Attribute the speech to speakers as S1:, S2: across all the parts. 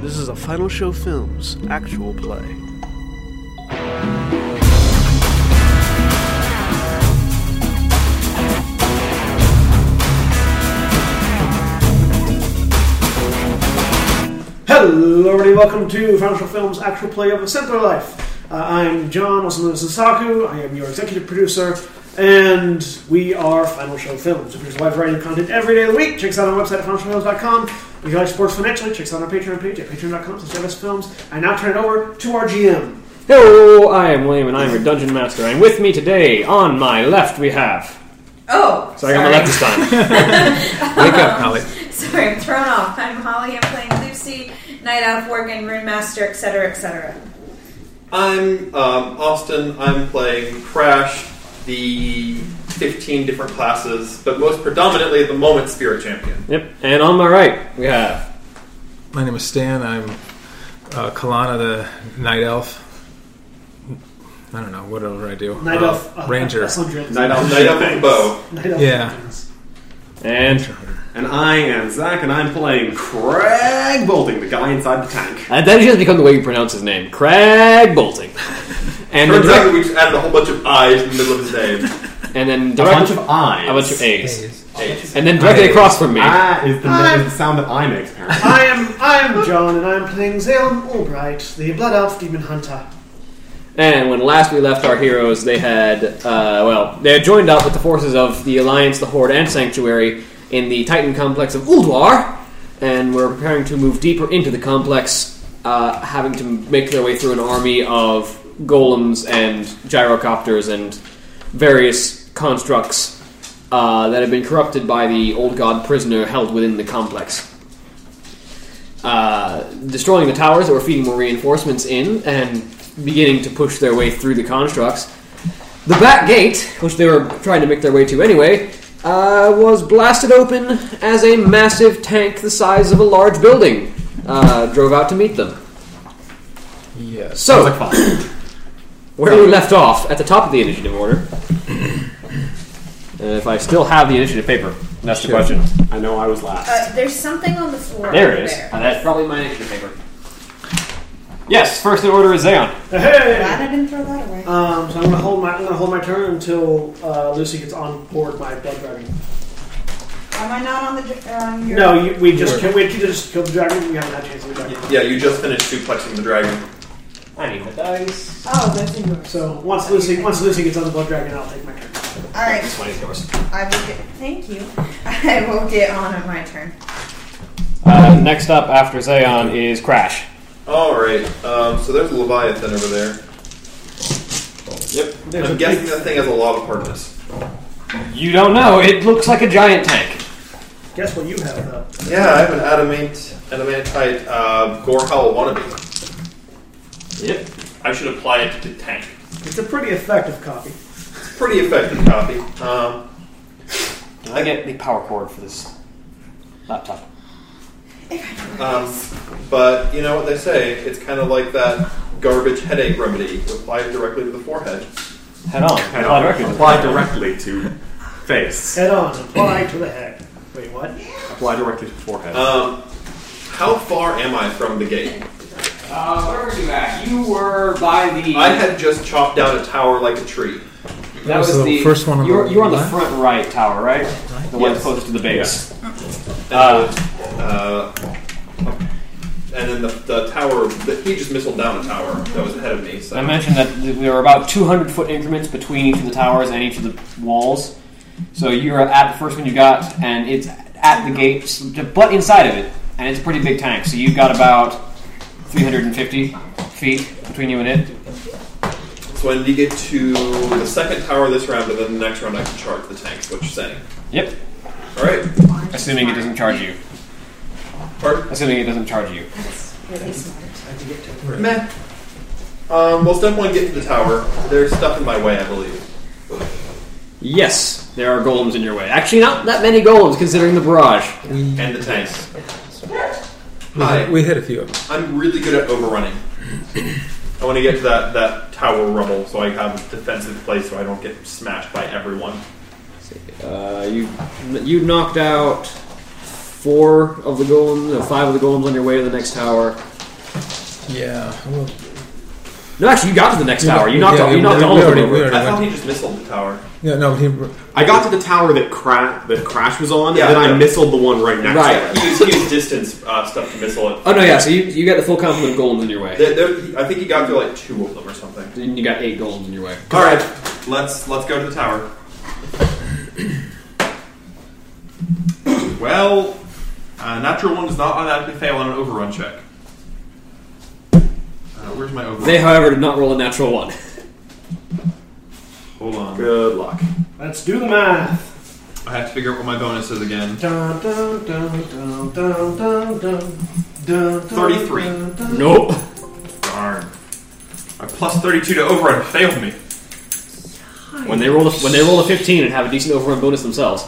S1: This is a Final Show Films actual play.
S2: Hello, everybody. Welcome to Financial Films Actual Play of a Simpler Life. Uh, I'm John, also known as Sasaku. I am your executive producer, and we are Final Show Films. We produce a wide variety of content every day of the week. Check us out on our website at finalshowfilms.com. If you like sports financially, check us out on our Patreon page at patreon.com slash films. I now turn it over to our GM.
S3: Hello, I am William and I'm your Dungeon Master, and with me today, on my left, we have.
S4: Oh,
S3: Sorry, I got my left this time.
S5: Wake up, Holly.
S4: sorry, I'm thrown off. I'm Holly. I'm playing Lucy, night elf, working room master, etc., etc.
S6: I'm um, Austin. I'm playing Crash, the 15 different classes, but most predominantly at the moment, Spirit Champion.
S3: Yep, and on my right, we have.
S5: My name is Stan. I'm uh, Kalana, the night elf. I don't know. What else would I do?
S2: Night
S5: Uh,
S2: Elf. uh,
S5: Ranger.
S2: Asundra.
S7: Night Elf.
S6: Night up with a bow.
S2: Night Elf.
S5: Yeah.
S3: And.
S7: And I am Zach, and I'm playing Craig Bolding, the guy inside the tank.
S3: And that has become the way you pronounce his name Craig Bolting. And then,
S6: Turns out that
S3: direct,
S6: we just added a whole bunch of eyes in the middle of his name.
S3: and then
S7: A bunch
S3: direct,
S7: of eyes.
S3: a bunch of A's.
S6: A's.
S3: And then directly
S5: A's.
S3: across from me,
S7: Ah is the,
S2: I'm-
S7: is the sound that I make, apparently.
S2: I am I am John, and I'm playing Zalem Albright, the Blood Elf Demon Hunter.
S3: And when last we left our heroes, they had, uh, well, they had joined up with the forces of the Alliance, the Horde, and Sanctuary in the Titan complex of Ulduar, and were preparing to move deeper into the complex, uh, having to make their way through an army of golems and gyrocopters and various constructs uh, that had been corrupted by the old god prisoner held within the complex uh, destroying the towers that were feeding more reinforcements in and beginning to push their way through the constructs. The back gate, which they were trying to make their way to anyway, uh, was blasted open as a massive tank the size of a large building uh, drove out to meet them.
S5: Yes.
S3: So, where we left off, at the top of the initiative order. And if I still have the initiative paper, that's the
S5: Sure.
S3: question.
S7: I know I was last.
S4: Uh, there's something on the floor.
S3: There
S4: over
S3: it is.
S2: Oh,
S3: Uh, that's probably my initiative paper. Yes, first in order is Zeon.
S2: Hey!
S4: Glad I didn't throw that away.
S2: Um, so I'm gonna hold my I'm gonna hold my turn until uh, Lucy gets on board my blood dragon.
S4: Am I not on the? dr- Um, your
S2: No, you, we just killed, we just killed the dragon. We haven't had a chance to attack. it.
S6: Yeah, you just finished suplexing the dragon.
S3: I need the dice.
S4: Oh, that's in yours.
S2: So once Lucy once Lucy gets on the blood dragon, I'll take my turn.
S4: All right,
S3: This one is yours.
S4: I will get. Thank you. I will get on at my turn.
S3: Uh, next up after Zeon is Crash.
S6: Alright, um, so there's a Leviathan over there. Yep. I'm guessing that thing has a lot of hardness.
S3: You don't know. It looks like a giant tank.
S2: Guess what you have though?
S6: Yeah, I have an adamant, adamantite uh, Gorehowl wannabe.
S3: Yep.
S6: I should apply it to the tank.
S2: It's a pretty effective copy.
S6: Pretty effective copy. Um,
S3: I get the power cord for this laptop.
S6: Um, but you know what they say, it's kind of like that garbage headache remedy. You apply it directly to the forehead.
S3: Head on.
S7: Oh, I
S3: Head
S7: know.
S3: on record.
S7: Apply directly to face.
S2: Head on, apply to the head. Wait, what?
S7: Apply directly to forehead.
S6: Um, how far am I from the gate?
S3: Uh, where were you at? You were by the.
S6: I had just chopped down a tower like a tree.
S3: that
S5: was the first one on
S3: you were,
S5: the
S3: you were on the
S5: left?
S3: front right tower, right? The one
S6: Yes.
S3: closest to the base.
S6: Uh, uh, and then the, the tower, the, he just missiled down a tower that was ahead of me. So
S3: I mentioned that th- we were about 200 foot increments between each of the towers and each of the walls. So you're at the first one you got, and it's at the gates, but inside of it. And it's a pretty big tank. So you've got about 350 feet between you and it.
S6: So when you get to the second tower this round, and then the next round, I can charge the tank. What you're saying?
S3: Yep.
S6: All right.
S3: Assuming it doesn't charge you.
S6: Pardon?
S3: Assuming it doesn't charge you.
S4: That's really smart.
S6: Meh. Um, we'll step one get to the tower. There's stuff in my way, I believe.
S3: Yes, there are golems in your way. Actually, not that many golems considering the barrage.
S6: And the tanks.
S5: We hit,
S6: Hi.
S5: we hit a few of them.
S6: I'm really good at overrunning. I want to get to that, that tower rubble so I have a defensive place so I don't get smashed by everyone.
S3: Uh, you you knocked out four of the golems, or five of the golems on your way to the next tower.
S5: Yeah. Well,
S3: No, actually, you got to the next
S5: Yeah,
S3: tower. You knocked
S5: yeah,
S3: all, you
S5: we-
S3: knocked
S5: we
S3: all of them
S5: already-
S3: over.
S5: we already-
S6: I thought he just missiled the tower.
S5: yeah. No. He,
S7: I got to the tower that cra- that Crash was on,
S6: Yeah,
S7: and then
S6: yeah.
S7: I missiled the one right next
S3: Right.
S7: to it.
S6: He used, he used distance uh, stuff to missile it.
S3: Oh no, yeah. So you you got the full complement of golems in your way.
S6: There, there, I think he got through like two of them or something.
S3: Then you got eight golems in your way.
S6: All right, let's let's go to the tower. Well, uh, natural one does not automatically fail on an overrun check. Uh, where's my overrun?
S3: They, however, did not roll a natural one.
S6: Hold on,
S7: Good luck.
S2: Let's do the math.
S6: I have to figure out what my bonus is again.
S2: Dun, dun, dun, dun, dun, dun, dun, dun, dun,
S6: 33.
S2: dun, dun.
S3: Nope.
S6: Darn, my plus thirty-two to overrun failed me.
S3: When they roll a, when they roll a fifteen and have a decent overrun bonus themselves,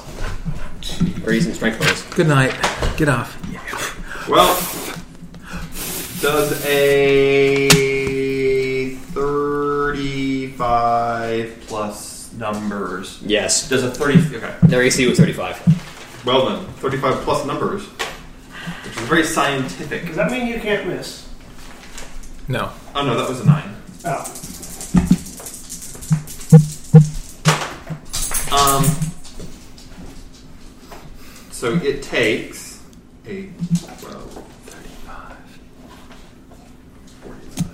S3: or decent strength bonus.
S5: good night. Get off.
S6: Well, does a thirty-five plus numbers?
S3: Yes.
S6: Does a thirty? Okay.
S3: Their AC was thirty-five.
S6: Well then, 35 plus numbers, which is very scientific.
S2: Does that mean you can't miss?
S5: No.
S6: Oh no, that was a 9.
S2: Oh.
S6: Um, so it takes a 12, 35, 45.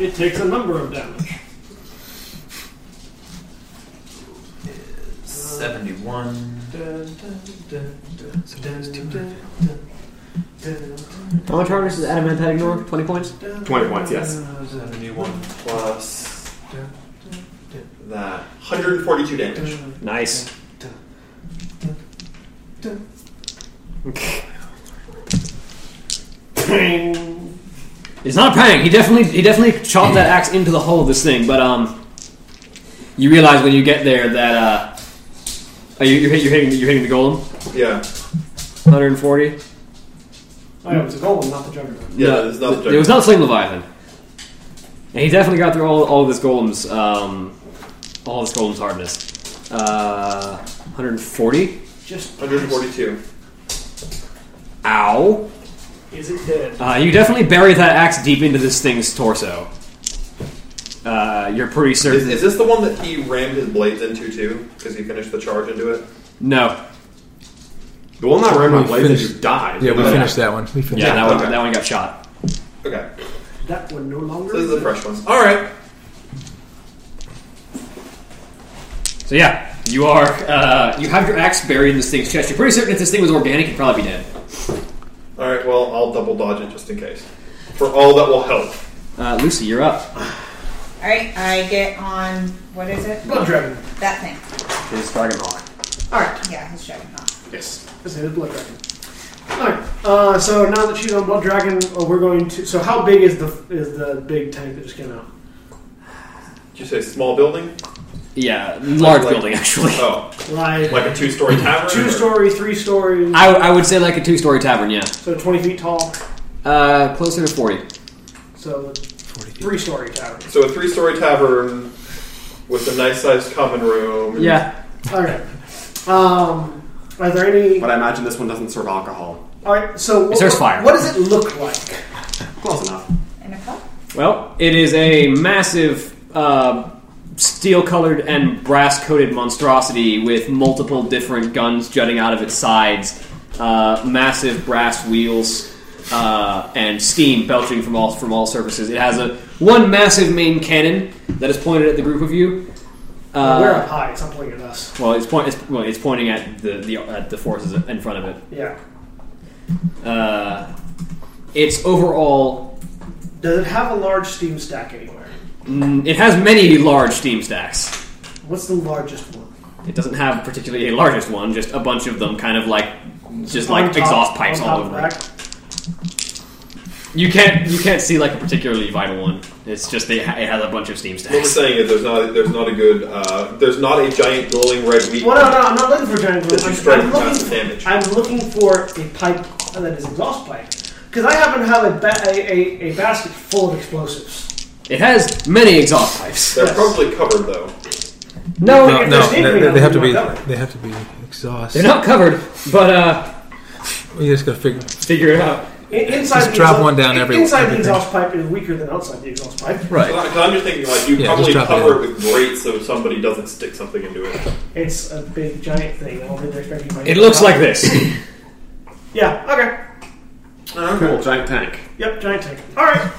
S2: It takes a number of damage.
S6: 71.
S3: How much hardness is adamantite ignore? Twenty points.
S7: 20 points, yes.
S6: 71 plus that. 142 damage.
S3: Nice. It's not pang. He definitely he definitely chopped that axe into the hull of this thing. But um, you realize when you get there that uh, are you, you're, hit- you're hitting you're hitting the golem.
S6: Yeah.
S3: 140.
S2: Oh, yeah, it was a golem, not the juggernaut.
S6: Yeah,
S3: No,
S6: there's nothing.
S3: It was not Flame Leviathan. And he definitely got through all, all of this golem's um, all of this golem's hardness. Uh, 140.
S2: Just
S6: 142.
S3: Ow.
S2: is it dead?
S3: Uh, you definitely bury that axe deep into this thing's torso. Uh, you're pretty certain.
S6: Is, is this the one that he rammed his blades into too? Because he finished the charge into it?
S3: no.
S7: The one that ran my
S5: We
S7: blade that
S5: finished-
S7: just died.
S5: Yeah, we
S6: Okay.
S5: finished that one. We finished.
S3: Yeah,
S5: That.
S3: that one
S6: okay.
S3: that one got shot.
S6: Okay.
S2: That one no longer.
S6: So this is a
S2: exists.
S6: fresh one. All right.
S3: So yeah, you are uh, you have your axe buried in this thing's chest. You're pretty certain if this thing was organic, it'd probably be dead.
S6: All right. Well, I'll double dodge it just in case. For all that will help.
S3: Uh, Lucy, you're up.
S4: All right, I get on. What is it?
S2: Blood dragon.
S4: That thing.
S3: It's Dragon Hawk.
S2: All right.
S4: Yeah, his dragon off.
S7: Yes.
S2: This is Blood Dragon. Alright, uh, so now that she's on Blood Dragon, uh, we're going to. So, how big is the is the big tank that just came out?
S6: Did you say small building?
S3: Yeah, large
S6: Like-
S3: building actually.
S6: Oh,
S2: Like,
S6: like a two-story tavern.
S2: two
S6: or-
S2: story, three story,
S3: I, I would say like a two story tavern, yeah.
S2: so 20 feet tall,
S3: Uh, closer to 40.
S2: so three story tavern.
S6: So a three-story tavern with a nice-sized common room.
S3: Yeah.
S2: Alright. Um, are there any.
S7: But I imagine this one doesn't serve alcohol.
S2: Alright, so. What,
S3: It serves fire.
S2: What does it look like?
S7: Close enough.
S4: And a cup?
S3: Well, it is a massive uh, steel colored and brass coated monstrosity with multiple different guns jutting out of its sides, uh, massive brass wheels. Uh, and steam belching from all from all surfaces. It has a one massive main cannon that is pointed at the group of you. Uh,
S2: we're up high, it's not pointing at us.
S3: Well, it's, point, it's, well, it's pointing at the, the at the forces in front of it.
S2: Yeah.
S3: Uh, it's overall.
S2: Does it have a large steam stack anywhere?
S3: mm, It has many large steam stacks.
S2: What's the largest one?
S3: It doesn't have particularly a largest one, just a bunch of them, kind of like just
S2: On
S3: like
S2: top-
S3: exhaust pipes
S2: on
S3: all
S2: top
S3: over.
S2: back?
S3: It. You can't you can't see like a particularly vital one. It's just they, ha- it has a bunch of steam
S6: What we're
S3: stacks.
S6: saying is there's not there's not a good uh, there's not a giant glowing red wheat
S2: Well, no, no, I'm not looking for giant
S6: that
S2: glowworms.
S6: you
S2: I'm,
S6: strike with
S2: looking
S6: massive
S2: for,
S6: damage.
S2: I'm looking for a pipe that is exhaust pipe because I happen to have a, ba- a, a, a basket full of explosives.
S3: It has many exhaust pipes.
S6: They're probably covered though.
S3: No,
S5: No,
S2: If
S5: no,
S2: there's
S5: they,
S2: anything
S5: they- they
S2: else,
S5: have to
S2: we
S5: be.
S2: don't know.
S5: They have to be exhausted.
S3: they're not covered, but uh,
S5: We just gotta figure.
S3: Figure it out.
S2: In- Inside
S5: Just
S2: the
S5: drop
S2: exhaust,
S5: one down every-
S2: Inside
S5: every
S2: the exhaust pipe is weaker than outside the exhaust pipe.
S5: Right.
S6: Because I'm just thinking, like, you
S5: Yeah,
S6: probably
S5: just drop it
S6: cover it with grates so somebody doesn't stick something into it.
S2: It's a big giant thing. I don't think they're expecting my-
S3: It looks like this.
S2: Yeah. Okay.
S7: Cool, giant tank.
S2: Yep. Giant tank. All right.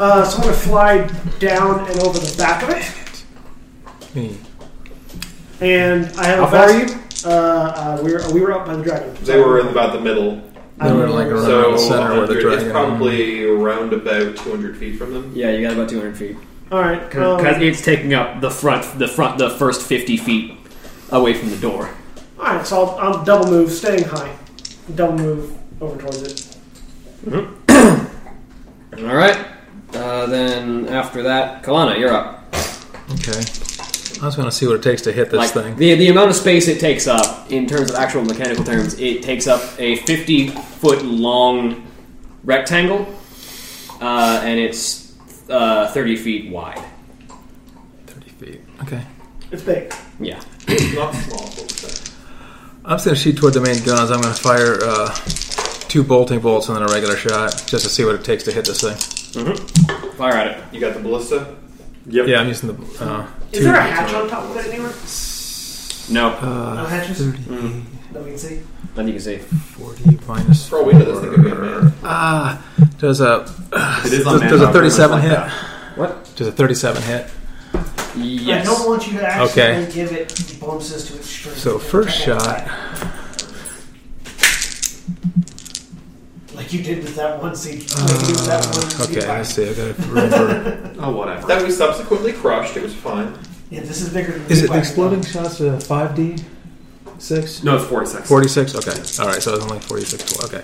S2: Uh, so I'm gonna fly down and over the back of it,
S5: Hmm.
S2: and I have.
S3: How
S2: a
S3: far
S2: vast-
S3: are you?
S2: Uh, uh, we were we were up by the dragon.
S6: They were in about the middle,
S5: They were like around
S6: so
S5: the center where the
S6: 100
S5: dragon.
S6: it's probably around about 200 feet from them.
S3: Yeah, you got about 200 feet.
S2: All right.
S3: Because
S2: um,
S3: it's taking up the front, the front, the first 50 feet away from the door.
S2: All right, so I'll, I'll double move, staying high. Double move over towards it.
S3: All right. Uh, then after that, Kalana, you're up.
S5: Okay. I was gonna see what it takes to hit this thing.
S3: the the amount of space it takes up in terms of actual mechanical terms, it takes up a 50 foot long rectangle, uh, and it's uh, 30 feet wide.
S5: Thirty feet. Okay.
S2: It's big.
S3: Yeah.
S6: It's not small, but it's
S5: I'm just gonna shoot toward the main guns. I'm gonna fire uh, two bolting bolts and then a regular shot just to see what it takes to hit this thing.
S3: Fire at it.
S6: a- You got the ballista?
S7: Yep.
S5: Yeah, I'm using the uh,
S2: Is there a hatch on top of it anywhere?
S3: No,
S2: No
S5: uh,
S2: hatches
S5: 30,
S7: Mm.
S2: that we can see.
S3: nothing you can see.
S5: 40 minus.
S6: Throw window, this thing could be a man.
S5: Ah, does a
S7: It is
S5: does,
S7: unmanned
S5: does a
S7: however,
S5: 37
S7: it's
S5: hit?
S7: like
S3: What?
S5: Does a 37 hit?
S3: Yes.
S8: I don't want you to actually
S5: Okay.
S8: give it bonuses to its strength.
S5: So first shot.
S8: Like you did with that one seed. like you did with that one seed
S5: Uh, Okay,
S8: fire.
S5: let's see. I gotta remember.
S7: Oh, whatever.
S6: That we subsequently crushed. It was fine.
S8: Yeah, this is bigger than
S5: Is it
S8: the
S5: exploding shots? A 5d, six.
S7: no, it's 46.
S5: 46 okay all right so it's only 46 okay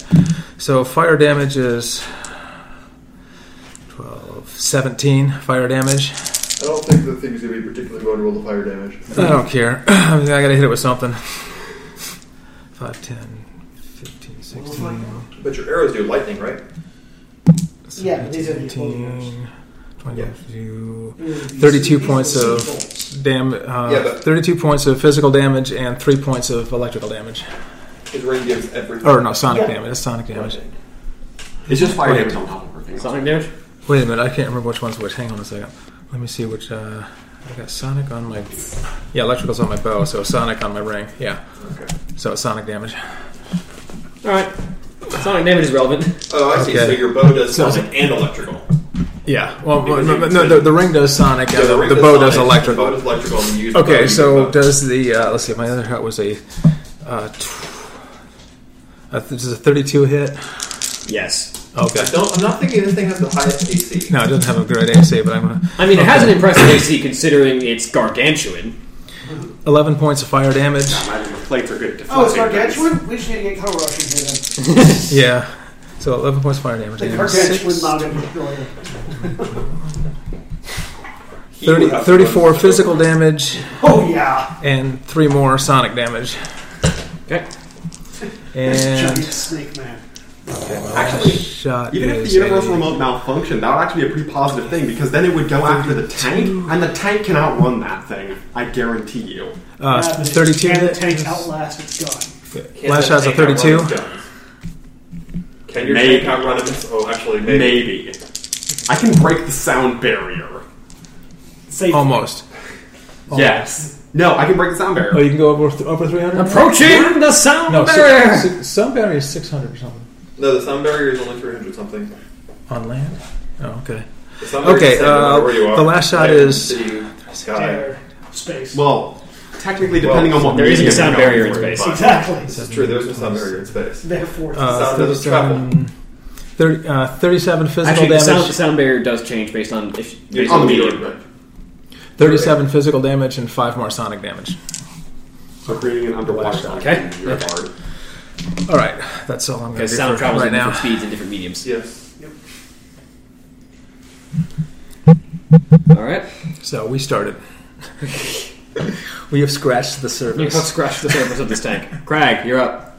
S5: so fire damage is 12 17 fire damage
S6: I don't think the thing's going to be particularly vulnerable to fire damage.
S5: i don't care i mean, I gotta hit it with something 5 10 15 16
S6: But your arrows do lightning, right?
S8: Yeah, but these are the
S5: 18 22
S8: These-
S5: 32
S8: these
S5: points
S8: were
S5: of-
S8: seed
S5: Dam- uh,
S6: Yeah, but-
S5: 32 points of physical damage and 3 points of electrical damage
S6: His ring gives everything.
S5: or no sonic
S2: Yeah.
S5: damage that's sonic damage
S7: It's just fire damage on top of everything.
S3: Sonic damage.
S5: Wait a minute, I can't remember which one's which. Hang on a second. Let me see which. Uh, I got Sonic on my. Yeah, electrical's on my bow, so Sonic on my ring. Yeah.
S6: Okay.
S5: So it's Sonic damage.
S3: All right. Sonic damage is relevant.
S6: Oh, I see.
S5: Okay.
S6: So your bow does
S5: So-
S6: sonic and electrical.
S5: Yeah. Well,
S6: Because
S5: no,
S6: you-
S5: no, the, the ring does Sonic, and
S6: So
S5: the,
S6: ring
S5: the bow
S6: sonic,
S5: does
S6: The bow
S5: electrical.
S6: does electrical. And you use the bow,
S5: Okay,
S6: you
S5: so
S6: use the bow.
S5: does the. Uh, let's see, my other hit was a. Uh, tw- uh, this is a 32 hit.
S3: Yes.
S5: Okay.
S6: I don't, I'm not thinking this thing has the highest AC.
S5: No, it doesn't have a great AC, but I'm going to.
S3: I mean, it has an impressive AC considering it's gargantuan.
S5: 11 points of fire damage.
S7: Imagine the plates are good at
S8: Oh, it's
S7: deflecting things.
S8: gargantuan? We just need to get Color Rush in here then.
S5: Yeah. So 11 points of fire damage.
S8: The
S5: And
S8: gargantuan
S5: six-
S8: mountain destroyer.
S6: He would
S5: 30,
S6: have to
S5: 34
S6: run-
S5: physical damage.
S8: Oh, yeah.
S5: and three more sonic damage.
S3: Okay.
S5: And
S8: Giant snake man.
S5: shot
S7: Even if
S5: is
S7: the universal
S5: a-
S7: remote malfunctioned, that would actually be a pretty positive thing because then it would go after the tank, and the tank can outrun that thing. I guarantee you.
S5: uh,
S2: Uh, but
S5: thirty-two.
S2: Can the
S5: hit?
S2: tank outlast its gun?
S6: Can
S5: Last
S6: that
S5: shot's a
S6: tank outrun
S5: 32.
S6: its guns? Can your
S7: Maybe.
S6: tank outrun it? Oh, actually, maybe.
S7: Maybe. I can break the sound barrier.
S2: Safe.
S5: Almost.
S3: Oh.
S7: Yes. No, I can break the sound
S5: Oh,
S7: barrier.
S5: you can go over th- over three hundred.
S3: Approaching the sound
S5: No,
S3: barrier.
S5: six, six, sound barrier is six hundred or something
S6: No, the sound barrier is only 300 something.
S5: on land. Oh, okay.
S6: The sound barrier
S5: Okay,
S6: is the same no matter
S5: uh,
S6: where you are.
S5: the last shot
S6: Right,
S5: is-
S6: city, sky.
S2: Air, space.
S7: Well, technically, depending on what
S3: there isn't
S7: medium
S3: a sound
S7: you're
S3: barrier in
S7: going
S3: space.
S7: for, but-
S2: exactly.
S6: This is true. There's no sound barrier in space.
S2: Therefore,
S5: Uh,
S6: Sound doesn't
S5: thirty-seven. 30, uh, Thirty-seven physical
S3: Actually, the
S5: damage.
S3: sound, the sound barrier does change based on if based
S7: On the
S3: meteor.
S7: medium, right?
S5: Thirty-seven physical damage and five more sonic damage.
S7: So creating an underwater sound.
S3: Okay.
S7: in your guard.
S5: All right, that's all I'm going to
S3: Because
S5: do
S3: sound
S5: for
S3: travels
S5: right
S3: at different
S5: now.
S3: speeds and different mediums.
S6: Yes.
S3: All right.
S5: So we started. we have scratched the
S3: You
S5: surface.
S3: scratch the surface of this tank. Crag, you're up.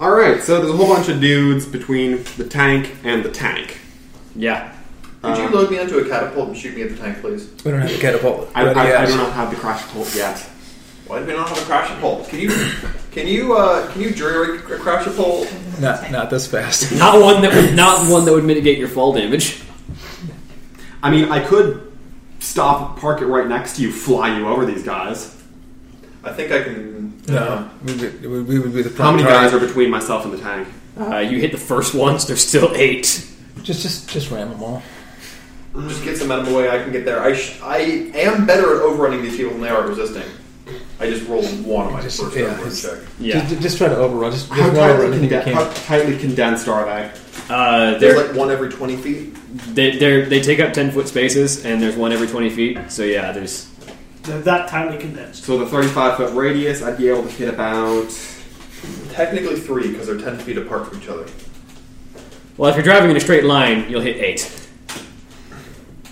S7: All right. So there's a whole bunch of dudes between the tank and the tank.
S3: Yeah.
S6: Could you load me onto a catapult and shoot me at the tank, please?
S5: We don't have a catapult.
S7: I,
S5: ready
S7: I, I
S5: yet.
S7: don't know how the crash told yet.
S6: Why do we not have a crash and pull? Can you can you uh, can you jury rig a crash and pull?
S5: Not not this fast.
S3: Not one that would not one that would mitigate your fall damage.
S7: I mean, I could stop, park it right next to you, fly you over these guys.
S6: I think I can.
S5: No, we would, we would- we would be the
S7: How
S5: prime
S7: many
S5: target.
S7: guys are between myself and the tank?
S3: Uh, you hit the first ones. There's still eight.
S5: Just just just ram them all.
S6: Just get some out of the way. I can get there. I sh- I am better at overrunning these people than they are at resisting. I just rolled one on my
S5: Just-
S6: first
S5: yeah,
S6: overrun
S5: it's-
S6: check.
S3: Yeah.
S5: Just, just try to overrun. Just, just
S7: How
S5: run over
S7: tightly,
S5: anything you
S7: conde- how
S5: can.
S7: tightly condensed are they?
S3: Uh,
S6: There's
S3: they're,
S6: like one every twenty feet.
S3: they, they're, they take up ten foot spaces, and there's one every twenty feet. So yeah, there's
S2: They're that tightly condensed.
S7: So the 35 foot radius, I'd be able to hit about.
S6: Technically three because they're ten feet apart from each other.
S3: well, if you're driving in a straight line, you'll hit eight.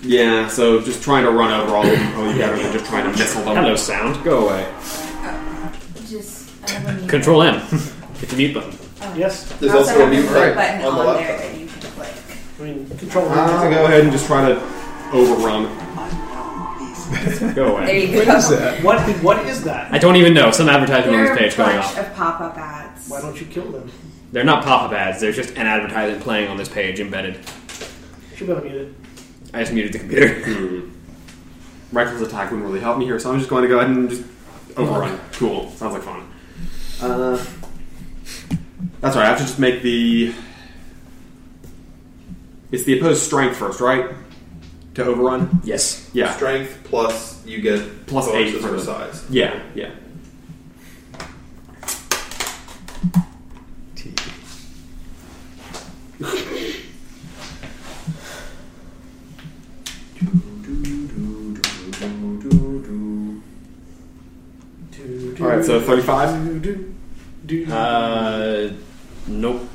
S7: Yeah, so just trying to run over all of them probably better than just trying to missile them.
S3: Hello, sound. Go away.
S4: Just I don't need
S3: Control M. Hit the mute button.
S2: Yes?
S6: There's
S4: I
S6: also a
S4: have
S6: mute
S4: red
S6: button
S4: button
S6: on the
S4: on
S6: left.
S4: there that you can click.
S2: I mean, control
S8: Uh,
S7: I'll go ahead and just try to overrun.
S4: There
S3: Go away.
S4: you go.
S5: What is that?
S2: What, what is that?
S3: I don't even know. Some advertisement on
S4: There are
S3: this page
S4: a
S3: going
S4: bunch
S3: off.
S4: of pop-up ads.
S2: Why don't you kill them?
S3: They're not pop-up ads. They're just an advertisement playing on this page embedded.
S2: Should be able to mute it.
S3: I just muted the computer.
S7: Rifle's attack wouldn't really help me here, so I'm just going to go ahead and just overrun. Cool. Sounds like fun. Uh, that's right, I have to just make the. It's the opposed strength first, right? To overrun?
S3: yes.
S7: Yeah.
S6: Strength plus you get
S7: Plus eight
S6: bonuses
S7: for
S6: for
S7: the-
S6: size.
S7: Yeah, yeah. Alright, so 35?
S3: Uh, nope.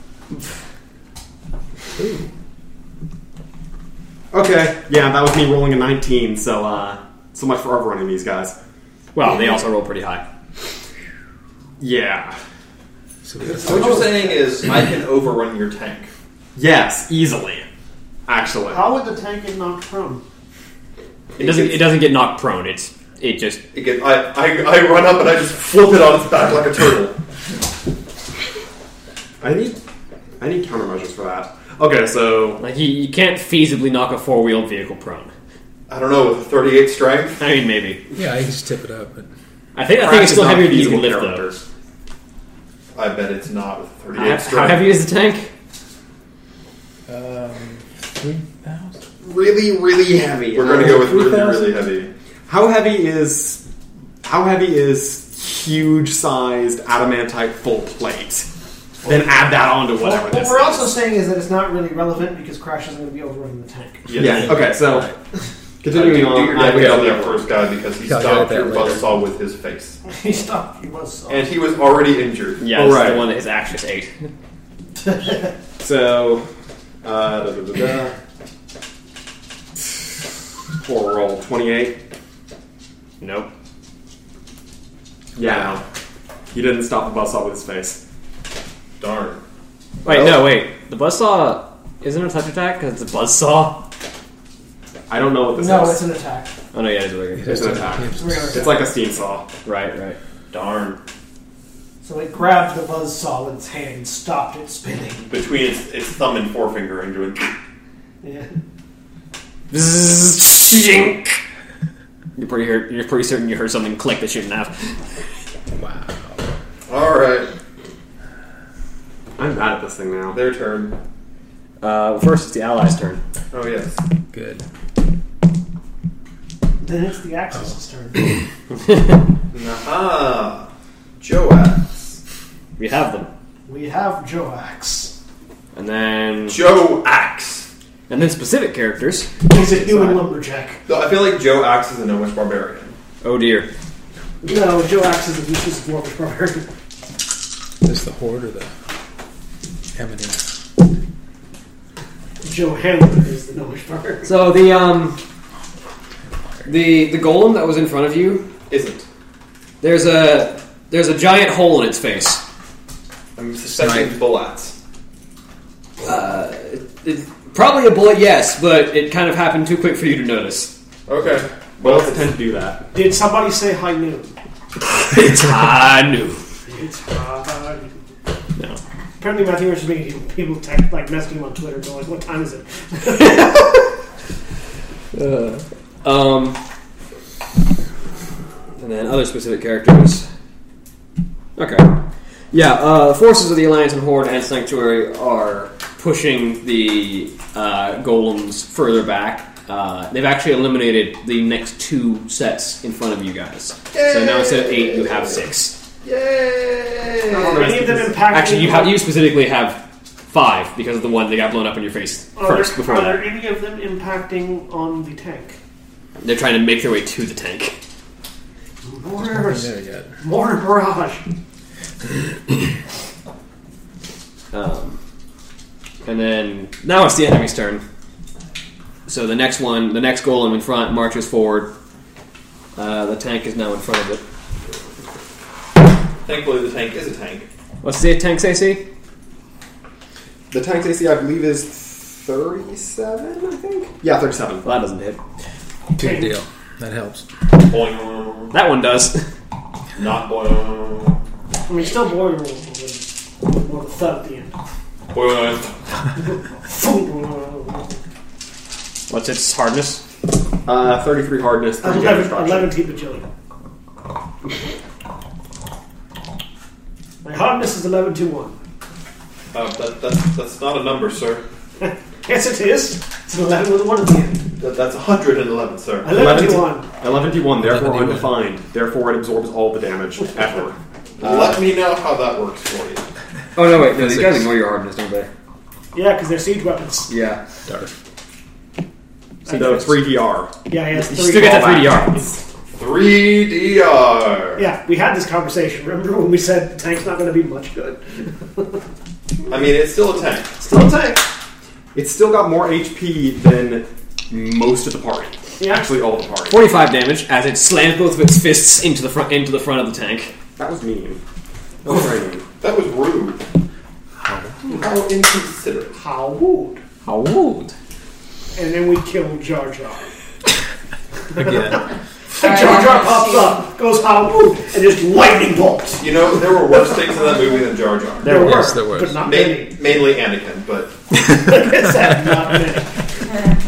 S7: Okay. Yeah, that was me rolling a 19, so uh, so much for overrunning these guys.
S3: Well, they also roll pretty high.
S7: Yeah.
S6: So what you're saying is I can overrun your tank.
S7: Yes, easily. Actually.
S2: How would the tank get knocked prone?
S3: It doesn't.
S6: gets-
S3: It doesn't get knocked prone. It's. It just.
S6: It gets, I, I, I run up and I just flip it on its back like a turtle.
S7: I need I need countermeasures for that. Okay, so
S3: Like you, you can't feasibly knock a four wheeled vehicle prone.
S6: I don't know, with a 38 strength?
S3: I mean, maybe.
S5: Yeah, I can just tip it up. But
S3: I think. I think it's still heavier than you can lift though.
S7: characters.
S6: I bet it's not with a 38
S3: How
S6: strength.
S3: how heavy is the tank?
S5: um, three thousand.
S7: Really, really heavy.
S6: We're going to go with really,
S5: 3,000?
S6: really heavy.
S7: How heavy is how heavy is huge sized adamantite full plate? Then add that on to whatever
S2: What,
S7: this
S2: we're
S7: is.
S2: also saying is that it's not really relevant because Crash isn't going to be overrunning the tank.
S7: Yeah, Uh, okay, so
S6: Do, do
S7: continuing on,
S6: your
S7: I
S6: damage on
S7: will-
S6: that first guy because he
S5: Yeah, I'll
S6: stopped
S5: get
S6: your
S5: that later.
S6: buzzsaw with his face.
S2: he stopped. He was.
S6: And he was already injured.
S3: Yeah, it's
S7: Alright.
S3: the one that is actually eight.
S7: So, uh, da, da, da, da. poor roll twenty-eight.
S3: Nope.
S7: Yeah, he didn't stop the bus off with his face.
S6: Darn.
S3: Wait, no, wait. The buzzsaw isn't a touch attack because it's a buzzsaw.
S7: I don't know what this
S2: no, it's
S7: is.
S2: an attack.
S3: Oh no, yeah, it's regular.
S7: It's an attack.
S2: It's a regular
S7: It's
S2: attack.
S7: like a steam saw.
S3: Right, right.
S6: Darn.
S2: So it grabbed the buzzsaw with its hand and stopped it spinning.
S6: Between its, its thumb and forefinger and doing.
S2: Yeah.
S3: Zink. You're pretty hurt. You're pretty certain you heard something click that you didn't have.
S5: Wow.
S6: Alright,
S7: I'm bad at this thing now.
S6: their turn.
S3: Uh, first, it's the allies' turn.
S6: Oh, yes.
S5: Good.
S2: Then it's the Axis' turn.
S6: Aha! Joax.
S3: We have them,
S2: We have Joax.
S3: and then
S6: Joax!
S3: and then specific characters.
S2: He's a human lumberjack.
S6: So I feel like Joe acts as a gnomish barbarian.
S3: Oh dear.
S2: No, Joax is a useless dwarf barbarian.
S5: Is the horde or the Eminem?
S2: Joe Hamler is the gnomish barbarian.
S3: So the um, the the golem that was in front of you.
S6: Isn't.
S3: There's a there's a giant hole in its face.
S6: I'm suspecting
S5: Snipe.
S6: bullets.
S3: Uh, it, it, probably a bullet, yes, but it kind of happened too quick for you to notice.
S6: Okay.
S7: Bullets tend to do that.
S2: Did somebody say high noon?
S3: It's Hanu.
S2: It's hard.
S3: No.
S2: Apparently, Matthew was just making people text, like messaging him on Twitter, going like, "What time is it?"
S3: Um, and then other specific characters. Okay. Yeah, uh, forces of the Alliance and Horde and Sanctuary are pushing the uh, golems further back. Uh, they've actually eliminated the next two sets in front of you guys. So now instead of eight, you have six.
S2: Are any of them impacted?
S3: Actually, you, have, you specifically have five because of the one that got blown up in your face
S2: are
S3: first.
S2: there,
S3: Before
S2: are
S3: that.
S2: there any of them impacting on the tank?
S3: they're trying to make their way to the tank.
S2: More,
S5: There yet.
S2: more barrage.
S3: Um, and then now it's the enemy's turn. So the next one, the next golem in front marches forward. Uh, the tank is now in front of it.
S6: Thankfully, the tank is a tank.
S3: What's the tank's AC?
S7: The tank's AC, I believe, is 37, I think? Yeah, 37.
S3: Well, that doesn't hit.
S5: Good deal. That helps.
S6: Boing.
S3: That one does.
S6: Not boing.
S2: I mean, still boring roll. but More of a thud at the end.
S6: Boing.
S3: What's its hardness?
S7: Uh, 33 hardness, 30 damage
S2: 11,
S7: fraction.
S2: 11 to keep it chilly. My hardness is 11 to 1.
S6: Uh, that, that's, that's not a number, sir.
S2: Yes, it is. It's an 11 with a 1 at the end.
S6: That, that's 111, sir.
S2: 11, to 1.
S7: 11 D1, therefore
S5: 11 D1.
S7: undefined. Therefore, it absorbs all the damage ever.
S6: Let me know how that works for you.
S3: Oh no, wait, no,
S5: these guys
S3: ignore your hardness, don't they?
S2: Yeah, because they're siege weapons.
S3: Yeah.
S5: Darf.
S7: So 3DR.
S2: Yeah, he has
S3: You
S2: three.
S3: still get that 3DR.
S6: 3DR.
S2: Yeah, we had this conversation. Remember when we said the tank's not going to be much good?
S6: I mean, it's still a tank.
S7: Still a tank. It's still got more HP than most of the party.
S2: Yeah.
S7: Actually, all the party.
S3: 45 damage as it slams both of its fists into the front into the front of the tank.
S7: That was mean. That was very mean.
S6: That was rude. How inconsiderate.
S2: How would?
S3: How old?
S2: And then we kill Jar Jar.
S5: Again.
S2: Jar Jar pops up, goes how would, and just lightning bolts.
S6: You know, there were worse things in that movie than Jar Jar.
S2: There were,
S5: Yes, there were.
S2: but not many.
S6: Ma- mainly Anakin, but
S2: It's that not many.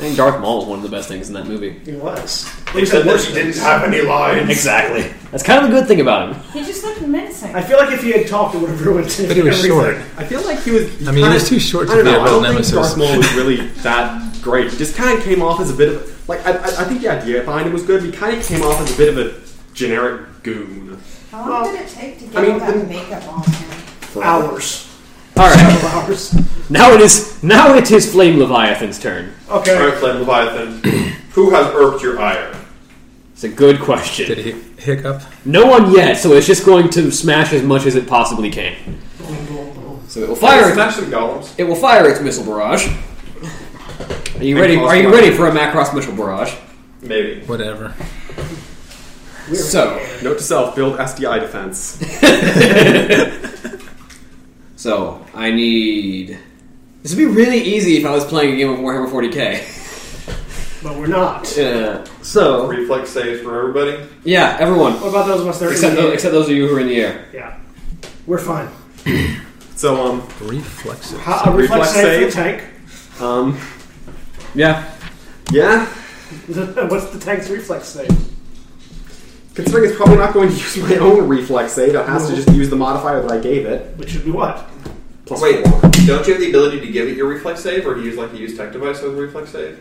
S3: I think Darth Maul is one of the best things in that movie.
S2: It was.
S6: they said that he didn't have any lines.
S3: Exactly. That's kind of a good thing about him.
S4: He just looked menacing.
S2: I feel like if he had talked, it would have ruined
S5: But he was
S2: everything.
S5: short.
S7: I feel like he was.
S5: I mean, he was too short to be a real nemesis.
S7: Darth Maul was really that great. He just kind of came off as a bit of like I, I, I think the idea behind him was good. But he kind of came off as a bit of a generic goon.
S9: How long did it take to get
S7: I mean,
S9: all
S7: the-
S9: that makeup on him?
S2: Hours.
S3: All right.
S2: Several hours.
S3: Now it is now it is Flame Leviathan's turn.
S2: Okay.
S6: Alright, Flame Leviathan, who has irked your ire?
S3: It's a good question.
S5: Did he hiccup?
S3: No one yet, so it's just going to smash as much as it possibly can. So it will fire.
S6: Smash some golems.
S3: It will fire its missile barrage. Are you
S7: And
S3: ready?
S7: cause
S3: Are you
S7: fire.
S3: ready for a Macross missile barrage?
S6: Maybe.
S5: Whatever.
S3: So,
S7: Note to self: build SDI defense.
S3: so I need. This would be really easy if I was playing a game of Warhammer 40k.
S2: But we're not.
S3: Yeah. So
S6: Reflex saves for everybody.
S3: yeah, everyone
S2: What about those of us that are
S3: except
S2: in the
S3: those, except those of you who are in the air.
S2: Yeah. We're fine.
S7: So um
S5: Reflexive.
S2: How, a reflex
S7: Reflex
S2: save for the
S7: um
S3: Yeah.
S7: yeah.
S2: tank. What's the tank's reflex save?
S7: Considering it's probably not going to use my own reflex save, it has to just use the modifier that I gave it.
S2: Which should be what?
S7: Plus
S6: Wait,
S7: four.
S6: don't you have the ability to give it your reflex save, or do you use like a use tech device with a reflex save?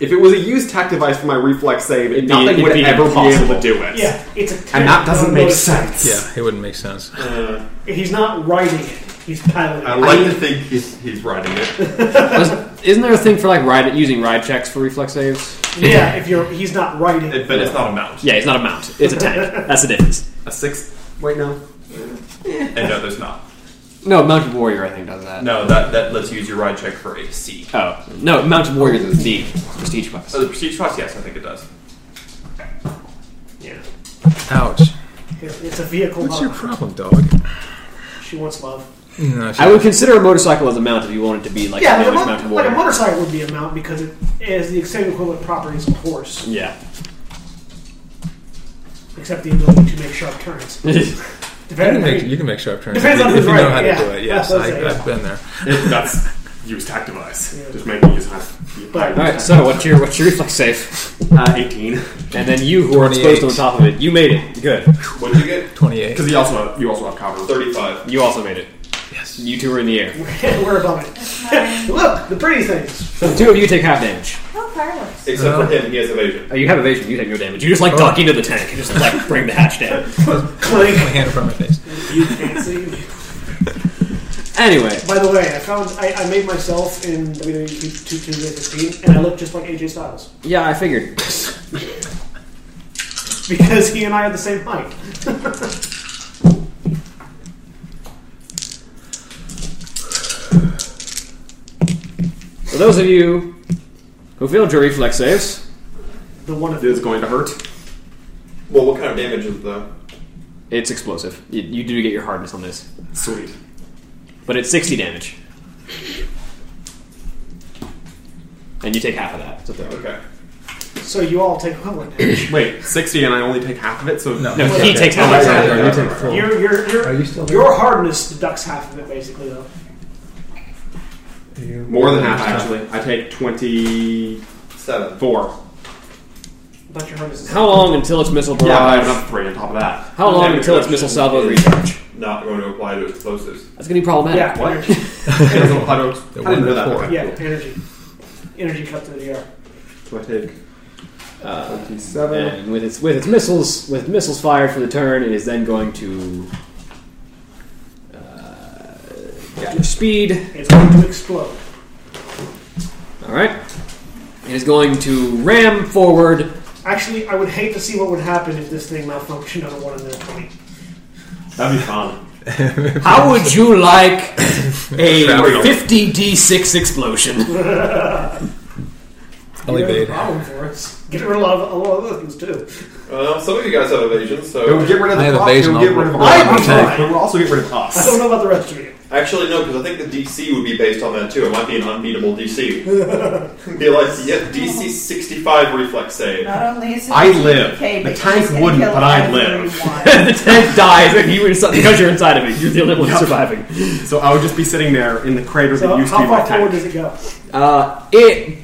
S7: if it was a used tech device for my reflex save,
S3: It'd be-
S7: nothing
S3: it'd
S7: would
S3: be
S7: ever be able
S3: impossible.
S7: to do it.
S2: Yeah, it's a tank.
S7: And that doesn't
S2: No,
S7: make
S2: no,
S7: sense.
S5: Yeah, it wouldn't make sense.
S6: Uh,
S2: He's not writing it. He's piloting
S6: I
S2: it.
S7: Uh,
S6: like to think he's, he's riding it.
S3: Was- Isn't there a thing for like ride using ride checks for reflex saves?
S2: Yeah, if you're, he's not writing it.
S6: But it's not a mount.
S3: Yeah, it's not a mount. It's a tank. That's the difference.
S7: A six. Wait, no.
S6: And no, there's not.
S3: No, Mounted Warrior, I think, does that.
S6: No, that, that lets you use your ride check for AC.
S3: Oh. No, Mounted Warrior is the prestige class.
S6: So Oh, the prestige class, yes, I think it does.
S2: Yeah.
S5: Ouch.
S2: It's a vehicle.
S5: What's
S2: mount.
S5: your problem, dog?
S2: She wants love.
S5: No, she-
S3: I would consider a motorcycle as a mount if you wanted to be like
S2: Yeah,
S3: a
S2: like a,
S3: famous
S2: mo-
S3: Mounted
S2: like
S3: Warrior.
S2: a motorcycle would be a mount because it has the same equivalent properties of a horse,
S3: yeah.
S2: except the ability to make sharp turns.
S5: You can
S2: Depending
S5: make,
S2: on
S5: you can make sharp turns.
S2: Depends
S5: if,
S2: on
S5: you-
S2: who's
S5: if you know
S2: right,
S5: how
S2: yeah.
S5: to do it. Yes,
S2: That's
S5: I,
S2: what I'm saying.
S5: I've been there.
S7: That's use tact device.
S2: Yeah.
S7: Just making use of
S2: But-
S3: All right. So what's your what's your reflex save?
S7: uh, 18.
S3: And then you who are exposed on the top of it, you made it. Good.
S6: What'd you get?
S5: Twenty-eight.
S7: Because you also have, you also have cover.
S6: 35.
S3: You also made it.
S5: Yes.
S3: You two are in the air.
S2: we're above it. Look, the pretty things.
S3: So the two of you take half damage.
S4: Oh, fireworks.
S6: Except for him, he has evasion.
S3: Uh, you have evasion. You take no damage. You just like duck into the tank and just like bring the hatch down.
S5: My hand in front of my face.
S2: You can't see. me.
S3: Anyway,
S2: By the way, I found I, I made myself in E WWE 2K15, and I look just like AJ Styles
S3: yeah, I figured.
S2: because he and I are the same height.
S3: For those of you who failed your reflex saves,
S2: The one of
S7: It is going to hurt.
S6: Well, what kind of damage is it, though?
S3: it's explosive. You, you do get your hardness on this,
S7: Sweet.
S3: but it's sixty damage, and you take half of that. So thirty.
S6: Okay.
S2: So you all take equivalent.
S7: Wait, 60 and I only take half of it, so.
S5: No.
S3: No, he
S5: Okay.
S3: takes
S5: Oh,
S3: half. of
S5: yeah, yeah,
S3: that.
S5: yeah, you take full.
S2: Your your your,
S5: Are you still there?
S2: your hardness deducts half of it basically though.
S7: More than half, actually. I take 24.
S6: Seven.
S2: But your hardness is
S3: How long until its missile barrage?
S7: Yeah, I have another 3 on top of that.
S3: How long
S6: Damage
S3: until its
S6: reduction
S3: missile salvos
S6: is
S3: recharge?
S6: Not going to apply to explosives.
S3: That's gonna be problematic.
S2: yeah
S7: What?
S2: energy.
S7: It doesn't apply to- I didn't know that.
S5: Four.
S7: Okay,
S2: yeah
S7: cool.
S2: energy energy cut to the air.
S7: So I take
S3: Uh,
S7: 27.
S3: And with its with its missiles with missiles fired for the turn, it is then going to uh, got your speed.
S2: It's going to explode.
S3: All right, it is going to ram forward.
S2: Actually, I would hate to see what would happen if this thing malfunctioned on a one in their twenty.
S7: That'd be fun.
S3: How would you like a
S5: Travel.
S3: fifty d six explosion?
S5: I'll
S2: You have a
S5: evade.
S2: problem for us. Get rid of a lot of, a lot of other things too.
S6: Uh, some of you guys have evasion,
S7: It would
S6: so
S7: get rid of
S5: I
S7: the
S5: have
S7: clock,
S5: evasion,
S7: it would get
S5: I'll-
S7: rid of
S5: I'll-
S7: all
S2: I'll
S7: the
S2: try.
S7: tank, but it would also get rid of
S2: I
S7: us.
S2: don't know about the rest of you.
S6: actually no, because I think the DC would be based on that too. It might be an unbeatable DC. be like, yeah, DC 65 reflex save.
S9: Not only is it
S7: I live.
S9: Okay,
S7: The
S9: but
S7: tank
S9: she's gonna
S7: wouldn't,
S9: kill
S7: but I'd live.
S9: everyone.
S3: the tank dies, and you inside, because you're inside of it. You're the only one
S7: Yep.
S3: surviving.
S7: So I would just be sitting there in the crater
S2: So
S7: that used to
S2: how
S7: be my
S2: far forward does
S7: tank.
S2: it go?
S3: Uh, it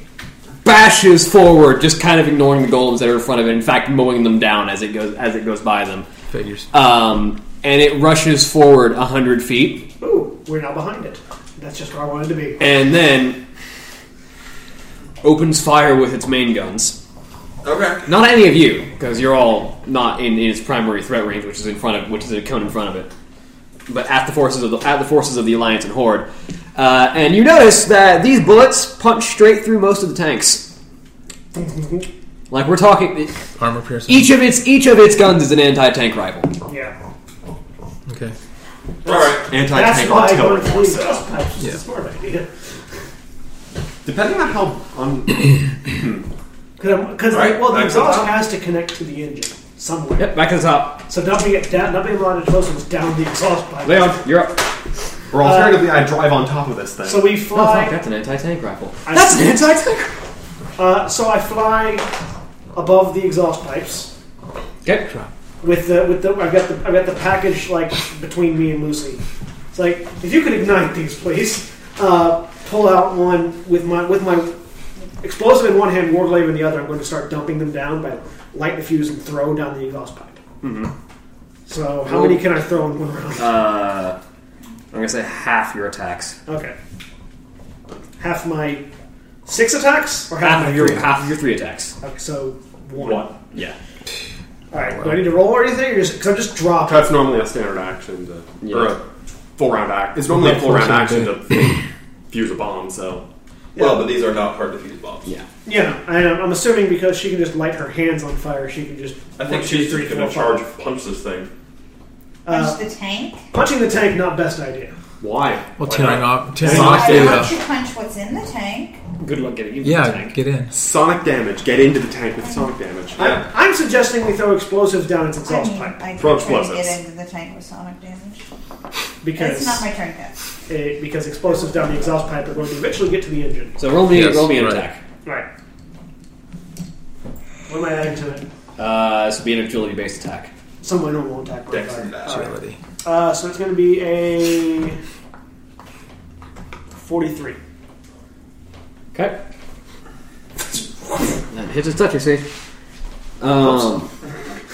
S3: bashes forward, just kind of ignoring the golems that are in front of it. In fact, mowing them down as it goes as it goes by them.
S5: Figures.
S3: Um, and it rushes forward hundred feet,
S2: Ooh, we're now behind it. That's just where I wanted to be.
S3: and then opens fire with its main guns.
S6: Okay.
S3: Not any of you, because you're all not in, in its primary threat range, which is in front of which is a cone in front of it. But at the forces of the at the forces of the alliance and horde, uh, and you notice that these bullets punch straight through most of the tanks. Like we're talking,
S5: Armor piercing.
S3: each of its each of its guns is an anti-tank rifle.
S2: Yeah.
S5: Okay.
S6: Alright.
S2: That's
S7: Anti-tank
S2: why I go
S7: artillery.
S2: to twenty thrust pipes. It's
S5: Yeah.
S2: a smart idea.
S7: Depending on how on
S2: Because
S6: Alright,
S2: well, the
S6: back to the
S2: exhaust
S6: top.
S2: has to connect to the engine somewhere.
S3: Yep, back to the top.
S2: So dumping it down, dumping a lot of explosives down the exhaust pipe.
S3: Leon, you're up.
S7: or alternatively I drive on top of this thing.
S2: Uh, So we
S3: Oh, fuck,
S2: fly.
S3: that's an anti-tank rifle.
S2: I-
S3: That's an anti-tank. rifle.
S2: uh, so I fly above the exhaust pipes
S3: Okay.
S2: with the with the. I've got the I've got the package like between me and Lucy. It's like if you could ignite these, please. Uh, pull out one with my with my explosive in one hand, warglaive in the other. I'm going to start dumping them down by light the fuse and throw down the exhaust pipe.
S3: Mm-hmm.
S2: So how many can I throw in one round?
S3: Uh, I'm gonna say half your attacks.
S2: Okay. Half my six attacks, or half,
S3: Half
S2: my
S3: of your
S2: three?
S3: half of your three attacks.
S2: Okay, so one.
S3: Yeah.
S2: All right. Do I need to roll or anything? Or just because I'm just dropping.
S7: that's normally a standard action to
S3: Yeah.
S7: or a full round act. It's normally a full round action to fuse a bomb, so
S6: Well, but these are not hard to fuse bombs.
S3: Yeah.
S2: Yeah, I am. I'm assuming because she can just light her hands on fire, she can just.
S6: I
S2: one,
S6: think
S2: two,
S6: she's
S2: three,
S6: just going
S2: four,
S6: to charge
S2: five.
S6: punch this thing.
S2: Uh,
S9: Punch the tank.
S2: punching the tank, not best idea.
S7: why?
S5: Well,
S6: Why
S5: tearing
S6: not?
S5: off. Tearing
S7: Sonic
S5: off
S9: Why
S5: the.
S9: don't
S5: Uh,
S9: you punch what's in the tank?
S3: Good luck getting into the
S5: yeah,
S3: tank.
S5: get in.
S7: Sonic damage. Get into the tank with sonic damage.
S6: Yeah.
S2: I'm suggesting we throw explosives down its
S9: I
S2: exhaust
S9: mean,
S2: pipe
S9: I
S7: Throw
S9: could try to get
S7: explosives.
S9: into the tank with sonic damage. It's
S2: because
S9: not my turn yet.
S2: eh, because explosives down the exhaust pipe are going to eventually get to the engine.
S3: So roll me
S5: Yes,
S3: roll me an
S5: right.
S3: attack.
S2: Right. What am I adding to it?
S3: Uh, this would be an agility based attack.
S2: Some my normal attack.
S6: Dex
S2: right?
S6: and that.
S2: All right.
S5: Agility.
S2: Uh, so it's going to be a 43.
S3: Okay. That hits its touch, you see. Um,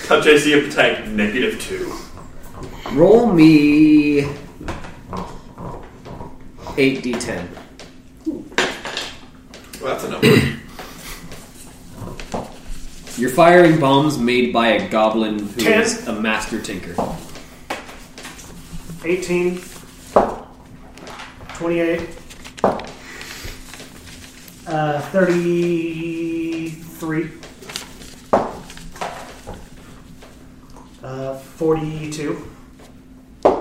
S6: Touch AC of attack negative two.
S3: roll me 8d10.
S6: Well, that's a number.
S3: You're firing bombs made by a goblin who is
S2: Ten.
S3: a master tinker.
S2: 18, 28, uh, 33, uh, 42. I'm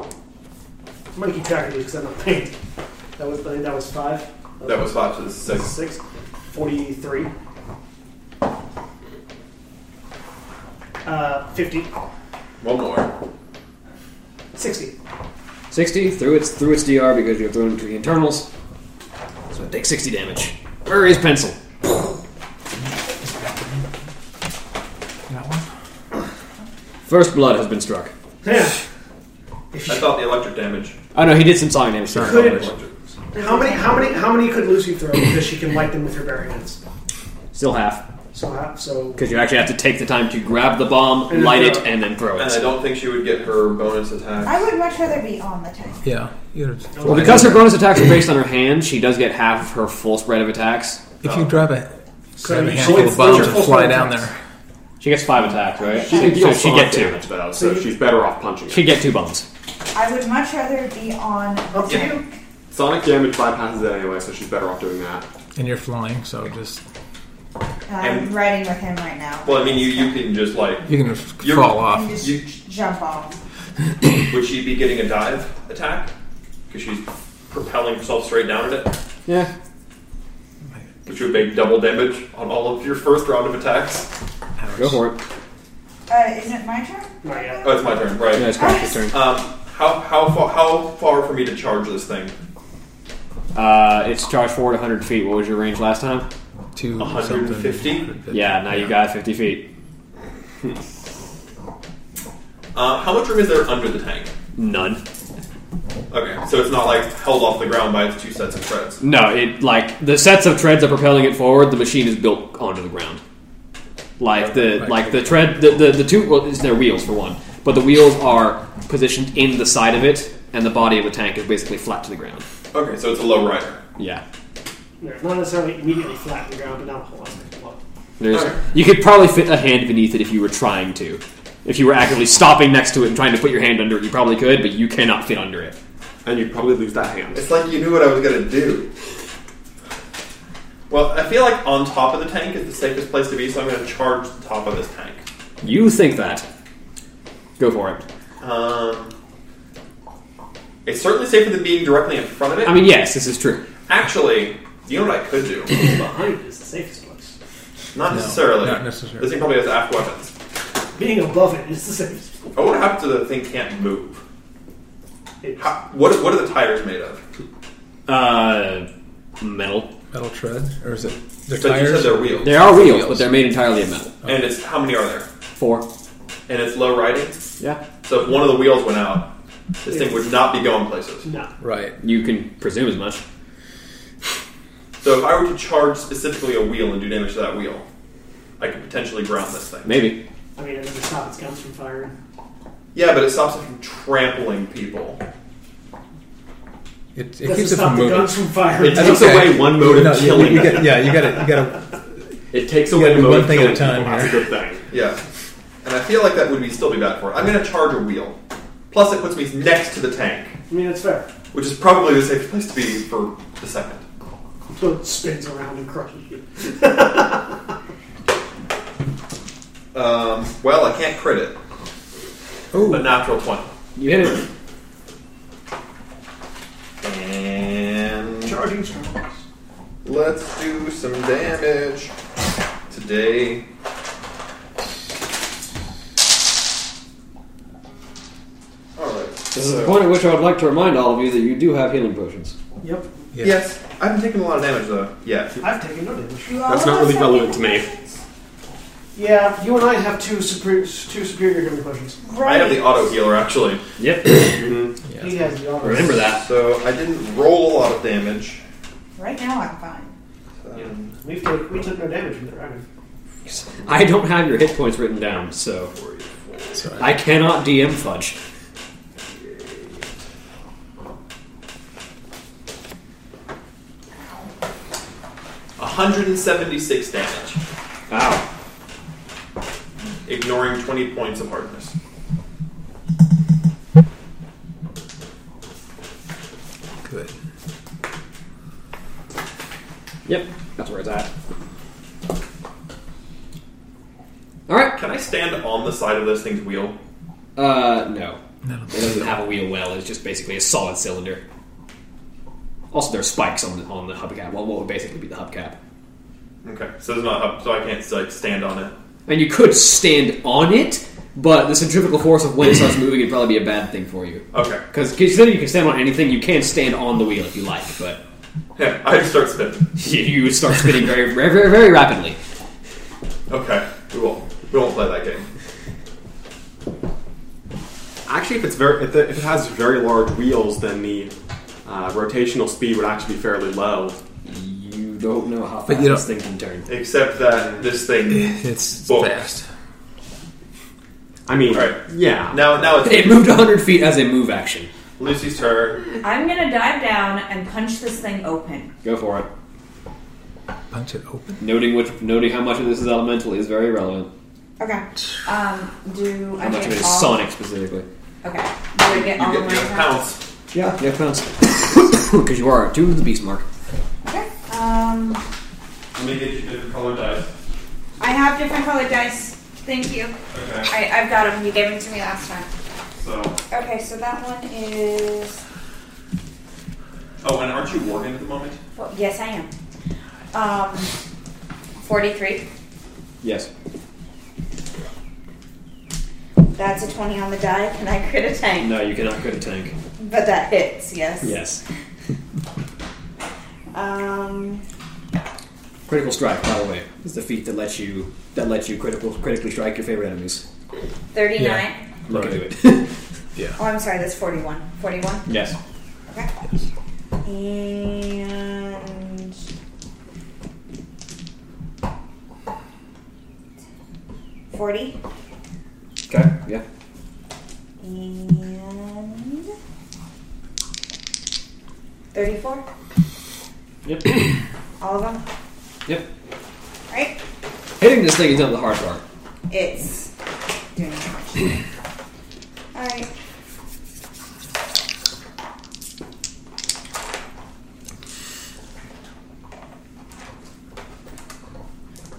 S2: gonna keep track of these because I'm not paying. That was, I think that was five.
S6: that was Fox's six.
S2: six. 43. Uh, 50,
S6: One more.
S2: 60.
S3: 60 through its through its DR because you're thrown into the internals. So it takes 60 damage. Where is pencil?
S5: That one?
S3: First blood has been struck.
S2: Yeah.
S6: I thought the electric damage.
S3: Oh no, he did some sonic damage.
S5: Sorry.
S2: Could-
S6: Electric.
S2: How many? How many? How many could Lucy throw because she can light them with her bare hands?
S3: Still half
S2: So, uh, so
S3: because you actually have to take the time to grab the bomb,
S2: And
S3: light
S2: throw
S3: it,
S2: it.
S3: and then throw
S6: And I
S3: it.
S6: don't think she would get her bonus attack.
S9: I would much rather be on the tank.
S5: Yeah. You're,
S3: Well, because her bonus attacks are based on her hand, she does get half of her full spread of attacks.
S5: if you drive a,
S2: so
S5: grab a handful
S2: it's
S5: of bombs
S2: still
S5: and fly
S2: full
S5: down
S2: attacks.
S5: there,
S3: She gets five attacks, right?
S7: She can
S3: so
S7: deal
S3: she get
S7: sonic
S3: two.
S7: damage though, so she's better off punching it.
S3: She get two bombs.
S9: I would much rather be on the
S2: Up to
S9: tank.
S2: you.
S7: Sonic damage bypasses it anyway, so she's better off doing that.
S5: and you're flying, so just
S9: I'm
S6: And-
S9: uh, riding with him right now.
S6: Well, I mean, you you can just like.
S5: you can just
S6: You're-
S5: fall
S9: and
S5: off.
S9: just
S6: You-
S9: jump on.
S6: Would she be getting a dive attack? Because she's propelling herself straight down at it,
S3: Yeah.
S6: which would make double damage on all of your first round of attacks.
S3: Go for it.
S9: Uh, is it my turn?
S2: Not yet.
S6: Oh, it's my turn, right?
S3: Yeah, it's Crash's turn.
S6: Um, how how far how far for me to charge this thing?
S3: Uh, it's charged forward 100 feet. What was your range last time?
S5: Two
S6: 150?
S5: something.
S3: Yeah, now you got 50 feet.
S6: Uh, how much room is there under the tank?
S3: None.
S6: Okay, so it's not like held off the ground by its two sets of threads.
S3: No, it like the sets of treads are propelling it forward. The machine is built onto the ground. Like the like the tread the the, the two well, it's their wheels for one, but the wheels are positioned in the side of it, and the body of a tank is basically flat to the ground.
S6: Okay, so it's a low rider.
S3: Yeah,
S2: Yeah, not necessarily immediately flat on the ground, but not a whole lot. of blood.
S3: there's
S6: Okay.
S3: you could probably fit a hand beneath it if you were trying to. If you were actively stopping next to it and trying to put your hand under it, you probably could, but you cannot fit under it.
S7: And you'd probably lose that hand.
S6: It's like you knew what I was gonna do. Well, I feel like on top of the tank is the safest place to be, so I'm gonna charge the top of this tank.
S3: You think that? Go for it.
S6: Um, it's certainly safer than being directly in front of it.
S3: I mean, yes, this is true.
S6: actually, you know what I could do?
S2: Behind is the safest place.
S6: Not
S5: No,
S6: necessarily.
S5: not necessarily.
S6: This thing probably has aft weapons.
S2: Being above it is the safest. place.
S6: But what happens if the thing can't move?
S2: It-
S6: How, what, what are the tires made of?
S3: Uh, metal.
S5: Metal tread, or is it their
S6: But you said
S5: tires?
S6: they're wheels.
S3: They are wheels,
S5: Wheels.
S3: but they're made entirely of metal.
S6: And it's how many are there?
S3: Four.
S6: And it's low riding.
S3: Yeah.
S6: So if one of the wheels went out, this thing would not be going places.
S2: no.
S5: Right.
S3: You can presume as much.
S6: So if I were to charge specifically a wheel and do damage to that wheel, I could potentially ground this thing.
S3: Maybe.
S2: I mean, it doesn't stop its guns from firing.
S6: Yeah, but it stops it from trampling people.
S5: It,
S2: It
S5: it
S2: doesn't
S5: keeps it
S2: stop
S5: from
S2: the
S5: moving.
S2: guns from firing.
S7: It takes
S5: okay.
S7: away one mode of
S5: No, you,
S7: killing.
S5: you get, yeah, you got to you got to
S7: It takes
S5: You
S7: away
S5: gotta do
S7: the mode
S5: one
S7: of
S5: thing
S7: killing
S5: at a time
S7: people. That's a
S5: here.
S7: good thing.
S6: Yeah. And I feel like that would be still be bad for it. I'm going to charge a wheel. Plus, it puts me next to the tank,
S2: I mean, that's fair.
S6: which is probably the safest place to be for the second.
S2: So it spins around and crushes you.
S6: Um, well, I can't crit it.
S5: Ooh.
S6: But natural 20.
S3: You hit it.
S6: And
S2: Charging strong.
S6: let's do some damage today. Alright.
S3: This is the point at which I would like to remind all of you that you do have healing potions.
S2: Yep.
S5: Yeah.
S6: Yes, I haven't taken a lot of damage though. Yeah.
S2: I've taken no damage.
S9: You all
S7: That's
S9: of
S7: not
S9: us
S7: really
S9: have
S7: relevant to me.
S9: weapons?
S2: Yeah, you and I have two superior, two superior healing potions.
S9: Right.
S6: I have the auto healer actually.
S3: Yep.
S7: Mm-hmm.
S2: He has the auto.
S3: Remember that.
S6: So I didn't roll a lot of damage.
S9: Right now I'm fine.
S6: Um,
S2: We've took, we took no damage from the dragon.
S3: I don't have your hit points written down, so
S5: So I,
S3: I cannot DM fudge.
S9: Ow.
S6: 176 damage,
S3: Wow.
S6: ignoring 20 points of hardness.
S5: good.
S3: Yep. That's where it's at. All right.
S6: Can I stand on the side of this thing's wheel?
S3: Uh, no.
S5: That'll
S3: It doesn't have a wheel well. It's just basically a solid cylinder. Also, there's spikes on the, on the hubcap. Well, what would basically be the hubcap?
S6: Okay, so it's not up, so I can't like stand on it.
S3: And you could stand on it, but the centrifugal force of when it starts moving would probably be a bad thing for you.
S6: Okay,
S3: Because considering you can stand on anything, you can stand on the wheel if you like, but
S6: yeah, I start spinning.
S3: you would start spinning very, very, very, very rapidly.
S6: Okay, we will. We won't play that game.
S7: Actually, if it's very if it, if it has very large wheels, then the uh, rotational speed would actually be fairly low.
S3: You don't know how
S5: But
S3: fast
S5: you
S3: this thing can turn.
S6: Except that this thing.
S5: It's
S6: Boom.
S5: fast.
S7: I mean,
S6: All right.
S7: yeah.
S6: Now, now
S3: It
S6: it's
S3: moved 100 feet as a move action.
S6: Lucy's turn.
S4: I'm gonna dive down and punch this thing open.
S3: Go for it.
S5: Punch it open.
S3: Noting which, noting how much of this is elemental is very relevant.
S9: Okay. Um, do
S3: How
S9: I
S3: much
S9: get
S3: of it is
S9: all-
S3: sonic specifically?
S9: Okay. Do I get
S6: You
S9: all of
S6: get you
S9: my
S6: get
S9: attacks?
S6: pounce.
S3: Yeah, yeah, pounds. Because you are two of the beast mark.
S9: Okay. Um,
S6: Let me get you different color dice.
S4: I have different colored dice. Thank you.
S6: Okay,
S4: I, I've got them. You gave them to me last time.
S6: so
S9: okay, so that one is.
S6: oh, and aren't you warging at the moment?
S9: Well, yes, I am. Um, 43.
S3: Yes.
S9: That's a 20 on the die. Can I crit a tank?
S3: No, you cannot go to tank.
S9: But that hits, yes.
S3: Yes.
S9: Um,
S3: Critical strike, by the way, is the feat that lets you that lets you critical critically strike your favorite enemies.
S9: 39.
S3: Look
S5: Right.
S3: into it.
S9: Oh, I'm sorry, that's 41. 41?
S3: yes.
S9: Okay. And. Forty
S3: Okay. Yeah.
S9: and thirty-four.
S3: Yep.
S9: All of them,
S3: yep.
S9: right?
S3: Hitting this thing is not the hard part.
S9: It's doing damage. All right.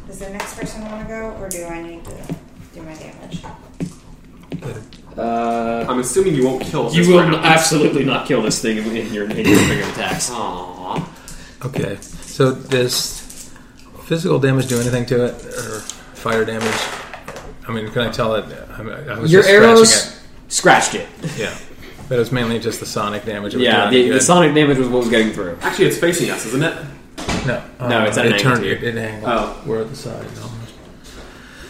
S9: Does the next person want to go, or do I need to do my damage?
S3: Uh,
S7: I'm assuming you won't kill.
S3: you
S7: Uh, this
S3: will
S7: round.
S3: absolutely not kill this thing in your in your finger attacks.
S7: Aw.
S5: Okay. So does physical damage do anything to it, or fire damage? I mean, can I tell it? I, mean, I was
S3: Your
S5: just scratching
S3: arrows scratched it.
S5: It. Yeah. But it was mainly just the sonic damage. It was
S3: Yeah,
S5: doing
S3: the,
S5: good.
S3: the sonic damage was what was getting through.
S7: Actually, it's facing us, isn't it?
S5: No, uh,
S3: No, it's at
S5: it
S3: an
S5: turned.
S3: angle to
S5: It, it angled.
S7: Oh.
S5: We're at the side. almost.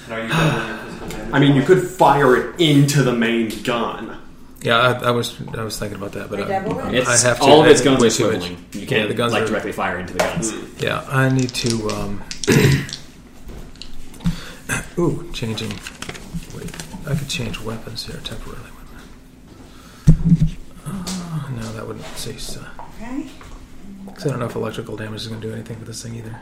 S6: And are you doubling your physical damage?
S7: I mean, you could fire it into the main gun.
S5: Yeah, I, I was I was thinking about that, but
S9: I
S5: I,
S9: double it?
S3: It's,
S5: I have to.
S3: all of its
S5: I-
S3: guns
S5: way
S3: are
S5: too much.
S3: swiveling. You can't
S5: the guns
S3: like
S5: are-
S3: directly fire into the guns.
S5: Yeah, I need to. Um, ooh, changing. Wait, I could change weapons here temporarily. Uh, no, that wouldn't cease.
S9: Okay.
S5: Because I don't know if electrical damage is going to do anything for this thing either,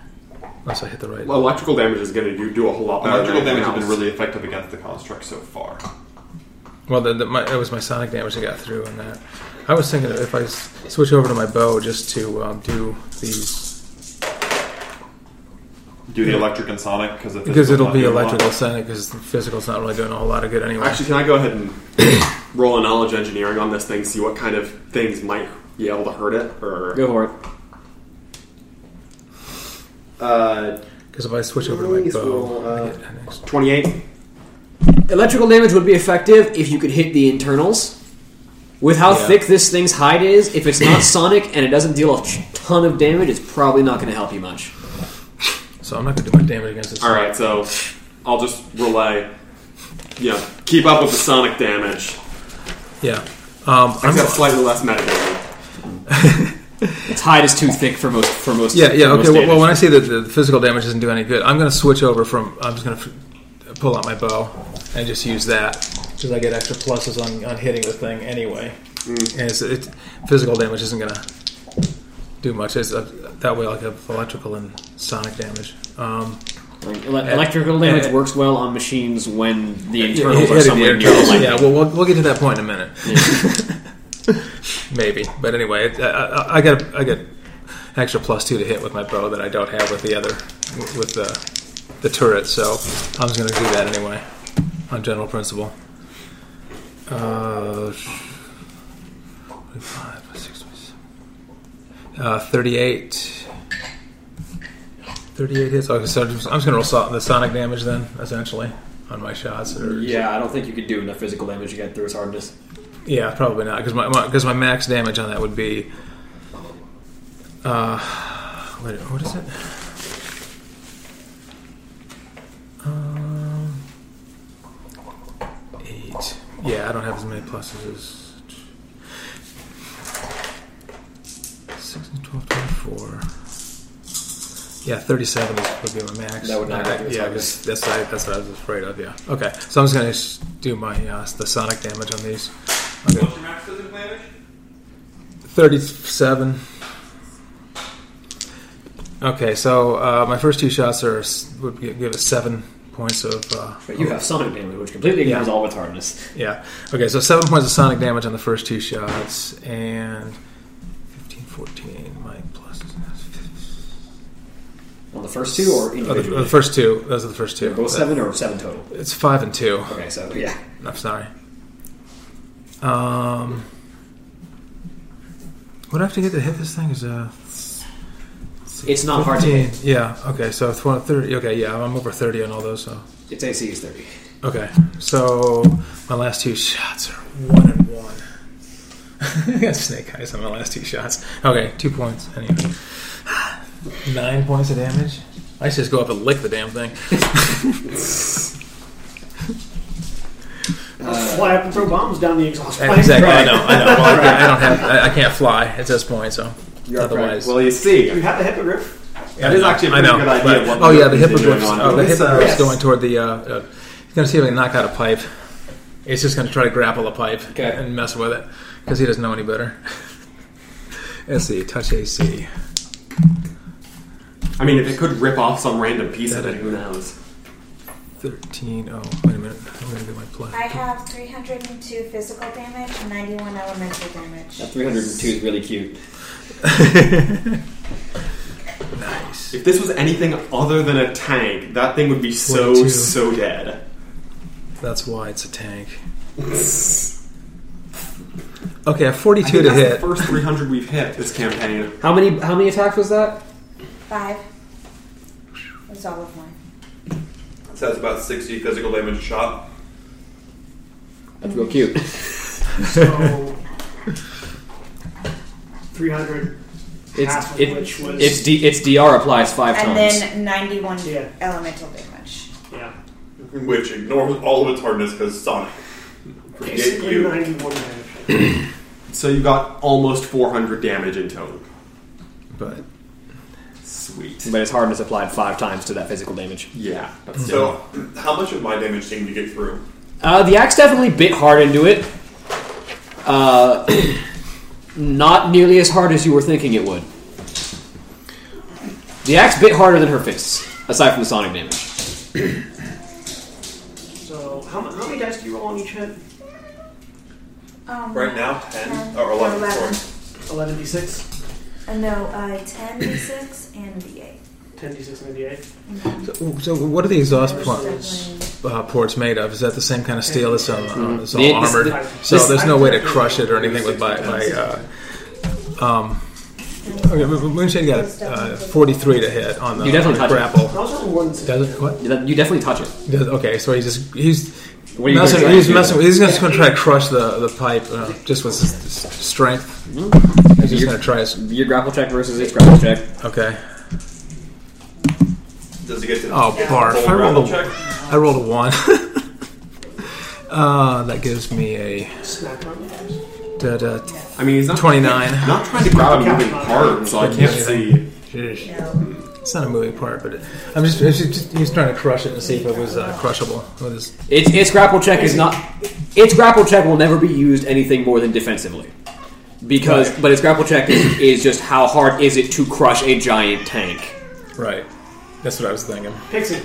S5: unless I hit the right.
S7: Well, electrical damage is going to do, do a whole lot better.
S6: Electrical
S7: than
S6: damage has been
S7: anything else.
S6: really effective against the construct so far.
S5: Well, the, the, my, it was my sonic damage that got through, and that I was thinking if I s- switch over to my bow just to um, do the
S6: Do the electric and sonic because
S5: because it'll be electrical sonic because physical's not really doing a whole lot of good anyway.
S7: Actually, can I go ahead and roll a knowledge engineering on this thing, see what kind of things might be able to hurt it? Or
S3: Go for it.
S7: uh,
S5: Because if I switch over to my
S7: These
S5: bow,
S7: will,
S5: I
S7: uh,
S5: get an extra-
S7: twenty-eight.
S3: Electrical damage would be effective if you could hit the internals. With how
S5: Yeah.
S3: thick this thing's hide is, if it's not sonic and it doesn't deal a ch- ton of damage, it's probably not going to help you much.
S5: so I'm not going to do my damage against this.
S7: All right, so I'll just relay. Yeah, keep up with the sonic damage.
S5: Yeah. Um,
S7: I've
S5: I'm,
S7: got slightly less metadata.
S3: Its hide is too thick for most for most.
S5: yeah, yeah,
S3: for most
S5: okay. Well, well,
S3: damage.
S5: when I say that the physical damage doesn't do any good, I'm going to switch over from. I'm just going to f- pull out my bow and just use that because I get extra pluses on, on hitting the thing anyway.
S3: Mm.
S5: And it's, it, physical damage isn't going to do much. It's, uh, that way, I'll have electrical and sonic damage. Um,
S3: Like, ele- electrical damage
S5: Yeah.
S3: works well on machines when the
S5: Yeah,
S3: internals
S5: yeah,
S3: are
S5: yeah,
S3: somewhere
S5: the
S3: near the
S5: internals.
S3: limit.
S5: Yeah, well, well, we'll get to that point in a minute. Maybe, but anyway, it- I, I, I got I got extra plus two to hit with my bow that I don't have with the other with the the turret, so I'm just going to do that anyway on general principle. Uh, 45, 60, uh, 38. 38 hits. Okay, so I'm just, I'm just going to roll so- the sonic damage then, essentially, on my shots. Or,
S3: Yeah, I don't think you could do enough physical damage to get through its hardness.
S5: yeah, probably not because my because my, max damage on that would be. Uh, wait, what is it? Um, eight. Yeah, I don't have as many pluses as. 6, 12, 24. Yeah, 37 is, would be my max.
S3: That would not
S5: Uh,
S3: be-
S5: Yeah, because that's, I- that's what I was afraid of, yeah. Okay, so I'm just going to do my uh, the sonic damage on these. Okay.
S6: What's your max physical damage?
S5: 37. Okay, so uh, my first two shots are would gi- give us seven points of. Uh,
S3: But you have sonic damage, which completely ignores
S5: Yeah.
S3: all its hardness.
S5: yeah. Okay, so seven points of sonic damage on the first two shots, and 15, 14, my plus.
S3: On the first two, or
S5: Oh, the,
S3: individually?
S5: the first two. Those are the first two.
S3: both seven or seven total.
S5: It's five and two.
S3: Okay, so yeah,
S5: I'm sorry. Um, what I have to get to hit this thing is uh,
S3: it's not hard to hit.
S5: 15. Yeah. Okay. So it's one- 30. Okay. Yeah. I'm over 30 on all those. So
S3: Its AC is thirty.
S5: okay. So my last two shots are one and one. I got snake eyes on my last two shots. Okay. Two points. Anyway. Nine points of damage. I should just go up and lick the damn thing.
S3: Uh,
S2: Fly up and throw bombs down the exhaust pipe.
S5: exactly. I know. I know. Well, I don't have. I, I can't fly at this point. So otherwise.
S7: Well, you see,
S2: You have the hippogriff.
S7: that is actually a
S5: I
S7: pretty
S5: know.
S7: good idea.
S5: but-
S7: what
S5: oh
S7: we
S5: yeah,
S7: are
S5: the hippogriff's,
S7: continuing on.
S5: oh, the
S7: It's, uh,
S5: hippogriff's
S7: yes.
S5: going toward the. Uh, uh, he's going to see if he can knock out a pipe. He's just going to try to grapple a pipe
S3: Okay.
S5: and mess with it because he doesn't know any better. Let's see, touch AC.
S7: I mean, if it could rip off some random piece of
S5: That
S7: it, who knows?
S5: Thirteen. Oh, wait a minute. I'm going to do my plus.
S9: I have 302 physical damage and 91 elemental damage.
S3: That three hundred and two is really cute.
S5: nice.
S7: If this was anything other than a tank, that thing would be so
S5: 22.
S7: so dead.
S5: That's why it's a tank. Okay, a forty-two
S7: Dude,
S5: to
S7: that's the
S5: hit.
S7: first 300 we've hit this campaign.
S3: How many? How many attacks was that?
S9: Five. That's all of mine.
S6: So that's about 60 physical damage a shot.
S3: That's real cute.
S2: So 300. half
S3: It's
S2: of
S3: it,
S2: which was
S3: it's D, its DR applies five
S9: And
S3: times.
S9: then 91
S2: Yeah.
S9: elemental damage.
S2: yeah,
S6: Which ignores all of its hardness because Sonic. Forget
S2: basically
S6: you.
S2: 91 damage.
S7: So you got almost 400 damage in total.
S5: But
S7: Sweet.
S3: but its hardness applied five times to that physical damage.
S7: Yeah. But
S6: So,
S7: still.
S6: how much of my damage seemed to get through?
S3: Uh, the axe definitely bit hard into it. Uh, not nearly as hard as you were thinking it would. The axe bit harder than her fists, aside from the sonic damage.
S2: So how, mu- how many dice do you roll on each hit?
S9: Um,
S6: Right now, uh, 10 or
S9: Or
S6: 11,
S9: 11.
S6: sorry.
S2: 11 d6,
S9: Uh, no, uh, 10, d6, and d8.
S2: 10 d6, and a d8.
S5: so, so what are the exhaust
S9: There's
S5: points?
S9: definitely-
S5: uh, ports made of? Is that the same kind of steel that's all, uh, that's all
S3: The- this-
S5: armored?
S2: this-
S5: so there's no way to crush it or anything with by, by uh, um, okay, but Moonshade got uh, 43 to hit on the,
S3: You definitely
S5: on the
S3: touch
S5: grapple.
S2: Those are more than six.
S5: Does it? What?
S3: You you definitely touch it.
S5: Does, okay, so he's just he's
S3: What are you
S5: messing,
S3: gonna try
S5: he's
S3: to do?
S5: messing. He's just going to try to crush the the pipe uh, just with his, his strength.
S3: Mm-hmm.
S5: He's just going to try his.
S3: Your grapple check versus its grapple check.
S5: Okay.
S6: Does it get to
S5: Oh, barf! I rolled a
S6: check?
S5: I rolled a one. uh, that gives me a
S2: Snack on
S5: da, da,
S7: I mean, he's not
S5: 29.
S7: Not trying to grab a moving part, so I can't see.
S5: It's not a moving part, but it, I'm just, it's just he's trying to crush it and see if it was uh, crushable with his
S3: Its, its grapple check is not. Its grapple check will never be used anything more than defensively, because but its grapple check is, is just how hard is it to crush a giant tank.
S5: right. That's what I was thinking
S2: Pixie.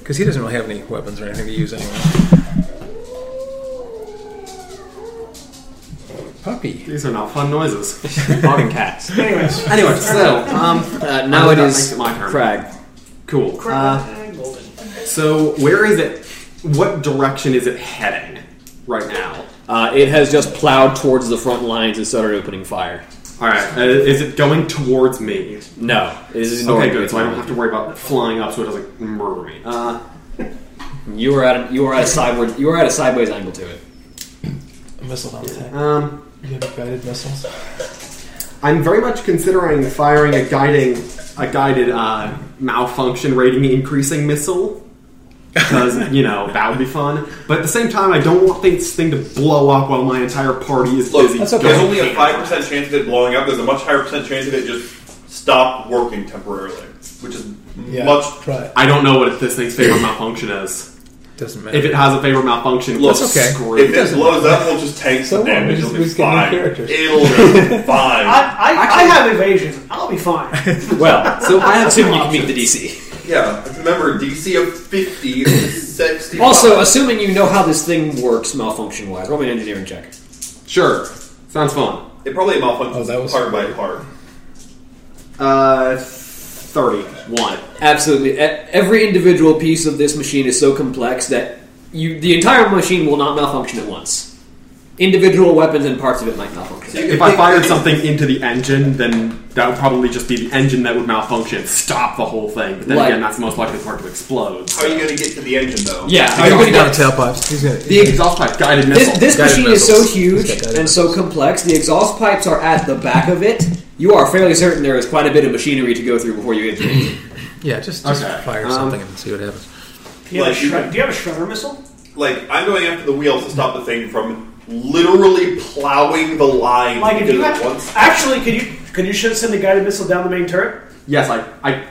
S5: because he doesn't really have any weapons or anything to use anyway. Puppy.
S7: These are not fun noises.
S3: Hogging cats.
S2: Anyways,
S7: anyway, so um,
S3: Uh, now it
S7: that
S3: is
S7: makes it my turn.
S3: Crag.
S7: cool. Uh,
S2: Crab Golden.
S7: so where is it? What direction is it heading right now?
S3: Uh, it has just plowed towards the front lines and started opening fire.
S7: All right, uh, is it going towards me?
S3: No, it is ignoring
S7: Okay,
S3: you.
S7: good. So I don't have to worry about flying up, so it doesn't murder me. Uh,
S3: You are at a, you are at a sideways you are at a sideways angle to it.
S5: Missile don't attack.
S7: um,
S5: You have guided missiles.
S7: I'm very much considering firing a guiding, a guided uh, malfunction rating increasing missile because you know that would be fun. But at the same time, I don't want this thing to blow up while my entire party is
S6: Look,
S7: busy.
S5: that's okay.
S6: There's only a five percent chance of it blowing up. There's a much higher percent chance of it just stop working temporarily, which is much.
S5: Try it.
S7: I don't know what this thing's favorite malfunction is.
S5: Doesn't matter.
S7: If it has a favorite malfunction,
S6: Look,
S7: let's
S5: okay.
S7: screw
S6: If it
S5: doesn't
S6: blows up, we'll just tank
S5: So
S6: some
S5: what? We
S6: damage.
S5: just-
S6: It'll
S5: we
S6: be
S5: just get new
S6: fine.
S5: characters.
S6: It'll be
S2: I,
S6: fine.
S2: I, I have evasion. I'll be fine.
S3: Well,
S7: So I have two
S3: assuming you can
S7: options.
S3: meet the DC.
S6: Yeah, remember DC of 50 is 60.
S3: Also, assuming you know how this thing works malfunction wise, roll me an engineering check.
S7: Sure, sounds fun.
S6: it probably malfunctions
S5: Oh, that was-
S6: part by part.
S7: Uh, thirty-one.
S3: Absolutely. E- Every individual piece of this machine is so complex that you, the entire machine will not malfunction at once. Individual weapons and parts of it might malfunction.
S7: If I fired something into the engine, then that would probably just be the engine that would malfunction, stop the whole thing. But then
S3: Like-
S7: again, that's the most likely part to explode.
S6: How are you going to get to the engine though?
S3: Yeah,
S5: He's
S3: you're
S5: going
S3: gonna
S5: down
S3: get-
S5: the tailpipes. He's gonna.
S3: the ex-
S7: Exhaust pipe, guided missile.
S3: this, this
S5: Guided
S3: machine is so
S5: missiles.
S3: huge
S5: He's got guided
S3: and so complex. The exhaust pipes are at the back of it. You are fairly certain there is quite a bit of machinery to go through before you get to it.
S5: yeah, just, just
S7: Okay,
S5: fire
S7: um,
S5: something and see what happens.
S2: Do you, have a
S6: Like, you
S2: shred-
S6: can-
S2: do you have a shredder missile?
S6: Like, I'm going after the wheels to stop the thing from literally plowing the line.
S2: Like if you
S6: because
S2: had,
S6: it wants-
S2: actually, could you could you should send a guided missile down the main turret?
S7: yes, I, I,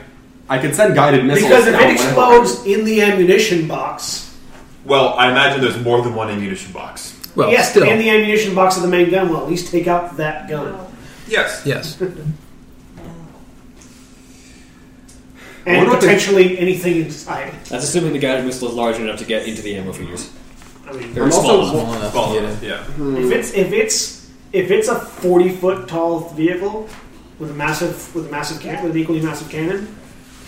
S7: I can send guided missiles.
S2: Because if
S7: down
S2: it explodes in the ammunition box,
S6: Well, I imagine there's more than one ammunition box.
S5: Well,
S2: yes,
S5: Oh, still,
S2: in the ammunition box of the main gun will at least take out that gun.
S6: Yes.
S5: yes.
S2: And
S7: What about the-
S2: potentially anything inside.
S3: That's assuming the guided missile is large enough to get into the ammo feeders.
S2: I mean,
S3: Very
S7: I'm
S3: small.
S7: also-
S5: Small enough
S6: Well,
S5: to get in.
S6: yeah.
S2: if it's if it's if it's a forty foot tall vehicle with a massive with a massive can- with an equally massive cannon,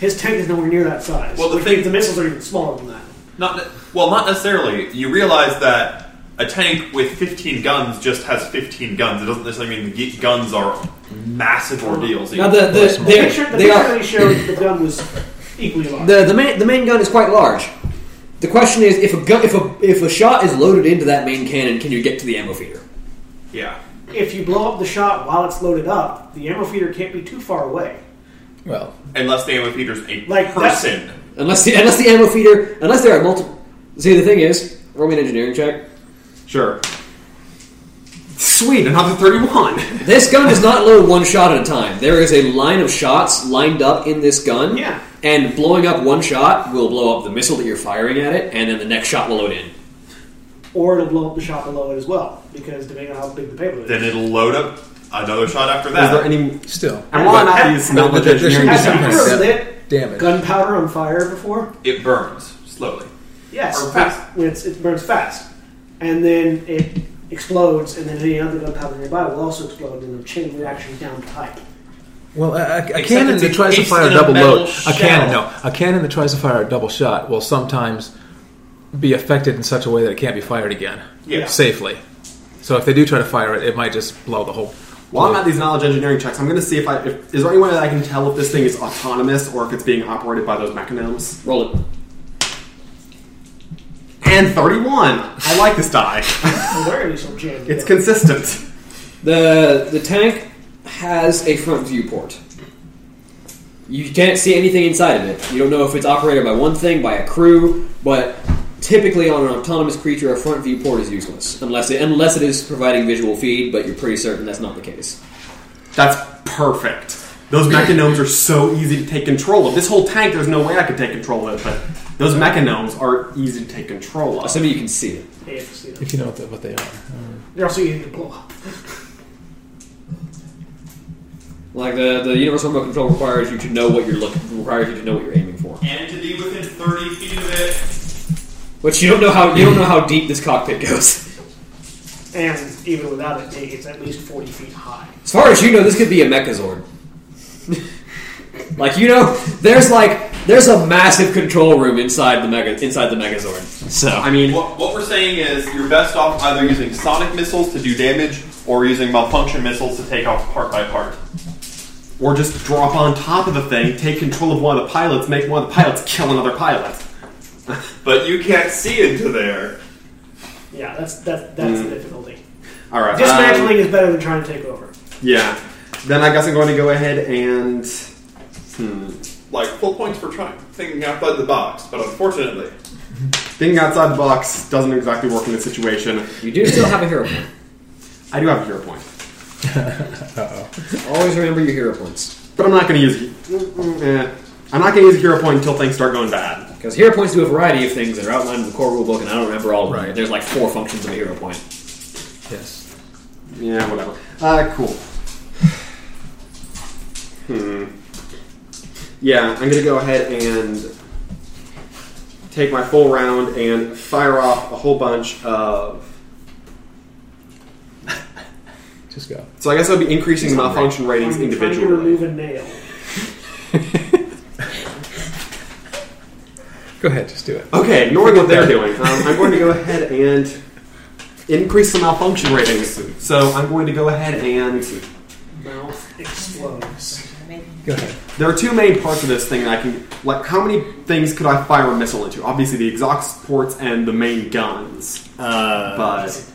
S2: his tank is nowhere near that size.
S6: Well, the
S2: which
S6: thing-
S2: means the missiles are even smaller than that.
S6: Not ne- well, not necessarily. You realize that a tank with 15 guns just has 15 guns. It doesn't necessarily mean the ge- guns are massive ordeals.
S3: Now the the,
S2: The
S3: they're-
S2: picture the
S3: they
S2: picture
S3: are
S2: they showed the gun was equally large.
S3: The the main the main gun is quite large. The question is if a gun if a if a shot is loaded into that main cannon, can you get to the ammo feeder?
S6: yeah.
S2: if you blow up the shot while it's loaded up, the ammo feeder can't be too far away.
S5: Well,
S6: Unless the ammo feeder's a
S2: Like, that's-
S6: person.
S3: Unless the unless the ammo feeder unless there are multiple. See the thing is, roll me an engineering check.
S7: Sure. Sweet, another thirty-one.
S3: This gun does not load one shot at a time. There is a line of shots lined up in this gun.
S2: Yeah.
S3: And blowing up one shot will blow up the missile that you're firing at it, and then the next shot will load in.
S2: Or it'll blow up the shot below it as well, because depending on how big the payload is.
S6: Then it'll load up another shot after
S7: Is
S6: that.
S7: there any?
S5: still
S7: I want
S2: Have-
S7: not these knowledge
S5: there should
S7: engineering.
S5: be
S2: Have
S5: some
S2: you
S5: kind
S7: designs.
S5: of
S2: ever
S5: dep-
S2: lit
S5: damage.
S2: gunpowder on fire before?
S6: it burns slowly.
S2: Yes.
S6: Or fast.
S2: When it's, it burns fast. And then it explodes, and then any other gunpowder nearby will also explode in a chain reaction down the pipe.
S5: Well, a, a- a
S6: Except
S5: cannon
S6: it's
S5: that tries to
S6: encased
S5: fire a
S6: in a
S5: double
S6: metal
S5: load, a cannon,
S6: shell.
S5: no, a cannon that tries to fire a double shot will sometimes be affected in such a way that it can't be fired again
S6: Yeah.
S5: safely. So if they do try to fire it, it might just blow the whole.
S7: While I'm at these knowledge engineering checks, I'm going to see if I if, is there any way that I can tell if this thing is autonomous or if it's being operated by those mechanisms.
S3: Roll it.
S7: And thirty-one. I like this die.
S2: And there is some jam.
S7: It's consistent.
S3: The the tank has a front viewport. You can't see anything inside of it. You don't know if it's operated by one thing, by a crew, but typically on an autonomous creature, a front view port is useless unless it unless it is providing visual feed. But you're pretty certain that's not the case.
S7: That's perfect. Those mechanomes are so easy to take control of. This whole tank, there's no way I could take control of it, but those mechanomes are easy to take control of.
S3: Assuming you can see it.
S2: Hey, if you see them.
S5: If you know what, the, what they are.
S2: They're also easy to blow up.
S3: Like the, the universal remote control requires you to know what you're looking requires you to know what you're aiming for.
S6: And to be within 30 feet of it.
S3: But you don't know how you don't know how deep this cockpit goes.
S2: And even without it, it's at least 40 feet high.
S3: As far as you know, this could be a mechazord. like you know, there's like there's a massive control room inside the mecha inside the mechazord. So
S7: I mean,
S6: What, what we're saying is you're best off either using sonic missiles to do damage or using malfunction missiles to take off part by part.
S7: or just drop on top of the thing, take control of one of the pilots, make one of the pilots kill another pilot.
S6: But you can't see into there.
S2: Yeah, that's that, that's
S6: Hmm.
S2: the difficulty.
S7: All right. um,
S2: Dismantling is better than trying to take over.
S7: yeah. Then I guess I'm going to go ahead and. Hmm.
S6: Like, full points for trying thinking outside the box, but unfortunately.
S7: Thinking outside the box doesn't exactly work in this situation.
S3: you do still have a hero point.
S7: I do have a hero point,
S3: Always remember your hero points
S7: but I'm not going to use. Eh. I'm not going to use a hero point until things start going bad.
S3: because hero points do a variety of things that are outlined in the core rulebook, and I don't remember all of them. There's like four functions of a hero point.
S5: Yes.
S7: Yeah, whatever. Uh, cool. Hmm. Yeah, I'm gonna go ahead and take my full round and fire off a whole bunch of.
S5: Just go.
S7: So I guess I'll be increasing the malfunction ratings
S2: I'm trying to remove
S7: individually.
S2: a nail.
S5: Go ahead. Just do it.
S7: Okay, ignoring what they're doing, um, I'm going to go ahead and increase the malfunction ratings. So I'm going to go ahead and.
S2: Mouth explodes.
S5: Go ahead.
S7: There are two main parts of this thing that I can like. How many things could I fire a missile into? Obviously, the exhaust ports and the main guns,
S3: Uh,
S7: but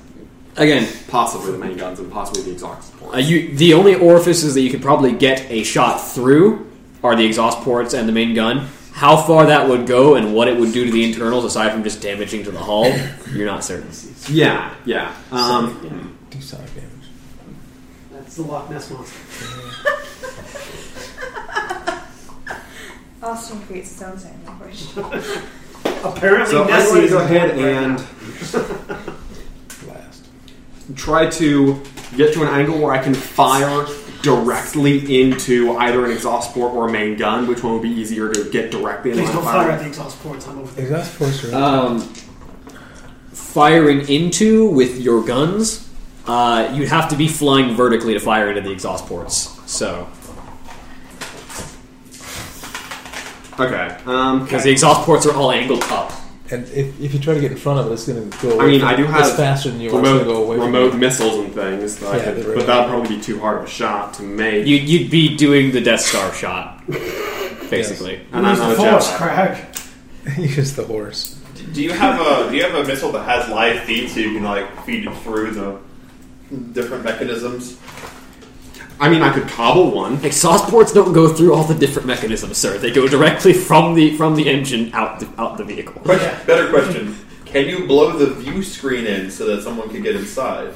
S3: again,
S7: possibly the main guns and possibly the exhaust ports.
S3: Uh, you, the only orifices that you could probably get a shot through are the exhaust ports and the main gun. How far that would go and what it would do to the internals, aside from just damaging to the hull, you're not certain.
S7: yeah, yeah. Um,
S5: Do sonic damage.
S2: That's the Loch Ness monster.
S9: Austin creates his own sign language.
S2: Apparently,
S7: so I'm
S2: Nessie
S7: going to
S2: is
S7: go
S2: important
S7: ahead
S2: right
S7: and
S5: Last.
S7: try to get to an angle where I can fire directly into either an exhaust port or a main gun. Which one would be easier to get directly? in
S2: Please
S7: line
S2: don't
S7: of
S2: fire
S7: fire?
S2: at the exhaust ports. I'm over there.
S5: Exhaust force.
S7: Uh,
S5: Right?
S3: Um, firing into with your guns, uh, you'd have to be flying vertically to fire into the exhaust ports. So,
S7: Okay. Um,
S3: because the exhaust ports are all angled up.
S5: and if, if you try to get in front of it, it's going to go. Away
S7: I mean,
S5: from-
S7: I do have
S5: it's faster than you are. It's
S7: remote,
S5: going to go away. from
S7: remote
S5: you.
S7: missiles and things, that I
S5: Yeah,
S7: could-
S5: they're
S7: but
S5: remote.
S7: that'd probably be too hard of a shot to make.
S3: You, you'd be doing the Death Star shot, basically.
S7: and I'm not a
S10: Force
S7: Jedi.
S10: crack.
S5: Use the horse.
S6: Do you have a do you have a missile that has live feed so you can like feed it through the different mechanisms?
S7: I mean, I could cobble one.
S3: Exhaust ports don't go through all the different mechanisms, sir. They go directly from the from the engine out the, out the vehicle.
S6: Question, Better question. Can you blow the view screen in so that someone could get inside?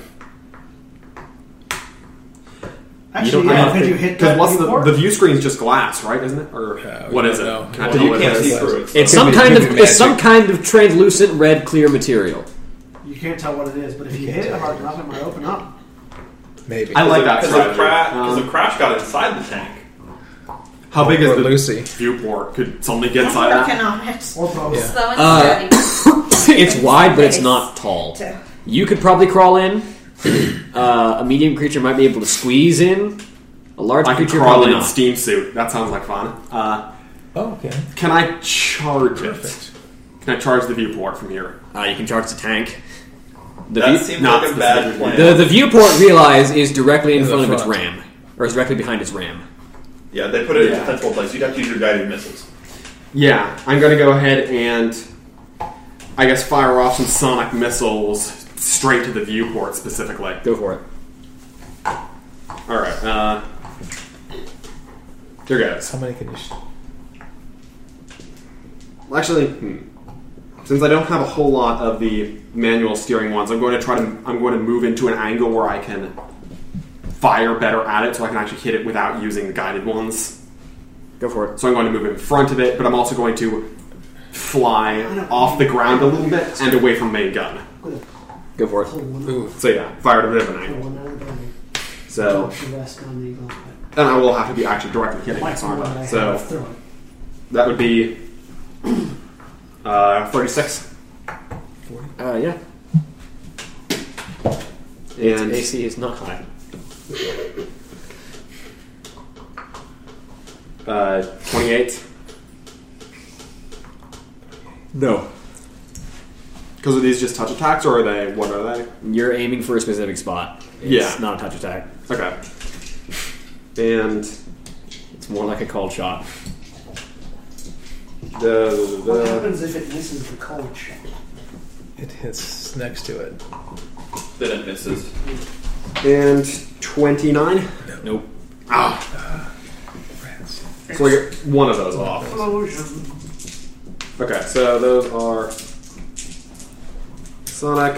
S10: Actually, yeah, could you hit
S7: Because
S10: that
S7: what's the,
S10: report?
S7: the view screen's just glass, right? Isn't it? Or
S5: Yeah,
S7: what
S5: we
S7: is it?
S5: don't know.
S7: I
S5: Well,
S7: don't know
S6: you
S7: what
S6: can't
S7: it
S6: see
S7: is.
S6: through it. so-
S3: It's some
S5: be-
S3: kind
S5: could
S3: of
S5: be
S3: it's some
S5: magic.
S3: kind of translucent red clear material.
S2: You can't tell what it is, but if you hit it hard enough, it might open up.
S5: Maybe.
S7: I like that
S6: Because a,
S7: strategy.
S6: cra- 'cause
S7: Um,
S6: a crash got inside the tank.
S7: how big is
S5: or
S7: the
S5: Lucy.
S7: viewport? Could somebody get inside
S11: I'm
S7: that?
S11: working on it.
S2: Or both.
S5: Yeah.
S9: Slow and
S3: Uh,
S9: steady.
S3: it's wide, but it's not tall.
S9: to-
S3: You could probably crawl in. Uh, a medium creature might be able to squeeze in. A large
S7: I could
S3: creature
S7: crawl
S3: probably
S7: in a
S3: not.
S7: steam suit. That sounds like fun. Uh,
S5: Oh, okay.
S7: can I charge it?
S5: Perfect.
S7: Can I charge the viewport from here?
S3: Uh, you can charge the tank. The
S6: That
S3: view-
S6: seems
S7: not
S6: like a
S7: specifically.
S6: bad plan.
S3: the, the viewport realize is directly in
S5: In the
S3: front of its
S5: front.
S3: ram, or is directly behind its ram.
S6: yeah, they put it in
S7: Yeah.
S6: a sensible place. You'd have to use your guided missiles.
S7: Yeah, I'm gonna go ahead and I guess fire off some sonic missiles straight to the viewport specifically.
S3: Go for it.
S7: All right. Uh,
S6: Dear guys.
S5: How many can you? Sh-
S7: Well, actually, hmm. since I don't have a whole lot of the manual steering ones, I'm going to try to I'm going to move into an angle where I can fire better at it, so I can actually hit it without using the guided ones.
S3: Go for it.
S7: So I'm going to move in front of it, but I'm also going to fly off the ground a little bit and away from main gun.
S3: Go for it.
S7: So yeah, fired a bit of an angle. So and I will have to be actually directly hitting this arm. So that would be uh, 36.
S12: Uh, yeah.
S7: And
S12: AC is not high.
S7: uh, 28.
S3: No.
S7: Because are these just touch attacks, or are they? What are they?
S3: You're aiming for a specific spot. It's
S7: Yeah.
S3: not a touch attack.
S7: Okay. And
S3: It's more like a cold shot.
S7: the,
S13: What happens if it misses the coach?
S5: it hits next to it.
S6: Then it misses.
S7: and 29.
S3: Nope.
S7: Ah, so I get one of those off.
S13: Explosion.
S7: Okay, so those are Sonic.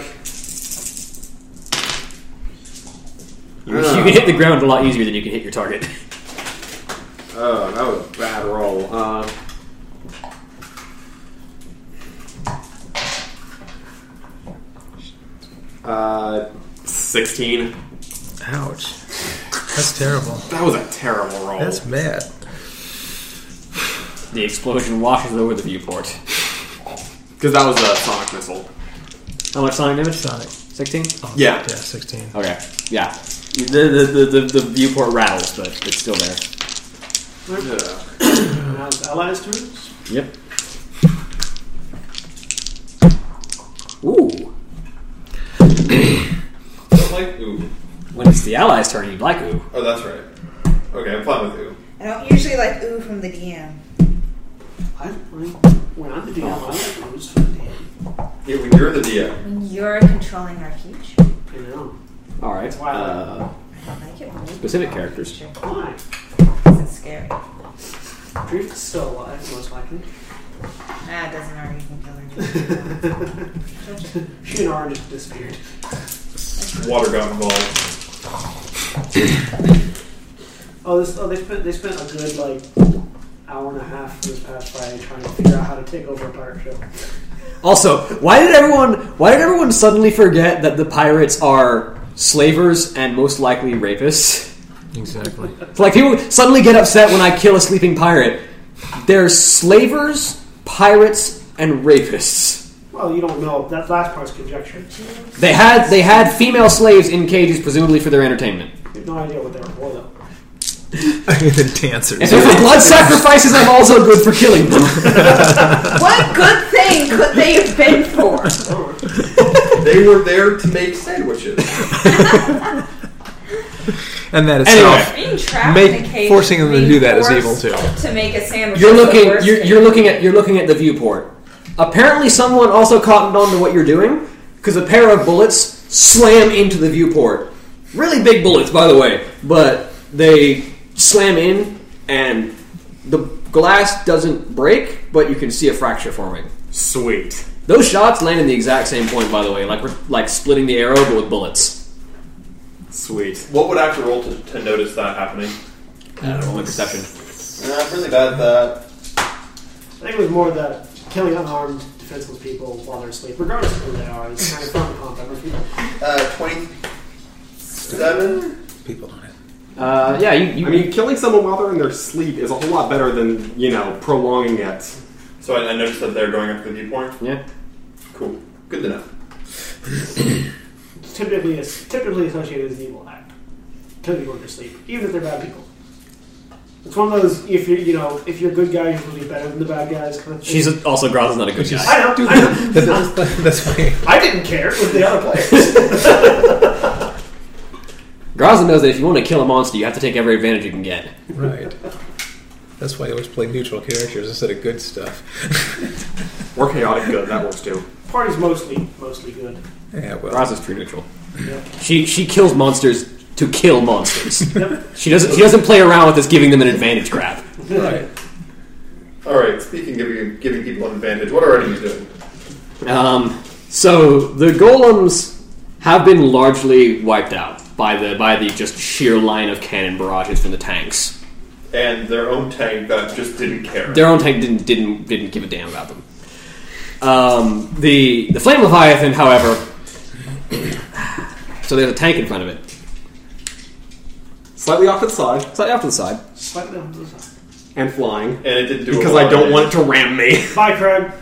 S3: You, you can hit the ground a lot easier than you can hit your target.
S7: Oh, that was a bad roll. Uh, uh, 16.
S5: Ouch. That's terrible.
S7: That was a terrible roll.
S5: That's mad.
S3: The explosion washes over the viewport.
S7: Because that was a sonic missile.
S3: How much sonic damage?
S5: Sonic.
S3: 16?
S7: Yeah.
S5: Yeah, 16.
S3: Okay. Yeah. The, the, the, the, the viewport rattles, but it's still there.
S7: Yeah.
S2: Now it's allies' turns.
S3: Yep. Ooh.
S6: Like, ooh.
S3: When it's the allies' turn, you black ooh.
S6: Oh, that's right. Okay, I'm fine with you.
S9: I don't usually like ooh from the DM.
S2: I, when I'm the DM, I like those for the DM.
S6: Yeah, when you're the DM.
S9: When you're controlling our future,
S2: You know.
S3: All right. Uh,
S9: I don't like it. When we
S3: Specific
S9: control our
S3: characters.
S9: future.
S2: Why?
S9: This is scary.
S2: Drift is still alive, most likely.
S9: Ah, it doesn't matter. You can kill her.
S2: She and Arn just disappeared.
S6: Water got involved.
S2: Oh, this, oh, they spent they spent a good like hour and a half this past Friday trying to figure out how to take over a pirate ship.
S3: Uh, also, why did everyone? Why did everyone suddenly forget that the pirates are slavers and most likely rapists?
S5: Exactly.
S3: So, like people suddenly get upset when I kill a sleeping pirate. They're slavers, pirates, and rapists.
S2: Well, you don't know. That last part's conjecture.
S3: They had they had female slaves in cages, presumably for their entertainment.
S2: You have no idea what they were for though.
S5: the dancers.
S3: If there's blood sacrifices, I'm also good for killing them.
S14: What good thing could they have been for?
S6: They were there to make sandwiches.
S5: And that
S3: Anyway.
S5: itself.
S14: Being trapped in a
S5: Oh, Make,
S14: cage,
S5: forcing them to
S14: being
S5: do that is
S14: forced
S5: evil too.
S14: To make a sandwich.
S3: You're
S14: is the
S3: looking.
S14: worst
S3: You're,
S14: thing.
S3: you're looking at. You're looking at the viewport. Apparently, someone also cottoned on to what you're doing because a pair of bullets slam into the viewport. Really big bullets, by the way, but they slam in and the glass doesn't break, but you can see a fracture forming.
S7: Sweet.
S3: Those shots land in the exact same point, by the way, like we're like splitting the arrow, but with bullets.
S7: Sweet.
S6: What would I have to roll to, to notice that happening?
S3: Uh, only perception.
S6: Uh, I'm really bad at that.
S2: I think it was more that killing unarmed, defenseless people while they're asleep, regardless of who they are, is kind of fun content with people.
S6: Uh, 27?
S5: People don't have.
S3: Uh, yeah, you. you
S7: I mean, killing someone while they're in their sleep is a whole lot better than, you know, prolonging it.
S6: So I, I noticed that they're going up to the viewpoint.
S3: yeah.
S6: Cool. Good to know.
S2: It's typically, it's typically associated as an evil act. Killing people in their sleep, even if they're bad people. It's one of those if you're you know if you're a good guy, you're usually better than the bad guys. Kind of thing.
S3: She's a, also Groz is not a good guy.
S2: I know, I know.
S5: That's why.
S2: I didn't care with the other players.
S3: Groza knows that if you want to kill a monster, you have to take every advantage you can get.
S5: Right. That's why you always play neutral characters instead of good stuff.
S7: Or chaotic good, that works too.
S2: Party's mostly mostly good.
S5: yeah, well.
S3: Roz is true neutral.
S2: Yeah.
S3: She she kills monsters to kill monsters. She doesn't. She doesn't play around with this, giving them an advantage grab.
S6: Right. All right. Speaking of giving people an advantage, what are enemies doing?
S3: Um, so the golems have been largely wiped out by the by the just sheer line of cannon barrages from the tanks.
S6: And their own tank that just didn't care.
S3: Their own tank didn't didn't didn't give a damn about them. Um, the the flame leviathan, however, so there's a tank in front of it,
S7: Slightly off to the side
S3: slightly off to the side.
S2: Slightly on the side.
S7: and flying
S6: and it didn't do a
S7: because
S6: lot
S7: I don't
S6: of
S7: want it to ram me.
S2: Bye, Craig.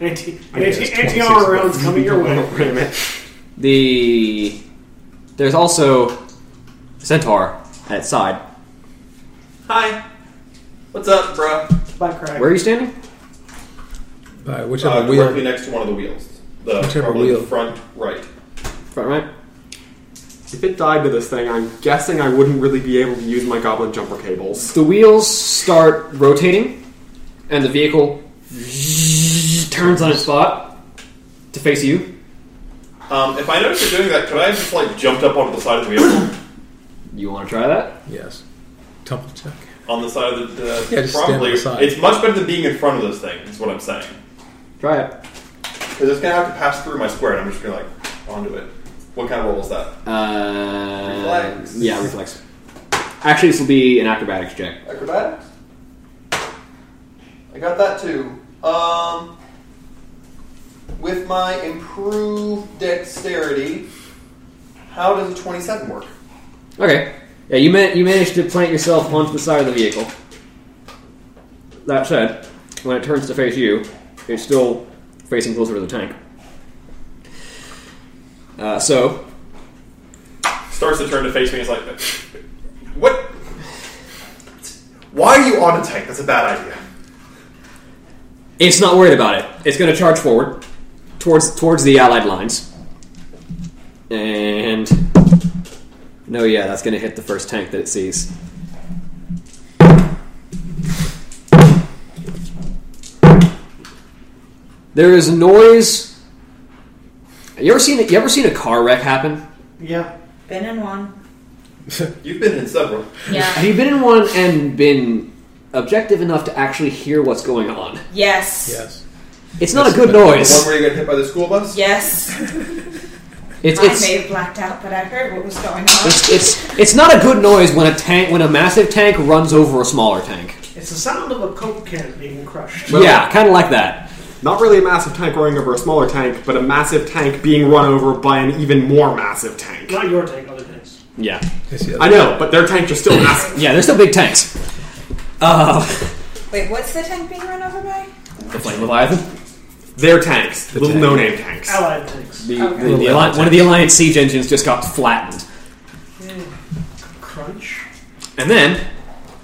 S2: Anti, anti, anti armor rounds coming your way.
S7: Ram it.
S3: The there's also a centaur at its side.
S6: Hi. What's up, bruh?
S2: Bye, Craig.
S3: Where are you standing?
S5: By whichever
S6: Uh, directly
S5: wheel.
S6: next to one of the wheels. The
S5: Whichever
S6: probably
S5: wheel.
S6: front right.
S3: Front right.
S7: If it died to this thing, I'm guessing I wouldn't really be able to use my goblin jumper cables.
S3: The wheels start rotating, and the vehicle turns on its spot to face you.
S6: Um, if I notice you're doing that, could I have just like jumped up onto the side of the wheel?
S3: You want to try that?
S5: Yes. Tumble check.
S6: on the side of the. Uh,
S5: Yeah, just stand on
S6: probably.
S5: the side.
S6: It's much better than being in front of those things, is what I'm saying.
S3: Try it.
S6: Because it's going to have to pass through my square, and I'm just going to like onto it. What kind of roll is that?
S3: Uh,
S6: Reflex.
S3: Yeah, reflex. Actually, this will be an acrobatics check.
S6: Acrobatics? I got that too. Um, with my improved dexterity, how does a 27 work?
S3: Okay. Yeah, you man- you managed to plant yourself onto the side of the vehicle. That said, when it turns to face you, it's still facing closer to the tank. Uh, so
S6: Starts to turn to face me and is like, What? Why are you on a tank? That's a bad idea.
S3: It's not worried about it. It's going to charge forward towards towards the allied lines. And no, yeah, that's going to hit the first tank that it sees. There is noise. You ever seen you ever seen a car wreck happen?
S2: Yeah.
S9: Been in one.
S6: You've been in several.
S9: Yeah.
S3: Have you been in one and been objective enough to actually hear what's going on?
S9: Yes.
S5: Yes.
S3: It's not a
S5: That's-
S3: good
S6: The one
S3: noise.
S6: where you got hit by the school bus?
S9: Yes.
S3: It's
S9: I
S3: it's
S9: may have blacked out, but I heard what was going on.
S3: It's, it's it's not a good noise when a tank when a massive tank runs over a smaller tank.
S2: It's the sound of a coke can being crushed.
S7: Well-
S3: yeah, kind of like that.
S7: Not really a massive tank running over a smaller tank, but a massive tank being run over by an even more massive tank.
S2: Not your tank, other tanks.
S3: Yeah,
S5: It's the other-
S7: I know, but their tanks are still massive.
S3: yeah. They're still big tanks. Uh,
S9: Wait, what's the tank being run over by?
S3: the flame leviathan,
S7: Their tanks, little
S5: tank.
S7: no-name tanks.
S2: Allied tanks.
S7: Oh.
S3: the, the, the Alli- one of the alliance siege engines just got flattened,
S2: Crunch.
S3: and then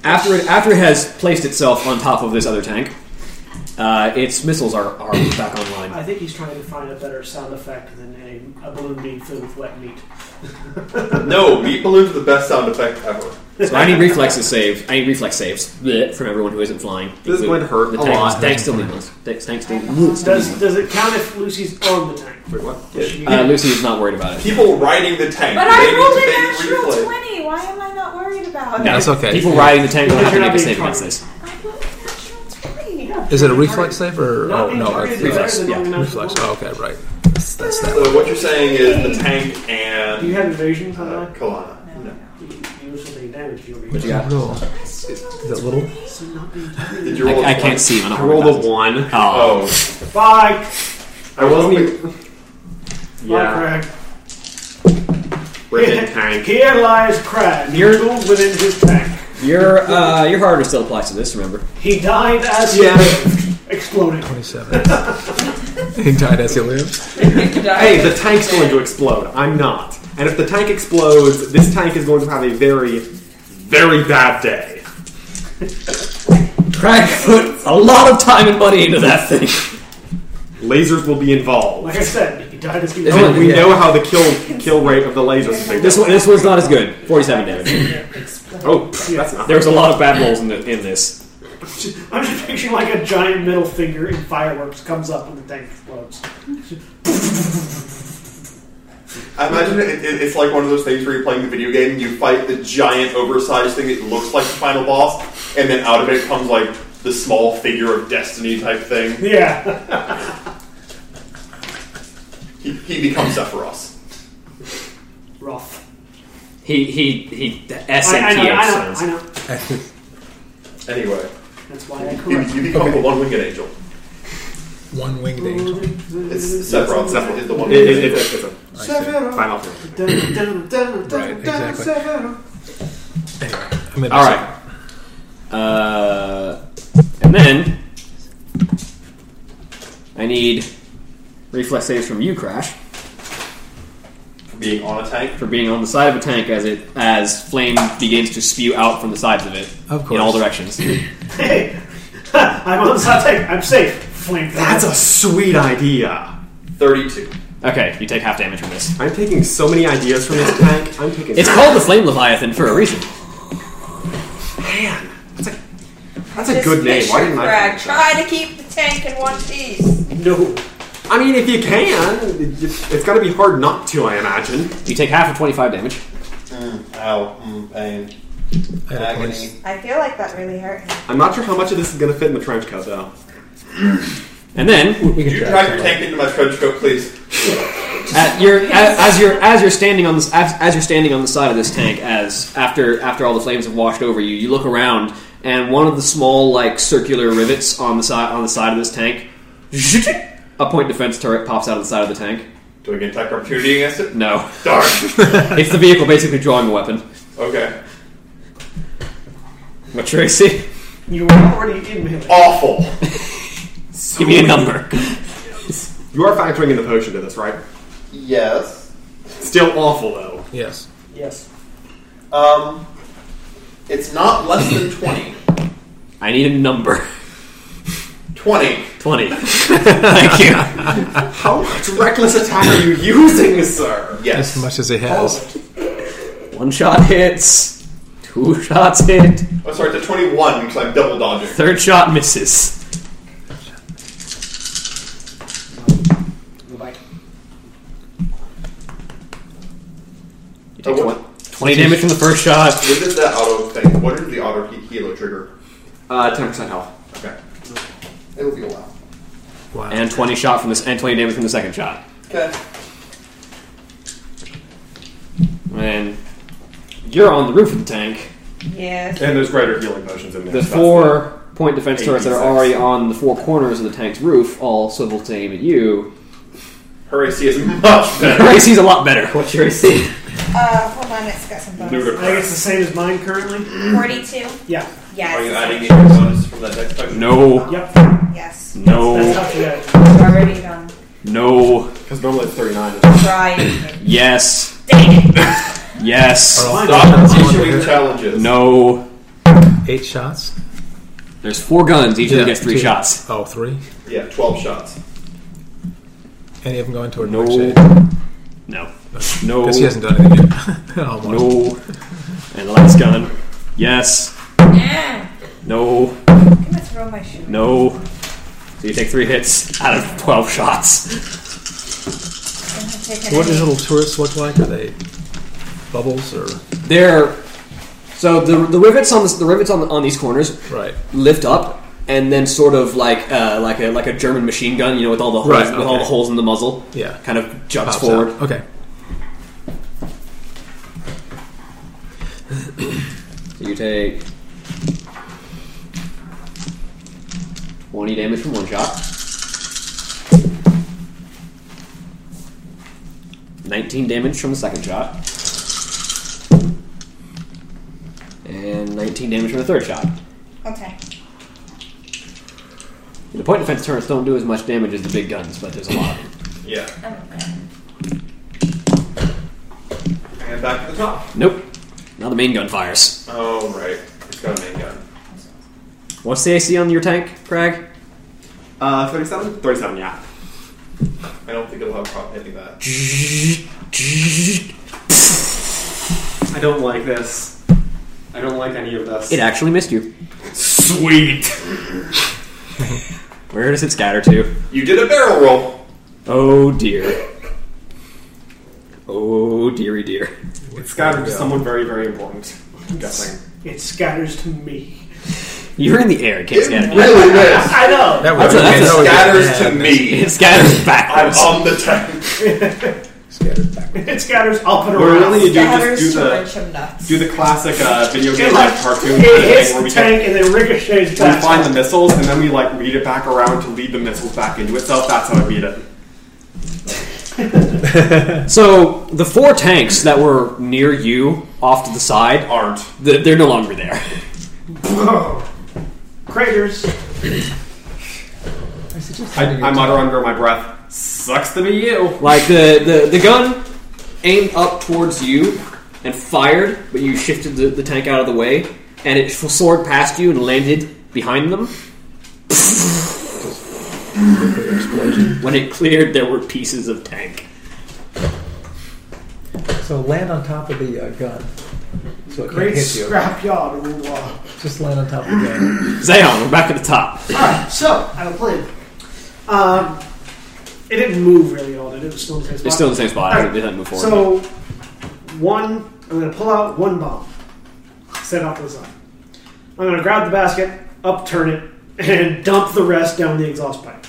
S3: after it after it has placed itself on top of this other tank, uh, its missiles are, are back online.
S2: I think he's trying to find a better sound effect than a, a balloon being filled with wet meat.
S6: No, meat balloons are the best sound effect ever.
S3: So I need reflexes saved. I need reflex saves bleh, from everyone who isn't flying.
S7: This is going to hurt
S3: The
S7: a
S3: tank,
S7: lot.
S3: tank still needs ones. Tank tank still needs
S2: Does does it count if Lucy's on the tank?
S7: Wait, what?
S2: She-
S3: Uh, Lucy is not worried about it.
S6: People riding the tank.
S15: But
S6: they
S15: I
S6: need
S15: rolled
S6: to
S15: a
S6: make
S15: natural
S6: replay.
S15: twenty. Why am I not worried about
S5: No,
S15: it?
S5: it's okay.
S3: People riding the tank don't have to
S2: You're
S3: make
S2: not
S3: a
S2: being
S3: save against
S2: targeted.
S15: I
S3: this.
S15: rolled a natural twenty.
S5: Is it a reflex save or
S2: Not
S5: oh
S2: being
S5: no
S2: targeted is
S5: it's
S2: better
S5: reflex?
S2: than
S3: yeah,
S2: being
S5: Reflex.
S2: knocked
S5: Oh, okay, right. That's, that's that.
S6: So what you're saying is the tank
S2: out.
S5: Oh.
S2: Do you
S6: and
S2: have evasion on
S6: uh,
S2: that?
S6: Kalana.
S9: No.
S2: You also take damage. You'll be
S3: you got?
S5: Roll.
S15: I still rolled a
S5: Is it little?
S2: So not being targeted.
S6: Did you roll a
S3: I, I
S6: twenty?
S3: can't see. him, I
S7: I
S3: don't roll
S7: rolled a
S3: the.
S7: one.
S3: Oh,
S6: Oh,
S2: Bye.
S7: I wasn't even... Yeah,
S2: Bye, Craig.
S7: ripping tank.
S2: Here lies Crab, noodled within his tank.
S3: your uh, your hard still applies to this. Remember,
S2: He died as he
S7: Yeah.
S2: lived, exploding.
S5: 27. he died as he lived.
S7: Hey, the tank's going to explode. I'm not. And if the tank explodes, this tank is going to have a very, very bad day.
S3: Craig put a lot of time and money into that thing.
S7: Lasers will be
S2: Like
S7: involved.
S2: I said, he died as he
S3: Is
S2: lived.
S3: it-
S7: And we know how the kill kill rate of the lasers is.
S3: This one, this one's not as good. Forty-seven damage.
S7: Oh, that's not.
S3: There was a lot of bad rolls in, the, in this.
S2: I'm just picturing like a giant middle finger in fireworks comes up when the tank explodes.
S6: I imagine it, it, it's like one of those things where you're playing the video game and you fight the giant oversized thing that looks like the final boss, and then out of it comes like the small figure of destiny type thing.
S2: Yeah.
S6: He, he becomes Sephiroth.
S2: Rough.
S3: He he he. The
S2: I, I know, I know,
S3: SMTF
S2: I
S3: sounds.
S2: know.
S6: Anyway,
S2: That's why I
S6: you,
S2: corrected.
S6: you become the one winged angel.
S5: One winged angel.
S6: It's Sephiroth. Sephiroth is the one
S7: It-
S6: winged
S7: it-
S6: angel.
S7: it's- it's a
S5: I see.
S7: final thing.
S5: Right, exactly. Anyway, I'm in
S3: All right. Uh, and then I need reflex saves from you, Crash,
S6: Being on a tank.
S3: for being on the side of a tank as it as flame begins to spew out from the sides of it
S5: Of
S3: in all
S5: course.
S3: directions.
S2: Hey, I'm on the side tank. I'm safe. Flame.
S7: That's a sweet idea.
S6: 32.
S3: okay, you take half damage from this.
S7: I'm taking so many ideas from this tank. I'm taking.
S3: It's called the Flame Leviathan for a reason.
S7: man. That's a that's a good name. Why didn't I?
S9: Brad,
S7: think of that?
S9: try to keep the tank in one piece.
S2: No.
S7: I mean, if you can, it- it's got to be hard not to. I imagine.
S3: You take half of twenty-five damage.
S6: Mm, ow. Mm, pain.
S5: I had a place.
S9: I feel like that really hurt him.
S7: I'm not sure how much of this is going to fit in the trench coat, though.
S3: And then,
S5: We
S6: Could
S5: can
S6: you
S5: try
S6: drive
S5: it.
S6: your tank into my trench coat, please?
S3: at your, as, as you're as you're standing on this as, as you're standing on the side of this tank, as after after all the flames have washed over you, you look around and one of the small like circular rivets on the side on the side of this tank, a point defense turret pops out of the side of the tank.
S6: Do I get attack opportunity against it?
S3: No,
S6: Darn.
S3: it's the vehicle basically drawing a weapon.
S6: okay.
S3: What Tracy?
S2: You were already in melee.
S6: Awful.
S3: Give me a number.
S7: You are factoring in the potion to this, right?
S6: Yes.
S7: Still awful though.
S5: Yes.
S2: Yes.
S6: Um, it's not less than 20.
S3: I need a number.
S6: 20.
S3: Twenty. Thank you.
S7: How much reckless attack are you using, sir?
S6: Yes.
S5: As much as he has.
S3: One shot hits. Two shots hit.
S6: Oh, sorry, it's a 21 because I'm double dodging.
S3: Third shot misses.
S2: Go back.
S3: You take
S6: Oh, what-
S3: 20, 20 damage from the first shot.
S6: What is that auto thing? What is the auto he- helo trigger?
S7: Uh, ten percent health.
S6: Okay. It'll be a while.
S5: Wow.
S3: And 20 shot from this, and 20 damage from the second shot.
S6: Okay.
S3: And you're on the roof of the tank.
S9: Yes.
S7: And there's greater healing potions in there.
S3: The
S7: That's
S3: four point defense turrets that are already
S6: 86.
S3: on the four corners of the tank's roof all swivel to aim at you.
S6: Her AC is
S3: Your
S6: much better.
S3: AC's a lot better. What's your AC?
S9: Uh, hold on, it's got some bonus.
S6: Ludicrous.
S2: I think it's the same as mine currently.
S9: 42?
S2: Yeah.
S9: Yes.
S6: Are you adding any bonus from that dex check?
S3: No.
S2: Yep.
S9: Yes.
S7: Oh.
S2: That's
S3: No.
S2: how you add.
S9: It's already done.
S3: No.
S7: Because normally it's thirty nine.
S9: Right.
S3: Yes.
S9: Dang it.
S3: Yes.
S5: Are all
S6: Stop
S5: that's one
S6: issuing
S5: hit.
S6: challenges.
S3: No.
S5: Eight shots.
S3: There's four guns. Each of
S5: Yeah,
S3: them gets three
S5: two.
S3: shots.
S5: Oh, three.
S6: Yeah, 12 shots.
S5: Any of them going toward
S3: No.
S5: March eight?
S3: No. No.
S5: Because he hasn't done Oh, anything yet. Almost.
S3: No. And the last gun. Yes.
S9: Yeah.
S3: No.
S9: I'm gonna throw my shoe.
S3: No. So you take three hits out of 12 shots.
S9: I'm gonna take
S5: What
S9: it.
S5: do these little turrets look like? Are they bubbles or
S3: They're. So the, the rivets on this, the rivets on, the, on these corners
S5: right?
S3: lift up and then sort of like uh, like a like a German machine gun, you know, with all the holes,
S5: Right,
S3: with all
S5: okay.
S3: the holes in the muzzle.
S5: Yeah.
S3: Kind of jumps
S5: Pops
S3: forward.
S5: out. Okay.
S3: So you take 20 damage from one shot. 19 damage from the second shot. And 19 damage from the third shot.
S9: Okay.
S3: The point defense turrets don't do as much damage as the big guns, but there's a lot of them.
S6: Yeah.
S9: I'm okay.
S6: And back to the top.
S3: Nope. Now the main gun fires.
S6: Oh, right. It's got a main gun.
S3: What's the AC on your tank, Craig?
S7: Uh, thirty-seven. Thirty-seven. Yeah.
S6: I don't think it'll have a problem hitting that.
S7: I don't like this. I don't like any of this.
S3: It actually missed you.
S7: Sweet.
S3: Where does it scatter to?
S6: You did a barrel roll.
S3: Oh dear. Oh dearie dear.
S7: It's scattered to someone very, very important. I'm guessing.
S2: It scatters to me.
S3: You're in the air. It can't scatter.
S6: Really is.
S2: I know.
S5: That
S3: That's a- that's a
S6: Oh,
S5: that would be
S6: Scatters
S5: bad.
S6: to me.
S3: It scatters
S6: I'm
S3: backwards.
S6: on the tank.
S5: Scatters backwards.
S2: It scatters up and
S7: Or
S2: around.
S7: really, you do
S9: Scatters
S7: just do
S9: to wrench
S7: the
S9: him nuts.
S7: do the classic uh, video
S2: It,
S7: game
S2: like,
S7: like cartoon kind of
S2: it hits
S7: thing where
S2: the
S7: we get
S2: tank and then ricochets
S7: we
S2: back.
S7: find the missiles and then we like lead it back around to lead the missiles back into itself. That's how I beat it.
S3: So the four tanks that were near you, off to the side,
S6: Aren't.
S3: th- they're no longer there.
S2: Craters.
S7: I, I mutter under my breath, "Sucks to be you."
S3: Like the, the, the gun aimed up towards you and fired, but you shifted the, the tank out of the way, and it f- soared past you and landed behind them. when it cleared, there were pieces of tank.
S5: So land on top of the uh, gun, so it
S2: Great
S5: can't hit you.
S2: scrapyard of the law.
S5: Just land on top of the gun.
S3: Zayon, we're back at the top.
S2: Alright, so I have a plan. Um, it didn't move really all did it? It was still in the same spot.
S3: It's still in the same spot.
S2: Alright,
S3: It hasn't moved forward.
S2: So, one, I'm going to pull out one bomb, set off to the side. I'm going to grab the basket, upturn it, and dump the rest down the exhaust pipe.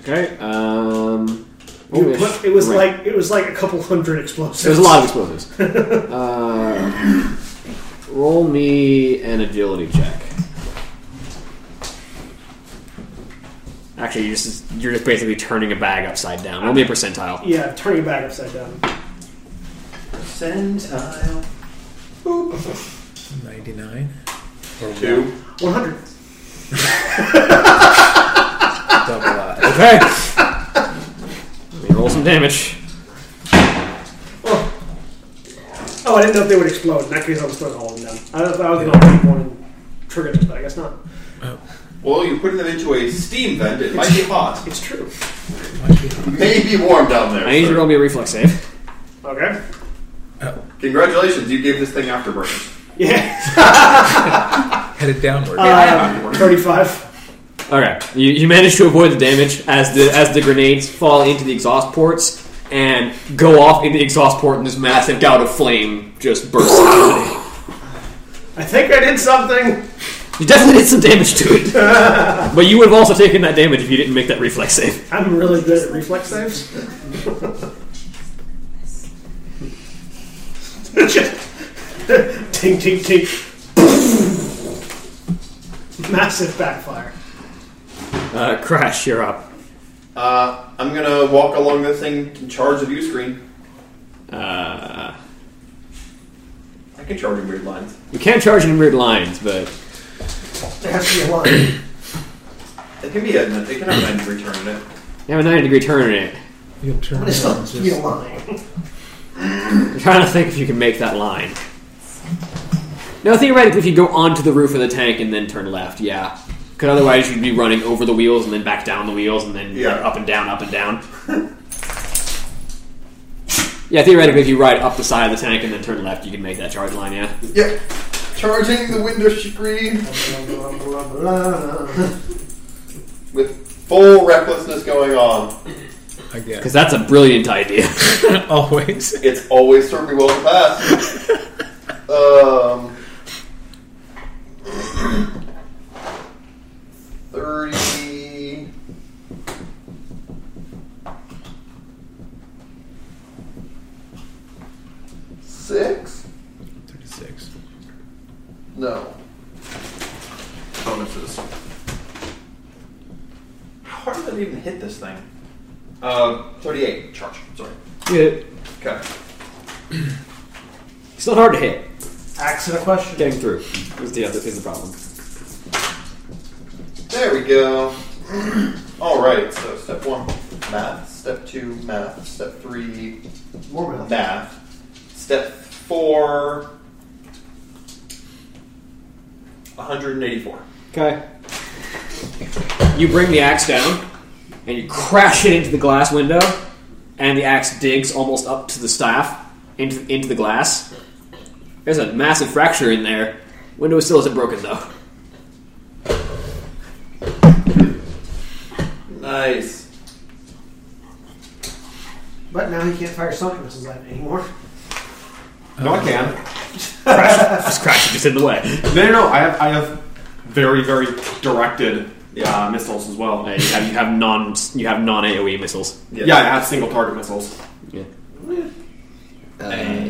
S3: okay. Um,
S2: You
S3: oh,
S2: put- it was
S3: right.
S2: like it was like a couple hundred explosives.
S3: There's a lot of explosives. uh, roll me an agility check. Actually, you're just you're just basically turning a bag upside down. Roll me a percentile.
S2: Yeah, turning it back upside down.
S16: Percentile.
S5: Ninety-nine.
S6: Two.
S2: 100.
S5: Double that.
S3: Okay. Let me roll some damage.
S2: Oh, I didn't know if they would explode. In that case, I was throwing all of them. I thought I was going to one and trigger them, but I guess not.
S6: Well, you're putting them into a steam vent. It might be hot.
S2: It's true.
S6: Maybe warm down there.
S3: I need you to
S6: sir.
S3: roll me a reflex save.
S2: Okay.
S5: Uh,
S6: Congratulations, you gave this thing afterburners.
S2: Yeah.
S5: Headed downward.
S2: Uh, 35.
S3: Okay, you, you manage to avoid the damage as the as the grenades fall into the exhaust ports and go off into the exhaust port, and this massive gout of flame just bursts. out of it.
S2: I think I did something.
S3: You definitely did some damage to it. but you would have also taken that damage if you didn't make that reflex save.
S2: I'm really good at reflex saves. tink, tink, tink. Massive backfire.
S3: Uh, Crash, you're up.
S6: Uh, I'm gonna walk along this thing and charge the view screen.
S3: Uh,
S6: I can charge in weird lines.
S3: you can't charge in weird lines, but
S2: There has to be a line.
S6: It can be a. It can have an end return in it.
S3: you have a 90 degree turn in it.
S5: You turn
S2: There's
S5: around,
S2: supposed to be a
S5: just
S2: line.
S3: I'm trying to think if you can make that line. No, theoretically, if you go onto the roof of the tank and then turn left, yeah. Because otherwise, you'd be running over the wheels and then back down the wheels and then
S6: Yeah.
S3: like, up and down, up and down. yeah, theoretically, if you ride up the side of the tank and then turn left, you can make that charge line, yeah.
S6: Yep. Charging the window screen with full recklessness going on.
S5: again.
S3: Because that's a brilliant idea.
S5: Always.
S6: It's always served me well in the past. um, 30. Six?
S5: Thirty-six.
S6: No. Bonuses. How hard did that even hit this thing? Uh, 38. Charge. Sorry.
S3: Good.
S6: Okay.
S3: It's not hard to hit.
S2: Accident question.
S3: Getting through is the other is the problem.
S6: There we go. All right. So step one, math. Step two, math. Step three,
S2: More math.
S6: math. Step four, 184.
S3: Okay. You bring the axe down, and you crash it into the glass window, and the axe digs almost up to the staff into into the glass. There's a massive fracture in there. Window still isn't broken though.
S6: Nice.
S8: But now he can't fire sonic missiles at it anymore.
S5: Uh,
S7: No, I can.
S3: Just crash it just in the way.
S7: No, no, no. I have, I have very, very directed uh, missiles as well.
S3: Uh, you have you have non you have non AOE missiles.
S7: Yeah, I have single target missiles,
S3: Uh,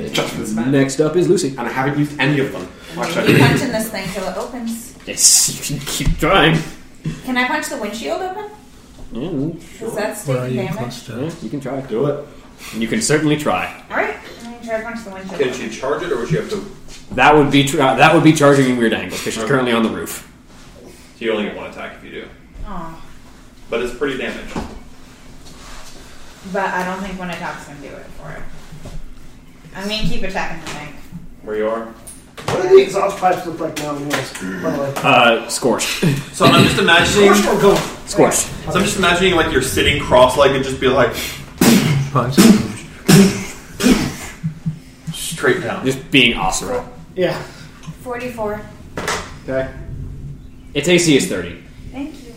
S7: Judgment's back.
S3: next up is Lucy.
S7: and I haven't used any of them. Actually,
S9: Keep punching this thing till it opens.
S3: Yes, you can keep trying.
S9: Can I punch the windshield open?
S3: Yeah,
S9: Because that's
S5: Where are
S9: taking
S5: you
S9: damage.
S5: close
S3: yeah,
S5: to?
S3: you can try.
S7: do it.
S3: You can certainly try.
S9: Alright, I'm going to try to punch the windshield
S6: Can
S9: open.
S6: she charge it, or would she have to?
S3: That would be tra- that would be charging in weird angles because she's currently on the roof.
S6: You only get one attack if you do,
S9: Aw.
S6: but it's pretty damage.
S9: But I don't think one attack's going to do it for it. I mean, keep attacking the thing.
S6: Where you are?
S2: What do the exhaust pipes look like now? Anyways, by the way,
S3: Uh, scorched,
S6: So I'm just imagining.
S2: Push or go?
S3: scorched.
S6: So I'm just imagining like you're sitting cross-legged, just be like
S7: Hmm?
S5: Punch.
S6: straight down.
S3: Just being Asura.
S2: Yeah.
S9: 44.
S3: Okay. Its AC is thirty.
S9: Thank you.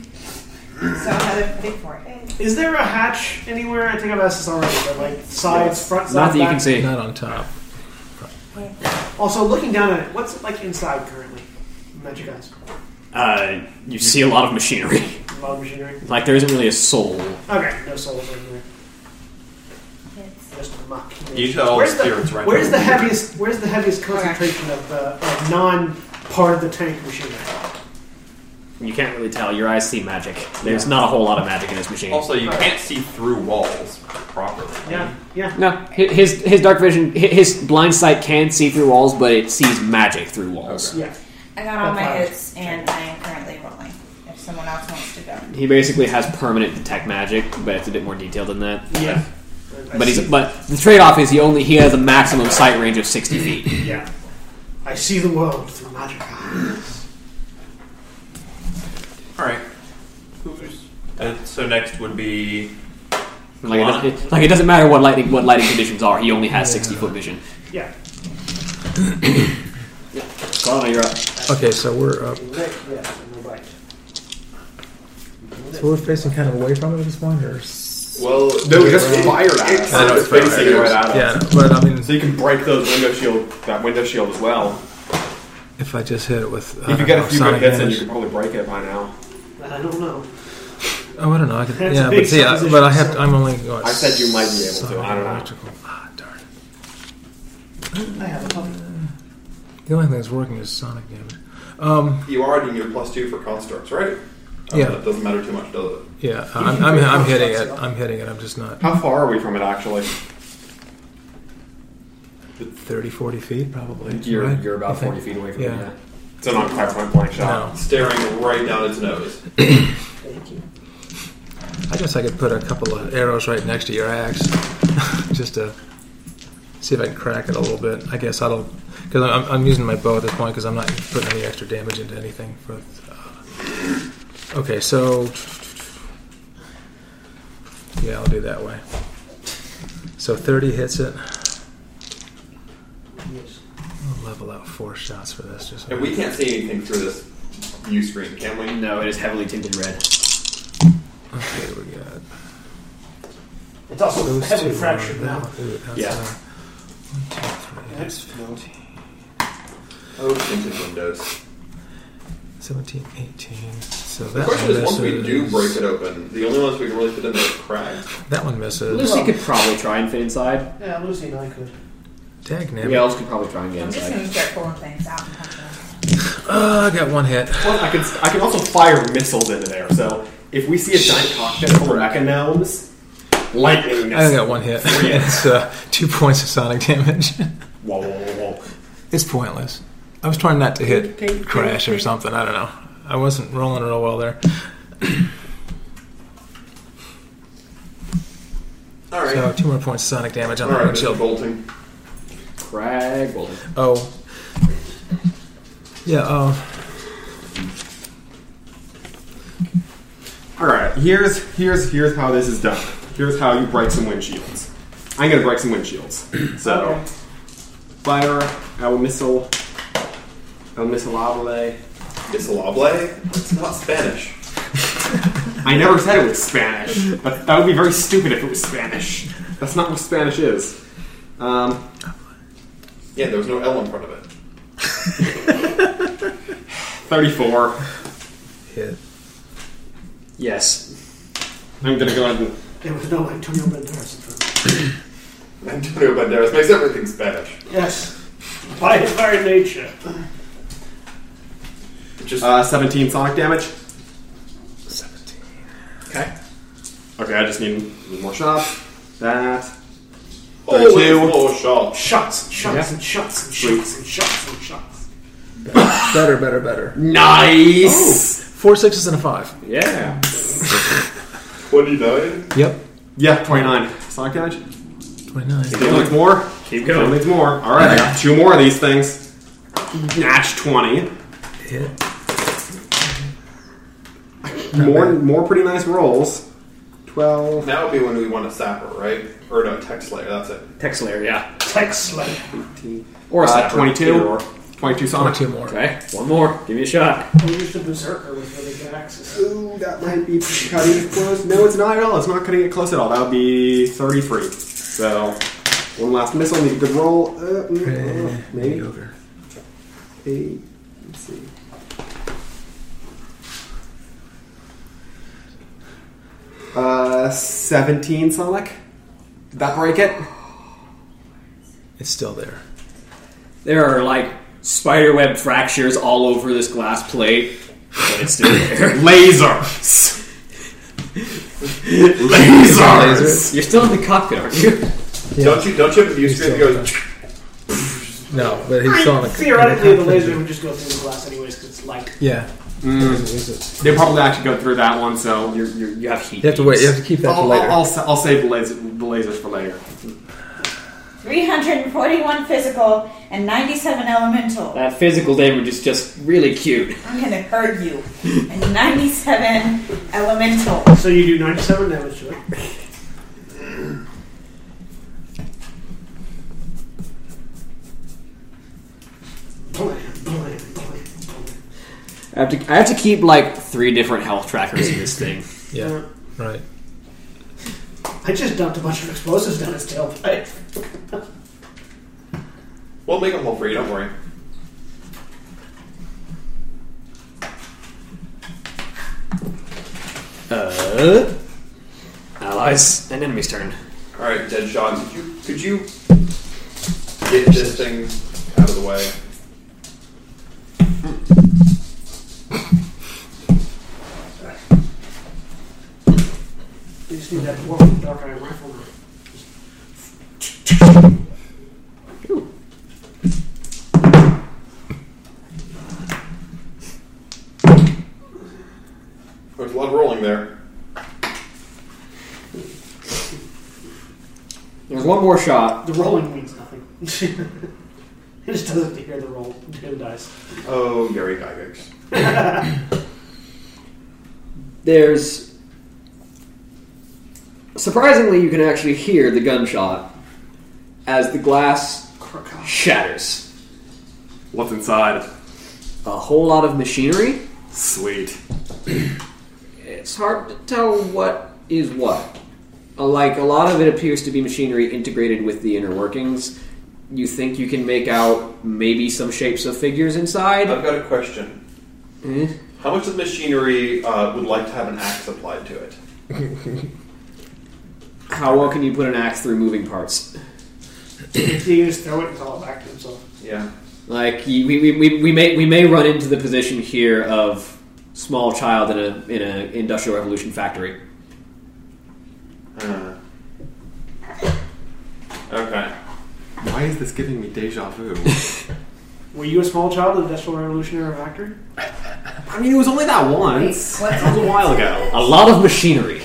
S9: So another 44. Hey.
S2: Is there a hatch anywhere? I think I've asked this already, but like sides, front, side,
S3: Not that you
S2: back.
S3: can see.
S5: Not on top.
S2: Also, looking down at it, what's it like inside currently? Magic eyes,
S3: Uh, you see a lot of machinery.
S2: a lot of machinery.
S3: Like there isn't really a soul.
S2: Okay, no souls over there.
S9: It's-
S2: Just muck.
S6: You should all
S2: Where's the-
S6: spirits right
S2: Where's
S6: there.
S2: the heaviest? Where's the heaviest concentration of, uh, of non part of the tank machinery?
S3: You can't really tell. Your eyes see magic. There's not a whole lot of magic in this machine.
S6: Also, you can't see through walls properly.
S2: Yeah, yeah.
S3: No, hi- his his dark vision, hi- his blind sight can see through walls, but it sees magic through walls.
S2: Yeah.
S9: I got all my
S2: That's
S9: hits and I am currently rolling. If someone else wants to go.
S3: He basically has permanent detect magic, but it's a bit more detailed than that.
S2: Yeah.
S3: But he's but the trade off is he only he has a maximum sight range of sixty feet.
S2: Yeah. I see the world through magic eyes.
S6: All right. Who's? Uh, so next would be.
S3: Like it, doesn't, like it doesn't matter what lighting what lighting conditions are. He only has sixty foot vision.
S2: Yeah.
S3: Solana, you're up.
S5: Okay, so we're up.
S2: Right, yeah, and we're right.
S5: So we're facing kind of away from it at this point, or s-
S6: Well,
S7: No, it just fired at us.
S6: I know, it's
S7: It's
S6: fired at
S7: right
S6: us.
S7: at
S5: yeah.
S7: us.
S5: But I mean,
S7: So you can break those window shield, that window shield as well.
S5: if I just hit it with, I
S7: If you
S5: don't
S7: get a
S5: know,
S7: few good
S5: Uh, sonic
S7: hits, then you
S5: damage-
S7: can probably break it by now.
S2: I don't know.
S5: Oh, I don't know. I could,
S2: That's a
S5: yeah,
S2: big
S5: but see, I,
S2: supposition.
S5: but I have. I'm only. Going
S7: I said you might be able to, I don't know.
S5: Electrical. Ah, darn. it.
S2: I have a puppy.
S5: The only thing that's working is sonic damage. Um,
S6: You are doing your plus two for constructs, right?
S7: Oh,
S5: Yeah.
S6: It doesn't matter too much, does it?
S5: yeah, I'm, I'm, I'm hitting it. I'm hitting it. I'm just not
S7: How far are we from it, actually?
S5: 30, 40 feet, probably.
S3: You're
S5: right?
S3: you're
S5: I
S3: about
S5: think.
S3: forty feet away from
S5: Yeah.
S3: him. yeah.
S7: It's an unquite point blank shot.
S5: No,
S6: Staring right down its nose.
S2: Thank you.
S5: I guess I could put a couple of arrows right next to your axe, just to see if I can crack it a little bit. I guess I don't, because I'm, I'm using my bow at this point because I'm not putting any extra damage into anything. But uh, okay, so yeah, I'll do that way. So 30 hits it.
S2: Yes.
S5: I'll level out four shots for this. Just
S6: And we can't see anything through this view screen, can we?
S3: No, it is heavily tinted red.
S5: Okay, we got
S2: It's also
S5: those
S2: heavily
S5: two are
S2: fractured
S5: down.
S2: now.
S5: Ooh, that's,
S3: Yeah.
S5: uh, one, two,
S2: That's
S5: three,
S2: no.
S6: Oh, tinted windows.
S5: 17, 18. So
S6: The
S5: that
S6: question
S5: one
S6: is,
S5: misses.
S6: once we do break it open, the only ones we can really fit in there are cracks.
S5: That one misses.
S3: Lucy could probably try and fit inside.
S2: Yeah, Lucy and I could.
S5: Dag
S3: The
S5: nabbit.
S3: elves could probably try and get
S9: I'm just going
S3: inside.
S9: to start pulling things out and punching them.
S5: Uh, I got one hit.
S7: Plus, I can, I can also fire missiles into there, so if we see a giant cockpit full of echinomes, lightning
S5: I only got one hit. it's uh, two points of sonic damage.
S3: Whoa, whoa, whoa, whoa.
S5: it's pointless. I was trying not to hit crash or something. I don't know. I wasn't rolling real well there.
S6: Alright.
S5: So two more points of sonic damage on the
S6: Alright, Mr.
S5: windshield.
S6: Bolton.
S3: Crag Bolton.
S5: Oh. Yeah, oh.
S7: Alright, here's, here's, here's how this is done. Here's how you break some windshields. I'm gonna break some windshields. So, fire, our missile, our missile
S6: Misalable? It's not Spanish.
S7: I never said it was Spanish. That, that would be very stupid if it was Spanish. That's not what Spanish is. Um,
S6: Yeah, there was no L in front of it.
S7: 34.
S5: Hit.
S3: Yes.
S7: I'm gonna go ahead and.
S2: There was no Antonio Banderas in front of it.
S6: Antonio Banderas makes everything Spanish.
S2: Yes. By his very nature.
S6: Just
S7: Uh, 17 sonic damage.
S5: 17.
S3: Okay.
S7: Okay, I just need more shots. That.
S6: always
S7: 32.
S6: more shots.
S2: Shots and shots and shots and shots and shots and shots.
S5: Better, better, better.
S7: Nice!
S5: Four sixes and a five.
S3: Yeah.
S6: 29.
S5: Yep.
S7: Yeah, 29. Sonic damage?
S5: Twenty-nine.
S7: Still needs more?
S3: Keep
S7: Still needs more. Alright, I got two more of these things. Natch 20.
S5: Hit.
S7: More, more pretty nice rolls. 12.
S6: That would be when we want a sapper, right? Or no, text layer, that's it.
S3: Text layer, yeah.
S2: Text like
S3: Or a
S7: Uh,
S3: sapper.
S7: 22.
S3: Either or.
S7: 22
S5: Or
S7: sonic.
S5: two more.
S3: Okay. One more. Give me a shot.
S2: we used to berserker with really good axes.
S7: Ooh, that might be cutting it close. No, it's not at all. It's not cutting it close at all. That would be 33. So, one last missile. Need a good roll. Uh, mm, uh, maybe.
S5: Mediocre.
S7: Eight. Let's see. Uh, 17, Sonic. Did that break it?
S5: It's still there.
S3: There are like spiderweb fractures all over this glass plate, but it's still there.
S7: Lasers! Lasers!
S3: You're still in the cockpit, aren't you?
S6: Don't you don't you have a view screen that
S5: still-
S6: goes
S5: No, but he's still on a
S2: Theoretically, the laser would just go through the glass anyways because it's light.
S5: Yeah.
S7: They probably actually go through that one, so you're, you're,
S3: You have heat.
S5: You have to wait. You have to keep that for
S7: I'll,
S5: later.
S7: I'll, I'll, sa- I'll save the, laser, the lasers for later.
S9: 341 physical and 97 elemental.
S3: That physical damage is just really cute.
S9: I'm gonna hurt you. And 97 elemental.
S2: So you do 97 damage to it. Blam, blam, blam, blam.
S3: I have to. I have to keep like three different health trackers in this thing.
S5: yeah. Right.
S2: I just dumped a bunch of explosives down his tailpipe.
S6: We'll make them whole for you, don't worry.
S3: Uh, allies and enemies turn.
S6: Alright, dead shots. Could you could you get this thing out of the way?
S2: You just need that dwarf dark iron rifle.
S6: There's a lot of rolling there.
S3: There's one more shot.
S2: The rolling means nothing. it just doesn't hear the roll. Two dice.
S6: Oh Gary Gygax.
S3: There's surprisingly, you can actually hear the gunshot as the glass
S2: Krakow.
S3: shatters.
S7: What's inside?
S3: A whole lot of machinery.
S7: Sweet.
S3: It's hard to tell what is what. Uh, Like, a lot of it appears to be machinery integrated with the inner workings. You think you can make out maybe some shapes of figures inside?
S6: I've got a question.
S3: Eh?
S6: How much of the machinery uh, would like to have an axe applied to it?
S3: How well can you put an axe through moving parts?
S2: If you just throw it and call it back to himself.
S6: Yeah.
S3: Like, you- we, we, we, we, may, we may run into the position here of small child in a in a industrial revolution factory.
S6: Uh, okay.
S7: Why is this giving me deja vu?
S2: Were you a small child in the Industrial Revolutionary Factory?
S7: I mean, it was only that once.
S9: Wait, what's
S7: that was a while
S3: A
S7: ago.
S3: lot of machinery.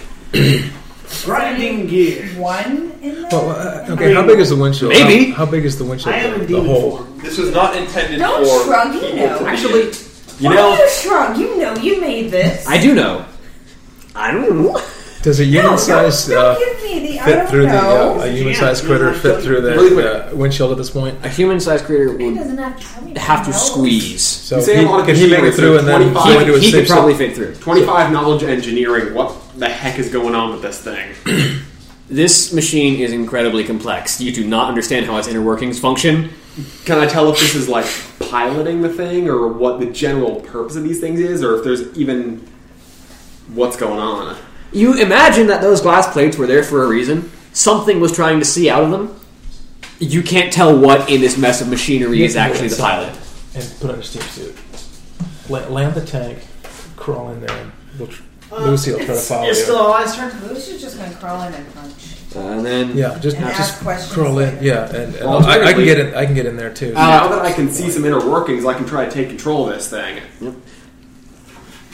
S2: Grinding gear.
S9: One in there?
S5: Well, uh, okay, how big is the windshield?
S3: Maybe.
S5: How, how big is the windshield?
S2: I am in
S5: the
S2: demon
S5: whole.
S2: form.
S6: This was not intended
S9: Don't
S6: for.
S9: shrug, you
S6: people
S9: know.
S6: to read
S7: Actually,
S6: it.
S7: you
S9: Why
S7: know,
S9: you shrug? You know you made this.
S3: I do know. I don't know.
S5: Does a human-sized
S9: don't-
S5: uh,
S9: don't give me the- I
S5: fit
S9: don't
S5: through the
S9: know.
S5: uh, a human-sized critter fit through the uh, windshield at this point?
S3: A human-sized critter would
S9: doesn't have to tell me.
S3: have to squeeze.
S5: So
S7: You say a
S5: he,
S7: lot of
S5: can he make it
S7: humans
S5: through
S7: are
S5: and then
S7: 25.
S5: go
S3: He,
S5: into a
S3: he could
S5: safe zone?
S3: probably fit through.
S7: 25 knowledge engineering. What the heck is going on with this thing?
S3: This machine is incredibly complex. You do not understand how its inner workings function.
S7: Can I tell if this is like piloting the thing or what the general purpose of these things is or if there's even what's going on?
S3: You imagine that those glass plates were there for a reason. Something was trying to see out of them. You can't tell what in this mess of machinery is actually the pilot.
S5: and put on a steam suit. La- land the tank, crawl in there. And we'll tr-
S2: Uh,
S5: Lucy will try to follow you.
S8: It's still Eli's turn.
S9: Lucy's just gonna crawl in and punch.
S3: Uh, and then
S5: yeah, just
S9: And ask
S5: just
S9: questions
S5: crawl in.
S9: later.
S5: Yeah, and, and
S7: Well,
S5: I, I can
S7: apparently-
S5: get in. I can get in there too.
S7: now that I can see some inner workings, I can try to take control of this thing.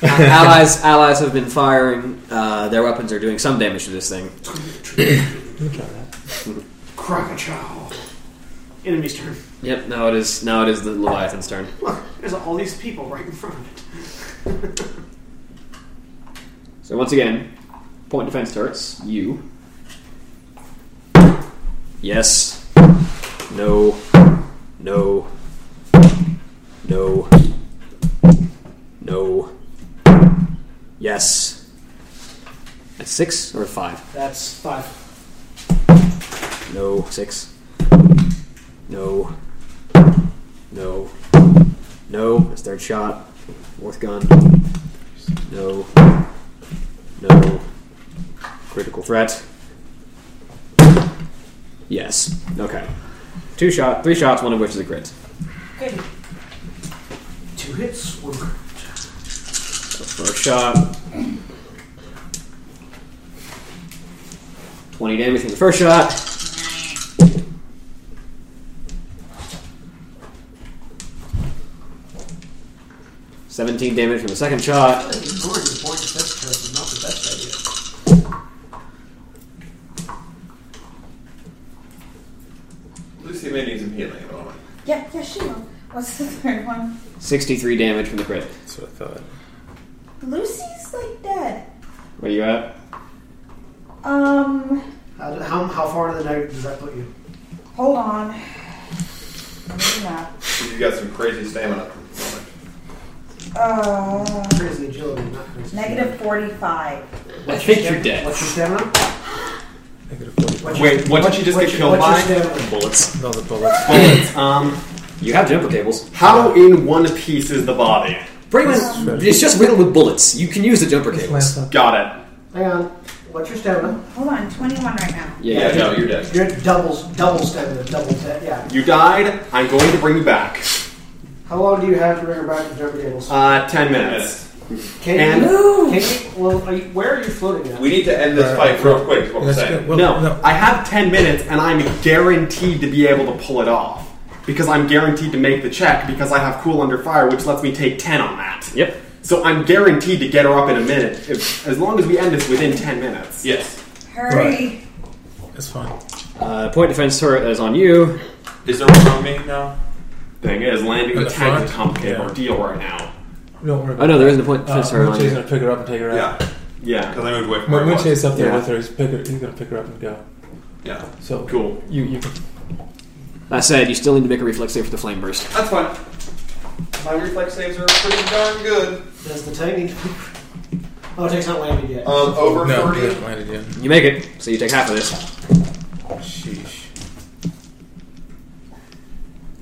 S3: allies allies have been firing. Uh, their weapons are doing some damage to this thing.
S2: Crocodile. Enemy's turn.
S3: Yep. Now it is now it is the Leviathan's turn.
S2: Look, there's all these people right in front of it.
S3: So once again, point defense turrets. You. Yes. No. No. No. No. Yes. That's six or five.
S2: That's five.
S3: No. Six. No. No. No. That's third shot. Fourth gun. No. No. Critical threat. Yes. Okay. Two shot, three shots, one of which is a crit.
S9: Good.
S2: Two hits. One.
S3: So first shot. Twenty damage from the first shot. Seventeen damage from the second shot.
S8: Ignoring the point of test test is not the best idea.
S6: Lucy may need some healing at the moment.
S9: Yeah, yeah, she will. What's the third one?
S3: 63 damage from the crit.
S5: That's what I thought.
S9: Lucy's like dead.
S3: Where you at?
S9: Um,
S2: How, do- how, how far into the negative does that put you?
S9: hold on. Maybe not.
S6: You've got some crazy stamina. at the moment.
S9: Uh,
S2: Crazy agility, not crazy.
S9: negative forty-five.
S3: I think you're dead.
S2: What's your stamina?
S5: Negative forty.
S2: What's your-
S7: Wait, what did you just get
S2: what's your-
S7: killed
S2: what's your
S7: by?
S2: stamina?
S3: Bullets.
S5: No, the bullets.
S7: Um,
S3: You have jumper cables.
S7: how in one piece is the body?
S3: Pretty much, it's just riddled with bullets. You can use the jumper cables.
S5: Lance,
S7: Got it.
S2: Hang on. What's your stamina?
S9: Hold on, twenty-one right now.
S3: Yeah, yeah.
S6: no, you're dead.
S2: Your doubles, double stamina, double dead. Yeah.
S7: You died. I'm going to bring you back.
S2: How long do you have to bring her back to jumper tables?
S7: Uh, 10 minutes.
S2: Can
S7: and-
S2: you? Can you? Well, are you, where are you floating at?
S6: We need to end this fight real quick. Is what I'm
S5: That's
S6: saying.
S5: good. Well,
S7: no,
S5: no.
S7: I have 10 minutes and I'm guaranteed to be able to pull it off. Because I'm guaranteed to make the check because I have Cool Under Fire, which lets me take 10 on that.
S3: Yep.
S7: So I'm guaranteed to get her up in a minute, if, as long as we end this within 10 minutes.
S6: Yes.
S9: Hurry.
S5: It's fine.
S3: Uh, point defense turret is on you.
S6: Is there one on me now?
S7: Thing is, landing
S5: In
S7: the
S5: the
S7: tank is a
S5: front?
S7: complicated
S5: Yeah.
S7: ordeal right now.
S5: Don't worry.
S3: Oh
S5: About
S3: no, there isn't a point
S5: uh,
S3: defense turret on
S5: Moonshay's
S3: you.
S5: gonna pick her up and take her out.
S7: Yeah.
S6: Because I moved away from
S5: Moon-
S6: where it was.
S5: Moonshay's up there
S7: Yeah.
S5: with her. He's, pick her. he's gonna pick her up and go.
S6: Yeah.
S5: So
S7: Cool.
S5: You you can
S3: That said, you still need to make a reflex save for the flame burst.
S6: That's fine. My reflex saves are pretty darn good.
S2: Does the tank need to be- Oh, it takes not landed yet.
S6: Um, over
S5: no, you
S6: 30.
S5: haven't landed yet.
S3: You make it, so you take half of this.
S5: Sheesh.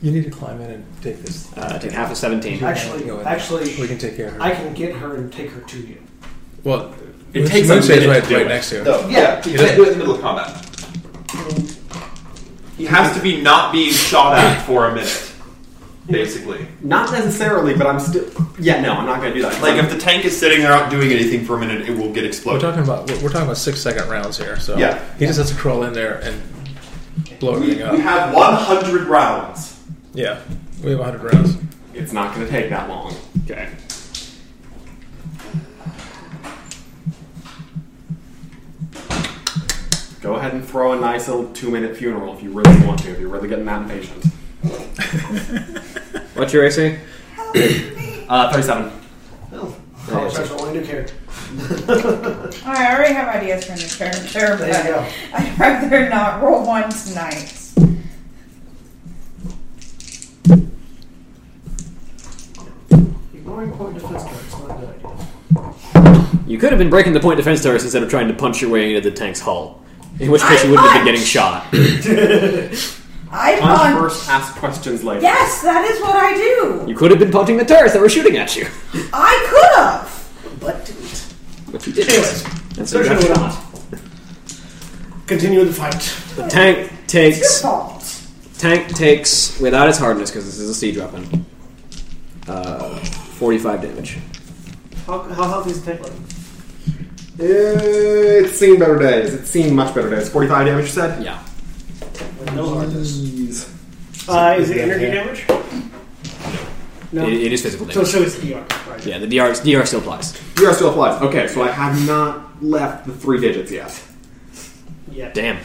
S5: You need to climb in and take this.
S3: Uh, take half of 17.
S2: actually,
S5: Go in. We
S2: actually,
S5: can take care of her.
S2: I can get her and take her to you.
S5: well,
S7: It takes a
S5: Moonshay's
S7: minute
S5: right,
S7: to do
S5: right
S7: it.
S5: next to her.
S6: No, yeah, you can't do it in the middle of combat. He has to be not being shot at for a minute, basically.
S7: Not necessarily, but I'm still. Yeah, no, I'm not going to do that.
S6: Like, if the tank is sitting there not doing anything for a minute, it will get
S5: Oh, We're
S6: exploded.
S5: talking about we're we're talking about six second rounds here, so
S6: Yeah.
S5: he just has to crawl in there and blow
S6: We,
S5: everything
S6: we have
S5: up.
S6: 100 rounds.
S5: Yeah, we have 100 rounds.
S7: it's not going to take that long.
S3: Okay.
S7: Go ahead and throw a nice little two minute funeral if you really want to, if you're really getting that impatient.
S3: What's your AC?
S7: Uh, 37. Uh,
S2: Oh, College special, only new character.
S9: I already have ideas for this character,
S8: There you go.
S9: but I'd rather not roll one tonight.
S2: Ignoring point defense cards, not a good idea.
S3: You could have been breaking the point defense turrets instead of trying to punch your way into the tank's hull. In which case, you wouldn't have been getting shot.
S9: I
S7: On
S9: punch.
S7: first, ask questions later.
S9: Yes, that is what I do.
S3: You could have been punching the turrets that were shooting at you.
S9: I could have.
S2: But didn't.
S3: But you did. And so you got
S2: Certainly
S3: shot.
S2: not. Continue the fight.
S3: The tank
S9: Your
S3: takes
S9: fault.
S3: tank takes without its hardness because this is a siege weapon. Uh, forty-five damage.
S2: How, how healthy is the tank level?
S7: It's seen better days. It's seen much better days. 45 damage, you said?
S3: Yeah.
S2: With no hardness.
S7: Jeez.
S2: Uh, is it energy damage? No.
S3: It, it is physical damage.
S2: so, so it's DR, right?
S3: yeah, the DR DR still applies.
S7: You are still applies. Okay, so I have not left the three digits yet.
S2: Yeah.
S3: Damn.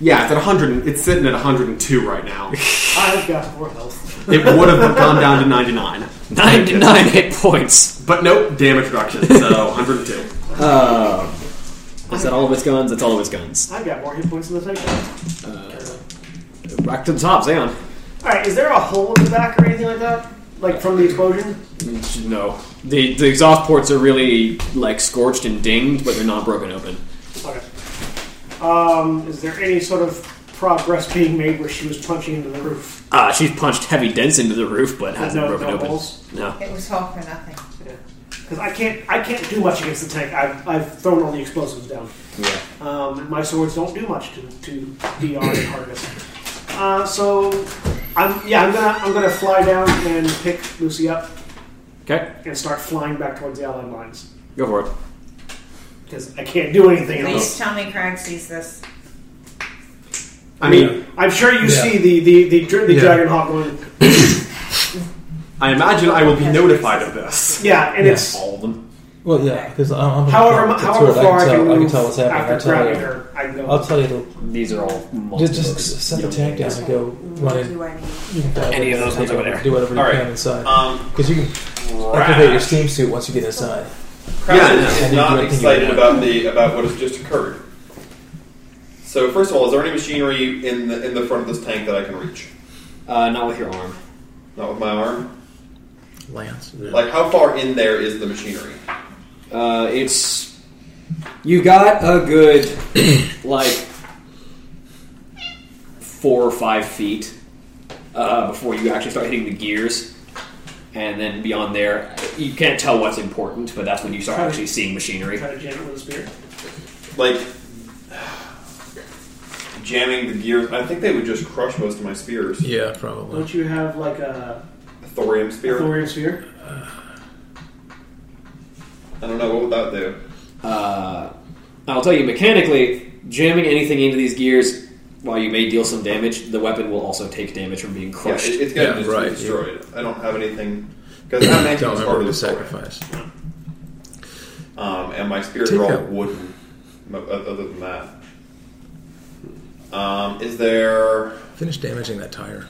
S7: Yeah, it's at 100. It's sitting at 102 right now.
S2: I've got more health.
S7: It would have gone down to 99.
S3: Ninety-nine hit points.
S7: But nope, damage reduction, so 102.
S3: Uh, is that all of its guns? That's all of its guns.
S2: I've got more hit points than the tank.
S3: Back to the top, Xeon.
S2: Alright, is there a hole in the back or anything like that? Like from the explosion?
S3: No, the the exhaust ports are really like scorched and dinged, but they're not broken open.
S2: Okay. Um, is there any sort of progress being made where she was punching into the roof?
S3: Ah, she's punched heavy dents into the roof, but
S2: With
S3: hasn't
S2: no,
S3: broken
S2: no
S3: open.
S2: holes?
S3: No.
S9: It was all for nothing.
S2: Because I can't, I can't do much against the tank. I've, I've thrown all the explosives down.
S3: Yeah.
S2: Um, my swords don't do much to, to DR and harvest. Uh, so, I'm yeah, I'm gonna I'm gonna fly down and pick Lucy up
S3: Okay,
S2: and start flying back towards the Allied lines
S3: go for it.
S2: because I can't do anything
S9: Please
S2: else.
S9: tell me Craig sees this.
S7: I mean,
S2: I'm sure you
S5: Yeah.
S2: see the the the, dra- the
S5: Yeah.
S2: dragon hawk going.
S7: I imagine I will be notified of this.
S2: Yeah, and it's
S3: All of them.
S5: Well, yeah, because I'm, I'm
S2: however mu-
S5: that's
S2: however
S5: what
S2: far I can,
S5: tell,
S2: move
S5: I can tell what's happening.
S2: after
S5: I'll tell
S2: grabbing
S5: you.
S2: her. I can go.
S5: I'll tell you. The,
S3: These are all
S5: just, just set the tank down and go run
S9: What
S5: in.
S9: do I need?
S5: You can fly
S3: Any of
S5: away,
S3: those ones
S5: take
S3: over
S5: over,
S3: there.
S5: Do whatever you
S6: All right.
S5: can inside.
S6: Um,
S5: Because you can activate your
S6: Crash
S5: steam suit once you get inside.
S6: Crash
S7: Yeah,
S5: yeah.
S6: is not
S5: I think you
S6: excited
S5: would.
S6: about the about what has just occurred. So first of all, is there any machinery in the in the front of this tank that I can reach?
S3: Uh, not with your arm.
S6: Not with my arm.
S5: Lance.
S6: Like how far in there is the machinery?
S3: Uh, it's you got a good like four or five feet uh, before you actually start hitting the gears, and then beyond there, you can't tell what's important. But that's when you start actually seeing machinery.
S2: Try to jam it with a spear.
S6: Like jamming the gears. I think they would just crush most of my spears.
S5: Yeah, probably.
S2: Don't you have like a
S6: A thorium spear.
S2: thorium spear?
S6: I don't know what would that do.
S3: Uh, I'll tell you mechanically, jamming anything into these gears, while you may deal some damage, the weapon will also take damage from being
S6: Yeah,
S3: crushed.
S6: it, it's gonna
S5: Yeah,
S6: just
S5: right,
S6: be destroyed. I don't have anything because I'm making
S5: Don't
S6: this part
S5: remember
S6: of
S5: to
S6: the story.
S5: sacrifice.
S6: Um, and my spears
S5: Take
S6: are all
S5: that.
S6: wooden. mo- o- Other than that, um, is there?
S5: Finish damaging that tire.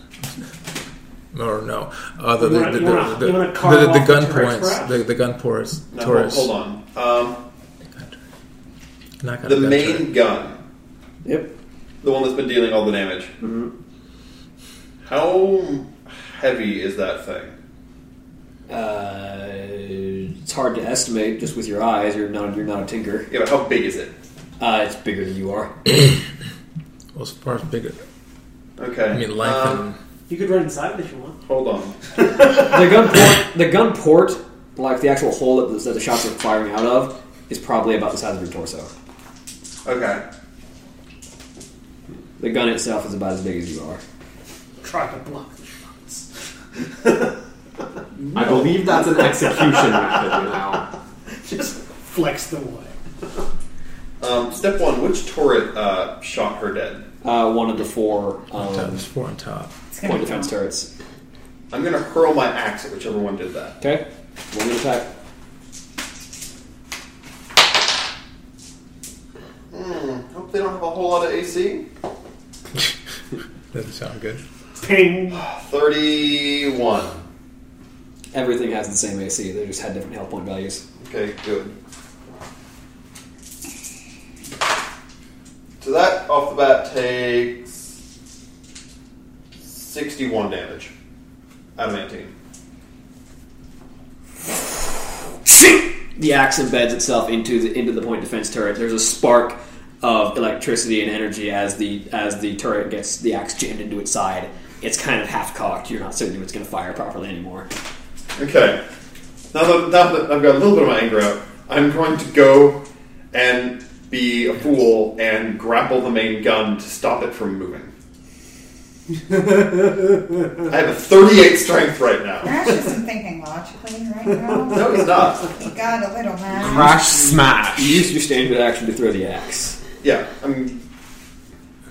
S5: Or no, uh, the,
S2: You
S5: the,
S2: wanna-
S5: the,
S2: you wanna-
S5: the,
S2: you wanna
S5: the-
S2: carve
S5: the- the
S2: off
S5: gun
S2: the turret's
S5: points,
S2: breast?
S5: the, the gun points,
S6: No, hold-
S5: Taurus.
S6: hold on. Um,
S5: Knock out
S6: the
S5: a gun
S6: main
S5: turret.
S6: gun,
S3: Yep.
S6: the one that's been dealing all the damage.
S5: Mm-hmm.
S6: How heavy is that thing?
S3: Uh, it's hard to estimate just with your eyes. You're not you're not a tinker.
S6: Yeah, but how big is it?
S3: Uh, it's bigger than you are.
S5: Well, as far as bigger,
S6: Okay.
S5: I mean, length
S6: Um,
S2: You could run inside it if you want.
S6: hold on.
S3: The gun port, the gun port, like the actual hole that the, that the shots are firing out of, is probably about the size of your torso.
S6: Okay.
S3: The gun itself is about as big as you are.
S2: Try to block the shots.
S7: I believe that's an execution method now.
S2: Just flex the way.
S6: Um, step one. Which turret uh, shot her dead?
S3: Uh, one of the four
S5: and top,
S3: um,
S5: there's four on top.
S9: It's gonna
S3: point
S9: be
S3: defense turrets.
S6: I'm gonna hurl my axe at whichever one did that.
S3: Okay, one minute attack.
S6: Hmm. Hope they don't have a whole lot of AC.
S5: Doesn't sound good.
S2: Ping.
S6: Thirty-one.
S3: Everything has the same AC. They just had different health point values.
S6: Okay, good. So that off the bat takes 61 damage. Adamantine.
S3: The axe embeds itself into the into the point defense turret. There's a spark of electricity and energy as the as the turret gets the axe jammed into its side. It's kind of half cocked. You're not certain if it's going to fire properly anymore.
S6: Okay. Now that, now that I've got a little bit of my anger out, I'm going to go and be a fool and grapple the main gun to stop it from moving. I have a 38 strength right now.
S9: Crash isn't thinking logically right now.
S6: No, he's not.
S9: He got a little mad.
S7: Crash smash.
S3: You use your standard action to throw the axe.
S6: Yeah, I'm.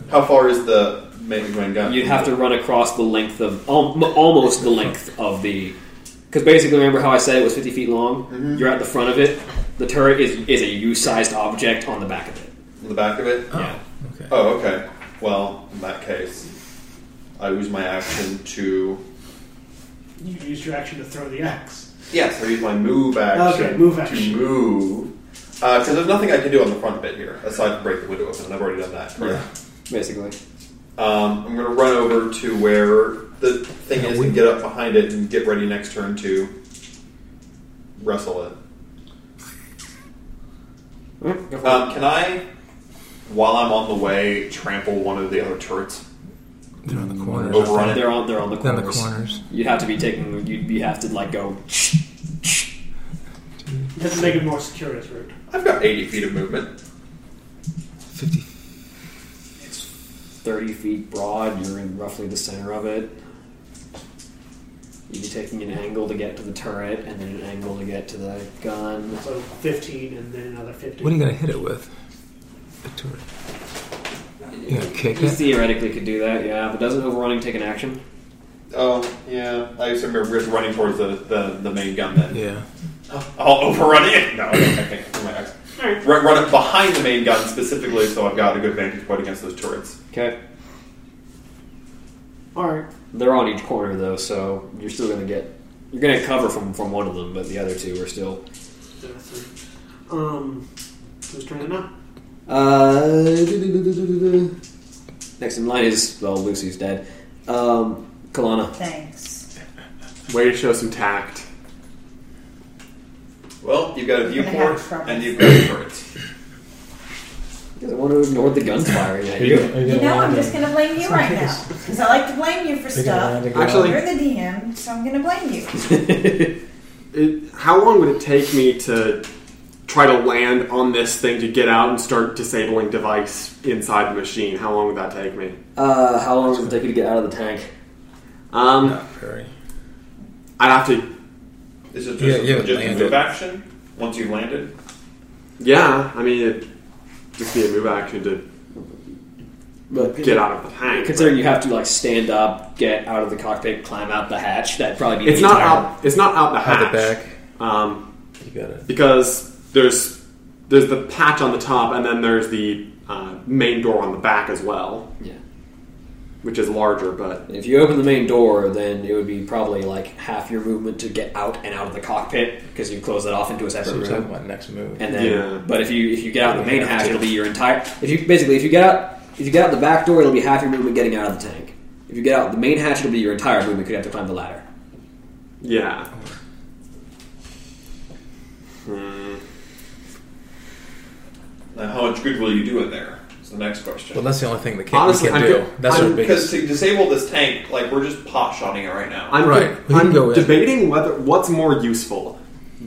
S6: How far is the main, main gun?
S3: You'd have to run across the length of al- almost the length of the. Because basically, remember how I said it was 50 feet long? You're at the front of it. The turret is is a U-sized object on the back of it.
S6: In the back of it?
S3: Yeah.
S5: Okay.
S6: Oh, okay. Well, in that case, I use my action to.
S2: You used your action to throw the axe.
S6: Yes, I use my move action.
S2: Okay, move action.
S6: To move. Because there's nothing I can do on the front bit here, aside from break the window open, and I've already done that. correct?
S3: Basically.
S6: Um, I'm going to run over to where the thing is and get up behind it and get ready next turn to wrestle it.
S3: Alright, go for it.
S6: Um, can I, while I'm on the way, trample one of the other turrets?
S5: They're on the corners.
S6: Overrun it.
S3: They're on. They're on the
S5: They're on
S3: corners.
S5: the corners.
S3: You'd have to be taking. You'd be have to like go.
S2: Doesn't make it more secure as route.
S6: I've got 80 feet of movement.
S5: 50.
S3: thirty feet broad. You're in roughly the center of it. You'd be taking an angle to get to the turret, and then an angle to get to the gun.
S2: So 15 and then another 15.
S5: What are you going to hit it with? The turret. You going to kick
S3: You
S5: it?
S3: theoretically could do that, yeah, but doesn't overrunning take an action?
S6: Oh, yeah. I assume we're just running towards the, the, the main gun then.
S5: Yeah.
S6: I'll overrun it. No, I don't- I can't. do my axe.
S2: Alright.
S6: Run, run it behind the main gun specifically, so I've got a good vantage point against those turrets.
S3: Okay.
S2: Alright.
S3: They're on each corner though, so you're still gonna get. You're gonna cover from from one of them, but the other two are still.
S2: There are three. Um, who's turning it now?
S3: Uh, next in line is well, Lucy's dead. Um, Kalana.
S9: Thanks.
S7: Way to show some tact.
S6: Well, you've got a
S9: You're gonna
S6: viewport
S9: have trouble.
S6: and you've got turrets.
S3: You're the one who ignored the guns firing at you.
S17: You know, I'm just going to blame you right now. Because I like to blame you for stuff.
S7: Actually-
S9: You're the DM, so I'm gonna blame you.
S7: It, how long would it take me to try to land on this thing to get out and start disabling device inside the machine? How long would that take me?
S3: Uh, how long does it take you to get out of the tank?
S7: Um,
S5: Not very.
S7: I'd have to.
S6: This is just,
S5: Yeah, yeah,
S6: just a
S5: land
S6: move
S5: it.
S6: action once you've landed.
S7: Yeah, I mean, it'd just be a move action to
S3: But
S7: get out of the tank.
S3: Considering you have to like stand up, get out of the cockpit, climb out the hatch, that'd probably be
S7: it's
S3: the
S7: not
S3: entire-
S7: out. It's not out the hatch.
S5: Out the back.
S7: Um,
S5: You got it.
S7: because there's there's the patch on the top and then there's the uh, main door on the back as well
S3: Yeah.
S7: which is larger but
S3: If you open the main door, then it would be probably like half your movement to get out and out of the cockpit because you close that off into a
S5: So
S3: separate
S5: you're talking
S3: room.
S5: about next move.
S3: And then,
S7: Yeah.
S3: but if you if you get out the main
S5: Yeah.
S3: hatch, it'll be your entire. If you basically if you get out if you get out the back door, it'll be half your movement getting out of the tank. If you get out the main hatch, it'll be your entire movement because you have to climb the ladder.
S7: yeah Hmm.
S6: Now, uh, how much good will you do in there? Is the next question.
S5: well, that's the only thing that can,
S7: Honestly,
S5: we can
S7: I'm
S5: do.
S7: good-
S5: That's our
S7: I'm-
S6: because to
S5: biggest.
S6: disable this tank, like we're just pot shotting it right now.
S7: I'm,
S5: Right, we can
S7: I'm
S5: go in.
S7: debating whether what's more useful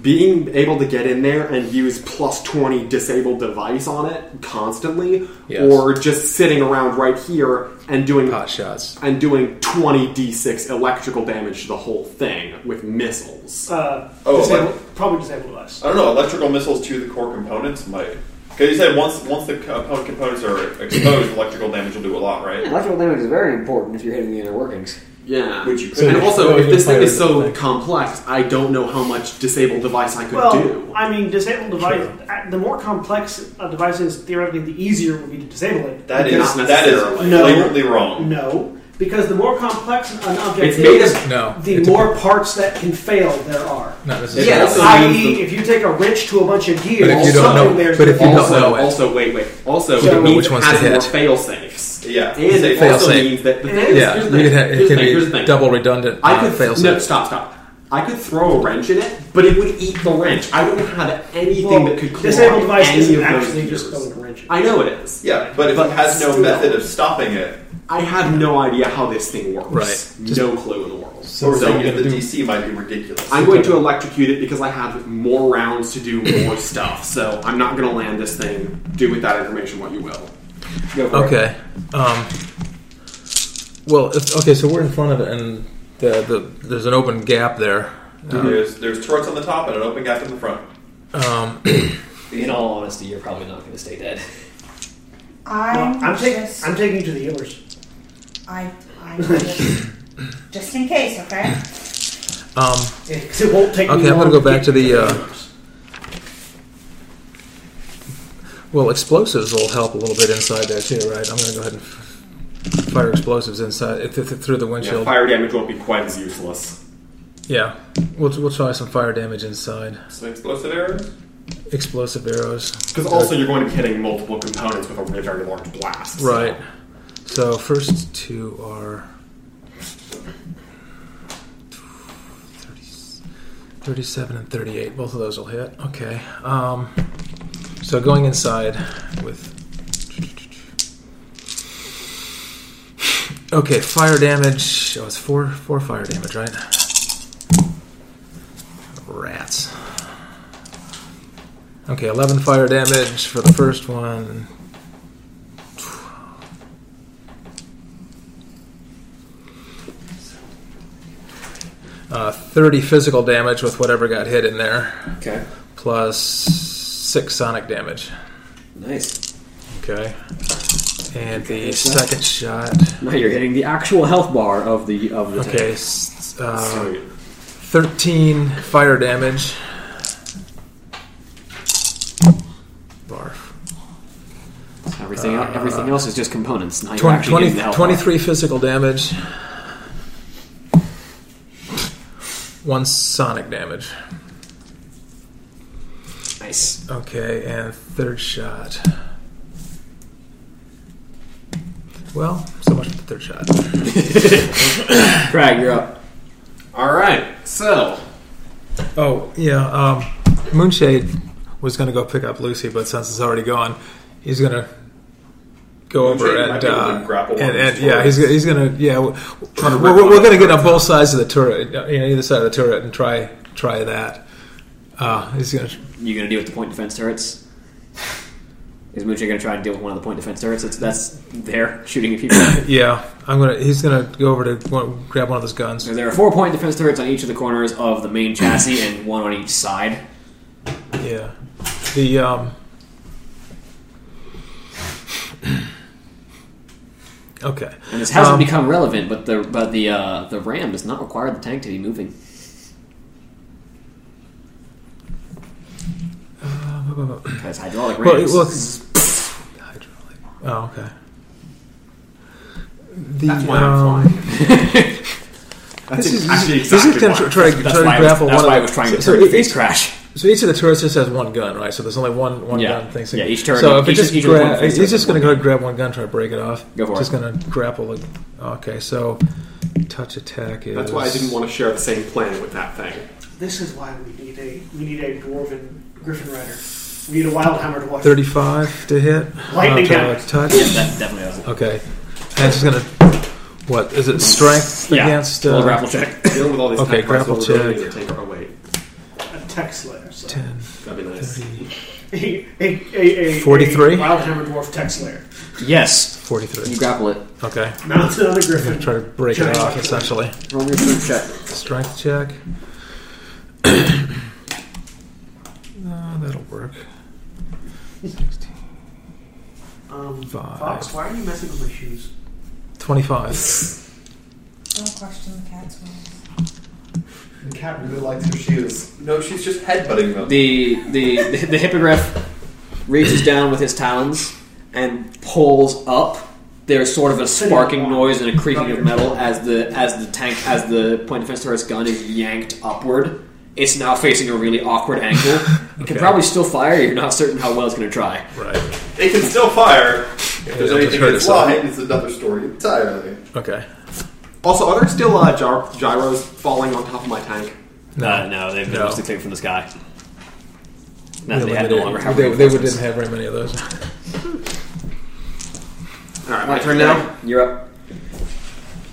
S7: being able to get in there and use plus 20 disabled device on it constantly
S5: Yes.
S7: or just sitting around right here and doing
S5: Pot shots.
S7: and doing 20 d6 electrical damage to the whole thing with missiles
S2: Uh,
S6: Oh,
S2: disabled, probably disabled device.
S6: I don't know. Electrical missiles to the core components might. Because you said once once the co- components are exposed, electrical damage will do a lot, right?
S3: Electrical damage is very important if you're hitting the inner workings.
S7: Yeah.
S6: Which you
S5: So-
S6: could.
S7: and also,
S5: so
S7: if
S5: you
S7: this
S5: fire
S7: thing is
S5: the
S7: so
S5: thing.
S7: complex, I don't know how much disabled device I could
S2: Well,
S7: do.
S2: I mean, disabled device. uh The more complex uh, a device is, theoretically, the easier it would be to disable it.
S6: That
S7: Not
S6: is that is
S7: necessarily.
S2: No.
S6: blatantly wrong.
S2: No, Because the more complex an object
S7: It's made
S2: is,
S7: of- No.
S2: the
S7: It
S2: more parts that can fail there are.
S5: Not necessarily.
S7: Yeah, that's-
S2: i.e., if you take a wrench to a bunch of gears,
S5: But if you don't
S2: something
S5: know-
S2: there's
S5: but if you don't
S7: also,
S5: know it.
S7: also, wait, wait. Also,
S2: You don't
S7: it
S2: know
S7: means
S5: which
S7: it
S5: ones
S7: has
S5: to
S7: more
S5: hit.
S7: fail safes.
S6: Yeah.
S7: And it
S5: Fail
S7: also
S5: safe.
S7: means that the
S2: And
S7: thing is,
S5: yeah,
S7: here's
S5: you
S7: the
S5: could
S7: thing,
S5: have,
S7: here's
S5: it
S7: the thing, here's
S5: could
S7: the
S5: be
S7: thing.
S5: double redundant.
S7: I
S5: uh,
S7: could
S5: fail
S7: no,
S5: safe.
S7: stop, stop. I could throw a wrench in it, but it would eat the wrench. I wouldn't have anything
S2: Well,
S7: that could clog
S2: disabled device
S7: any
S2: isn't
S7: of those
S2: actually just
S7: gears.
S2: going to wrench.
S7: I know it is.
S6: Yeah, but if
S7: But
S6: it has no
S7: still.
S6: method of stopping it,
S7: I have no idea how this thing works.
S5: Right.
S7: no clue in the world.
S5: So-
S6: so,
S5: so you're
S6: the
S5: gonna do-
S6: DC might be ridiculous.
S7: I'm going to electrocute it because I have more rounds to do more stuff. So I'm not going to land this thing. Do with that information what you will.
S18: Go for it.
S5: Okay. Um, well, if, okay. So we're in front of it, and the, the there's an open gap there.
S6: There's there's turrets on the top and an open gap in the front.
S5: Um,
S18: In all honesty, you're probably not going to stay dead.
S9: I'm,
S2: I'm, taking
S9: just,
S2: I'm taking you to the healers.
S9: I, I just, just in case, okay?
S5: um,
S2: Because it won't take me
S5: Okay, I'm gonna
S2: long
S5: go back
S2: get
S5: to the, uh,
S2: healers.
S5: well, explosives will help a little bit inside there too, right? I'm going to go ahead and f- fire explosives inside th- th- through the
S7: Yeah,
S5: windshield.
S7: fire damage won't be quite as useless.
S5: Yeah, we'll we'll try some fire damage inside.
S6: Some explosive arrows.
S5: Explosive arrows.
S7: Because also you're going to be hitting multiple components with a very, very large blast. so-
S5: Right. So first two are 30 37 and 38. Both of those will hit. Okay. Um, so going inside with. Okay, fire damage. Oh, it's four, four fire damage, right? Rats. Okay, 11 fire damage for the first one, 30 Uh, physical damage with whatever got hit in there,
S18: Okay.
S5: plus 6 sonic damage.
S18: Nice.
S5: Okay. And the
S18: Okay, so-
S5: second shot.
S18: Now you're hitting the actual health bar of the of the tank.
S5: Okay. s- Uh, 13 fire damage. Barf.
S18: Everything el- everything else is just components. Now you're
S5: 20,
S18: actually getting the health
S5: 23 physical damage. 1 sonic damage.
S18: bar. Nice.
S5: Okay, and third shot. Well, so much for the third shot.
S18: Crag, you're up.
S7: All right. So
S5: Oh yeah, um, Moonshade was going to go pick up Lucy, but since it's already gone, he's going to go over
S6: Moonshade might
S5: and,
S6: be able to
S5: uh,
S6: grapple
S5: and,
S6: on
S5: and
S6: these
S5: yeah, he's
S6: turrets.
S5: he's going to yeah. We're,
S7: to
S5: we're,
S7: rip one
S5: we're
S7: out
S5: going to get
S7: of
S5: on both sides of the turret, uh, you know, either side of the turret, and try try that. Uh, he's going to
S18: You gonna deal with the point defense turrets? Is Moocher gonna try and deal with one of the point defense turrets? That's that's there shooting at people.
S5: yeah. I'm going to he's going to go over to one, grab one of those guns.
S18: so there are four point defense turrets on each of the corners of the main chassis and one on each side.
S5: Yeah. The um Okay.
S18: And this hasn't
S5: Um,
S18: become relevant, but the but the uh, the ram does not require the tank to be moving. Because hydraulic
S5: Uh, Well,
S18: rams.
S5: it- well, hydraulic. Oh, okay. The,
S7: that's why
S5: um,
S7: I'm flying. That's
S5: This is,
S7: actually
S5: this is
S7: exactly
S5: gonna
S7: why.
S5: try, try,
S18: that's
S5: to
S18: why, I was,
S5: grapple
S18: that's
S5: one
S18: why I
S5: of
S18: was trying to
S5: so,
S18: turn the
S5: so
S18: face
S5: each,
S18: crash.
S5: so each of the turrets just has one gun, right? So there's only one one
S18: Yeah.
S5: gun thing. So,
S18: Yeah, each turret-
S5: So if it
S18: each-
S5: just
S18: each of the
S5: gra-
S18: one face
S5: he's
S18: has
S5: just going to
S18: one
S5: go ahead and grab one gun, try to break it off.
S18: Go for
S5: just
S18: it.
S5: going to grapple. it. Okay, so touch attack is.
S7: That's why I didn't want to share the same plan with that thing.
S2: This is why we need a we need a dwarven griffin rider. We need a wild hammer to watch.
S5: Thirty-five to hit.
S2: Lightning
S5: Uh, to
S2: damage.
S5: Touch.
S18: Yeah, that definitely doesn't.
S5: Okay. And it's gonna. What is it? Strength
S18: Yeah.
S5: against.
S18: Roll a
S5: Uh,
S18: grapple check.
S7: Dealing with all these
S5: Okay,
S7: attack cards,
S5: grapple
S7: we're really
S5: check.
S7: gonna take- Oh wait,
S2: a tech slayer. So.
S5: 10,
S7: that'd be nice.
S5: 30,
S2: A, a, a, a,
S5: 43?
S2: a wild hammer dwarf tech slayer.
S18: Yes, you
S5: 43.
S18: grapple it.
S5: Okay.
S2: Mount another
S5: I'm gonna
S2: griffin.
S5: try to break it off essentially.
S18: Roll your strength check.
S5: Strength check. no, that'll work. 16,
S2: Um,
S5: Five.
S2: Fox, why are you messing with my shoes?
S5: 25.
S9: Don't question the cat's wings.
S8: The cat really likes her shoes.
S6: No, she's just headbutting them.
S18: The the the hippogriff reaches down with his talons and pulls up
S3: there's sort of a sparking noise and a creaking of metal as the as the tank as the point defense turret's gun is yanked upward. It's now facing a really awkward angle. It can probably still fire. You're not certain how well it's going to try.
S5: Right.
S6: It can still fire. If there's
S5: Yeah,
S6: anything
S5: hurt
S6: that's
S5: itself.
S6: live, it's another story entirely.
S5: Okay.
S7: Also, are there still uh, gy- gyros falling on top of my tank?
S5: No.
S3: Uh, no, they've been
S5: No.
S3: mostly cleared from the sky.
S5: Yeah,
S3: Now that
S5: but
S3: they had
S5: they
S3: no longer have
S5: they, they
S3: reinforcements.
S5: didn't have very many of those.
S7: All right, my turn now.
S3: You're up.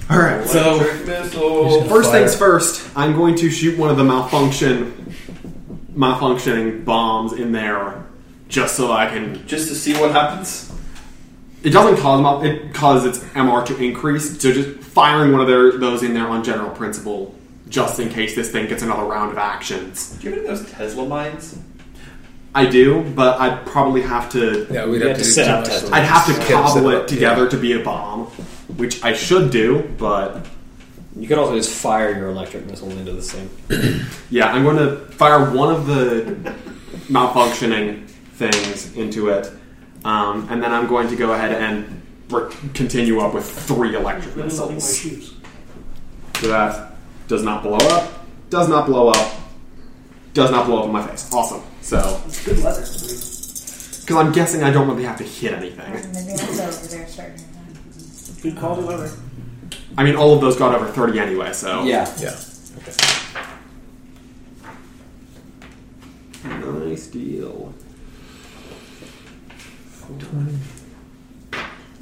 S7: All right, so
S6: Electric missile.
S7: First
S5: Fire.
S7: things first, I'm going to shoot one of the malfunction, malfunctioning bombs in there, just so I can.
S6: Just to see what happens.
S7: It doesn't cause mal- it causes its MR to increase, so just firing one of their those in there on general principle, just in case this thing gets another round of actions.
S6: Do you have any of those Tesla mines?
S7: I do, but I'd probably have to.
S5: Yeah, we'd
S3: You
S5: have
S3: had to
S5: to, do
S3: set
S5: too
S3: up
S5: much
S3: test
S5: to-
S7: I'd have to
S5: Get set
S7: cobble
S5: up,
S7: it together to be a bomb, which I should do, but
S3: You could also just fire your electric missile into this thing.
S7: Yeah, I'm going to fire one of the malfunctioning things into it, um, and then I'm going to go ahead and re- continue up with three electric
S2: Really loving my
S7: missiles.
S2: shoes.
S7: So that does not blow up, does not blow up, does not blow up in my face. Awesome. So,
S2: It's good leather. I mean,
S7: because I'm guessing I don't really have to hit anything.
S9: Maybe that's over there starting.
S2: Good quality leather.
S7: I mean, all of those got over 30 anyway, so.
S3: Yeah.
S5: Yeah.
S7: Nice deal.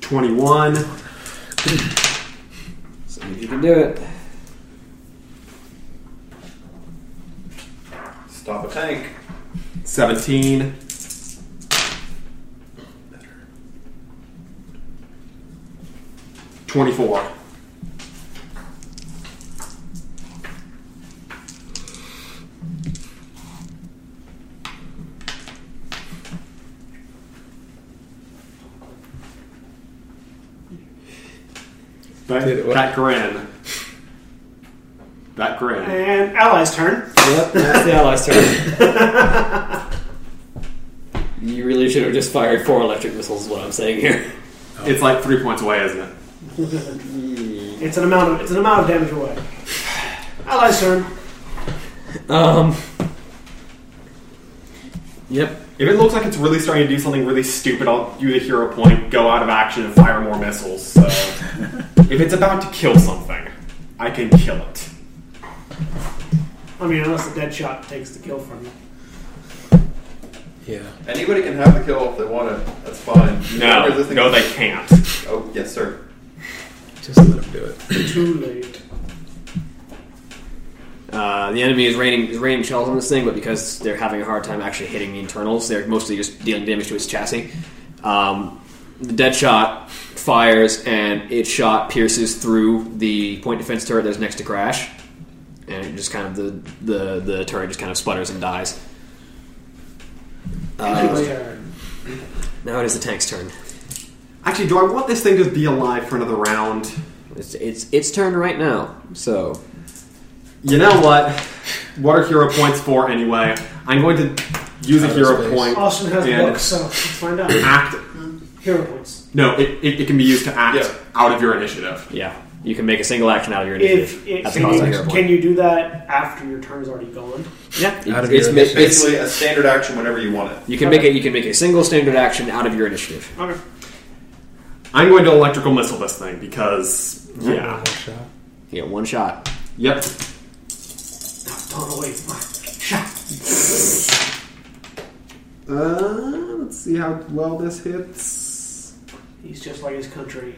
S7: 21.
S3: So if you can do it.
S6: Stop a tank.
S7: 17. Twenty-four.
S5: Did it-
S7: That grin. That grin.
S2: And allies' turn.
S3: Yep, that's the allies' turn. you really should have just fired four electric missiles, is what I'm saying here.
S7: It's like three points away, isn't it?
S2: It's an amount of it's an amount of damage away. Allies' turn.
S3: Um. Yep.
S7: If it looks like it's really starting to do something really stupid, I'll do the hero point, go out of action, and fire more missiles. So, if it's about to kill something, I can kill it.
S2: I mean, unless the dead shot takes the kill from you.
S5: Yeah.
S6: Anybody can have the kill if they want it. That's fine.
S7: No,
S6: Resisting-
S7: no, they can't.
S6: Oh, yes, sir.
S5: Just let them do it.
S2: Too late.
S3: Uh, the enemy is raining is raining shells on this thing, but because they're having a hard time actually hitting the internals, they're mostly just dealing damage to its chassis. Um, the dead shot fires, and its shot pierces through the point defense turret that's next to Crash, and it just kind of the the, the turret just kind of sputters and dies. Uh, now it is the tank's turn.
S7: Actually, do I want this thing to be alive for another round?
S3: It's it's its turn right now. So
S7: You know what? What are hero points for anyway? I'm going to use a
S5: Outer
S7: hero
S5: space.
S7: point.
S2: Austin has
S7: and
S2: the book, so let's find out.
S7: Act.
S2: Hero points.
S7: No, it, it, it can be used to act
S6: Yeah.
S7: out of your initiative.
S3: yeah, you can make a single action out of your initiative.
S2: If, if
S3: That's
S2: can,
S3: a positive hero
S2: you,
S3: point.
S2: can you do that after your turn is already gone?
S3: Yeah,
S5: Out of
S3: it's,
S5: your
S3: ma-
S5: initiative.
S3: it's-
S6: Basically, a standard action whenever you want it.
S3: you can make a you can make a single standard action out of your initiative.
S2: Okay.
S7: I'm going to electrical missile this thing because yeah.
S3: You get one shot.
S7: Yep.
S2: Now, don't wait. My shot.
S7: Uh, let's see how well this hits.
S2: He's just like his country,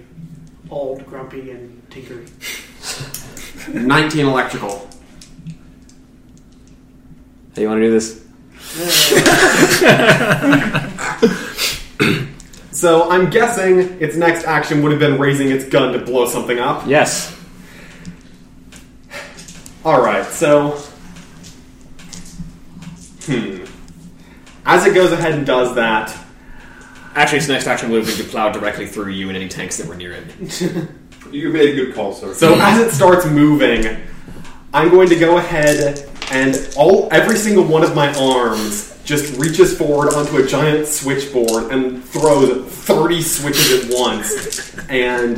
S2: old, grumpy, and tinkery.
S7: 19 electrical.
S3: How you want to do this?
S7: So I'm guessing its next action would have been raising its gun to blow something up.
S3: Yes.
S7: All right, so hmm. As it goes ahead and does that,
S3: Actually, its next action would have been to plow directly through you and any tanks that were near it.
S6: You made a good call, sir.
S7: so as it starts moving, I'm going to go ahead and all every single one of my arms just reaches forward onto a giant switchboard and throws 30 switches at once. And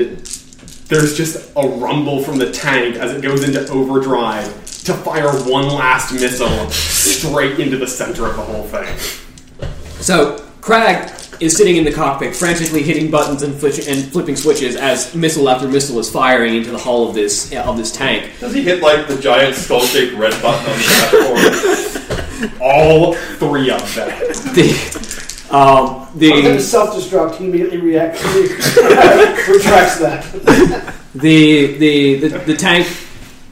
S7: there's just a rumble from the tank as it goes into overdrive to fire one last missile straight into the center of the whole thing.
S3: So Crag is sitting in the cockpit, frantically hitting buttons and, flitch- and flipping switches as missile after missile is firing into the hull of this of this tank.
S6: Does he hit like the giant skull shaped red button on the
S7: All three of them.
S3: The um,
S2: Then
S3: the
S2: self destruct, he immediately reacts, retracts that.
S3: the the, the the tank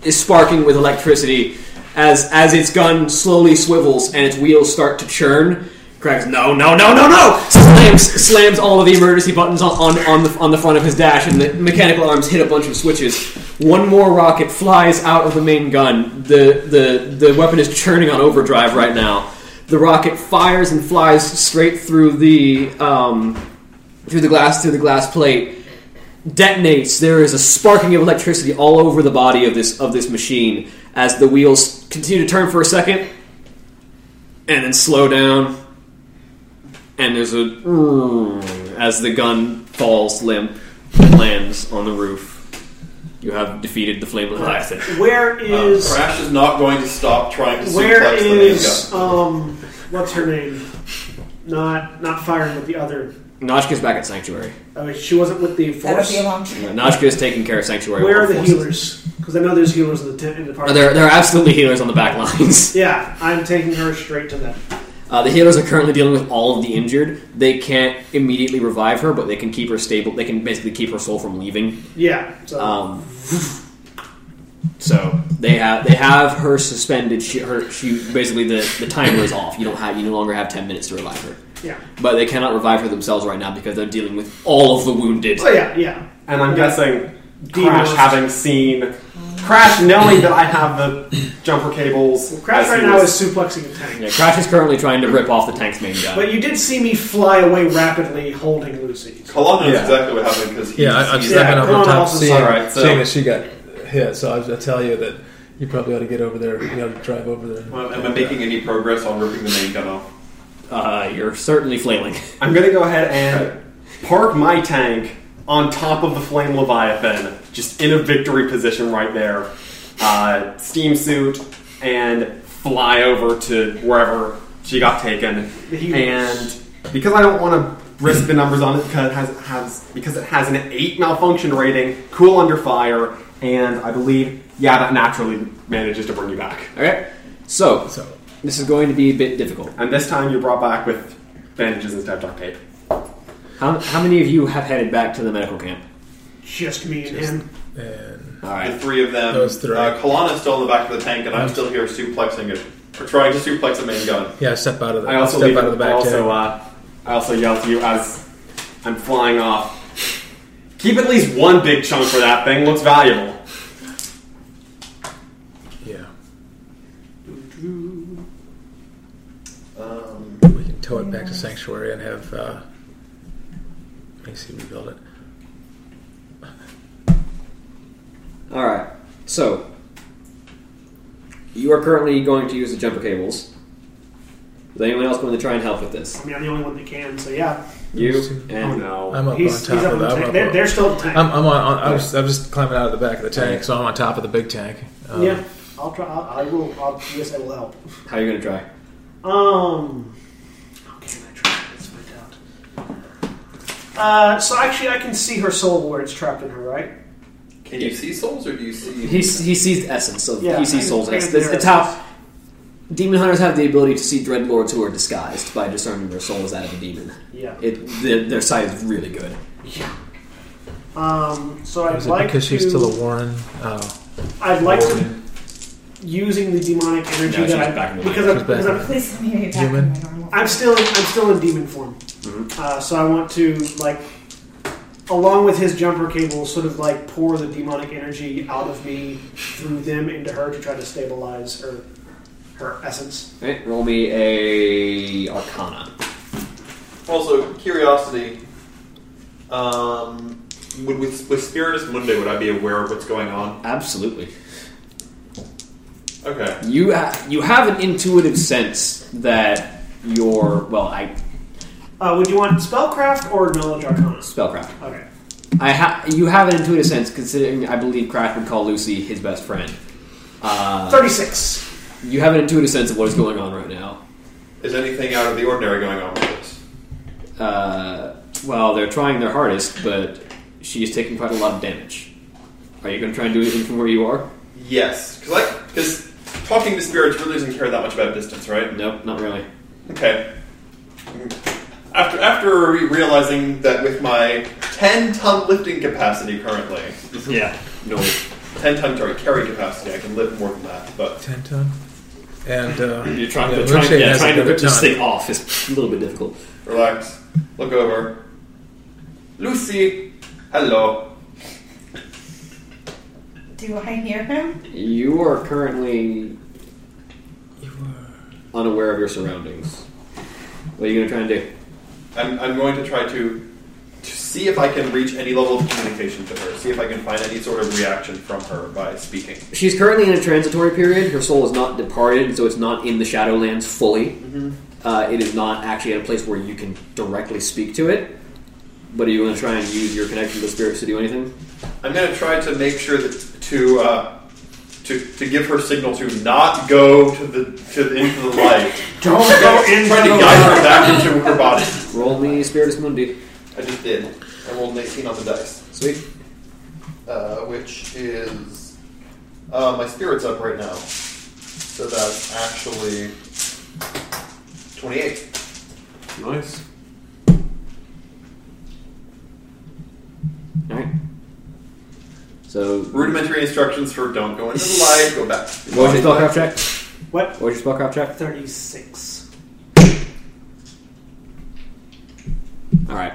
S3: is sparking with electricity as as its gun slowly swivels and its wheels start to churn. Crag's no no no no no slams slams all of the emergency buttons on, on, on the on the front of his dash and the mechanical arms hit a bunch of switches. One more rocket flies out of the main gun. The the the weapon is churning on overdrive right now. The rocket fires and flies straight through the um, through the glass through the glass plate detonates. There is a sparking of electricity all over the body of this of this machine as the wheels continue to turn for a second and then slow down. And there's a as the gun falls limp and lands on the roof. You have defeated the flame leviathan.
S2: Where
S6: platform? Uh,
S2: is.
S6: Crash is not going to stop trying to
S2: Where
S6: suplex the main
S2: is
S6: guy.
S2: um what's her name? Not not firing with the other.
S3: Notchka's back at sanctuary.
S2: I mean, she wasn't with the
S9: That'll
S2: force.
S9: be a long time.
S3: Notchka is taking care of sanctuary.
S2: Where are the
S3: Forces.
S2: healers? Because I know there's healers in the tent in the party.
S3: Uh, There, there are absolutely healers on the back lines.
S2: Yeah, I'm taking her straight to them.
S3: Uh, the healers are currently dealing with all of the injured. They can't immediately revive her, but they can keep her stable. They can basically keep her soul from leaving.
S2: Yeah. So
S3: Um, so they have they have her suspended. She her she basically the, the timer is off. You don't have you no longer have ten minutes to revive her.
S2: yeah.
S3: But they cannot revive her themselves right now because they're dealing with all of the wounded.
S2: So Oh, yeah, yeah.
S7: And I'm guessing Crash
S2: Demos.
S7: having seen Crash knowing that I have the jumper cables.
S2: Crash
S7: as
S2: right
S7: he
S2: now is
S7: was-
S2: suplexing a tank.
S3: Yeah, Crash is currently trying to rip off the tank's main gun.
S2: But you did see me fly away rapidly, holding Lucy.
S6: Colombia knows
S5: Yeah.
S6: exactly what happened because he
S5: Yeah, I, I'm
S6: he's-
S5: stepping
S2: Yeah,
S5: over
S2: Corona
S5: top,
S2: also
S5: seeing,
S7: sucks. Alright, so-
S5: seeing that she got hit. So I was going to tell you that you probably ought to get over there. You ought to drive over there.
S6: Well, am I making any progress on ripping the main gun off?
S3: Uh, you're certainly flailing.
S7: I'm gonna go ahead and park my tank on top of the Flame Leviathan, just in a victory position right there. Uh, steam suit and fly over to wherever she got taken. And because I don't want to risk the numbers on it because it has, has because it has an eight malfunction rating, cool under fire, and I believe yeah that naturally manages to bring you back.
S3: Okay, so
S5: So
S3: this is going to be a bit difficult.
S7: And this time you're brought back with bandages instead of duct tape.
S3: How, how many of you have headed back to the medical camp?
S2: Just me and him.
S5: and
S3: All
S6: The
S3: right.
S6: three of them.
S5: Those three.
S6: Uh, Kalana's still in the back of the tank, and I'm still here suplexing it. Or trying to suplex the main gun.
S5: yeah, I step out of the
S7: I also
S5: step
S7: leave-
S5: out of the
S7: I
S5: back.
S7: also,
S5: tank.
S7: uh, I also yell to you as I'm flying off. Keep at least one big chunk for that thing. Looks valuable.
S5: yeah,
S6: Um,
S5: we can tow it back to sanctuary and have. Uh, let me see, rebuild it.
S3: All right. So you are currently going to use the jumper cables. Is anyone else going to try and help with this?
S2: I mean, I'm the only one that can. So yeah,
S3: You
S7: Oh
S3: and
S7: no!
S5: I'm up
S2: he's,
S5: on
S2: he's up
S5: top of
S2: in the
S5: that.
S2: tank. They're, they're still in the tank.
S5: I'm, I'm on. on I was, I'm just climbing out of the back of the tank, so I'm on top of the big tank. Um,
S2: yeah, I'll try. I'll, I will. I'll, yes, I will help.
S3: how are you going to try?
S2: Um. How can I try? Let's find out. Uh, so actually, I can see her soul where it's trapped in her, right?
S6: can you see souls, or do you see?
S3: He, he sees the essence of
S2: Yeah,
S3: he sees
S2: I-
S3: souls.
S2: I-
S3: It's, it's how demon hunters have the ability to see dreadlords who are disguised by discerning their soul as that of a demon.
S2: Yeah.
S3: It their, their sight is really good.
S2: Um. So I'd
S5: Is it
S2: like
S5: because
S2: to.
S5: she's still a Warren? Oh,
S2: I'd like to using the demonic energy
S3: No, she's
S2: that
S3: back in
S2: I
S3: the
S2: because
S3: line.
S2: I'm,
S5: She's back
S2: because
S5: in
S2: I'm,
S9: Please let me get back
S5: Human.
S9: in my normal.
S2: I'm still I'm still in demon form.
S3: Mm-hmm.
S2: Uh, so I want to like, along with his jumper cable, sort of like pour the demonic energy out of me through them into her to try to stabilize her her essence.
S3: All right, roll me a arcana.
S6: Also, curiosity. Um, would with, with Spiritus Monday, would I be aware of what's going on?
S3: Absolutely.
S6: Okay.
S3: You ha- you have an intuitive sense that your well, I
S2: Uh, would you want spellcraft or knowledge arcana?
S3: spellcraft.
S2: Okay.
S3: I ha- you have an intuitive sense, considering I believe Kraft would call Lucy his best friend. Uh,
S2: 36.
S3: you have an intuitive sense of what is going on right now.
S6: Is anything out of the ordinary going on with this?
S3: Uh, well, they're trying their hardest, but she is taking quite a lot of damage. Are you going to try and do anything from where you are?
S6: Yes, because talking to spirits really doesn't care that much about distance, right?
S3: Nope, not really.
S6: Okay. After after re- realizing that with my ten ton lifting capacity currently,
S3: Yeah. No.
S6: ten ton sorry carry capacity, I can lift more than that. But
S5: Ten ton. And uh,
S3: You're trying,
S5: yeah,
S3: to trying,
S5: Rimshade
S3: yeah,
S5: has
S3: trying to
S5: another
S3: rip this
S5: ton.
S3: thing off is a little bit difficult.
S6: relax, look over. Lucy, hello.
S9: Do I hear him?
S3: You are currently unaware of your surroundings. What are you going to try and do?
S6: I'm I'm going to try to. To see if I can reach any level of communication to her, see if I can find any sort of reaction from her by speaking.
S3: She's currently in a transitory period. Her soul is not departed, so it's not in the Shadowlands fully. Uh, it is not actually at a place where you can directly speak to it. But are you going to try and use your connection to the spirits to do anything?
S6: I'm going to try to make sure that to uh, to to give her signal to not go to the to the, into the light.
S2: Don't
S6: Trying to guide her back into her body.
S3: Roll me Spiritus Mundi.
S6: I just did. I rolled an 18 on the dice,
S3: Sweet.
S6: uh, which is uh, my spirit's up right now, so that's actually 28.
S7: Nice.
S3: Alright. So,
S6: Rudimentary instructions for don't go into the light. Go back.
S3: what was your spellcraft check?
S2: What?
S3: What was your spellcraft check?
S2: 36.
S3: All right.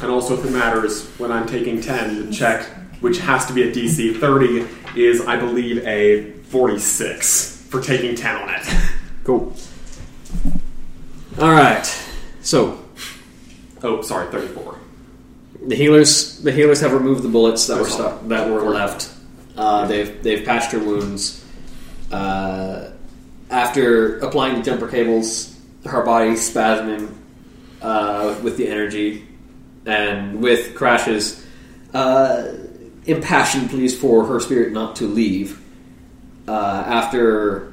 S7: And also, if it matters, when I'm taking 10, the check, which has to be a DC 30, is, I believe, a 46 for taking 10 on it.
S3: Cool. All right. So
S7: Oh, sorry, 34.
S3: the healers, the healers have removed the bullets that were
S7: That's
S3: stuck, that were left. Uh, they've they've patched her wounds. Uh, after applying the jumper cables, her body spasming uh, with the energy and with crashes. Uh, impassioned pleas for her spirit not to leave. Uh, after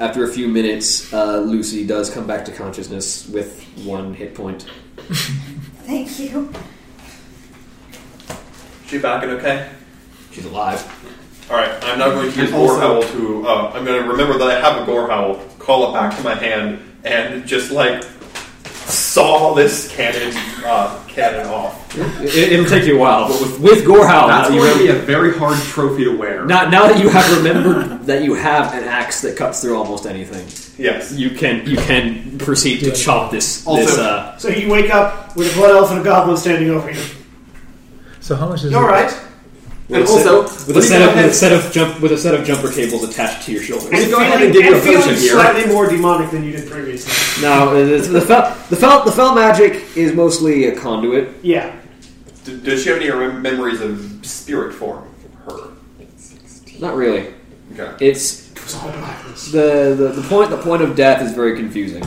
S3: after a few minutes, uh, Lucy does come back to consciousness with one hit point.
S9: Thank you.
S6: She back and okay.
S3: She's alive.
S6: All right, I'm now going to use Gore
S7: Also-
S6: Howl to. Uh, I'm going to remember that I have a Gore Howl, call it back to my hand, and just like saw this cannon uh, cannon off.
S3: It, will take you a while, but with, with Gorehound,
S7: That's
S3: now, you
S7: going to
S3: rem-
S7: be a very hard trophy to wear.
S3: now, now that you have remembered that you have an axe that cuts through almost anything,
S6: Yes.
S3: you can you can proceed to chop this.
S7: Also-
S3: this uh,
S2: So you wake up with a blood elf and a goblin standing over you.
S5: So how much is
S2: You all
S5: it?
S2: right?
S7: and also,
S3: with a
S7: let me
S3: set
S7: go
S3: of with
S7: ahead-
S3: a set of jump with a set of jumper cables attached to your shoulders.
S7: Let me go
S2: feeling,
S7: ahead and give you a
S2: feeling
S7: potion here.
S2: slightly more demonic than you did previously.
S3: Now it's- the fel, the fel, the fel magic is mostly a conduit.
S2: Yeah.
S6: D- does she have any rem- memories of spirit form? Her.
S3: Not really.
S6: Okay.
S3: It's
S2: It was all darkness.
S3: the, the the point the point of death is very confusing.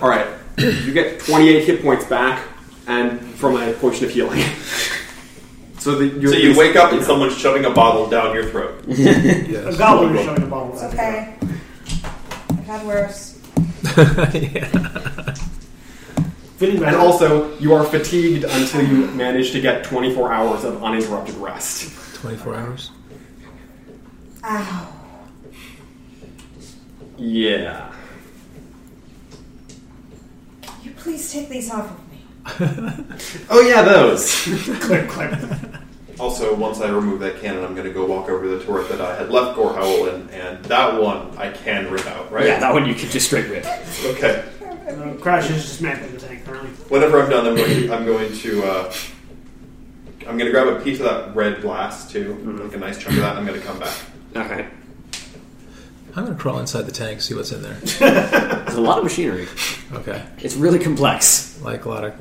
S7: All right, you get 28 hit points back, and from a potion of healing. so that you're
S6: So you wake up and someone's shoving a bottle down your throat.
S2: A goblin is showing a bottle.
S9: It's okay. I've had worse.
S2: Feeling
S7: And
S2: better.
S7: also, you are fatigued until you manage to get 24 hours of uninterrupted rest.
S5: Twenty-four hours.
S9: Ow.
S7: Yeah.
S9: Can you please take these off of me?
S7: Oh yeah, those.
S2: click, Uh, click.
S6: Also, once I remove that cannon, I'm going to go walk over the turret that I had left Gore Howl in, and that one I can rip out, right?
S3: Yeah, that one you can just straight rip.
S6: Okay.
S2: Uh, Crash is just mad at the tank currently.
S6: Whenever I'm done, I'm going to. I'm going to. Uh, I'm going to grab a piece of that red glass too, like a nice chunk of that. and I'm going to come back.
S3: Okay,
S5: I'm gonna crawl inside the tank, see what's in there.
S3: there's a lot of machinery.
S5: Okay,
S3: It's really complex.
S5: like a lot of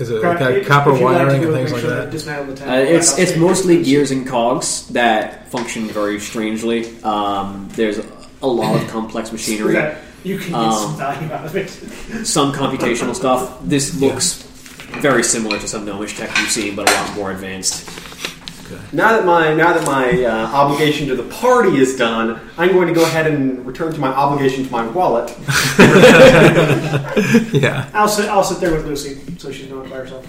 S5: is it
S2: Crash,
S5: like
S2: if-
S5: copper
S2: if you'd like to
S5: wiring
S2: do
S5: and
S2: it,
S5: things
S2: make
S5: like
S2: sure
S5: that?
S2: dismantle the tank.
S3: Uh, it's
S2: Right
S3: it's
S2: off.
S3: mostly gears and cogs that function very strangely. Um, there's a lot of complex machinery.
S2: Okay.
S19: You can get some
S3: Um,
S19: value out of it.
S3: some computational stuff. This looks very similar to some gnomish tech you've seen, but a lot more advanced.
S7: Now that my now that my uh, obligation to the party is done, I'm going to go ahead and return to my obligation to my wallet.
S5: yeah.
S2: I'll sit, I'll sit there with Lucy so she's not by herself.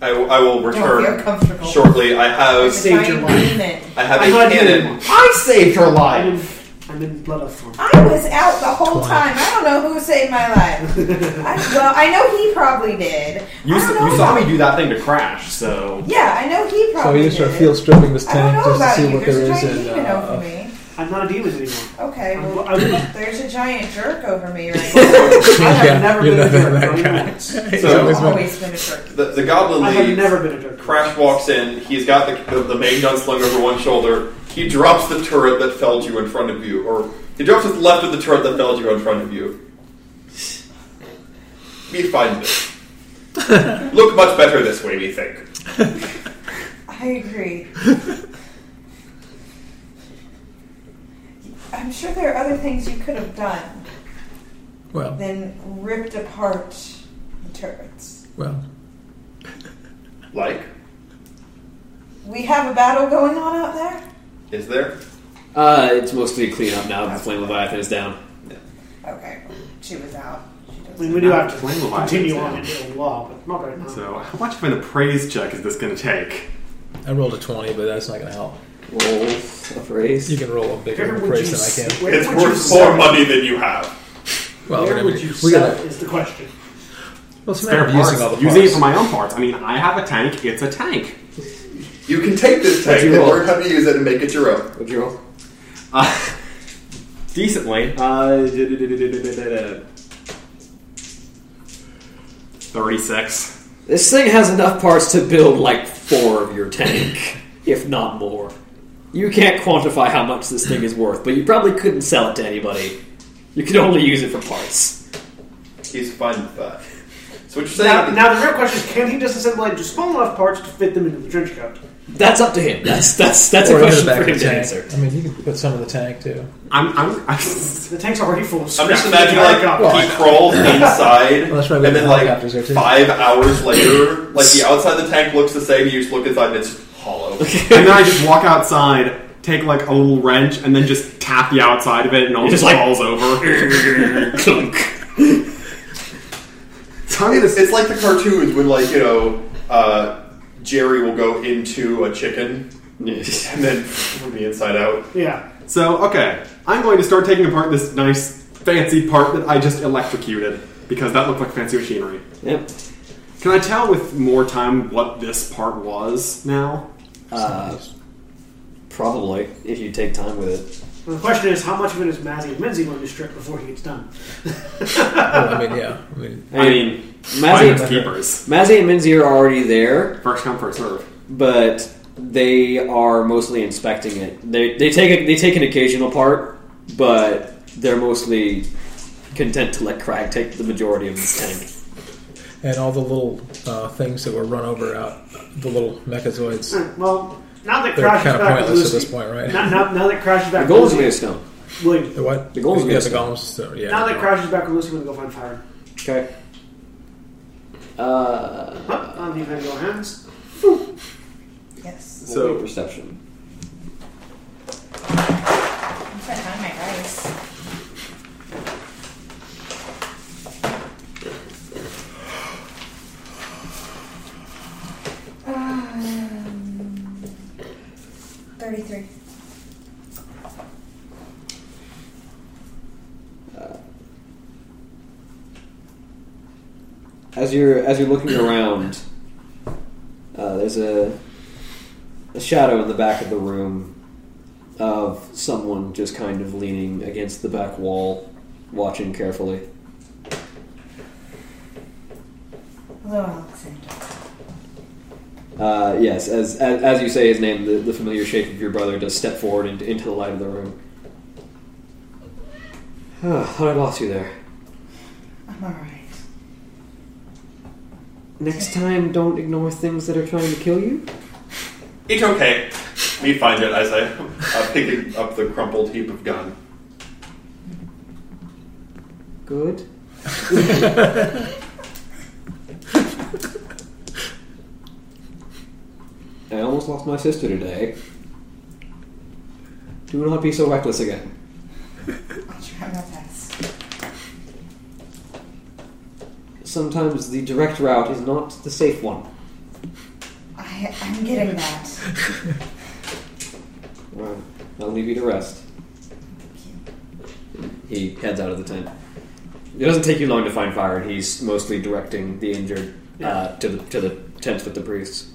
S6: I, will- I will
S9: Don't feel
S6: return
S9: comfortable.
S6: shortly. I have
S2: Saved your life.
S9: Demon.
S6: I have
S2: I'm
S6: a
S2: not doing
S6: cannon.
S2: it.
S7: I saved her
S2: I'm
S7: life.
S2: in, I'm in blood up form.
S9: I was out the whole time. I don't know who saved my life. I, well, I know he probably did.
S7: You,
S9: I
S7: s-
S9: don't know
S7: you saw
S9: about-
S7: me do that thing to crash, so
S9: Yeah, I know he
S5: So
S9: probably
S5: you
S9: did.
S5: just start field stripping this
S9: I don't
S5: tank
S9: know
S5: just to
S9: about
S5: see
S9: you.
S5: what
S9: There's
S5: there
S9: a
S5: is
S9: giant
S5: in.
S9: demon
S5: Uh,
S9: over me.
S2: I'm not a demon anymore.
S9: Okay,
S2: I'm,
S9: well,
S2: I'm,
S9: there's a giant jerk over me right now.
S2: I have
S5: Yeah,
S2: never
S5: you're
S2: been a
S5: not
S2: jerk.
S5: that
S2: not
S5: guy.
S2: even once.
S5: So
S9: I've
S5: it's not-
S9: always been a jerk.
S6: The, the goblin
S2: I
S6: leaves.
S2: have never been a jerk.
S6: Crash walks in. He's got the, the, the main gun slung over one shoulder. He drops the turret that felled you in front of you, or he drops his left of the turret that felled you in front of you. We find it. Look much better this way, we think.
S9: I agree. I'm sure there are other things you could have done
S5: well,
S9: than ripped apart the turrets.
S5: well.
S6: Like,
S9: We have a battle going on out there?
S6: is there?
S3: Uh, it's mostly clean up now. that The flame leviathan is down.
S9: Okay, she was out. She doesn't-
S2: I mean, we do have to
S7: Flame of Life
S2: continue
S7: is
S2: on
S7: down.
S2: into the law, but not right now.
S7: so how much of an appraise check is this going to take?
S5: I rolled a 20, but that's not going to help.
S3: Roll
S5: You
S3: appraise.
S5: can roll a bigger
S2: Where would
S5: price
S2: you
S5: than I
S2: s-
S5: can.
S2: where
S6: It's
S2: would you
S6: worth
S2: sell
S6: more
S2: it?
S6: money than you have.
S5: Well,
S2: Where
S5: we're
S2: would
S5: gonna-
S2: you
S5: we
S2: sell
S5: got
S2: it is the question.
S5: What's the
S7: Spare
S5: matter with using
S7: parts.
S5: all the
S7: using it
S5: parts?
S7: for my own parts. I mean, I have a tank. It's a tank.
S6: You can take this tank
S3: you
S6: and
S3: roll?
S6: learn how to use it and make it your own.
S3: What'd you roll?
S7: Uh, decently. Uh, Thirty-six.
S3: This thing has enough parts to build like four of your tank, if not more. You can't quantify how much this thing is worth, but you probably couldn't sell it to anybody. You could only use it for parts.
S6: He's fine with that. So what you're
S2: Now,
S6: saying?
S2: now the real question is, can he disassemble it into small enough parts to fit them into the trench coat?
S3: That's up to him. That's that's that's a
S5: Or in the
S3: question
S5: back
S3: for
S5: of the
S3: him to
S5: tank.
S3: answer.
S5: I mean, you can put some in the tank too.
S7: I'm. I'm. I'm
S2: The tank's already full of
S6: I'm
S2: scrap.
S6: just imagining
S2: Entire
S6: like
S2: cup.
S6: he
S5: Well,
S6: crawls inside,
S5: Well, that's why we
S6: and
S5: have
S6: then like
S5: helicopters there, too.
S6: five hours later, like the outside of the tank looks the same. You just look inside, and it's hollow.
S7: and then I just walk outside, take like a little wrench, and then just tap the outside of it, and all
S3: You're
S7: just
S3: just like-
S7: falls over.
S3: Clunk.
S7: so I'm
S6: It's,
S7: gonna,
S6: it's like the cartoons when like you know uh, Jerry will go into a chicken and then from the inside out.
S2: yeah.
S7: so okay, I'm going to start taking apart this nice fancy part that I just electrocuted because that looked like fancy machinery.
S3: Yep.
S7: Can I tell with more time what this part was now?
S3: Uh, probably, if you take time with it.
S2: Well, the question is, how much of it is Mazzy and Menzie going to strip before he gets done?
S5: Well, I mean, yeah. I mean,
S3: I mean,
S7: Finders
S3: Mazzy,
S7: keepers.
S3: Mazzy and Minzy are already there,
S7: First come, first serve.
S3: but they are mostly inspecting it. They, they take a, they take an occasional part, but they're mostly content to let Crag take the majority of this tank.
S5: and all the little uh, things that were run over out, the little mechazoids,
S2: Hmm, well, now that
S5: they're
S2: Crash is
S5: kind of
S2: back with
S5: pointless at
S2: Lucy,
S5: this point, right?
S2: now, now, now that Crash is
S3: The
S2: back
S3: goal
S2: with
S3: is made
S2: Lucy,
S3: of stone.
S2: William,
S5: the what?
S3: The golems
S5: yeah,
S3: are
S5: the
S3: good
S5: golems. So, yeah.
S2: now
S5: the
S2: that Crash is back with Lucy, we're going to go find Fire.
S3: Okay. Uh,
S2: Huh? I don't need Van Gogh hands.
S9: Yes.
S7: So-
S3: so perception.
S9: I'm trying to find my rice. Um, 33.
S3: As you're as you're looking around, uh, there's a a shadow in the back of the room of someone just kind of leaning against the back wall, watching carefully.
S9: Hello, Alexander.
S3: Uh, yes, as, as as you say his name, the, the familiar shape of your brother does step forward into, into the light of the room. Huh, thought I lost you there.
S9: I'm alright.
S3: Next time, don't ignore things that are trying to kill you.
S6: It's okay. We find it as I uh, picking up the crumpled heap of gun.
S20: Good.
S3: I almost lost my sister today. Do not be so reckless again.
S9: I'll try my best.
S3: Sometimes the direct route is not the safe one.
S9: I, I'm getting that.
S3: All right, I'll leave you to rest. He heads out of the tent. It doesn't take you long to find fire, and he's mostly directing the injured uh, to the to the tents with the priests.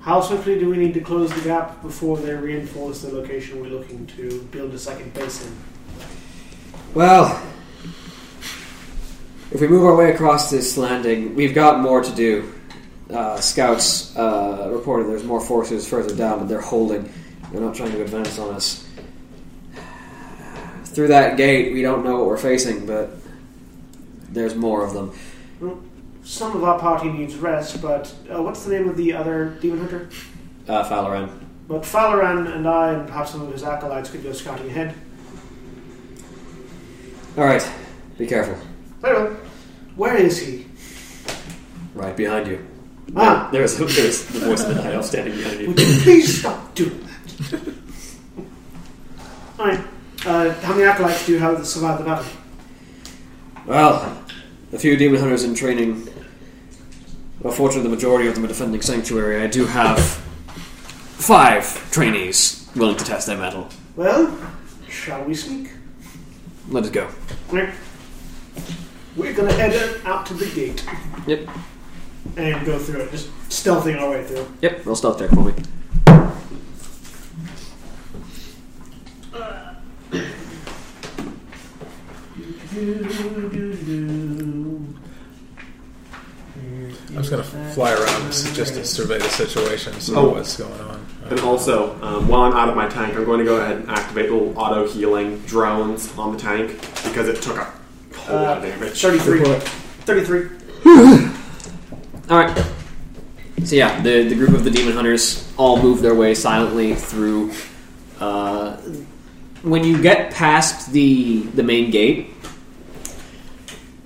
S2: How swiftly do we need to close the gap before they reinforce the location we're looking to build a second base in?
S3: Well, if we move our way across this landing, we've got more to do. Uh, scouts uh, reported there's more forces further down, but they're holding. They're not trying to advance on us. Through that gate, we don't know what we're facing, but there's more of them.
S2: Some of our party needs rest, but uh, what's the name of the other demon hunter?
S3: Uh, Falaran.
S2: But Falaran and I, and perhaps some of his acolytes, could go scouting ahead.
S3: All right, be careful.
S2: Cyril, where is he?
S3: Right behind you.
S2: Ah,
S3: There's, there's the voice of the night elf standing behind you.
S2: would you please stop doing that? Alright, uh, how many acolytes do you have that survived the battle?
S3: Well, a few demon hunters in training. Well, fortunately, the majority of them are defending sanctuary. I do have five trainees willing to test their mettle.
S2: Well, shall we sneak?
S3: Let it go.
S2: Alright. We're gonna head out to the gate
S3: Yep.
S2: and go through it, just stealthing our way through.
S3: Yep. Roll stealth check for me.
S5: I'm just gonna fly around s- just to survey the situation, see
S7: Oh.
S5: what's going on.
S7: And also, um, while I'm out of my tank, I'm going to go ahead and activate little auto healing drones on the tank because it took a whole lot of damage.
S2: 33. 33.
S3: All right. So yeah, the, the group of the demon hunters all move their way silently through. Uh, when you get past the the main gate,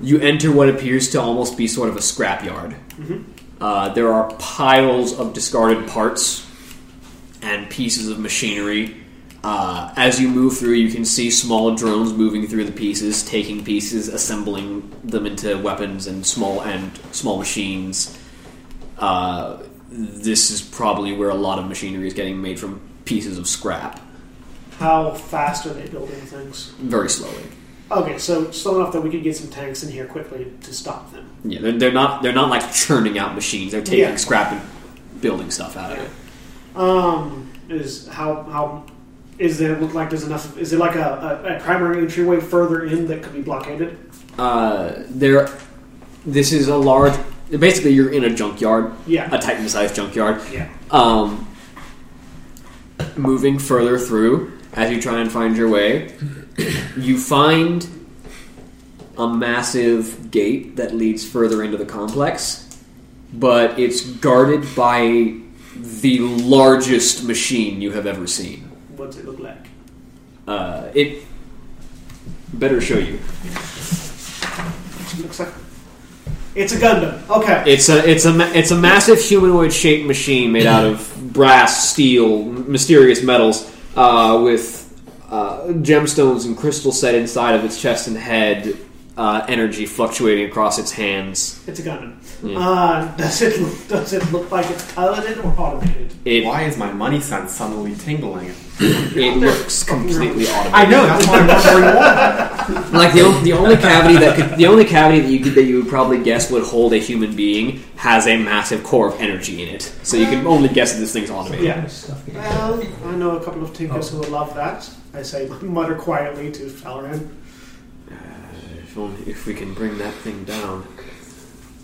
S3: you enter what appears to almost be sort of a scrapyard. Uh, there are piles of discarded parts and pieces of machinery. Uh, as you move through, you can see small drones moving through the pieces, taking pieces, assembling them into weapons and small and small machines. Uh, this is probably where a lot of machinery is getting made from pieces of scrap,
S2: How fast are they building things?
S3: very slowly.
S2: Okay, so slow enough that we could get some tanks in here quickly to stop them.
S3: Yeah, they're, they're not they're not like churning out machines. They're taking
S2: Yeah.
S3: scrap and building stuff out of it.
S2: Um, is how how is there look like there's enough? Is there like a, a, a primary entryway further in that could be blockaded?
S3: Uh, there, this is a large. Basically, you're in a junkyard,
S2: Yeah.
S3: a Titan-sized junkyard.
S2: Yeah.
S3: Um, moving further through, as you try and find your way, you find a massive gate that leads further into the complex, but it's guarded by the largest machine you have ever seen.
S2: What's it look like?
S3: Uh, it better show you.
S2: It looks like it's a Gundam. Okay.
S3: It's a it's a ma- it's a massive humanoid shaped machine made out of brass, steel, m- mysterious metals, uh, with uh, gemstones and crystals set inside of its chest and head. Uh, energy fluctuating across its hands.
S2: It's a Gundam.
S3: Yeah.
S2: Uh, does it look, does it look like it's piloted or automated?
S3: It
S7: Why is my money sense suddenly tingling?
S3: it looks completely automated.
S7: I know that's why I'm wondering why.
S3: Like the, on- the only cavity that could, the only cavity that you could, that you would probably guess would hold a human being has a massive core of energy in it. So you can only guess that this thing's automated.
S2: Yeah. Well, I know a couple of tinkers who will love that. I say mutter quietly to Falran.
S3: If, only, if we can bring that thing down,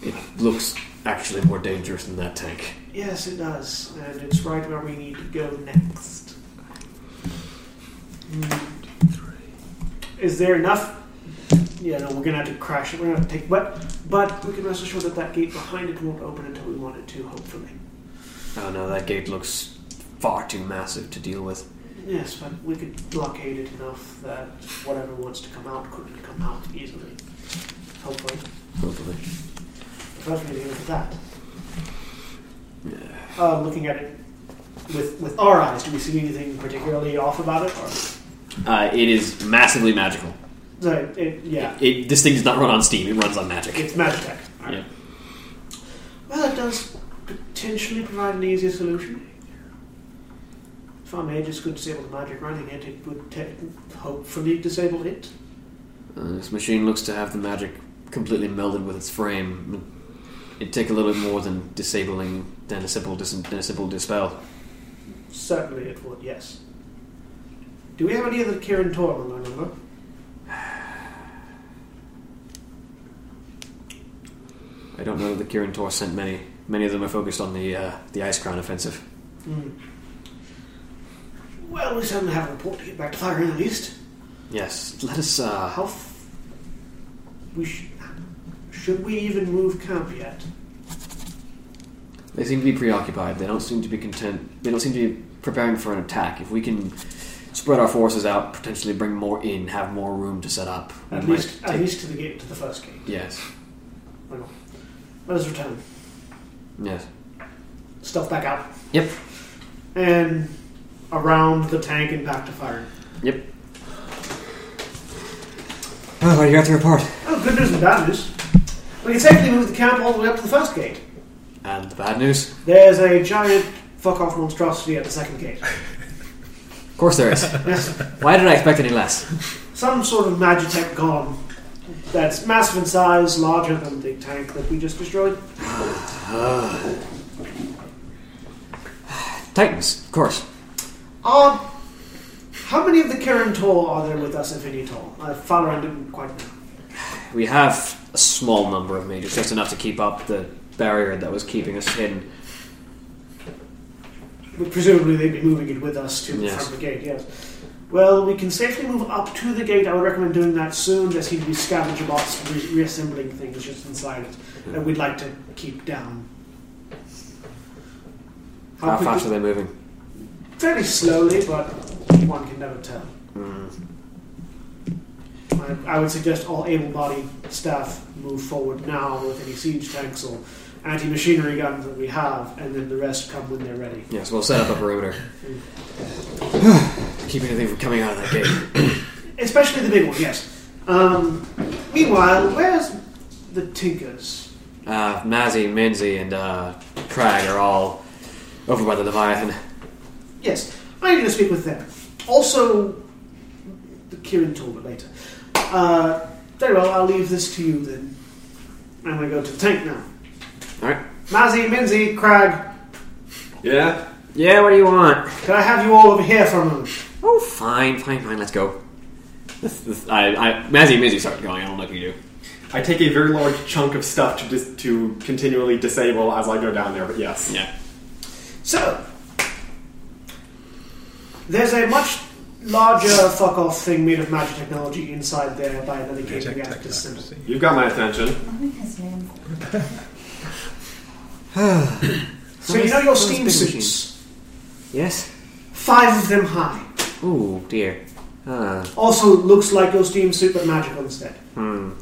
S3: it looks actually more dangerous than that tank.
S2: Yes, it does, and it's right where we need to go next. Hmm. Is there enough? Yeah, no, we're gonna have to crash it. We're gonna have to take, but but we can rest assured that that gate behind it won't open until we want it to. Hopefully,
S3: Oh no, that gate looks far too massive to deal with.
S2: yes, but we could blockade it enough that whatever wants to come out couldn't come out easily. hopefully.
S3: Hopefully.
S2: Without me to with that. Uh, looking at it with with our eyes, do we see anything particularly off about it? Or,
S3: Uh, it is massively magical.
S2: no, it, yeah,
S3: It, this thing does not run on steam; it runs on magic.
S2: it's Magitech.
S3: Yeah.
S2: Well, it does potentially provide an easier solution. If I may just could disable the magic running it, it would te- hopefully disable it.
S3: Uh, this machine looks to have the magic completely melded with its frame. It'd take a little bit more than disabling than a simple dis- than a simple dispel.
S2: Certainly it would, yes. Do we have any other Kieran Tor on our number?
S3: I don't know that the Kirin Tor sent many. Many of them are focused on the uh, the Ice Crown offensive.
S2: Well, we certainly have a report to get back to firing at least.
S3: Yes, let us. Uh,
S2: How f- we sh- should we even move camp yet?
S3: they seem to be preoccupied. They don't seem to be content. They don't seem to be preparing for an attack. If we can spread our forces out, potentially bring more in, have more room to set up. we
S2: At
S3: might
S2: least, at
S3: take-
S2: least to the gate, to the first gate.
S3: Yes.
S2: Well, Let us return.
S3: Yes.
S2: Stuff back out
S3: Yep.
S2: and around the tank and back to firing.
S3: Yep. Oh, what do you got to report?
S2: Oh, good news and bad news. We can safely move the camp all the way up to the first gate.
S3: And the bad news?
S2: There's a giant fuck off monstrosity at the second gate.
S3: Of course there is. Why did I expect any less?
S2: Some sort of magitech golem that's massive in size, larger than the tank that we just destroyed.
S3: Titans, of course.
S2: Are Um, how many of the Kirin Tor are there with us, if any at all? Uh, Falaran didn't quite know.
S3: We have a small number of mages, just enough to keep up the barrier that was keeping us hidden.
S2: But presumably they'd be moving it with us to the
S3: Yes.
S2: front of the gate, yes. Well, we can safely move up to the gate. I would recommend doing that soon. There seem to be scavenger bots re- reassembling things just inside it that we'd like to keep down.
S3: How
S2: quickly-
S3: fast are they moving?
S2: Fairly slowly, but one can never tell. I, I would suggest all able-bodied staff move forward now with any siege tanks or anti-machinery guns that we have, and then the rest come when they're ready.
S3: Yes, we'll set up a perimeter. Keep anything from coming out of that gate.
S2: Especially the big one, yes. Um, meanwhile, where's the Tinkers?
S3: Uh, Mazzy, Minzy, and uh, Crag are all over by the Leviathan.
S2: Yes, I need to speak with them. Also, the Kirin Talbot later. Uh, very well, I'll leave this to you then. I'm going to go to the tank now.
S3: Alright.
S2: Mazzy, Minzy, Crag,
S21: Yeah.
S3: Yeah, what do you want?
S2: can I have you all over here for a moment?
S3: Oh, fine, fine, fine, let's go. This, this, I, I, Mazzy and Minzy start going, I don't know if you do.
S7: I take a very large chunk of stuff to dis- to continually disable as I go down there. But yes,
S3: Yeah.
S2: So, there's a much larger fuck off thing made of magic technology inside there by another game
S5: Check- check
S2: reactor
S5: it out.
S2: system.
S7: you've got my attention.
S2: So, you know your
S3: Those
S2: steam
S3: big
S2: suits?
S3: Yes?
S2: Five of them high.
S3: Oh, dear. Ah.
S2: Also looks like your steam suit but magical instead.
S3: That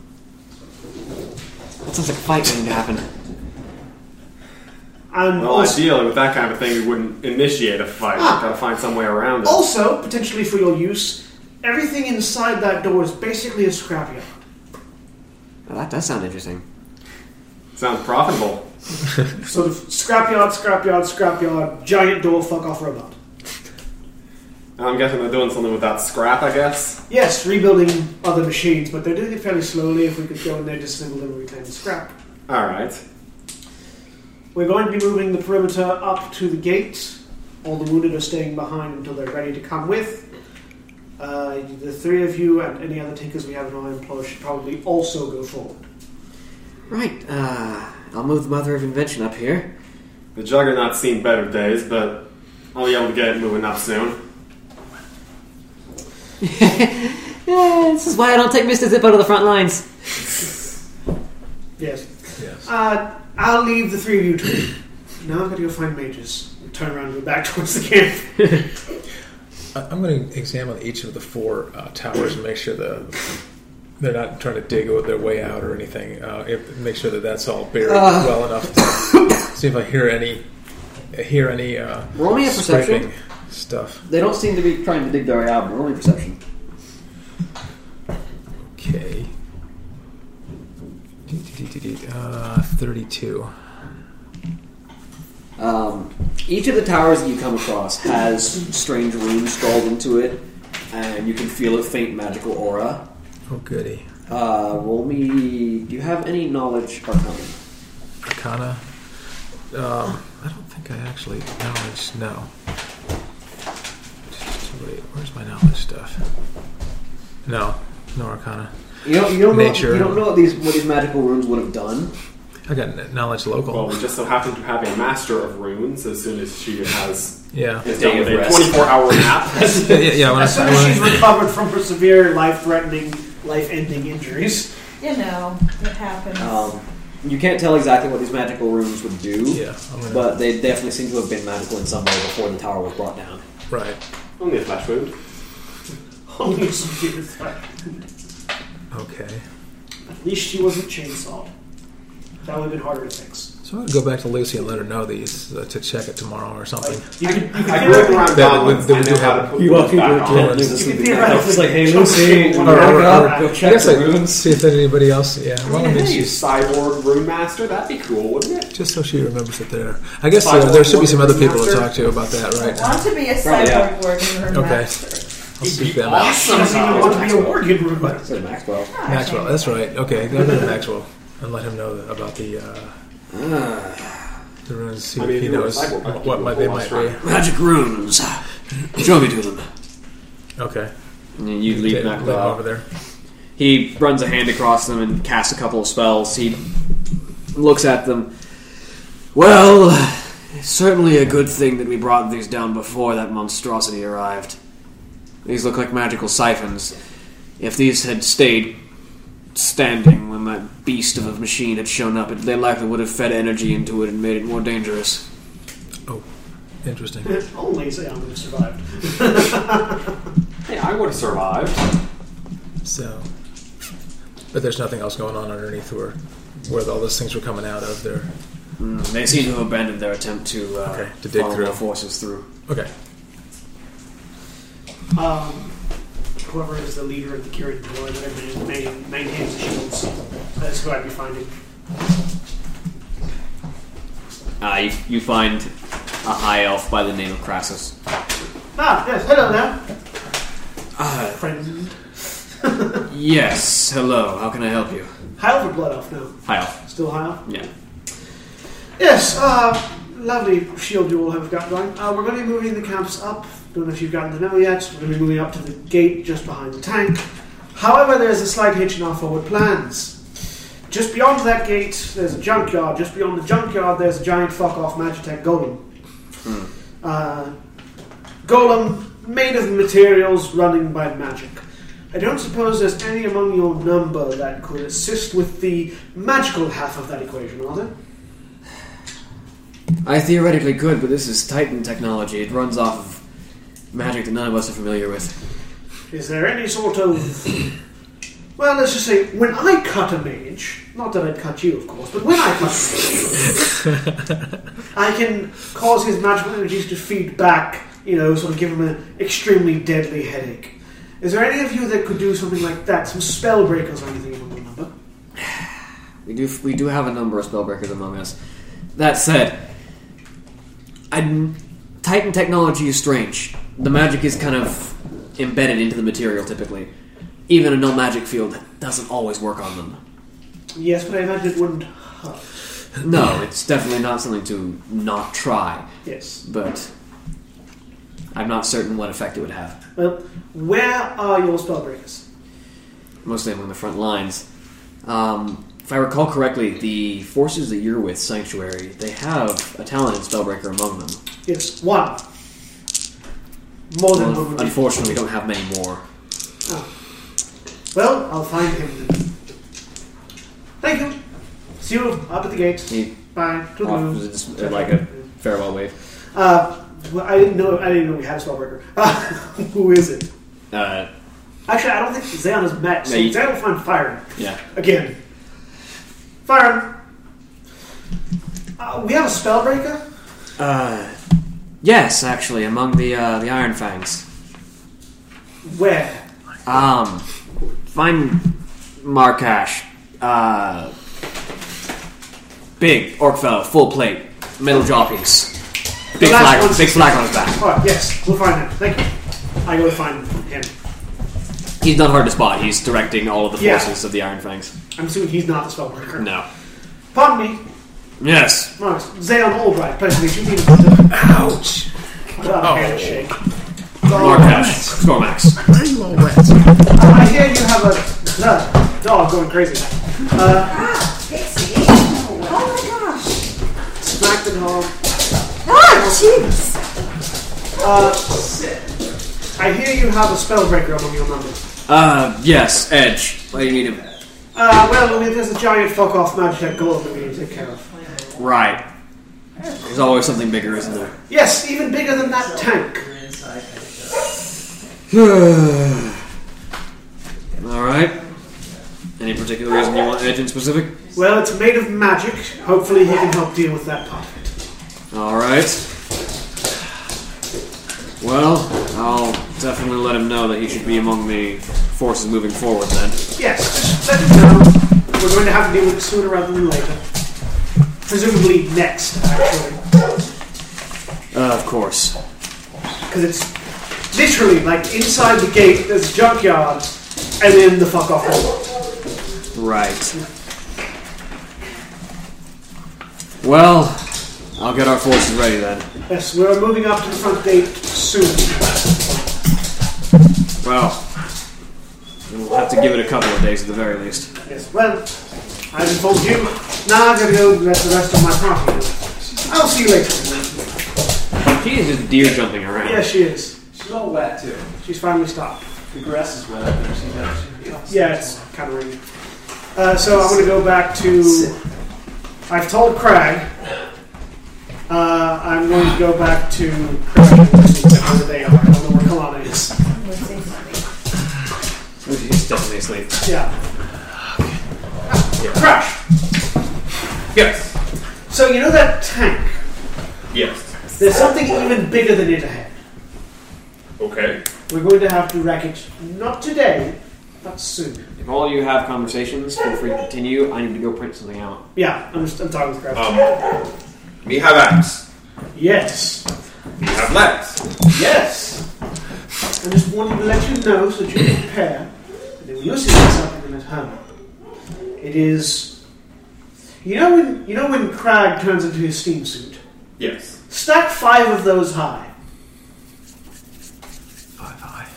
S3: sounds like a fight waiting to happen.
S2: And
S5: Oh,
S7: Well,
S2: also,
S7: ideally, with that kind of thing, we wouldn't initiate a fight.
S2: Ah.
S7: We've got to find some way around it.
S2: also, potentially for your use, everything inside that door is basically a scrapyard.
S3: Well, that does sound interesting.
S7: Sounds profitable.
S2: Sort of scrapyard, scrapyard, scrapyard, giant door fuck off robot.
S7: I'm guessing they're doing something with that scrap. I guess.
S2: Yes, rebuilding other machines, but they're doing it fairly slowly. If we could go in there, disassemble them, and reclaim the scrap.
S7: All right.
S2: We're going to be moving the perimeter up to the gate. All the wounded are staying behind until they're ready to come with. Uh, the three of you and any other tinkers we have in our employ should probably also go forward.
S3: Right, uh, I'll move the Mother of Invention up here.
S7: The Juggernaut's seen better days, but I'll be able to get it moving up soon.
S3: Yeah, this is why I don't take Mr. Zippo to the front lines.
S2: Yes.
S5: Yes.
S2: Uh, I'll leave the three of you to it. Now I've got to go find mages. Turn around and go back towards the camp.
S5: I- I'm going to examine each of the four uh, towers and make sure the They're not trying to dig their way out or anything. Uh, if, make sure that that's all buried
S22: Uh.
S5: well enough. To see if I hear any, hear any. Uh,
S3: Roll me a perception.
S5: scraping stuff.
S3: They don't seem to be trying to dig their way out, but only perception.
S5: Okay. Uh, Thirty-two.
S3: Um, each of the towers that you come across has strange runes scrawled into it, and you can feel a faint magical aura.
S5: Oh goody.
S3: Uh, roll me. Do you have any knowledge arcana?
S5: Arcana. Um, I don't think I actually knowledge. No. Wait, where's my knowledge stuff? No, no Arcana.
S3: You don't, you don't
S5: Nature.
S3: Know, you don't know what these what these magical runes would have done.
S5: I got kn- knowledge local.
S7: Well, we just so happen to have a master of runes as soon as she has
S5: Yeah.
S7: is done
S3: Day of
S7: with a
S3: rest.
S7: 24 hour nap.
S5: yeah, yeah. When I,
S2: As soon
S5: when
S2: as she's
S5: I,
S2: recovered from her severe life-threatening, life-ending injuries,
S9: You know, it happens.
S3: Um, you can't tell exactly what these magical runes would do,
S5: yeah, I'm gonna,
S3: but they definitely seem to have been magical in some way before the tower was brought down.
S5: right.
S7: Only a flash wound.
S2: only severe threat.
S5: Okay.
S2: At least she wasn't chainsawed. That would have been harder to fix.
S5: So I'm gonna go back to Lucy and let her know these uh, to check it tomorrow or something.
S2: You could, you could
S7: I grew up
S2: theoretically,
S7: around
S5: That
S7: goblins.
S5: would- that
S7: I
S5: would
S7: know
S5: do
S7: how to
S5: happen.
S7: put
S3: You walk
S7: them
S3: into
S7: back
S3: a
S7: on.
S3: tent and
S5: It's
S3: there's
S2: like,
S3: something back up. It's like, hey,
S2: chunk
S3: Lucy,
S2: of
S3: go
S2: one
S5: or- or-
S3: up,
S5: or-
S3: go
S5: I
S3: check
S5: guess
S3: the
S5: I
S3: runes.
S5: see if anybody else. Yeah.
S2: Oh,
S5: Well, I mean,
S7: Hey,
S5: she's-
S7: cyborg rune master. That'd be cool, wouldn't it?
S5: just so she remembers that there. I guess
S7: Five
S5: uh, there should be
S7: one
S5: some other
S7: one
S5: people to
S7: master.
S5: talk to about that, right?
S9: Want to be a
S3: Probably, yeah.
S9: cyborg working room
S5: Okay.
S9: master.
S5: I'll seek them out.
S2: She doesn't even want to be a working room.
S3: I said Maxwell.
S5: Maxwell, that's right. Okay, go to Maxwell and let him know that- about the uh, the runes. See
S7: I
S5: if
S7: mean,
S5: he
S7: if you were a
S5: knows
S7: cyborg, I think
S5: what
S7: you
S5: might
S7: would
S5: they
S7: go
S5: might
S7: on
S5: be.
S3: Magic runes. Show me to them.
S5: Okay,
S22: And you leave
S5: Take- let him
S22: Macbeth
S5: over
S22: out.
S5: there.
S22: He runs a hand across them and casts a couple of spells. He
S3: looks at them. Well, it's certainly a good thing that we brought these down before that monstrosity arrived. These look like magical siphons. If these had stayed standing when that beast of a machine had shown up, it, they likely would have fed energy into it and made it more dangerous.
S5: Interesting.
S2: Only say I'm going to survive.
S7: Hey, I would have survived.
S5: So, but there's nothing else going on underneath where where all those things were coming out of there.
S3: Mm, they seem to have abandoned their attempt to, uh,
S5: Okay, to dig
S3: follow
S5: through.
S3: our forces through.
S5: Okay,
S2: Um, whoever is the leader of the Kirin Droid, whatever his name, maintains the shields. That's who I'd be finding.
S22: uh, you, you find a high elf by the name of Crassus.
S2: Ah, yes, hello there.
S3: Uh,
S2: Friend.
S3: yes, hello, how can I help you?
S2: High for blood off now.
S22: High elf.
S2: Still high up?
S22: Yeah.
S2: Yes, uh, lovely shield you all have got going. Uh, we're going to be moving the camps up. Don't know if you've gotten to know yet. We're going to be moving up to the gate just behind the tank. However, there is a slight hitch in our forward plans. Just beyond that gate, there's a junkyard. Just beyond the junkyard, there's a giant fuck off Magitek golem. Uh, golem made of materials running by magic. I don't suppose there's any among your number that could assist with the magical half of that equation, are there?
S3: I theoretically could, but this is Titan technology. It runs off of magic that none of us are familiar with.
S2: Is there any sort of. Well, let's just say, when I cut a mage, not that I'd cut you, of course, but when I cut a mage, I can cause his magical energies to feed back, you know, sort of give him an extremely deadly headache. Is there any of you that could do something like that? Some spell breakers or anything in the number?
S3: We do we do have a number of spellbreakers among us. That said, I, Titan technology is strange. The magic is kind of embedded into the material typically. Even a no magic field doesn't always work on them.
S2: Yes, but I imagine it wouldn't hurt.
S3: No, it's definitely not something to not try,
S2: Yes.
S3: but I'm not certain what effect it would have.
S2: Well, where are your spell breakers?
S3: mostly among the front lines. Um, if I recall correctly, the forces that you're with, Sanctuary, they have a talented spellbreaker among them.
S2: Yes, one. More than one
S3: Well,
S2: would be.
S3: unfortunately, we don't have many more.
S2: Well, I'll find him then. Thank you. See you up at the gate.
S3: He
S2: Bye.
S3: offers
S2: Toodaloo.
S3: just, uh, like a farewell wave.
S2: Uh, well, I didn't know. I didn't know we had a spellbreaker. who is it?
S3: Uh,
S2: Actually, I don't think Zan has met, so
S3: No, you-
S2: Zan will find Fire
S3: Yeah.
S2: again. Fire. Uh, we have a spellbreaker.
S3: Uh, yes, actually, among the uh, the Iron Fangs.
S2: Where?
S3: Um, find Markash. Uh, big orc fellow, full plate, middle jaw piece. Big
S2: The last
S3: flag,
S2: one's-
S3: big flag on his back.
S2: All right. Oh, Yes, we'll find him. Thank you. I go to find him.
S3: He's not hard to spot. He's directing all of the
S2: Yeah.
S3: forces of the Iron Fangs.
S2: I'm assuming he's not the spellbreaker.
S3: No.
S2: Pardon me.
S3: Yes.
S2: No, it's Zayon Albright. Personally, you mean ouch?
S3: Oh.
S2: Handshake.
S3: Markash. Scormax.
S23: Why are you all wet?
S2: I hear you have a uh, dog going crazy. Uh,
S9: Ah, Pixie. Oh my gosh.
S2: smacked and home.
S9: Ah, jeez.
S2: Uh, I hear you have a spellbreaker among your numbers.
S3: Uh, yes, Edge. Why do you need him?
S2: Uh, well, I mean, there's a giant fuck off magic golem that we need to take care of.
S3: Right. There's always something bigger, isn't there?
S2: Yes, even bigger than that tank.
S3: All right. Any particular reason you want Edge in specific?
S2: Well, it's made of magic. Hopefully, he can help deal with that part of it.
S3: All right. Well, I'll definitely let him know that he should be among the forces moving forward. Then.
S2: Yes, just let him know. We're going to have to deal with it sooner rather than later. Presumably next, actually.
S3: Uh, of course.
S2: Because it's literally like inside the gate, there's a junkyard, and then the fuck off hole.
S3: Right. Well, I'll get our forces ready then.
S2: Yes, we're moving up to the front gate soon.
S3: Well, we'll have to give it a couple of days at the very least.
S2: Yes, well, I've informed you. Now I've got to go let the rest of my party know. I'll see you later.
S3: She is just deer jumping around.
S2: Yeah, she is.
S8: She's all wet too.
S2: She's finally stopped.
S8: The grass is wet up there. She's out. She's
S2: Yeah, it's kind of raining. Uh, so I'm going to go back to. I've told Craig. Uh, I'm going to go back to Craig and see where they are. I don't know where Kalana is.
S3: She's definitely asleep.
S2: Yeah. Crash.
S6: Yes.
S2: So you know that tank?
S6: Yes.
S2: There's something even bigger than it ahead.
S6: Okay.
S2: We're going to have to wreck it. Not today, but soon.
S3: If all you have conversations, feel free to continue. I need to go print something out.
S2: Yeah, I'm just I'm talking with Crash.
S6: Um, me have axe.
S2: yes.
S6: Me have legs.
S2: Yes. I just wanted to let you know so that you can prepare. And then when you're seeing something at home, it is. You know when you know when Crag turns into his steam suit.
S6: Yes.
S2: Stack five of those high.
S5: Five high.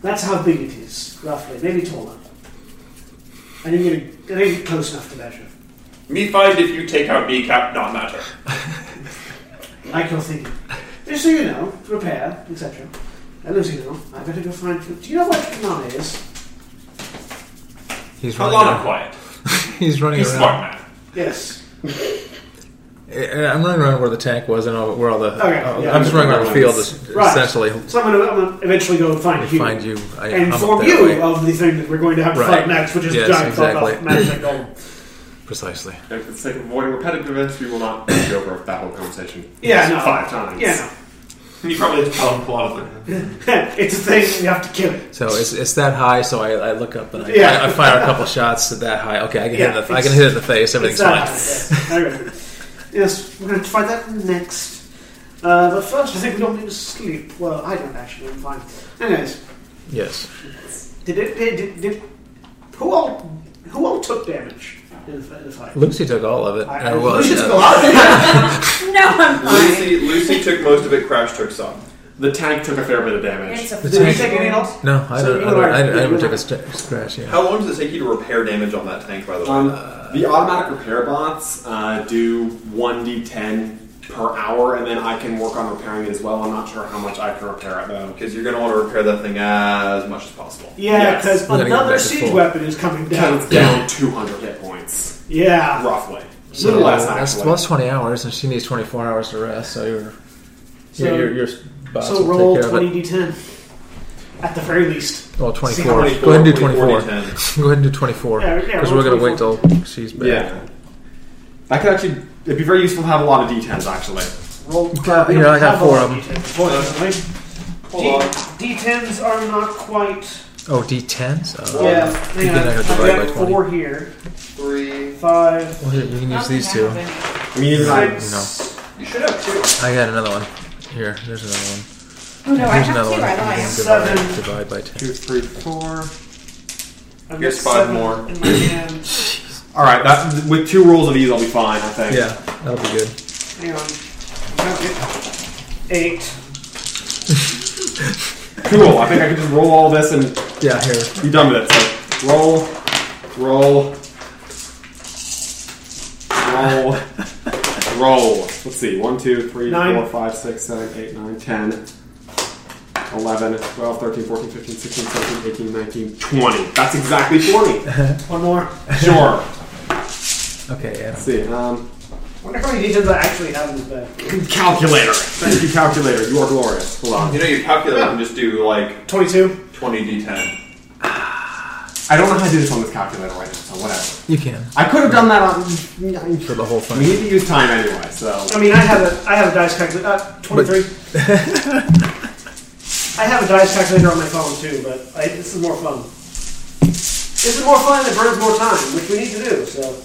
S2: That's how big it is, roughly. Maybe taller. I didn't get, I didn't get close enough to measure.
S6: Me find if you take out kneecap, not matter.
S2: Like you're thinking. Just so you know, prepare, etc. And as you know, I better go find. Do you know where Kanana is?
S5: He's
S6: A
S5: running.
S6: lot of
S5: Around.
S6: quiet.
S5: He's running
S6: He's
S5: around.
S6: smart man.
S2: Yes.
S5: Uh, I'm running around where the tank was and all, where all the.
S2: Okay,
S5: oh,
S2: yeah.
S5: I'm just running around the field, es-
S2: Right.
S5: essentially.
S2: So I'm going to I'm gonna eventually go and find
S5: I
S2: you.
S5: find you. I
S2: and
S5: hum up
S2: inform
S5: that
S2: you
S5: way.
S2: of the thing that we're going to have to
S5: Right.
S2: fight next, which is
S5: Yes,
S2: giant
S5: exactly.
S2: fuck off magic golem.
S5: Precisely.
S6: And for the sake of avoiding repetitive events, we will not go over that whole conversation.
S2: Yeah, no.
S6: Five times.
S2: Yeah,
S6: You probably have to tell him a lot of them.
S2: no. it's a thing we have to kill it.
S5: So it's, it's that high. So I, I look up and I,
S2: Yeah.
S5: I, I fire a couple shots at that high. Okay, I
S2: Yeah,
S5: can hit it. in the- I
S2: it's-
S5: can hit it in the face.
S2: It's
S5: Everything's
S2: that
S5: fine.
S2: high, yes. Alright. yes, we're going to fight that next. Uh, but first, I think we all need to sleep. Well, I don't actually. I'm fine. Anyways,
S5: Yes.
S2: did it? Did, did, did who all? Who all took damage in the, in the fight?
S5: Lucy took all of it.
S2: I-
S5: and
S2: I-
S5: it was-
S2: Lucius
S5: uh,
S2: Goliath.
S4: No, I'm fine.
S6: Lucy, Lucy took most of it, Crash took some. The tank took a fair bit of damage.
S4: It's a
S5: The
S2: Did you
S5: tank-
S2: take anything else?
S5: No, I
S2: So
S5: don't.
S2: you
S5: I, don't,
S2: are-
S5: I, don't- I
S2: you
S5: never took
S2: are-
S5: a st- scratch. Yeah.
S6: How long does it take you to repair damage on that tank, by the way?
S7: Um, the automatic repair bots uh, do 1d10 per hour, and then I can work on repairing it as well. I'm not sure how much I can repair it, though.
S6: Because you're going to want to repair that thing as much as possible.
S2: Yeah,
S7: Yes.
S2: because
S5: We're gonna go
S2: another
S5: back to
S2: siege
S5: full.
S2: weapon is coming
S7: Because
S2: down.
S7: it's down 200 hit points,
S2: Yeah.
S7: roughly.
S5: So
S7: Little less,
S5: that's
S7: actually.
S5: plus twenty hours, and she needs twenty four hours to rest. So you're,
S2: So-
S5: your your boss
S2: So
S5: will
S2: roll
S5: take care of it.
S2: twenty d10. at the very least.
S5: Well,
S2: See
S5: 24.
S2: how many-
S5: Go ahead and do
S6: 24,
S5: 24.
S6: 10.
S5: Go ahead and do 24.
S2: Yeah, yeah,
S5: Because
S2: roll
S5: we're going to wait till she's back.
S7: Yeah. That could actually it'd be very useful to have a lot of D10s actually.
S2: Roll.
S5: Yeah,
S2: we don't
S5: I
S2: have
S5: got four
S2: all
S5: of 'em.
S2: D10s, Unfortunately,
S6: Hold on.
S2: D- D10s are not quite.
S5: Oh, D10s? Oh.
S2: Yeah,
S5: You
S2: hang
S5: can
S2: on.
S5: have to
S2: I've
S5: divide by
S2: got
S5: 20.
S2: four here.
S6: Three.
S2: Five,
S5: Well, here, you can use these two.
S7: I mean, even I,
S2: six.
S6: You should have two.
S5: I got another one. Here, there's another one.
S9: Oh no, I
S5: Here's
S9: have
S5: another
S9: two.
S5: one.
S9: I
S5: You
S9: lied.
S5: can divide,
S2: Seven.
S5: divide by 10.
S7: two, three, four.
S2: I've
S6: Here's
S2: got
S6: five
S2: seven
S6: more.
S2: In my hand.
S7: All right, that with two rolls of these, I'll be fine. I think.
S5: Yeah, that'll be good.
S2: Hang on. I've got Eight.
S7: Cool. I think I can just roll all this and
S5: Yeah, here.
S7: be done with it. So roll, roll, roll, roll. Let's see. One, two, three,
S2: Nine.
S7: four, five, six, seven, eight, nine, 10, 11, 12, 13, 14, 15, 16, 17, 18, 19, 20. That's exactly 40.
S2: One more.
S7: Sure. Let's
S5: Okay, Adam.
S7: see. Um,
S2: wonder how many D10s I actually have in this bag.
S7: calculator. Thank you, calculator. You are glorious. Hold on.
S6: You know, your calculator can just do like
S2: 22.
S6: 20 d10.
S7: I don't know how to do this on this calculator right now, so whatever.
S5: You can.
S7: I could have done that on.
S5: For the whole
S7: We
S5: thing.
S7: need to use time anyway, so.
S2: I mean, I have a, I have a dice calculator. Uh, 23. I have a dice calculator on my phone too, but I, this is more fun. This is more fun. It burns more time, which we need to do. So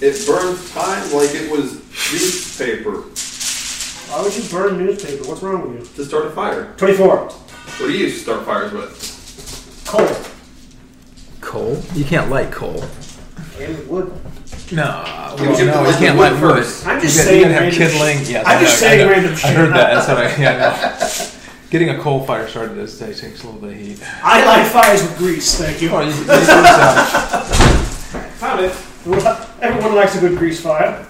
S6: It burns time like it was newspaper
S2: why would you burn newspaper? What's wrong with you?
S6: to start a fire.
S2: 24.
S6: What do you use to start fires with?
S2: Coal
S5: Coal? You can't light coal.
S2: and wood.
S5: Oh, No.
S6: You can
S5: no,
S6: light
S5: you can't
S6: the wood
S5: light wood.
S6: first.
S2: I'm just
S5: you
S2: saying
S5: gotta have
S2: random
S5: kindling. Yes,
S2: I'm
S5: I
S2: just
S5: know, I
S2: saying
S5: know.
S2: random shit.
S5: I heard that. That's what I. Yeah, I know. Getting a coal fire started those days takes a little bit of heat.
S2: I like fires with grease. Thank you.
S5: Oh, you- you- you- uh,
S2: Found it. Everyone likes a good grease fire.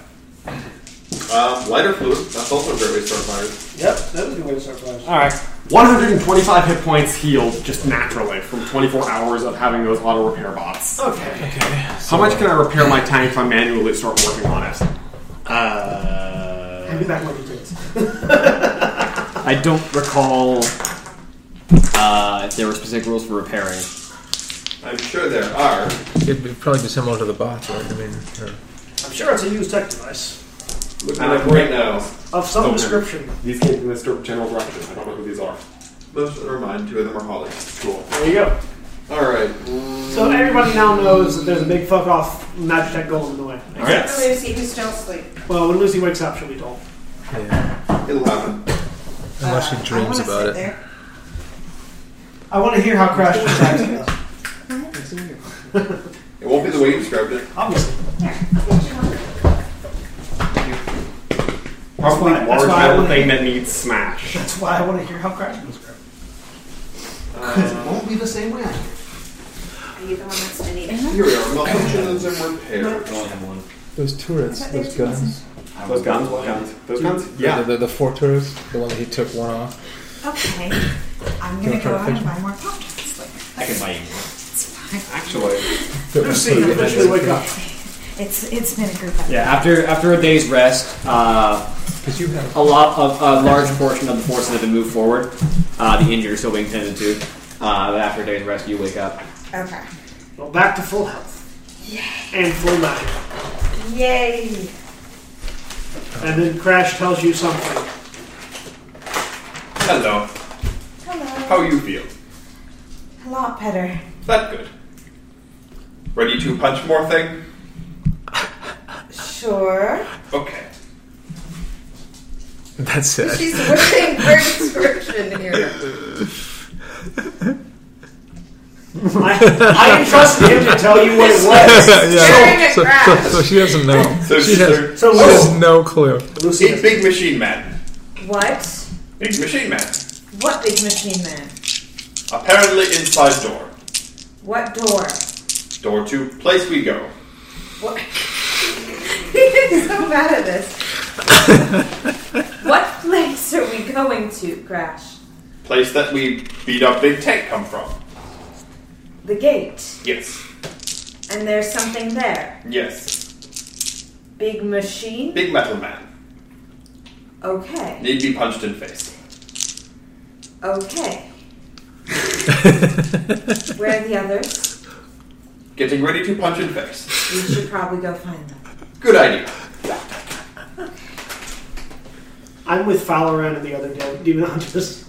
S6: Um, lighter fluid. That's also a great way to start fires.
S2: Yep, that was a good way to start fires.
S7: All right. 125 hit points healed just naturally from 24 hours of having those auto repair bots.
S2: Okay.
S7: How much can I repair my tank if I manually start working on it? Uh,
S2: Hand me back my details.
S7: I don't recall.
S18: Uh, if there were specific rules for repairing.
S6: I'm sure there are.
S5: it'd be- probably be similar to the bots, right? I mean, or-
S2: I'm sure it's a used tech device
S6: Looking at
S5: Uh,
S6: them right now.
S2: of some
S7: Okay.
S2: description.
S7: These came from this general direction. I don't know who these are.
S6: Most of them are mine. Two of them are Holly.
S7: Cool.
S2: There you go.
S6: All right.
S2: So everybody now knows that there's a big fuck off magic tech golem in the way.
S9: Except for Lucy, who's still asleep.
S2: Well, when Lucy wakes up, she'll be told.
S5: yeah.
S6: It'll happen.
S5: Unless she
S9: Uh, I
S5: dreams
S9: wanna
S5: about
S9: sit
S5: it.
S9: there.
S2: I want to hear how Crash describes it. though.
S6: It won't be the way you described it.
S2: Obviously,
S7: Probably
S2: That's why-
S7: large
S2: that's why I
S7: metal
S2: wanna-
S7: thing that needs smash.
S2: that's why I want to hear how Crash describes it. Because it
S6: Um,
S2: won't be the same way. I hear
S9: Are you the one that's been eating?
S6: here we are. Malfunctions and
S18: I
S6: repair.
S18: only have one.
S5: Those turrets, those guns.
S7: Those guns? What guns? Those guns?
S5: The,
S7: Yeah.
S5: the, the four turrets, the one that he took one off.
S9: Okay. I'm
S5: Don't
S9: gonna
S5: try
S9: go
S5: to
S9: out
S5: fix
S9: and buy more pockets. Like,
S18: I can buy you one.
S6: Actually,
S5: That was
S2: Lucy,
S5: put in
S2: officially
S5: there.
S2: wake up.
S9: it's it's been a group effort.
S18: Yeah, after after a day's rest, uh,
S5: Because you have.
S18: a lot of a large portion of the forces have been moved forward. Uh, the injured are still being tended to. Uh, but after a day's rest, you wake up.
S9: Okay.
S2: Well, back to full health and full magic.
S9: Yay!
S2: And then Crash tells you something.
S6: hello.
S9: Hello.
S6: How you feel?
S9: A lot better.
S6: That good. Ready to punch more thing?
S9: Sure.
S6: Okay.
S5: That's it.
S9: She's whipping her description here.
S2: I entrusted him to tell you what it was.
S9: Staring
S5: yeah.
S9: at
S5: So, so,
S9: grass.
S5: so, so she doesn't know.
S6: So
S5: she has,
S2: So
S5: she
S2: Lucy,
S5: has no clue.
S2: Lucy
S6: He's Big Machine Man.
S9: What?
S6: Big Machine Man.
S9: What big machine man?
S6: Apparently inside door.
S9: What door?
S6: Door to place we go.
S9: What? He's so mad at this.
S4: What place are we going to, Crash?
S6: Place that we beat up Big Tank come from.
S4: The gate.
S6: Yes.
S4: And there's something there.
S6: Yes.
S4: Big machine?
S6: Big Metal Man.
S4: Okay.
S6: Need be punched in face.
S4: Okay.
S9: Where are the others?
S6: Getting ready to punch in face.
S9: You should probably go find them.
S6: Good idea.
S2: I'm with Falaran and the other de- demon hunters.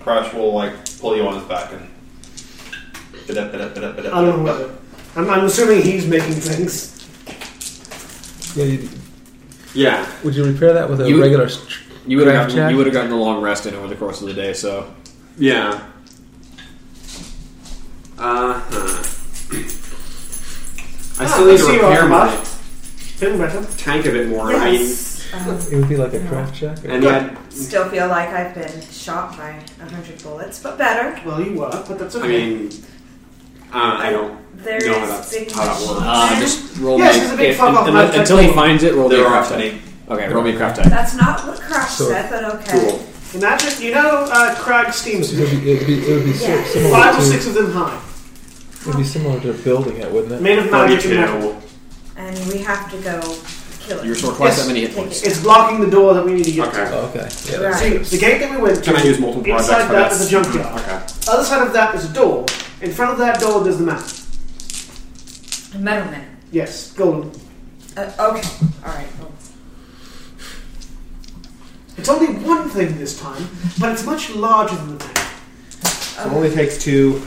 S6: Crash will like pull you on his back and. I
S2: I don't know whether. I'm, I'm assuming he's making things.
S5: Yeah, you-
S7: Yeah.
S5: would you repair that with a
S3: You-
S5: regular? St-
S3: You would have
S5: Craft check?
S3: you would have gotten a long rest in over the course of the day, so
S7: Yeah. Uh huh. I
S2: Ah,
S7: still
S2: I
S7: need to
S2: see you
S7: repair
S2: are
S7: my
S2: back. Feeling better?
S7: tank a bit more.
S9: Yes. Um,
S5: it would be like a craft check.
S7: I mean, and yet,
S9: still feel like I've been shot by a hundred bullets, but better.
S2: Well, you were, but that's
S7: I
S2: okay.
S7: mean, uh, I don't.
S9: There
S7: No,
S9: is
S7: that's
S9: big
S7: how that
S9: machine
S7: works.
S3: uh,
S9: there.
S3: just roll
S2: Yes,
S3: me
S2: it's a big
S3: if-
S2: fuck off,
S3: un-
S2: man.
S3: until he finds it. Roll me a
S7: There are
S3: craft
S7: many.
S3: check. Okay, roll me a craft check.
S9: That's not what Crash
S5: So-
S9: said, but okay.
S7: Cool.
S2: And that just, you know, uh, Crag schemes.
S5: It would be, it would be, it would be si-
S9: Yeah.
S5: similar
S2: Five
S5: to
S2: or six of them high.
S5: it would be similar to building it, wouldn't it?
S2: Made of magic and metal.
S7: 32.
S9: And we have to go kill
S3: You
S9: it.
S3: restore twice
S2: Yes.
S3: that many hit
S9: Take
S3: points.
S9: it.
S2: It's blocking the door that we need to get
S7: Okay.
S5: Oh, okay. Yeah, that's
S9: Right.
S2: to. See, the gate that we went to,
S7: Can I use multiple projects
S2: inside
S7: for
S2: that
S7: this?
S2: is a junkyard.
S7: Okay.
S2: Other side of that is a door. In front of that door, there's the map.
S9: Metal Man.
S2: Yes, golden.
S9: Uh, okay. All right. Well,
S2: It's only one thing this time, but it's much larger than the map.
S7: So it only takes two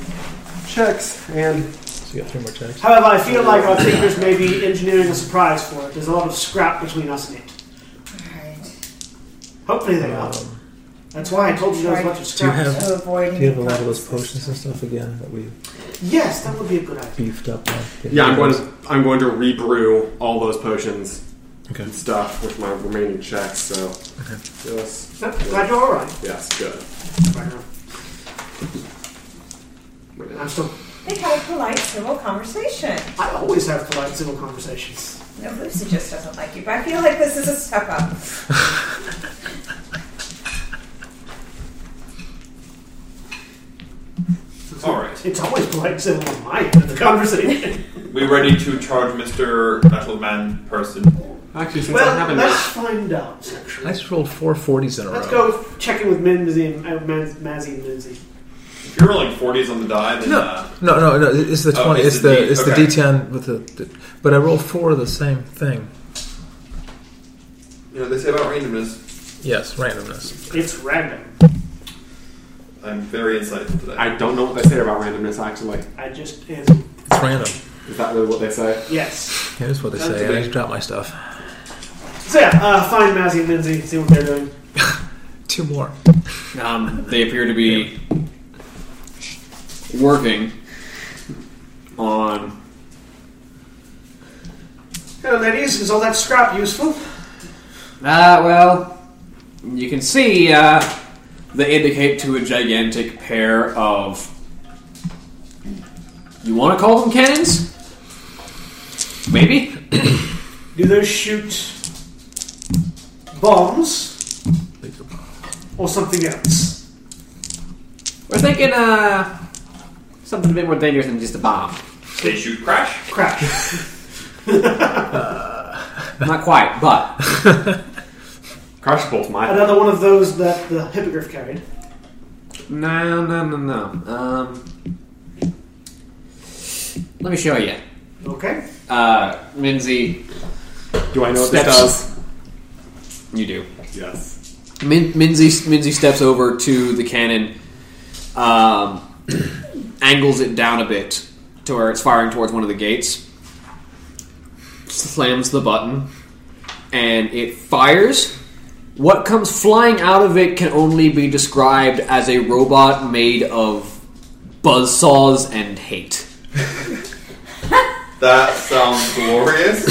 S7: checks, and
S5: So you got three more checks.
S2: However, I feel like our thinkers may be engineering a surprise for it. There's a lot of scrap between us and it.
S9: all right.
S2: Hopefully they are. That's why I told you there was a bunch of
S5: Do you
S2: scrap.
S5: have
S9: To avoid
S5: do you have a
S9: any
S5: lot of those
S9: problems.
S5: potions and stuff again that we
S2: Yes, that would be a good idea.
S5: beefed up on?
S7: yeah, I'm going to I'm going to rebrew all those potions
S5: Okay.
S7: and stuff with my remaining checks. So yes,
S2: Nope, glad you're alright.
S7: yes, good.
S2: Right now.
S7: Wait
S2: I'm
S7: a minute.
S2: still.
S9: They had a polite, civil conversation.
S2: I always have polite civil conversations.
S9: No, Lucy just doesn't like you, but I feel like this is a step up.
S6: Alright.
S2: It's always polite civil on my end of the conversation.
S6: We ready to charge Mr. Metal Man person.
S7: Actually, since I
S2: well,
S7: haven't,
S2: let's find out. Actually,
S5: I just rolled four forties in a
S2: let's
S5: row.
S2: go check in with Mimsy and uh, Maz- Mazzy and Mimsy.
S6: If you're rolling 40s on the die, then uh,
S5: No, no, no. It's the
S6: Oh,
S5: twenty.
S6: it's
S5: it's
S6: the
S5: the
S6: D-
S5: it's
S6: okay.
S5: the D10 with the, the. But I rolled four of the same thing.
S6: you know they say about randomness.
S5: Yes, randomness.
S2: It's random.
S6: I'm very insightful today.
S7: I don't know what they say about randomness. Actually,
S2: I just answered
S5: It's random.
S7: is that really what they say?
S2: yes.
S5: Yeah, that's what they
S2: Sounds
S5: say. I
S2: good.
S5: just dropped my stuff.
S2: So yeah, uh, find Mazzy and Mimsy, see what they're doing.
S5: Two more.
S3: Um, they appear to be working on.
S2: Hello, ladies. Is all that scrap useful?
S3: Ah, well, you can see uh, they indicate to a gigantic pair of. You want to call them cannons? Maybe.
S2: Do those shoot bombs or something else?
S3: We're thinking uh, something a bit more dangerous than just a bomb.
S6: They shoot crash.
S2: Crash.
S3: Not quite, but
S7: Crash bolts my
S2: Another one of those that the hippogriff carried.
S3: no, no, no, no. Um, let me show you.
S2: Okay.
S3: Uh, Minzy,
S7: Do I know what
S3: Steps. you do.
S7: this does? Yes.
S3: Min- Minzy, Minzy steps over to the cannon, um, angles it down a bit to where it's firing towards one of the gates, slams the button, and it fires. What comes flying out of it can only be described as a robot made of buzzsaws and hate.
S6: That sounds glorious,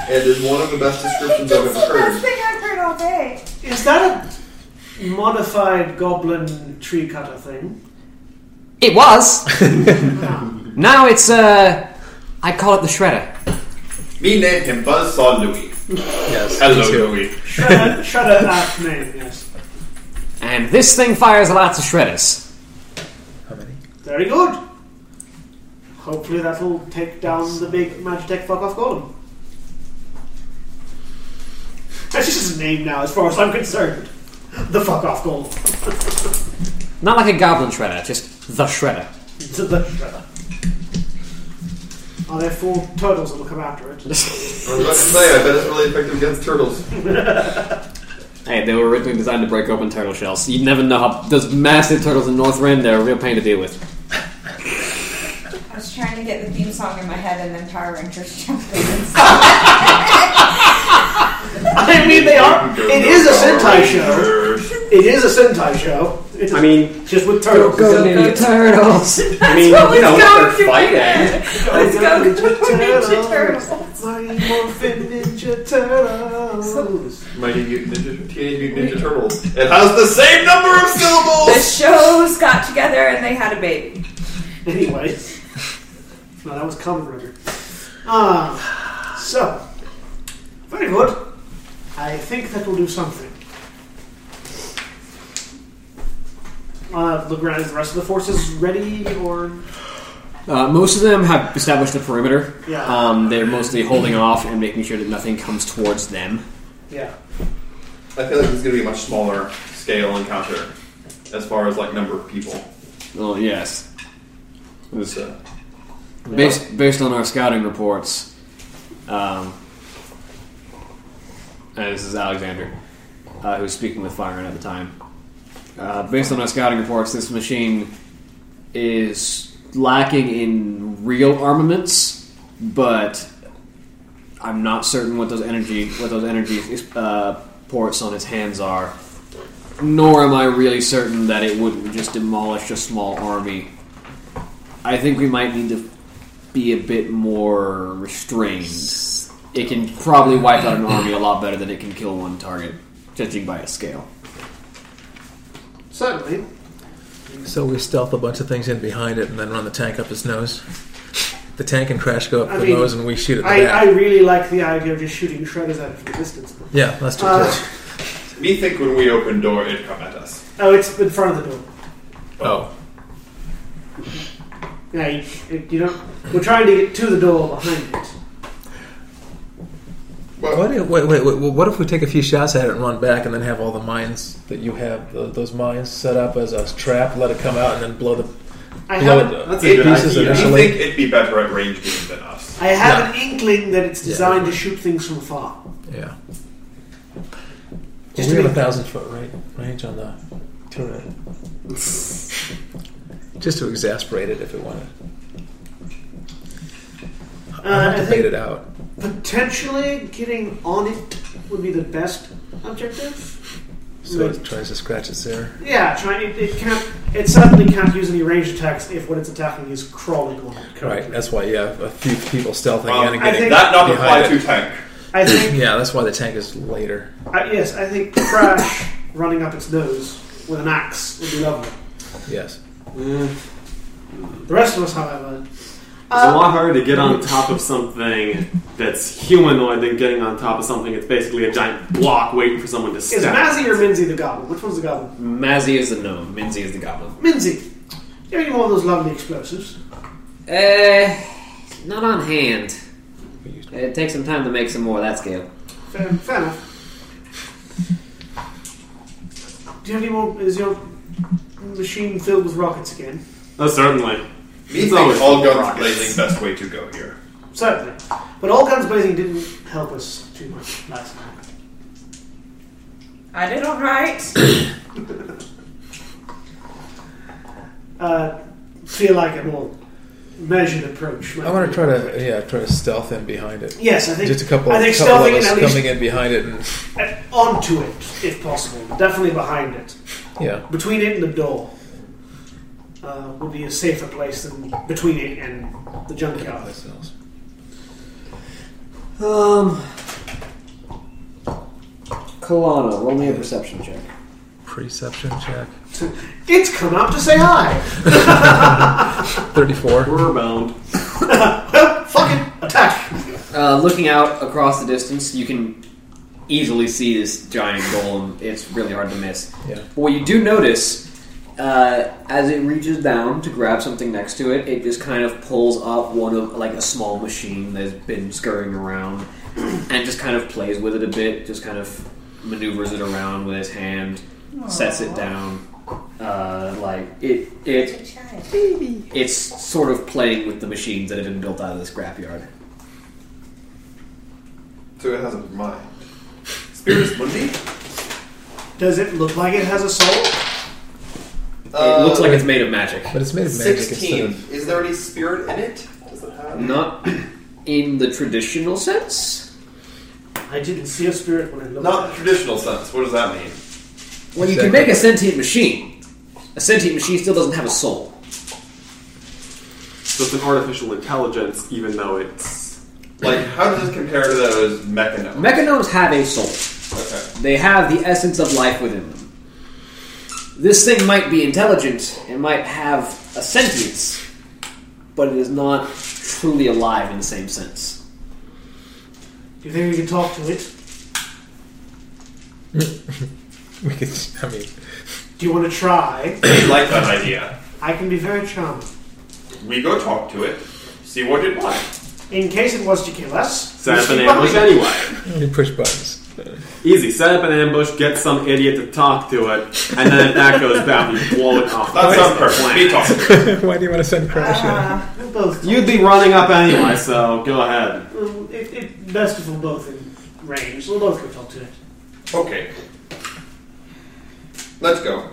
S6: and is one of the best descriptions I've
S9: That's
S6: ever
S9: the best
S6: heard.
S9: thing I've heard all day.
S2: Is that a modified goblin tree cutter thing?
S3: It was! now it's, uh, I call it the Shredder.
S6: Me name him Buzzsaw Louie.
S5: Yes.
S6: Hello, Louie.
S2: Shredder, shredder app name, yes.
S3: And this thing fires lots of Shredders.
S5: How many?
S2: Very good. Hopefully that'll take down the big Magitech fuck off golem. That's just his name now, as far as I'm concerned. The fuck off golem.
S3: Not like a goblin shredder, just
S23: The Shredder.
S2: It's a left shredder. Are there four turtles that will come after it?
S6: I was about to say, I bet it's really effective against turtles.
S3: Hey, they were originally designed to break open turtle shells. You never know how those massive turtles in Northrend, they're a real pain to deal with.
S9: I was trying to get the theme song in my head and then Power Rangers jumped in.
S2: I mean, they are. It is a Sentai show. It is a Sentai show.
S7: I mean,
S2: just with turtles.
S3: turtles!
S7: I mean, you know,
S6: they're
S5: eh?
S4: Let's go Ninja Turtles.
S2: Mighty Morphin Ninja Turtles.
S6: Mighty Mutant Ninja, Teenage Mutant Ninja Turtles. It has the same number of
S4: The
S6: syllables.
S4: shows got together and they had a baby.
S2: Anyway, no, that was Kamen Rider. Ah, so very good. I think that will do something. Uh, look around. Is the rest of the forces ready, or
S3: Uh, most of them have established a perimeter.
S2: Yeah.
S3: Um, they're mostly holding off and making sure that nothing comes towards them.
S2: yeah?
S6: I feel like this is going to be a much smaller scale encounter as far as like number of people.
S3: Oh, yes. This, uh,
S6: So,
S3: Based, based on our scouting reports, um, uh, this is Alexander, uh, who was speaking with Firen at the time. Uh, based on our scouting reports, this machine is lacking in real armaments, but I'm not certain what those energy what those energy uh, ports on its hands are. Nor am I really certain that it wouldn't just demolish a small army I think we might need to be a bit more restrained. It can probably wipe out an army a lot better than it can kill one target, judging by its scale.
S2: Certainly.
S5: So we stealth a bunch of things in behind it and then run the tank up its nose. The tank and Crash go up
S2: I
S5: the
S2: mean,
S5: nose and we shoot at the
S2: I,
S5: back.
S2: I really like the idea of just shooting shredders out from a distance.
S5: yeah, let's do
S2: Uh,
S5: it.
S6: me think when we open door, it'd come at us.
S2: Oh, it's in front of the door.
S5: Oh,
S2: Yeah, you, you don't. We're trying to get to the door behind it.
S5: what if, wait, wait, wait, what if we take a few shots at it and run back, and then have all the mines that you have, tho- those mines set up as a trap, let it come out, and then blow the
S2: I
S5: blow
S2: haven't-
S5: it,
S6: That's
S5: to
S6: a good
S5: pieces
S6: idea. I
S5: initially?
S6: think it'd be better at range games than us.
S2: I have an inkling that it's designed
S5: Yeah.
S2: to shoot things from far.
S5: Yeah.
S2: Just
S5: we
S2: to
S5: have a
S2: be-
S5: thousand foot ra- range on the turret. Just to exasperate it if it wanted.
S2: Uh,
S5: I'll
S2: I
S5: have to bait
S2: think
S5: it out.
S2: potentially getting on it would be the best objective.
S5: So
S2: Like,
S5: it tries to scratch its ear.
S2: yeah, trying it, it can't. It certainly can't use any range attacks if what it's attacking is crawling on it.
S5: Right, that's why, yeah, a few people stealthing
S6: Um,
S5: in and
S2: I
S5: getting.
S2: think-
S6: That not
S5: Behind
S6: apply to tank.
S2: I think.
S5: yeah, that's why the tank is later.
S2: I, yes, I think Crash running up its nose with an axe would be lovely.
S5: Yes.
S2: The rest of us, however, Uh,
S7: It's a lot harder to get on top of something that's humanoid than getting on top of something that's basically a giant block waiting for someone to
S2: is
S7: step.
S2: Mazzy or Minzy the goblin? Which one's the goblin?
S3: Mazzy is the gnome, Minzy is the goblin.
S2: Minzy, do you have any more of those lovely explosives?
S3: Uh, not on hand. It takes some time to make some more of that scale.
S2: Fair, fair enough. Do you have any more? Is your machine filled with rockets again?
S7: Oh, certainly.
S6: Me
S7: It's
S6: think
S7: always
S6: all guns
S7: rockets.
S6: blazing best way to go here.
S2: Certainly. But all guns blazing didn't help us too much last time.
S4: I did all right.
S2: Uh, feel like a more measured approach. might
S5: I want to
S2: be-
S5: try to, yeah, try to stealth in behind it.
S2: Yes, I think
S5: Just a couple,
S2: I think
S5: couple of
S2: stealthing in
S5: us
S2: at least
S5: coming in behind it and,
S2: uh, onto it, if possible. Definitely behind it,
S5: yeah.
S2: between it and the door. Uh, would be a safer place than between it and the junkyard.
S5: Ourselves.
S3: Um. Kalana, roll me a perception check.
S5: Perception check.
S2: It's come out to say hi.
S5: 34.
S7: We're bound.
S2: Well, fucking attack.
S3: Uh, looking out across the distance, you can easily see this giant golem. It's really hard to miss.
S5: Yeah.
S3: But what you do notice, uh, as it reaches down to grab something next to it, it just kind of pulls up one of like a small machine that's been scurrying around, and just kind of plays with it a bit. Just kind of maneuvers it around with its hand, sets it down. Uh, like it, it, it's sort of playing with the machines that have been built out of the scrapyard.
S6: So it has a mind. Spiritus Mundi?
S2: Does it look like it has a soul?
S3: it looks like it's made of magic,
S5: But it's made of magic
S6: Sixteen.
S5: instead
S6: Is there any spirit in it? Does it have?
S3: not in the traditional sense.
S2: I didn't see a spirit when I looked.
S6: Not
S2: at
S6: the
S2: it.
S6: traditional sense. What does that mean?
S3: Well, you can
S5: Exactly.
S3: make a sentient machine. A sentient machine still doesn't have a soul.
S7: So it's an artificial intelligence, even though it's
S6: Like, how does it compare to those mechano?
S3: Mechanomes have a soul.
S6: okay.
S3: They have the essence of life within them. This thing might be intelligent, it might have a sentience, but it is not truly alive in the same sense.
S2: Do you think we can talk to it?
S5: We could, I mean,
S2: Do you want to try?
S6: We like that idea.
S2: I can be very charming.
S6: We go talk to it, see what it wants.
S2: In case it was to kill us,
S7: set up an ambush anyway.
S5: you push buttons.
S7: Easy, set up an ambush, get some idiot to talk to it, and then if that goes down, you blow it off.
S6: That's
S7: the
S6: on
S7: face of the
S6: purpose. We
S7: planet.
S6: talk to it.
S5: Why do you want to send Crash
S2: we'll
S5: in?
S2: both.
S7: You'd be running up anyway, so go ahead.
S2: Well, it, it best if we're both in range. We'll both go talk to it.
S6: Okay. Let's go.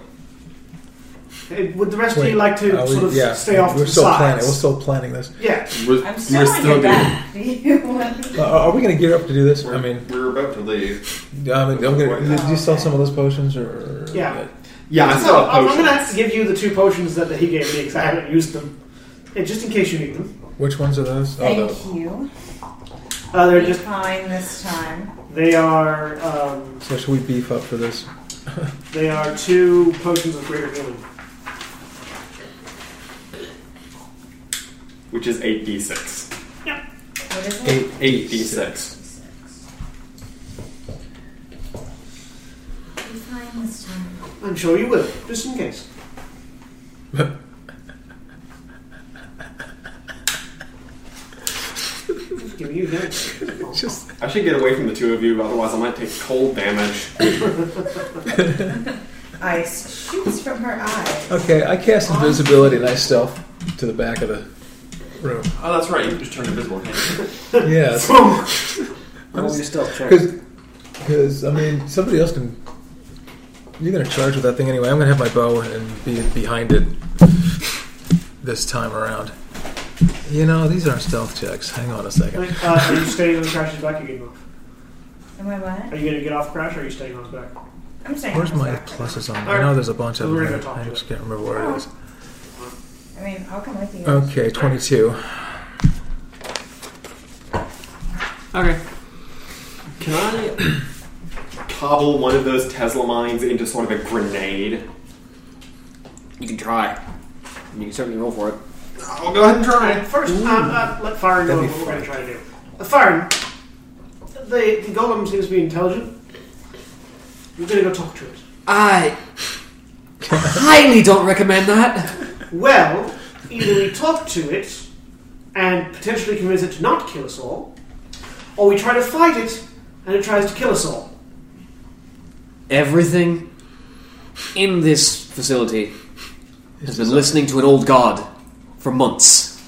S2: Hey, would the rest of
S5: Wait,
S2: you like to
S5: are we-
S2: sort of
S5: yeah,
S2: stay off
S5: We're
S2: to the
S5: still
S2: sides?
S5: planning. We're still planning this.
S2: yeah.
S7: We're,
S9: I'm still on your back. Do you want
S5: Uh, are are we going to gear up to do this? I mean,
S6: We're about to leave.
S5: I mean, I'm gonna, you, you sell some of those potions, or
S2: Yeah.
S7: Yeah, I
S2: So
S7: saw a
S2: I'm,
S7: potion.
S2: going to have to give you the two potions that, that he gave me because I haven't used them, and just in case you need them.
S5: Which ones are those? Oh, the,
S9: Thank you.
S2: Uh, they're
S9: Be
S2: just
S9: kind this time.
S2: they are um,
S5: so should we beef up for this?
S2: they are two potions of greater healing.
S7: Which is 8d6.
S9: What is it?
S5: 8
S7: 8d6.
S9: Be kind this time.
S2: I'm sure you will, just in case. Give you that.
S5: Just
S7: I should get away from the two of you, otherwise I might take cold damage.
S9: Ice shoots from her eye.
S5: okay. I cast invisibility and I stealth to the back of the room.
S6: Oh, that's right. You just turned invisible.
S5: Yeah,
S3: Roll your stealth check.
S5: because because I mean somebody else can. You're gonna charge with that thing anyway. I'm gonna have my bow and be behind it this time around. You know these aren't stealth checks. Hang on a second.
S2: Wait, uh, are you staying on Crash's back? Are you getting off?
S9: Am I what?
S2: Are you going to get off Crash? or Are you staying on his back?
S9: I'm saying.
S5: Where's
S9: I'm
S5: my
S9: back.
S5: pluses on? I know there's a bunch of
S2: We're
S5: them.
S2: gonna
S5: but
S2: talk
S5: I
S2: to
S5: just can't remember where it is.
S9: I mean, I'll come with you.
S5: Okay, 22.
S7: Okay. Can I cobble one of those Tesla mines into sort of a grenade?
S3: You can try. You can certainly roll for it.
S7: I'll go ahead and try.
S2: Alright, first, um, uh, let Farron know
S5: That'd be
S2: what we're going to try to do. Uh, Farron, the, the golem seems to be intelligent. We're going to go talk to it.
S3: I highly don't recommend that.
S2: Well, either we talk to it and potentially convince it to not kill us all, or we try to fight it and it tries to kill us all.
S3: Everything in this facility has been listening to an old god for months.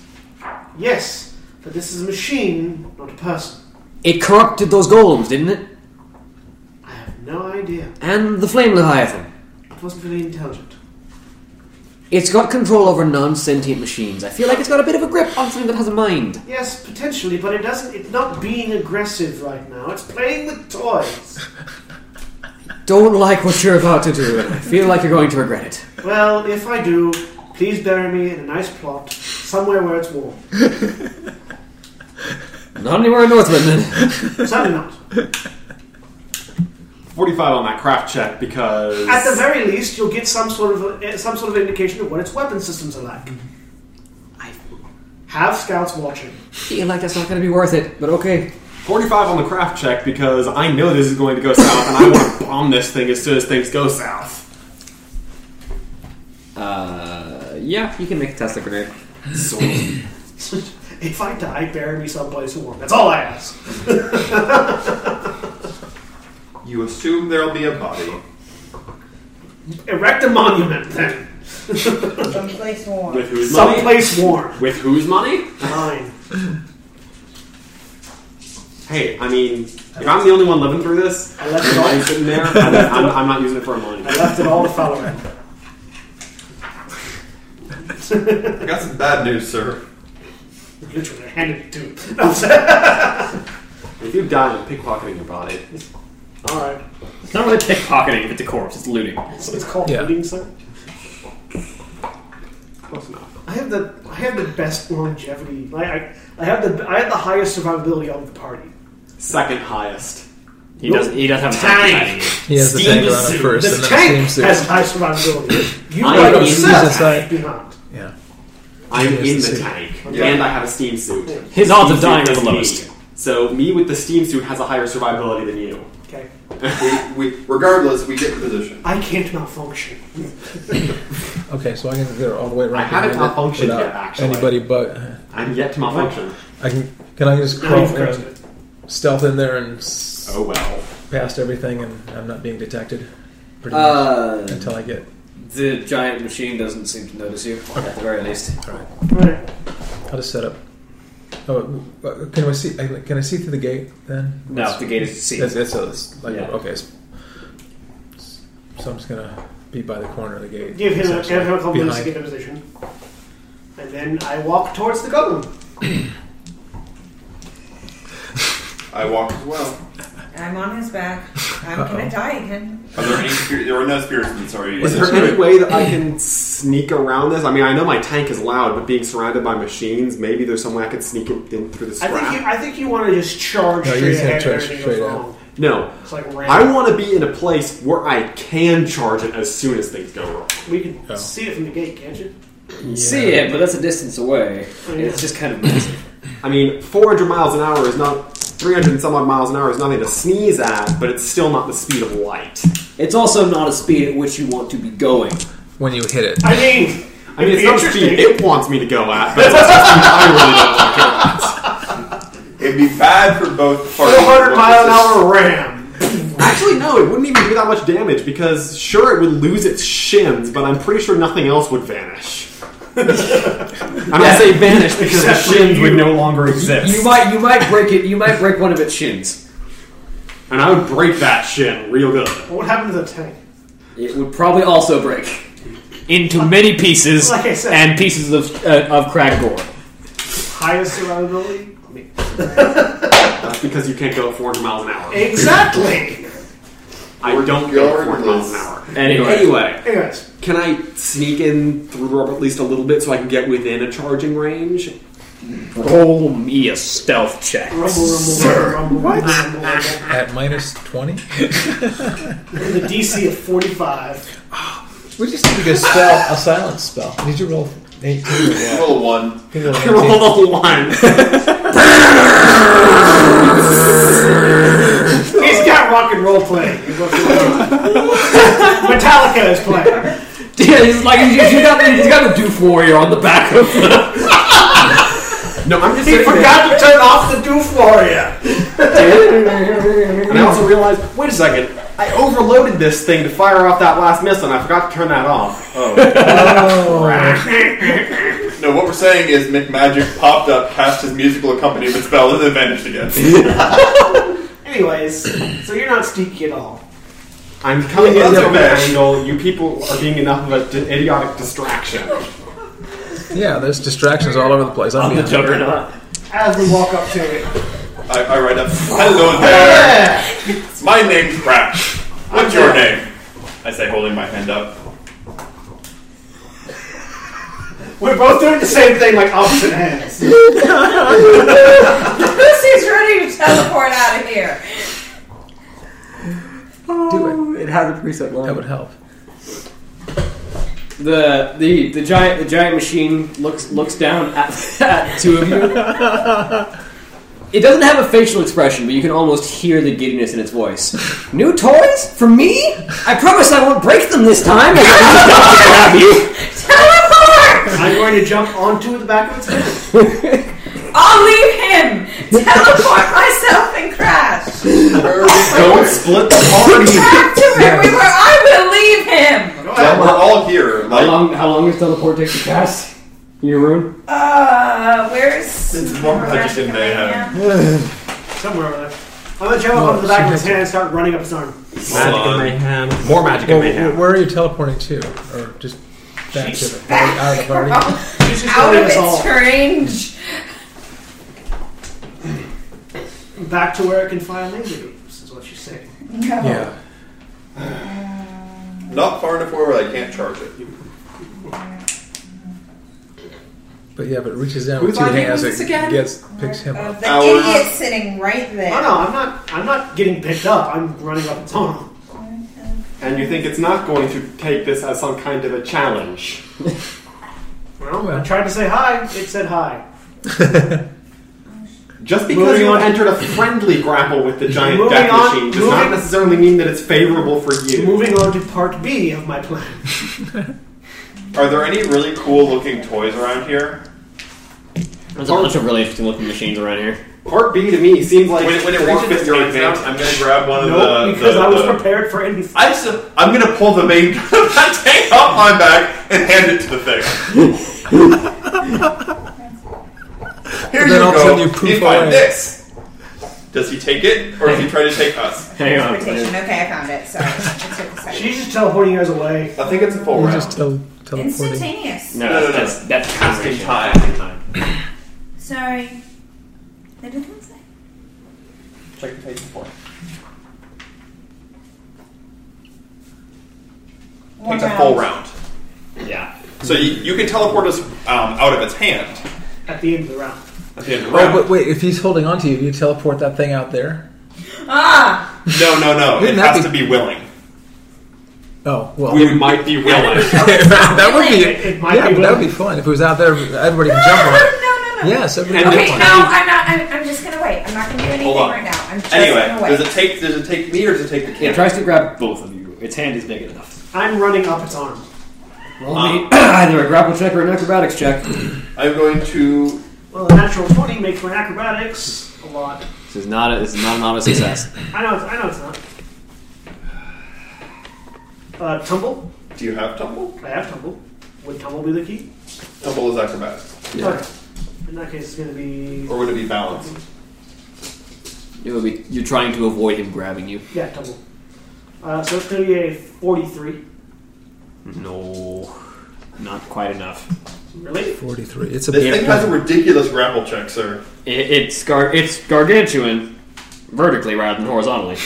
S2: Yes, but this is a machine, not a person.
S3: It corrupted those golems, didn't it?
S2: I have no idea.
S3: And the flame leviathan.
S2: It wasn't really intelligent.
S3: It's got control over non-sentient machines. I feel like it's got a bit of a grip on something that has a mind.
S2: Yes, potentially, but it doesn't. It's not being aggressive right now. It's playing with toys.
S3: Don't like what you're about to do. I feel like you're going to regret it.
S2: Well, if I do, please bury me in a nice plot somewhere where it's warm.
S3: Not anywhere in Northland, then.
S2: Certainly not.
S7: 45 on that craft check because.
S2: At the very least, you'll get some sort of a, eh, some sort of indication of what its weapon systems are like. I have scouts watching.
S3: feel like that's not going to be worth it, but okay.
S7: 45 on the craft check because I know this is going to go south and I want to bomb this thing as soon as things go south.
S3: Uh, yeah, you can make a Tesla grenade.
S7: So,
S2: if I die, bury me someplace warm. That's all I ask.
S6: You assume there'll be a body.
S2: Erect a monument then.
S9: Someplace warm.
S6: With whose money?
S2: Someplace warm.
S6: With whose money?
S2: Mine.
S7: Hey, I mean, if I'm the only one living through this,
S2: I left
S7: if
S2: it
S7: I'm
S2: all.
S7: sitting there, I'm, I'm, I'm not using it for a money.
S2: I left it all to Falloran.
S6: I got some bad news, sir.
S2: Literally, I handed it to. No, I'm sorry.
S7: If you die, I'm pickpocketing your body.
S2: all right.
S3: It's not really pickpocketing if it's a corpse, it's looting.
S2: So it's called
S5: Yeah.
S2: looting, sir.
S7: Close enough.
S2: I have the I have the best longevity. Like I, I have the I have the highest survivability of the party.
S7: Second highest.
S3: He doesn't he doesn't have a tank
S2: Tank.
S3: hiding it.
S5: He has the
S2: Steam
S5: dagger
S2: is
S5: on it
S2: suit.
S5: first,
S2: This
S5: and then
S2: tank
S5: the steam
S2: has
S5: suit.
S2: high survivability. You
S7: I
S2: by
S7: am
S5: Jesus, I-
S2: yourself do not.
S5: Yeah.
S7: I'm
S5: Yes,
S7: in
S5: the
S7: the
S5: suit.
S7: tank,
S6: Yeah.
S7: and I have a steam suit.
S3: His odds of
S7: Steam
S3: dying
S7: suit
S3: are the
S7: is me.
S3: lowest.
S7: So me with the steam suit has a higher survivability than you.
S2: Okay,
S6: We, we, regardless, we get the position.
S2: I can't malfunction.
S5: Okay, so I can get her all the way around.
S7: I haven't
S5: behind it
S7: malfunctioned
S5: without
S7: yet, actually.
S5: Anybody but
S7: I'm yet to malfunction.
S5: I can. Can I just
S2: Now
S5: crawl
S2: you've cursed
S5: in,
S2: it.
S5: stealth in there and s-
S7: Oh well.
S5: past everything, and I'm not being detected. Pretty much
S3: Uh,
S5: until I get.
S3: the giant machine doesn't seem to notice you, at the very least.
S5: All right,
S2: Right.
S5: I'll just set up. Oh, uh, can I see? I- Can I see through the gate then?
S3: No, the gate is sealed.
S5: That's, that's, that's like
S3: Yeah.
S5: okay. So, so I'm just gonna be by the corner of the gate.
S2: Give him, a, give him a couple minutes to
S5: Behind.
S2: get in position, and then I walk towards the goblin.
S6: I walk as well.
S9: I'm on his back. I'm gonna die again.
S6: Are there any spirit, there are no spirits sorry.
S7: Is there any way that I can sneak around this? I mean, I know my tank is loud, but being surrounded by machines, maybe there's some way I could sneak it in through the
S2: I
S7: scrap.
S2: think you, I think you want to just charge
S5: No,
S2: straight
S5: you just
S2: ahead.
S5: have
S2: and
S5: charge
S2: everything
S5: straight
S2: goes
S5: ahead.
S2: wrong.
S7: no,
S2: It's like
S7: I
S2: random.
S7: want to be in a place where I can charge it as soon as things go wrong.
S2: we can
S5: Oh.
S2: see it from the gate, can't you?
S3: You see it, but that's a distance away.
S2: Oh, yeah.
S3: It's just kind of messy.
S7: I mean, 400 miles an hour is not 300 and some odd miles an hour is nothing to sneeze at, but it's still not the speed of light.
S3: It's also not a speed at which you want to be going.
S5: when you hit it.
S2: I mean,
S7: I
S2: It'd
S7: mean, it's
S2: be
S7: not the speed
S2: interesting.
S7: it wants me to go at, but it's not the speed I really don't want to go at.
S6: It'd be bad for both parties.
S2: 400 mile an
S6: What's
S2: hour ram.
S7: Actually, no, it wouldn't even do that much damage because sure, it would lose its shins, but I'm pretty sure nothing else would vanish. I'm gonna say vanish because the
S2: Except for
S7: shins would
S2: you.
S7: no longer exist.
S3: You might you might break it you might break one of its shins.
S7: and I would break that shin real good.
S2: What happened to the tank?
S3: It would probably also break into many pieces
S2: Like I said.
S3: and pieces of uh, of cracked gore.
S2: Highest survivability? Me.
S7: That's because you can't go at 400 miles an hour.
S2: Exactly.
S7: I don't go at 400 miles an hour.
S3: Anyway,
S7: Anyway,
S2: Anyways,
S7: can I sneak in through the rubble at least a little bit so I can get within a charging range?
S3: roll me a stealth check.
S2: rumble, rumble, rumble, rumble, rumble, rumble.
S5: At minus twenty,
S2: With a DC of 45.
S5: we just need to get a spell, a silence spell. Did you roll eighteen? or
S6: this?
S5: what?
S6: Roll a one.
S5: You rolled
S7: I rolled a one.
S2: He's got rock and roll playing. He's what's going on. Metallica is playing.
S3: Yeah, he's like he's, he's got he's got a doof warrior on the back of
S7: No, I'm just
S2: He
S7: sitting there.
S2: forgot to turn off the Doof Warrior.
S7: And I also realized, wait a second, I overloaded this thing to fire off that last missile, and I forgot to turn that off.
S6: No, what we're saying is McMagic popped up, cast his musical accompaniment spell, and then vanished again.
S2: Anyways, so you're not sneaky at all.
S7: I'm coming
S6: Yeah,
S7: in
S6: that's
S7: from an
S6: okay.
S7: angle. You people are being enough of an idiotic distraction.
S5: it. Yeah, there's distractions all over the place. I'm being-
S3: juggernaut.
S2: As we walk up to it.
S6: I, I write up, hello there.
S2: Yeah.
S6: My name's Crash. What's your name? I say, holding my hand up.
S2: We're both doing the same thing, like opposite hands.
S9: Lucy's ready to teleport out of here.
S5: Do it.
S3: It has a preset
S5: That would help.
S3: The the the giant the giant machine looks looks down at, at two of you. It doesn't have a facial expression, but you can almost hear the giddiness in its voice. New toys for me? I promise I won't break them this time. grab you.
S9: Teleport!
S2: I'm going to jump onto the back of its head.
S9: I'll leave him. Teleport myself and crash.
S7: Don't split the party.
S9: Back to him. We were. I will leave him.
S6: Yeah, we're all here.
S3: How
S6: Like,
S3: long? How long does teleport take to cast? In your room?
S24: Uh, where's
S6: it's more magic than they have.
S2: Somewhere over there. I'm gonna jump up on the back of his hand and start running up his arm.
S7: Magic
S6: Hold
S7: and
S6: on.
S7: mayhem. More magic
S5: Well,
S7: and mayhem.
S5: where are you teleporting to? Or just back to the party, out of the party?
S2: She's just
S24: Out
S2: running
S24: of
S2: us all
S24: its range.
S2: back to where it can fly a laser beam. This is what she's saying.
S24: No.
S5: Yeah.
S6: Not far enough away where they can't charge it.
S5: But yeah, but it reaches down
S7: Who's
S5: with two
S7: arguing
S5: hands.
S7: this
S5: It
S7: again?
S5: gets picks him
S9: Of
S5: up.
S9: Uh, the
S6: Hours.
S9: idiot sitting right
S2: Oh
S9: there.
S2: no, I'm not. I'm not getting picked up. I'm running up its arm.
S7: And you think it's not going to take this as some kind of a challenge.
S2: Well, I tried to say hi. It said hi.
S7: Just because
S2: Moving
S7: you
S2: on.
S7: entered a friendly grapple with the giant
S2: Moving
S7: death
S2: on.
S7: machine does
S2: Moving-
S7: not necessarily mean that it's favorable for you.
S2: Moving on to part B of my plan.
S6: Are there any really cool looking toys around here?
S3: There's a bunch of really interesting looking machines around here.
S7: Part B to me seems like
S6: When, when it
S7: forfeit
S6: reaches
S7: your
S6: your hands out,
S7: advantage.
S6: I'm gonna grab one of
S2: no,
S6: the.
S2: because
S6: the-
S2: I was
S6: the-
S2: prepared for anything.
S6: I just, I'm gonna pull the main tank off my back and hand it to the thing. Here
S5: But then
S6: you
S5: all of a
S6: go.
S5: sudden you poof
S6: you find
S5: away.
S6: this. Does he take it, or does he try to take us?
S3: Hang on.
S9: Transportation. Okay, I found it. Sorry. It took a second.
S2: She's just teleporting us away.
S6: I think it's
S7: uh,
S6: a full
S5: We're
S6: round.
S5: just tel- teleporting.
S9: Instantaneous.
S3: No,
S6: No, no, no.
S3: that's that's
S6: Casting
S3: concentration.
S6: time.
S24: Sorry. That doesn't say.
S6: Check the page before.
S9: One
S6: Takes a full
S9: round.
S6: round.
S3: Yeah.
S6: So you, you can teleport us um, out of its hand.
S2: At the end of the round.
S6: At the end of the
S5: Oh,
S6: round.
S5: but wait, if he's holding on to you, do you teleport that thing out there?
S24: Ah!
S6: no, no, no. It
S5: Wouldn't that
S6: has
S5: be-
S6: to be willing.
S5: Oh, well.
S7: We might be willing.
S5: that would be.
S2: It, it might
S5: yeah,
S2: be.
S5: but that would be fun. If it was out there, everybody could jump on it.
S24: no, no, no.
S5: Yes, everybody
S7: And
S5: could
S24: Okay,
S5: jump
S24: no,
S5: on it.
S24: I'm not. I'm, I'm just gonna wait. I'm not gonna do anything
S6: Hold on.
S24: right now. I'm just
S6: Anyway,
S24: gonna wait.
S6: does it take? Does it take me or does it take the
S3: It
S6: kid?
S3: tries to grab both of you. Its hand is big enough. Um,
S2: I'm running up its arm.
S3: Roll me either a grapple check or an acrobatics check.
S6: I'm going to.
S2: Well, a natural twenty makes my acrobatics a lot.
S3: This is not a, this is not an obvious success.
S2: I know. It's, I know it's not. Uh, tumble.
S6: Do you have tumble?
S2: I have tumble. Would tumble be the key?
S6: Tumble is acrobatics,
S2: Okay. In that case, it's gonna be
S6: or would it be balance?
S3: It would be you're trying to avoid him grabbing you.
S2: yeah, tumble. Uh, so it's gonna be a forty-three.
S3: No, not quite enough.
S2: Really?
S5: 43. It's a
S6: This
S5: big
S6: thing has a ridiculous grapple check, sir.
S3: It, it's gar- it's gargantuan, vertically rather than horizontally,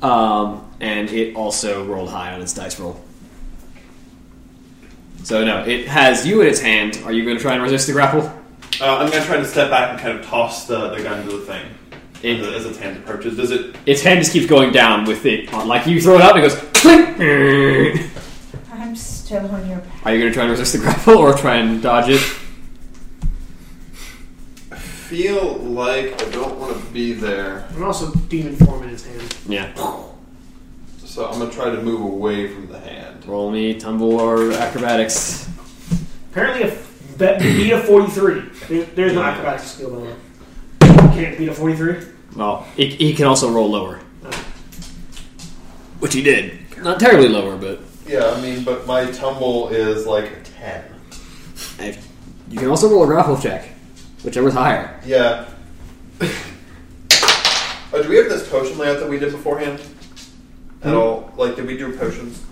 S3: um, and it also rolled high on its dice roll. So no, it has you in its hand. Are you going to try and resist the grapple?
S6: Uh, I'm going to try to step back and kind of toss the, the gun to the thing
S3: It-
S6: as, as its hand approaches. Does it?
S3: Its hand just keeps going down with it. Like you throw it out, and it goes. clink.
S9: I'm still on your back.
S3: Are you going to try and resist the grapple or try and dodge it?
S6: Feel like I don't want to be there,
S2: And also demon form in his hand.
S3: Yeah.
S6: so I'm going to try to move away from the hand.
S3: Roll me tumble or acrobatics.
S2: Apparently, a f- bet beat a forty-three. There, there's no acrobatics skill by the way. Can't beat a forty-three.
S3: Well, he, he can also roll lower,
S2: Oh.
S3: which he did. Not terribly lower, but
S6: Yeah, I mean, but my tumble is like a ten.
S3: I- you can also roll a grapple check, whichever's higher.
S6: Yeah. oh, do we have this potion layout that we did beforehand? At
S7: Hmm?
S6: all? Like, did we do potions?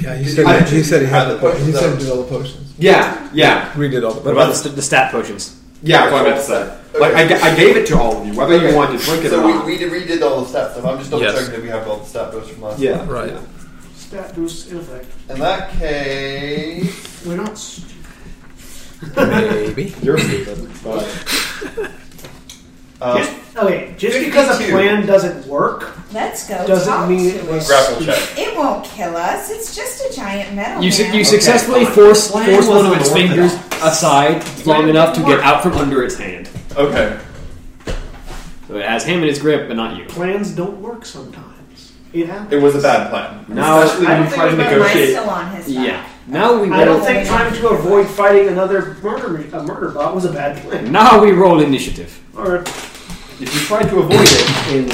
S5: Yeah, he
S6: Did
S5: said,
S6: you
S5: he, said he
S6: have
S5: had the
S6: the
S5: potions. He
S6: potions
S5: said he
S6: out?
S5: did all the potions.
S7: yeah, yeah,
S5: We did all the
S3: What
S5: potions.
S3: about the, st- the stat potions?
S7: yeah. That's what I meant to say. Like I, ga- I gave it to all of you, whether you wanted to drink it or
S6: so
S7: not.
S6: we, we redid all the stat stuff. I'm just double
S5: Yes.
S6: checking that we have all the stat boosts from last time.
S7: yeah,
S5: Right.
S7: yeah.
S2: Stat boost in effect.
S6: In that case,
S2: We're not. St-
S5: Maybe.
S7: You're stupid, but
S6: um,
S3: Yes.
S2: okay, just because a
S6: 52.
S2: plan doesn't work
S9: Let's go.
S2: doesn't
S9: talk
S2: mean
S9: to
S2: it was.
S6: grapple check.
S9: It won't kill us. It's just a giant metal.
S3: You, su-
S9: man.
S3: you successfully
S7: fine.
S3: force,
S7: Plan
S3: force one of
S7: wasn't
S3: its
S7: worth it.
S3: fingers aside long enough to get out from under its hand.
S6: Okay.
S3: So it has him in its grip, but not you.
S2: Plans don't work sometimes. It happens.
S6: It was a bad plan.
S3: Now-
S6: Especially
S2: I
S6: when
S2: don't
S6: you
S2: think
S6: try
S2: it
S6: to
S2: was
S9: Mine's
S6: negotiate.
S9: still on his back.
S3: Yeah. Now we
S2: I don't
S3: roll.
S2: think trying to avoid fighting another murder a murder bot was a bad plan.
S3: Now we roll initiative.
S2: Or
S7: if you tried to avoid it,
S3: In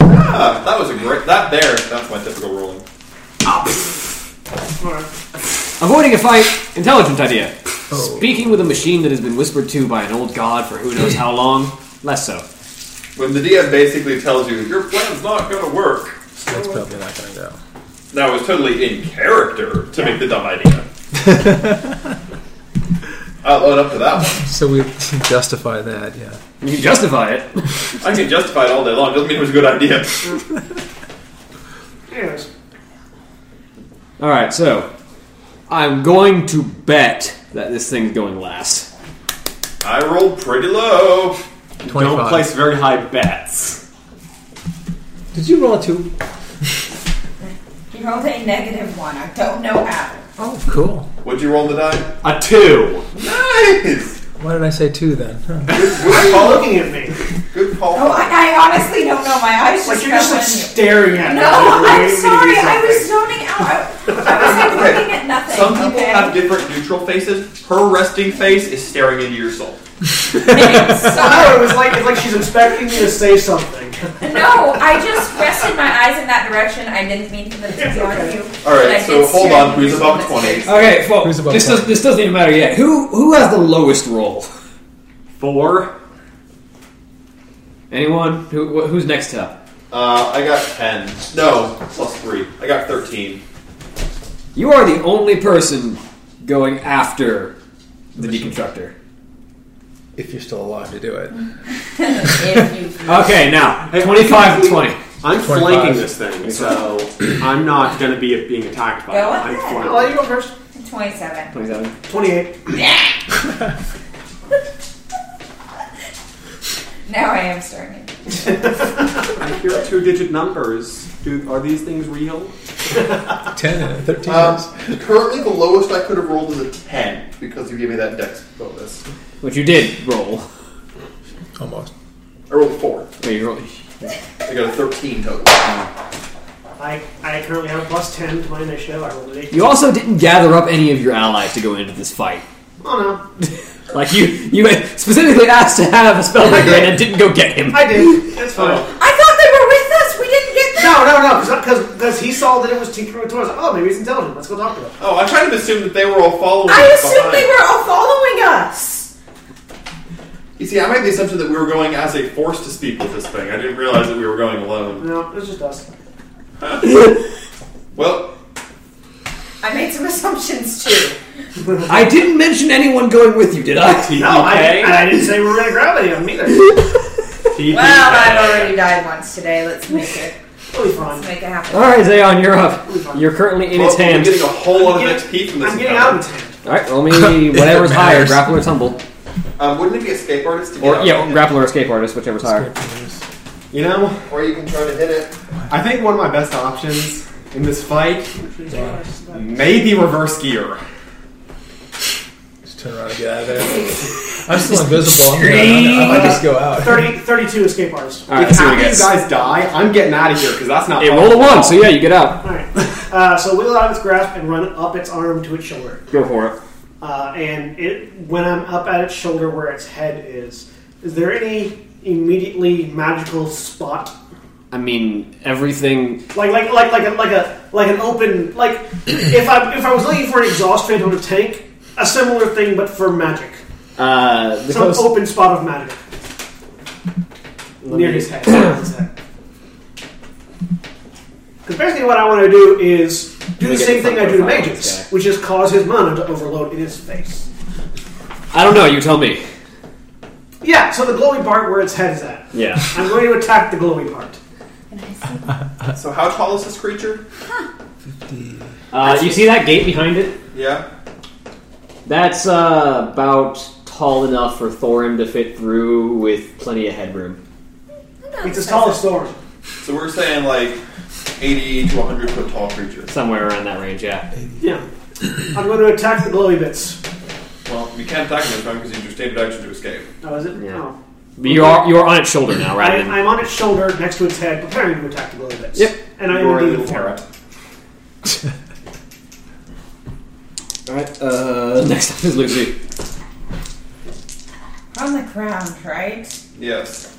S6: Ah, that was a great. That there, that's my typical rolling.
S3: Avoiding a fight, intelligent idea.
S2: Oh.
S3: Speaking with a machine that has been whispered to by an old god for who knows how long, less so.
S6: When the DM basically tells you your plan's not going to work,
S5: That's probably not going to go.
S6: that was totally in character to make the dumb idea. I'll own up to that one.
S5: So we justify that, yeah.
S3: You can justify it.
S6: I can justify it all day long. Doesn't mean it was a good idea.
S2: Yes.
S3: All right, so I'm going to bet that this thing's going last.
S6: I rolled pretty low.
S5: 25.
S7: Don't place very high bets.
S5: Did you roll a two?
S9: You rolled a negative one. I don't know how.
S5: Oh, cool.
S6: What'd you roll the die?
S7: A two.
S6: Nice.
S5: Why did I say two then? Huh.
S6: Good
S2: You're
S6: call.
S2: looking at me.
S6: Good call.
S9: Oh, I, I honestly don't know. My eyes
S2: Like
S9: just
S2: you're just like
S9: fell in.
S2: staring at me.
S9: No,
S2: Like,
S9: I'm
S2: waiting
S9: sorry.
S2: to do
S9: I was
S2: something.
S9: zoning out. I, I was like looking at nothing.
S6: Some people
S9: okay?
S6: have different neutral faces. Her resting face is staring into your soul.
S2: No, it was like it's like she's expecting me to say something.
S9: No, I just rested my eyes in that direction. I didn't mean for them to be on you.
S6: All
S9: but I
S6: right, so
S9: did
S6: hold
S9: stare
S6: on.
S9: at you.
S6: Who's above twenty?
S3: Okay, well,
S5: Who's above
S3: this,
S5: par?
S3: does, this doesn't even matter yet. Who who has the lowest roll?
S7: Four.
S3: Anyone? Who, wh- who's next up?
S6: Uh, I got ten. No, plus three. I got thirteen.
S3: You are the only person going after the deconstructor.
S5: If you're still alive to do it.
S9: If you-
S3: Okay, now
S7: Hey,
S3: 25 to 20.
S7: I'm
S5: 25.
S7: flanking this thing, so I'm not going to be being attacked by
S9: Go
S7: it. I'm
S9: ahead.
S2: I'll let you
S7: flanking.
S2: go first.
S9: 27.
S3: 27.
S2: Twenty-eight.
S9: Now I am staring at you.
S7: I hear two-digit numbers. Do, are these things real?
S5: 10 and 13
S6: Um,
S5: is.
S6: currently, the lowest I could have rolled is a ten because you gave me that dex bonus.
S3: Which you did roll.
S5: Almost.
S6: I rolled four.
S3: Oh, you rolled-
S6: I got a thirteen total.
S2: I, I currently have a plus ten to my initiative. I rolled an eight.
S3: You also didn't gather up any of your allies to go into this fight.
S2: Oh
S3: Like you, you had specifically asked to have a spellbreaker and then didn't go get him.
S2: no, I did. That's fine.
S9: I thought they were with us. We didn't get them.
S2: No, no, no, because because he saw that it was tinkering towards. Oh, maybe he's intelligent. Let's go talk to him.
S6: Oh, I kind of assumed that they were all following.
S9: I
S6: us
S9: assumed
S6: behind.
S9: they were all following us.
S6: You see, I made the assumption that we were going as a force to speak with this thing. I didn't realize that we were going alone.
S2: No, it was just us.
S6: Well,
S9: I made some assumptions too.
S3: I didn't mention anyone going with you, did I?
S2: No, I, and I didn't say we were going to grab any of them either.
S9: Well, I've already died once today. Let's make it.
S2: Totally fine.
S9: Let's make it happen.
S3: All right, Zayon, you're up. You're currently in
S6: well,
S3: its
S6: I'm
S3: hand.
S6: getting a whole lot of
S2: I'm
S6: XP from this.
S2: I'm getting
S6: encounter.
S2: out of hand.
S3: All right, roll me whatever's
S5: It
S3: higher,
S5: matters.
S3: grapple or tumble,
S6: Um, wouldn't it be escape artist to get
S3: or
S6: out?
S3: yeah, grapple or escape artist, whichever's higher.
S7: You know,
S6: Or you can try to hit it.
S7: I think one of my best options in this fight may be reverse gear.
S5: Just turn around and get out of there. I'm still invisible. I'm gonna, I might just go out.
S2: 30, 32 escape artists.
S3: All right,
S7: if
S3: let's see what
S7: half
S3: he
S7: of
S3: gets.
S7: you guys die, I'm getting out of here because that's not.
S3: It rolled a one, so yeah, you get out.
S2: All right. Uh, so wiggle out of its grasp and run up its arm to its shoulder.
S3: Go for it.
S2: Uh, and it, when I'm up at its shoulder where its head is, is there any immediately magical spot?
S3: I mean, everything.
S2: Like like like like a like a like an open like if I if I was looking for an exhaust fan on a tank, a similar thing but for magic.
S3: Uh, the
S2: Some
S3: close-
S2: open spot of magic
S3: let
S2: near
S3: me-
S2: his head. Because basically, what I want to do is do
S3: Let me
S2: the
S3: get
S2: same
S3: the
S2: thing I
S3: front
S2: do to
S3: profile of this
S2: mages,
S3: guy.
S2: which is cause his mana to overload in his face.
S3: I don't know. You tell me.
S2: Yeah, so the glowy part where its head is at.
S3: Yeah.
S2: I'm going to attack the glowy part.
S6: So how tall is this creature?
S3: Uh, you see that gate behind it?
S6: Yeah.
S3: That's uh, about tall enough for Thorin to fit through with plenty of headroom.
S2: It's as tall as Thorin.
S6: So we're saying like 80 to 100 foot tall creature.
S3: Somewhere around that range, yeah.
S2: Yeah. I'm going to attack the glowy bits.
S6: Well, you can't attack him this time because you used your standard action to escape.
S2: Oh, is it?
S3: Yeah.
S2: No.
S3: But you are you are on its shoulder now,
S2: I,
S3: right?
S2: I'm on its shoulder, next to its head, preparing to attack the glowy bits.
S3: Yep.
S2: And I
S6: You are
S2: will
S6: a
S2: do
S6: little
S2: the
S6: terror.
S3: All right. Uh, next up is Lucy.
S9: On the ground, right?
S6: Yes.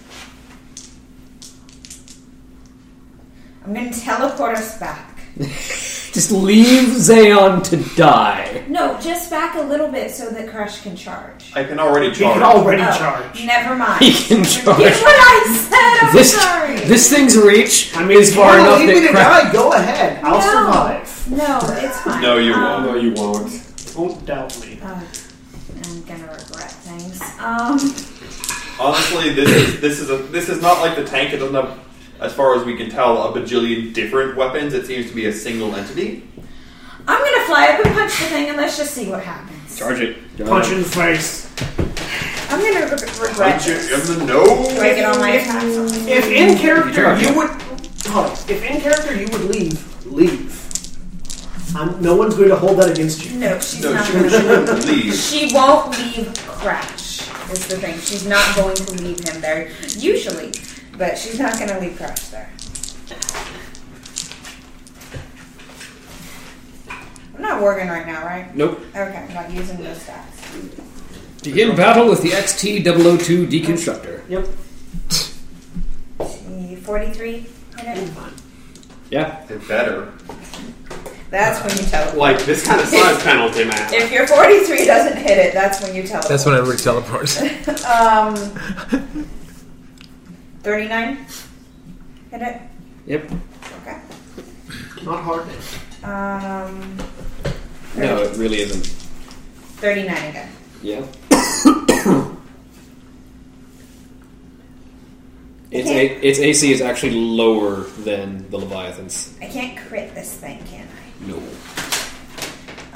S9: I'm going to teleport us back.
S25: Just leave Zayon to die.
S9: No, just back a little bit so that Crush can charge.
S6: I can already
S2: He
S6: charge.
S2: can already
S9: Oh,
S2: charge.
S9: Never mind.
S25: He can
S9: Here's
S25: charge.
S9: what I said. I'm
S25: This
S9: sorry.
S25: this thing's reach
S2: I mean,
S25: is far
S2: you
S26: No,
S25: enough
S26: leave me
S25: that
S26: to
S25: Crush.
S26: die. Go ahead. I'll
S9: No.
S26: survive.
S9: No, it's fine.
S6: No, you
S9: Um,
S2: Ah.
S6: won't. No, you won't.
S2: Don't doubt me.
S9: uh, I'm gonna regret things. Um,
S6: Honestly, this is this is a this is not like the tank. It doesn't have, as far as we can tell, a bajillion different weapons. It seems to be a single entity.
S9: I'm gonna fly up and punch the thing, and let's just see what happens.
S3: Charge it.
S2: Punch in the face.
S9: I'm gonna re- regret. this.
S6: Bajillion- no.
S9: Do I get all my attacks? on?
S2: If in character
S3: charge
S2: you
S3: him.
S2: would, hold on. If in character you would leave, leave. I'm, no one's going to hold that against you.
S9: No, she's
S6: No,
S9: not
S6: she,
S9: gonna.
S6: she wouldn't leave.
S9: She won't leave Crash, is the thing. She's not going to leave him there, usually, but she's not going to leave Crash there. I'm not working right now, right?
S3: Nope.
S9: Okay, I'm not using those stats.
S3: Begin battle with the XT002 deconstructor.
S9: Gee, 43 minutes?
S3: Yeah.
S6: They're better.
S9: That's when you tell it.
S7: Like this kind of size penalty, man.
S9: If your 43 doesn't hit it, that's when you tell it.
S5: That's when everybody teleports.
S9: Um, 39? Hit it?
S3: Yep.
S9: Okay.
S2: Not hard.
S9: Um,
S3: No, it really isn't.
S9: 39 again.
S3: Yeah.
S9: It
S3: Its,
S9: can't-
S3: a, its AC is actually lower than the Leviathan's.
S9: I can't crit this thing, can I?
S3: No.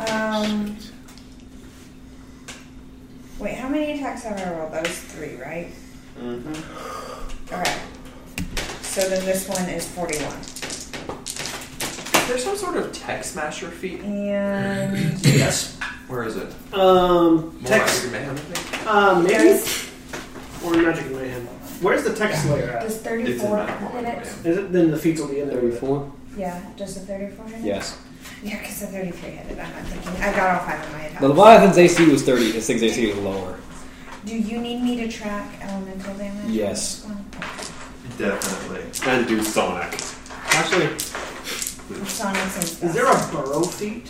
S9: Um. Wait, how many attacks have I rolled? That was three, right? Mm-hmm. Alright. So then this one is 41.
S6: Is there some sort of tech smasher feat?
S9: And.
S6: Yes. Where is it?
S2: Um,
S6: More
S2: text,
S6: Iron Man, I think.
S2: uh, maybe
S9: Does,
S2: or magic mayhem. Where's the text layer at?
S9: does
S6: It's in
S9: 34 hit
S6: Metal
S9: it?
S2: Is it? Then the feats will be in there. with it.
S9: Yeah, does the 34 hit it?
S3: Yes.
S9: Yeah, because the 33 hit it. I'm not thinking. I got all five of my
S3: The
S9: attacks.
S3: Leviathan's AC was 30, its thing's AC was lower.
S9: Do you need me to track elemental damage?
S3: Yes.
S6: Definitely.
S7: And do Sonic. Actually,
S9: Sonic's
S2: Is there a burrow feat?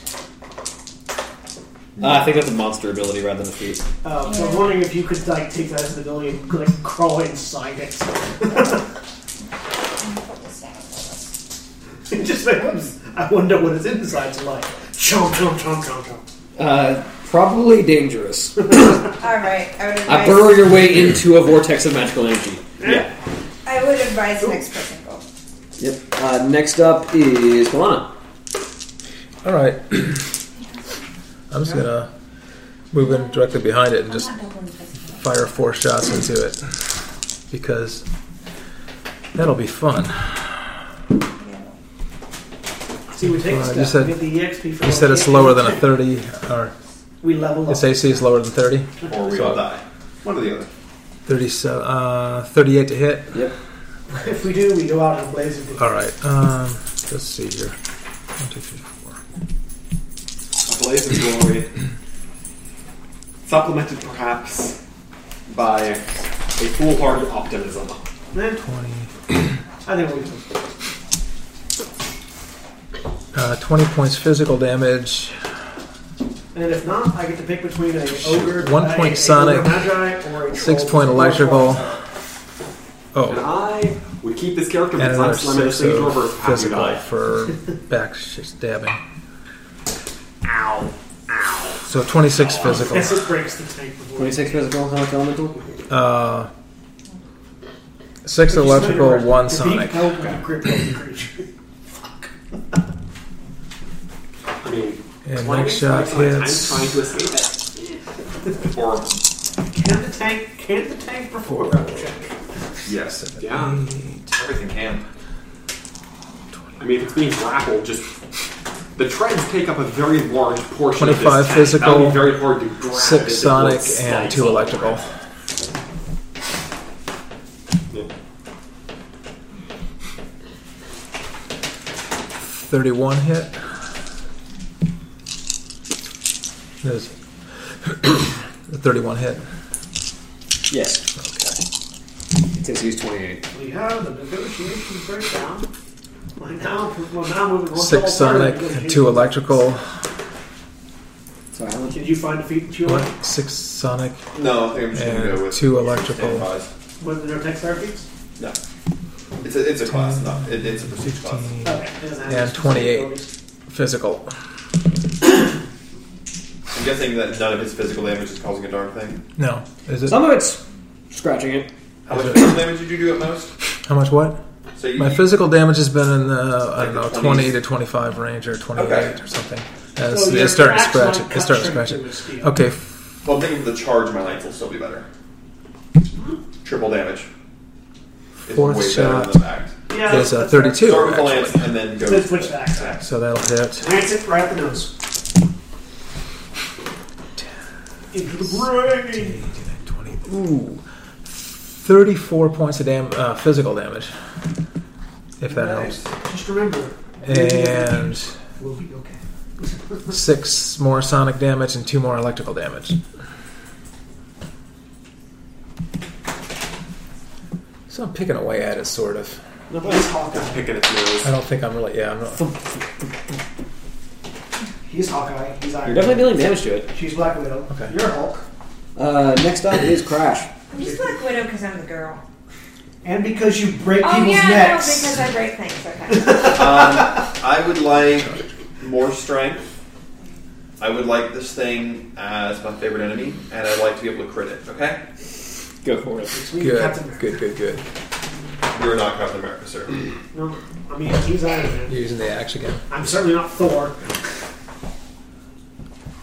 S3: Uh, I think that's a monster ability rather than a feat.
S2: Uh, so I was wondering if you could like take that as an ability and like crawl inside it.
S9: put this down.
S2: Just like "Oops, I wonder what its insides are like. Chomp chomp chomp chomp chomp.
S3: Uh, probably dangerous.
S9: Alright, I would advise.
S3: I burrow your way into a vortex of magical energy.
S2: Yeah.
S9: I would advise next person go.
S3: Yep. Uh, next up is Kalana.
S5: All right. I'm just gonna move in directly behind it and just fire four shots into it because that'll be fun.
S2: See, we take a
S5: Well, I
S2: step.
S5: just
S2: we
S5: Uh, said-
S2: get the EXP for
S5: You
S2: all
S5: said
S2: the
S5: it's
S2: EXP.
S5: lower than a 30, or
S2: We level up.
S5: its AC is lower than 30.
S6: Or we all die. One or the other.
S5: 37, uh, 38 to hit.
S2: if we do, we go out in a blaze of glory.
S5: All right. Um, let's see here. One, two, three, four.
S7: Blaze of Glory. Supplemented perhaps by a foolhardy optimism.
S2: Eh,
S5: 20,
S2: I think we can.
S5: uh, 20 points physical damage.
S2: And if not, I get to pick between a ogre,
S5: One
S2: a-
S5: point
S2: a ogre
S5: sonic,
S2: magi, or a
S5: Six
S2: troll.
S5: point electrical.
S7: And
S5: Oh,
S7: I would keep this character
S5: and
S7: because I'm
S5: another
S7: slamming this
S5: six
S7: thing to
S5: of
S7: reverse half your
S5: physical
S7: life.
S5: for backstabbing.
S7: Ow. Ow.
S5: So 26 physical.
S2: Yes, it breaks the tank. before-
S3: 26 physical, how much elemental?
S5: Uh, six
S2: If you
S5: electrical,
S2: slam it
S5: one
S2: around,
S5: sonic.
S2: If you help you grip of the creature.
S7: I mean,
S5: And
S7: why
S5: next
S7: waste
S5: shot
S7: my time trying
S5: hits.
S7: to escape it?
S6: Or
S2: Can the tank? Can the tank perform?
S6: yes,
S7: Yeah.
S6: everything can.
S7: I mean, if it's being grappled, just the treads take up a very large portion. of this
S5: 25
S7: tank. That would
S5: physical,
S7: be very hard to grab. as it
S5: Six sonic
S7: will
S5: and
S7: slice
S5: two
S7: off.
S5: electrical.
S7: Yeah.
S5: 31 hit. There's 31 hit.
S3: Yes. Okay. Its AC is 28.
S2: We have a negotiation breakdown. Well, now, well, now moving on to
S5: Six
S2: alternative
S5: sonic,
S2: negotiations.
S5: two electrical,
S3: Sorry, how much?
S2: Did you find a feat that you want?
S5: one, six sonic,
S6: No, I think I'm just gonna go
S5: and
S6: with
S5: two electrical.
S6: standbys.
S2: What their next star feats?
S6: No, it's a, it's a class. No, it, it's a prestige class.
S2: Okay, it doesn't have
S5: Yeah,
S2: any
S5: 28.
S2: abilities.
S5: Physical.
S6: I'm guessing that none of his physical damage is causing a darn thing.
S5: No. Is it?
S3: Some of it's scratching it.
S6: How much physical damage did you do at most?
S5: How much what?
S6: So you,
S5: My physical damage has been in the, I don't know,
S6: Like the
S5: 20
S6: 20s.
S5: to 25 range or 28
S6: Okay.
S5: or something.
S2: So
S5: As
S2: your
S5: it's starting to
S2: axe
S5: scratch
S2: might
S5: it.
S2: cut
S5: It's starting
S2: straight
S5: to scratch
S2: through
S5: it.
S2: his steel.
S5: Okay, f-
S6: well, I'm thinking for the charge, my lance will still be better. Triple damage. It's
S5: Fourth
S6: way
S5: shot
S6: better than the axe.
S2: Yeah,
S5: is uh,
S2: that's-
S5: 32,
S6: Start with the
S5: actually.
S6: lance and then go.
S2: Then switch to axe.
S5: So that'll hit.
S2: Lance it right at the nose. Into the brain.
S5: 20. Ooh. 34 points of dam- uh, physical damage. If that helps.
S2: Nice. Just remember,
S5: And
S2: we'll be okay.
S5: six more sonic damage and two more electrical damage. So I'm picking away at it, sort of.
S2: Nobody's Hawkeye.
S7: Picking its nose.
S5: I don't think I'm really. Yeah, I'm not.
S2: He's Hawkeye. He's
S3: You're
S2: Iron. Man.
S3: definitely dealing damage to it.
S2: She's Black Widow.
S5: Okay.
S2: You're Hulk.
S3: Uh, next up is Crash.
S9: I'm just Black Widow because I'm the girl.
S27: And because you break
S9: Oh
S27: people's
S9: yeah, no,
S27: necks.
S9: because I break things. Okay.
S6: I would like more strength. I would like this thing as my favorite enemy, and I'd like to be able to crit it. Okay,
S3: Go for it.
S2: It's me, Captain
S5: Good,
S2: America.
S5: good, good, good.
S6: you're not Captain America, sir.
S2: No, I mean he's Iron Man.
S5: You're using the axe again.
S2: I'm certainly not Thor.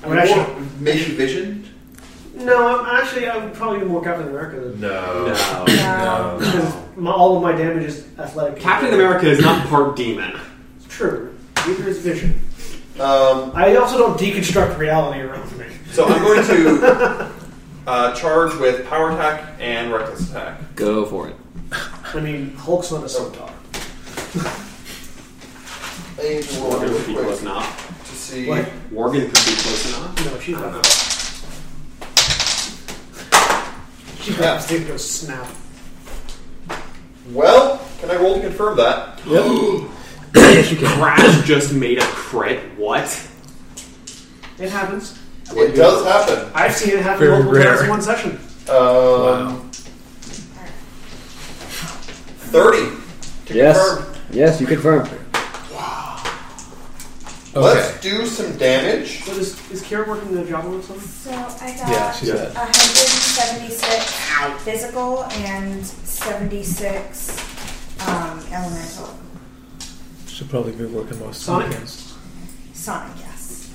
S2: I would
S6: Or
S2: actually,
S6: maybe Vision.
S2: no, I'm actually I would probably be more Captain America than
S6: No.
S9: No.
S2: because my, all of my damage is athletic.
S7: Captain America is not part demon.
S2: True. Neither is Vision.
S6: Um,
S2: I also don't deconstruct reality around me.
S6: so I'm going to uh, charge with power attack and reckless attack.
S3: Go for it.
S2: I mean, Hulk's not a centaur.
S7: Worgen could be close enough.
S6: to see.
S2: What?
S7: Worgen could be close enough.
S2: No, she's
S7: I don't know.
S2: not. She grabs the goes snap.
S6: Well, can I roll to confirm that?
S7: Crash just made a crit. What?
S2: It happens.
S6: It does happen.
S2: I've seen it happen
S5: Very
S2: multiple times
S5: rare.
S2: in one session.
S6: Um, 30. to confirm.
S3: Yes, you confirm.
S5: Okay.
S6: Let's do some damage.
S2: What is is Kira working the job or something?
S9: So I got
S5: Yeah, she's dead.
S9: 176 physical and 76 um, elemental.
S5: Should probably be working most
S2: Sonic.
S5: weekends.
S9: Sonic, yes.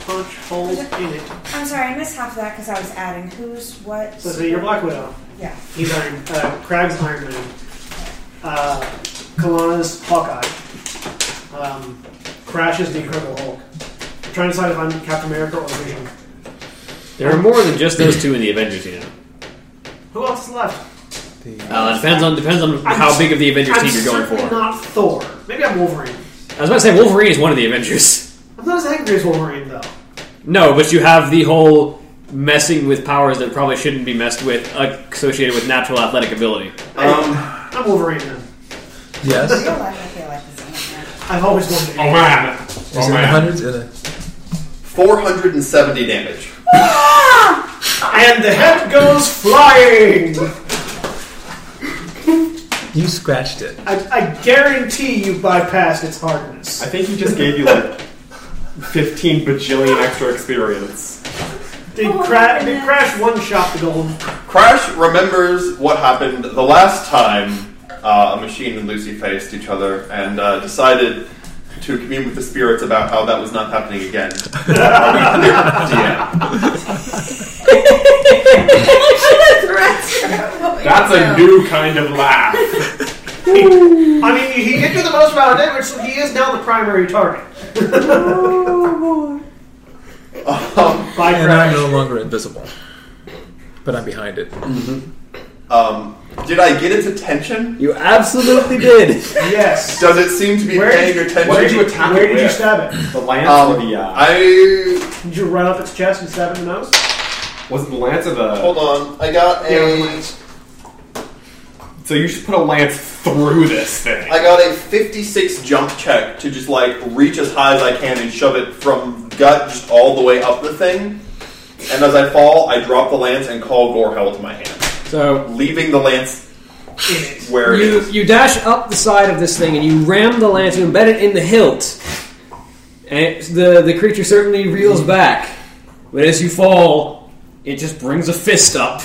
S2: Punch holes in it.
S9: I'm sorry, I missed half of that because I was adding who's what.
S2: So, so you're Black Widow.
S9: Yeah.
S2: He's Iron. Uh, Crag's Iron Man. Uh, Kalana's Hawkeye. Um, Crash is the Incredible Hulk. I'm trying to decide if I'm Captain America or Vision.
S3: There are more than just those two in the Avengers, you know.
S2: Who else is left?
S3: Uh, depends on depends on how big of the Avengers
S2: I'm
S3: team you're going
S2: certainly
S3: for.
S2: not Thor. Maybe I'm Wolverine.
S3: I was about to say Wolverine is one of the Avengers.
S2: I'm not as angry as Wolverine though.
S3: No, but you have the whole messing with powers that probably shouldn't be messed with uh, associated with natural athletic ability.
S6: Um,
S2: I'm Wolverine then.
S9: I
S5: Yes.
S9: feel like I feel like this. is-
S2: I've always wanted to be.
S6: man.
S5: Is it in the hundreds? In the
S6: 470 damage.
S2: And the head goes flying.
S5: you scratched it.
S2: I, I guarantee you bypassed its hardness.
S7: I think he just gave you like 15 bajillion extra experience.
S2: Did,
S9: Oh,
S2: cra- did
S9: goodness.
S2: Crash one shot the gold?
S6: Crash remembers what happened the last time uh, a machine and Lucy faced each other and uh, decided to commune with the spirits about how that was not happening again. Are we clear? DM.
S9: That's
S7: new kind of laugh.
S2: I mean, he did do the most amount of damage, so he is now the primary target.
S6: Um,
S2: By
S5: And
S2: Crash.
S5: I'm no longer invisible. But I'm behind it.
S6: um, did I get its attention?
S3: You absolutely did.
S2: Yes.
S6: Does it seem to be
S2: Where-
S6: paying attention?
S7: where did you attack
S2: Where
S7: it
S2: did you
S7: with?
S2: stab it?
S7: The lance
S6: Um,
S7: or the uh,
S6: I
S2: Did you run up its chest and stab it in the nose?
S7: Wasn't the lance of the?
S6: Hold on, I got a
S7: Yeah. So you should put a lance through this thing.
S6: I got a 56 jump check to just like reach as high as I can and shove it from gut just all the way up the thing. And as I fall, I drop the lance and call Gorehell to my hand,
S3: So
S6: leaving the lance where it
S3: you
S6: is.
S3: you dash up the side of this thing and you ram the lance, you embed it in the hilt, and it, the the creature certainly reels back. But as you fall, it just brings a fist up.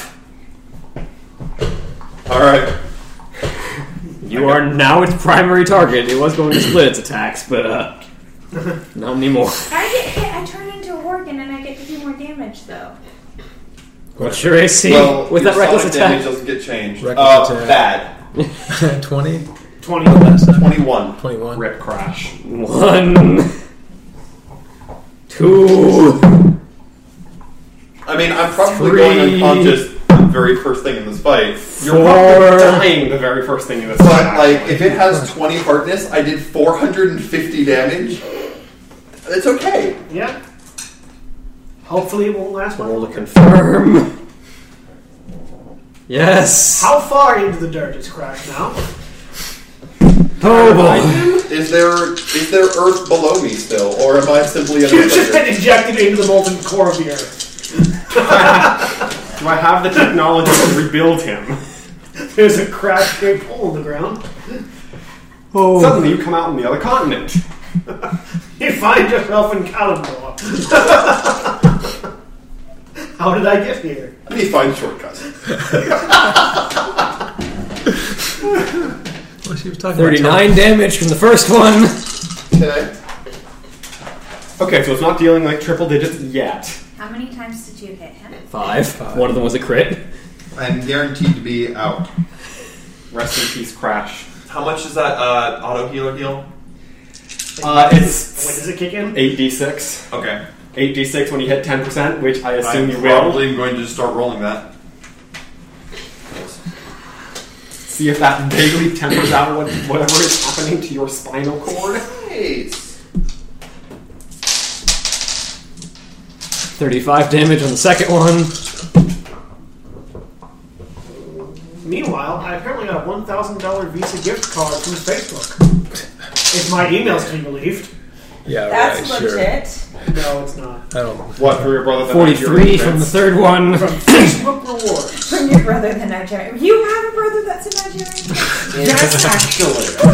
S6: All right.
S3: You are now its primary target. It was going to split its attacks, but uh, not anymore.
S9: I get hit. I turn into a organ and I get to do more damage though.
S3: What's your AC
S6: Well,
S3: with
S6: your
S3: that reckless
S6: sonic
S3: attack?
S6: damage doesn't get changed.
S5: Reckless
S6: uh,
S5: attack.
S6: Bad.
S5: 20?
S2: 20.
S6: 21.
S5: 21.
S7: Rip crash.
S3: One, two.
S6: I mean, I'm probably
S3: Three.
S6: going unconscious the very first thing in this fight.
S7: You're probably dying the very first thing in this.
S6: But
S7: fight,
S6: like,
S7: actually.
S6: if it has 20 hardness, I did 450 damage. It's okay.
S2: Yeah. Hopefully it won't last long.
S3: Roll to confirm. Yes.
S2: How far into the dirt is Crash now?
S3: Oh boy.
S6: Is there is there earth below me still, or am I simply
S2: You
S6: an
S2: just
S6: invader?
S2: been injected into the molten core of the earth.
S7: do I have the technology to rebuild him?
S2: There's a crash shaped hole in the ground.
S6: Oh.
S7: Suddenly you come out on the other continent.
S2: You find yourself in Kalimdor. How did I get here?
S6: Let me find shortcuts.
S5: Well, she was talking about
S3: Thirty-nine damage from the first one.
S6: Okay.
S7: Okay, so it's not dealing like triple digits yet.
S9: How many times did you hit him?
S3: Five. One of them was a crit.
S6: I'm guaranteed to be out.
S7: Rest in peace, Crash.
S6: How much is that uh, auto healer heal?
S7: Uh,
S2: When
S7: it's
S2: does it kick in?
S7: 8d6.
S6: Okay.
S7: 8d6 when you hit 10%, which I assume
S6: I'm
S7: you will.
S6: probably going to just start rolling that.
S7: See if that vaguely tempers out what, whatever is happening to your spinal cord.
S6: Nice.
S3: Thirty-five damage on the second one.
S2: Meanwhile, I apparently got a $1,000 Visa gift card from Facebook. If my email's to be believed.
S5: Yeah,
S4: That's
S5: right, sure. I
S4: legit.
S2: No, it's not.
S5: don't.
S7: What, for your brother? the
S3: Forty-three
S7: Nigerian
S3: from the
S7: prince?
S3: third one.
S2: Facebook rewards.
S4: From your brother, the Nigerian. You have a brother that's a Nigerian?
S7: Yes, actually.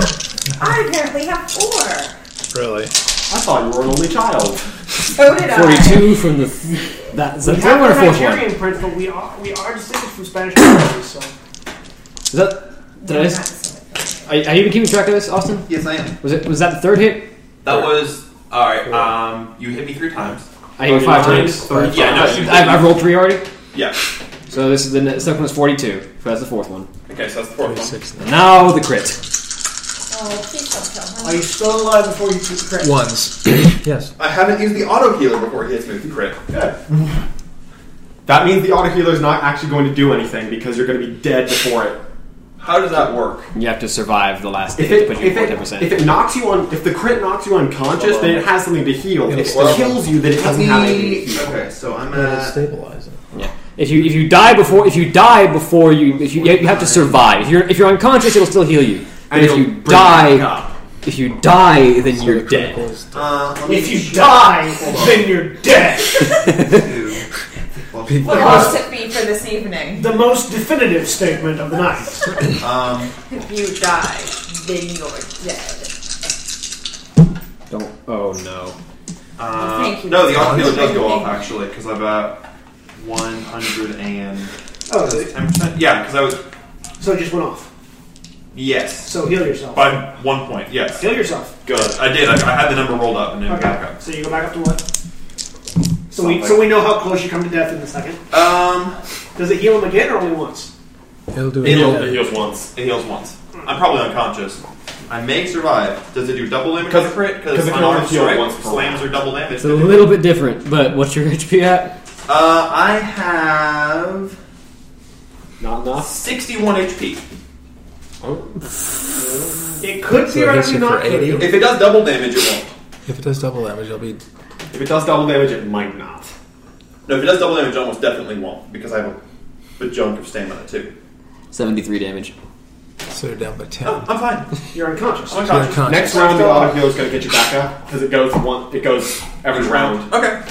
S4: I apparently have four.
S5: Really?
S7: I thought you were an only child.
S4: So did I.
S3: Forty-two from the th- that is that
S2: We
S3: the third
S2: have
S3: one or
S2: a
S3: fourth one?
S2: Nigerian prince, but we are, we are distinguished from Spanish colonies, so.
S3: Is that? Did I
S4: Not
S3: just?
S4: so
S3: Are, are you even keeping track of this, Austin?
S6: Yes, I am.
S3: Was it? Was that the third hit?
S6: That was all right. Um, you hit me three times.
S3: I hit Oh, five
S7: Nine,
S3: times.
S7: thirty-five.
S6: Yeah, no, you-
S3: I've, I've rolled three already.
S6: Yeah.
S3: So this is the ne- second one's forty-two. So that's the fourth one.
S6: Okay, so that's the fourth one.
S3: And now the crit.
S4: Oh, please don't kill
S2: Are
S4: him.
S2: you still alive before you shoot the crash?
S5: Ones. yes.
S6: I haven't used the auto healer before he hits me with the crit.
S7: That means the auto healer's not actually going to do anything because you're going to be dead before it.
S6: How does that work?
S3: You have to survive the last
S7: If
S3: hit
S7: it,
S3: to put you
S7: if,
S3: at
S7: it,
S3: ten percent.
S7: if it knocks you on, if the crit knocks you unconscious, then it has something to heal. If
S5: Well-
S7: it kills you, then it doesn't have anything to heal.
S6: Okay, so I'm
S5: Stabilize
S6: at.
S5: it.
S3: Yeah. If you if you die before if you die before you if you, you have to survive. If you're if you're unconscious, it'll still heal you. But
S7: And
S3: if
S7: it'll
S3: you
S7: bring it back
S3: die,
S7: up.
S3: if you die, then you're dead.
S5: Criticals.
S6: Uh, let me
S2: If you
S6: check.
S2: die,
S6: on.
S2: then you're dead.
S6: Two. Well,
S4: What else it be for this evening?
S2: The most definitive statement of the night.
S6: Um,
S4: If you die, then you're dead.
S3: Don't. Oh no.
S6: uh,
S4: Thank you.
S6: No, the auto healer does go off actually because I'm at 100 and
S2: Oh, so-
S6: 10. percent Yeah, because I was
S2: so it just went off.
S6: yes
S2: So heal yourself.
S6: by one point. Yes,
S2: Heal yourself.
S6: good. I did. I, I had the number rolled up and then back
S2: Okay.
S6: up.
S2: So you go back up to what? So we, so we know how close you come to death in a second.
S6: Um,
S2: Does it heal him again or only once?
S5: He'll do
S6: it, heals,
S5: it.
S6: it heals once. It heals once. I'm probably unconscious. I may survive. Does it do double damage?
S7: 'Cause-
S6: on crit?
S7: 'cause it
S6: my
S7: can only
S6: arm
S7: heal
S6: strike
S7: once per
S6: slams are double damage.
S3: It's a little bit different. But what's your HP at?
S6: Uh, I have
S7: Not enough.
S6: 61 HP.
S7: Oh.
S2: It could
S5: So it hits
S2: theoretically
S5: you for
S2: not kill you.
S5: 80.
S6: If it does double damage, it won't.
S5: If it does double damage, it'll be
S7: If it does double damage, it might not.
S6: No, if it does double damage, it almost definitely won't because I have a bajunk of stamina too.
S3: 73 damage.
S5: So they're down by ten.
S6: No, I'm fine.
S2: You're unconscious.
S6: I'm unconscious.
S5: They're unconscious.
S7: Next round, the auto heal is going to get you back up because it goes one. It goes every round.
S6: Okay.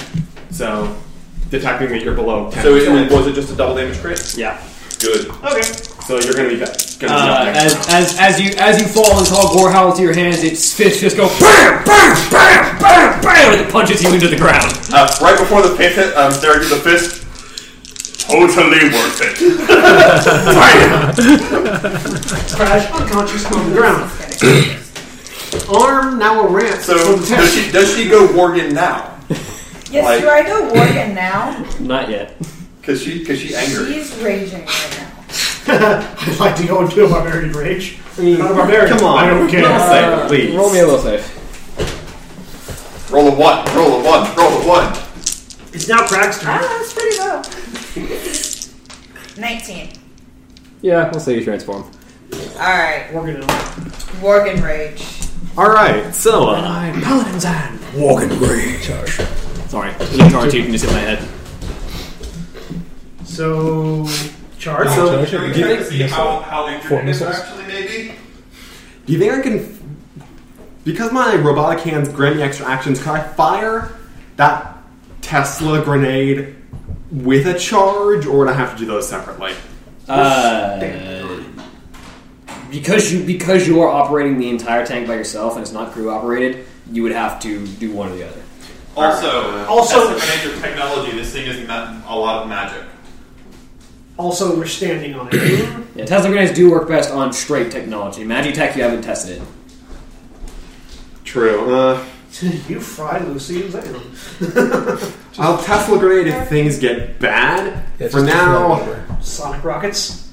S7: So detecting that you're below. 10.
S6: So it, it- was it just a double damage crit?
S7: yeah.
S6: Good.
S2: Okay.
S7: So you're going to be back. Gonna be up
S3: Uh,
S7: next.
S3: as, as, as you as you fall and tall gore howl into your hands, its fists just go BAM! BAM! BAM! BAM! BAM! And it punches you into the ground.
S6: Uh, right before the fist hit, um, Derek did the fist. Totally worth it.
S2: Crash unconscious on the ground.
S7: Arm now a ramp.
S6: So does she does she go Worgen now?
S9: Yes,
S6: Like-
S9: do I go Worgen now?
S3: Not yet.
S6: Because she because she angry.
S9: She's raging right now.
S2: I'd like to go into a barbarian rage.
S7: I mean,
S2: Not a barbarian.
S7: Come on.
S2: I don't care.
S7: Not safe, please.
S3: Roll me a will save.
S6: Roll a one. Roll a one. Roll a one.
S2: It's now Crack's
S4: Ah,
S9: I
S2: turn.
S9: don't know, it's pretty low. 19.
S3: Yeah, we'll say you transform.
S9: Alright,
S2: We're gonna.
S9: Worgen Rage.
S7: All right. So uh,
S3: I'm Paladin's hand. Walking great. Charge. Sorry, the charge you can just hit my head.
S2: So charge.
S5: So-
S2: So
S5: Should we give it- yes, uh,
S6: how
S5: Four missiles.
S6: actually maybe?
S7: do you think I can? Because my robotic hands grant me extra actions, can I fire that Tesla grenade with a charge, or would I have to do those separately?
S3: Uh, because you because you are operating the entire tank by yourself and it's not crew operated, you would have to do one or the other.
S6: Also,
S2: Also-
S6: that's the advantage of technology. This thing is ma- a lot of magic.
S2: also we're standing on it.
S3: Yeah, Tesla grenades do work best on straight technology. Magitech, you haven't tested it.
S7: True. Uh,
S2: you fried Lucy and Zan.
S7: I'll Tesla grenade if things get bad.
S5: Yeah,
S7: For
S5: just to throw it
S7: now,
S5: over.
S2: Sonic rockets.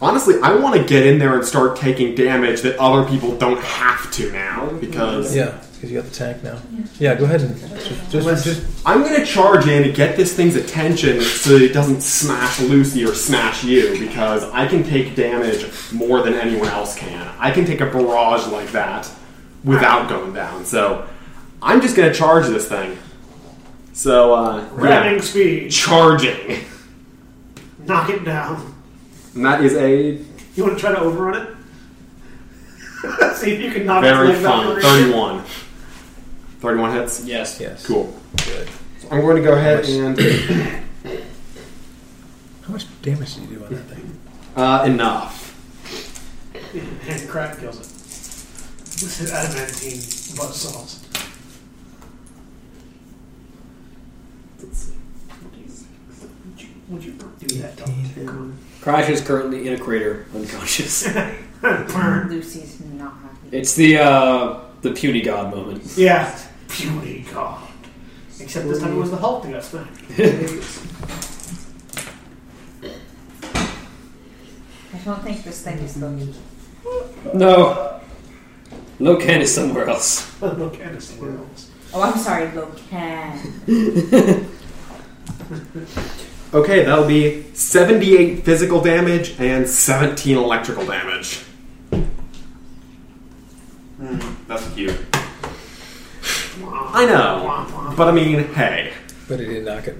S7: honestly, I want to get in there and start taking damage that other people don't have to now because
S5: Yeah, because you got the tank now. Yeah, go ahead and just, just, just
S7: I'm going to charge in and get this thing's attention so that it doesn't smash Lucy or smash you because I can take damage more than anyone else can. I can take a barrage like that without going down. So I'm just going to charge this thing. So uh, yeah,
S2: Ramming speed.
S7: charging.
S2: Knock it down.
S7: And that is a
S2: You want to try to overrun it? See if you can knock
S7: Very
S2: it
S7: fun. 31. 31 hits?
S3: Yes.
S5: yes.
S7: Cool. So I'm going to go ahead and.
S5: How much damage did you do on that thing?
S7: Uh, enough.
S2: And crack kills it. This is adamantine butt saws. Would you not do that? Dalton?
S3: Crash is currently in a crater, unconscious.
S2: Burn.
S9: Lucy's not happy.
S3: it's the uh, the puny god moment.
S2: Yeah. Puny god. Except this time it was the Hulk that got smacked.
S9: I don't think this thing is the lead.
S3: No. Locan is somewhere else.
S2: Look at us. we're else.
S9: Oh, I'm sorry, Locan.
S7: Okay, that'll be 78 physical damage and 17 electrical damage.
S6: That's cute.
S7: Hmm, I know. But I mean, hey.
S5: But it did knock it.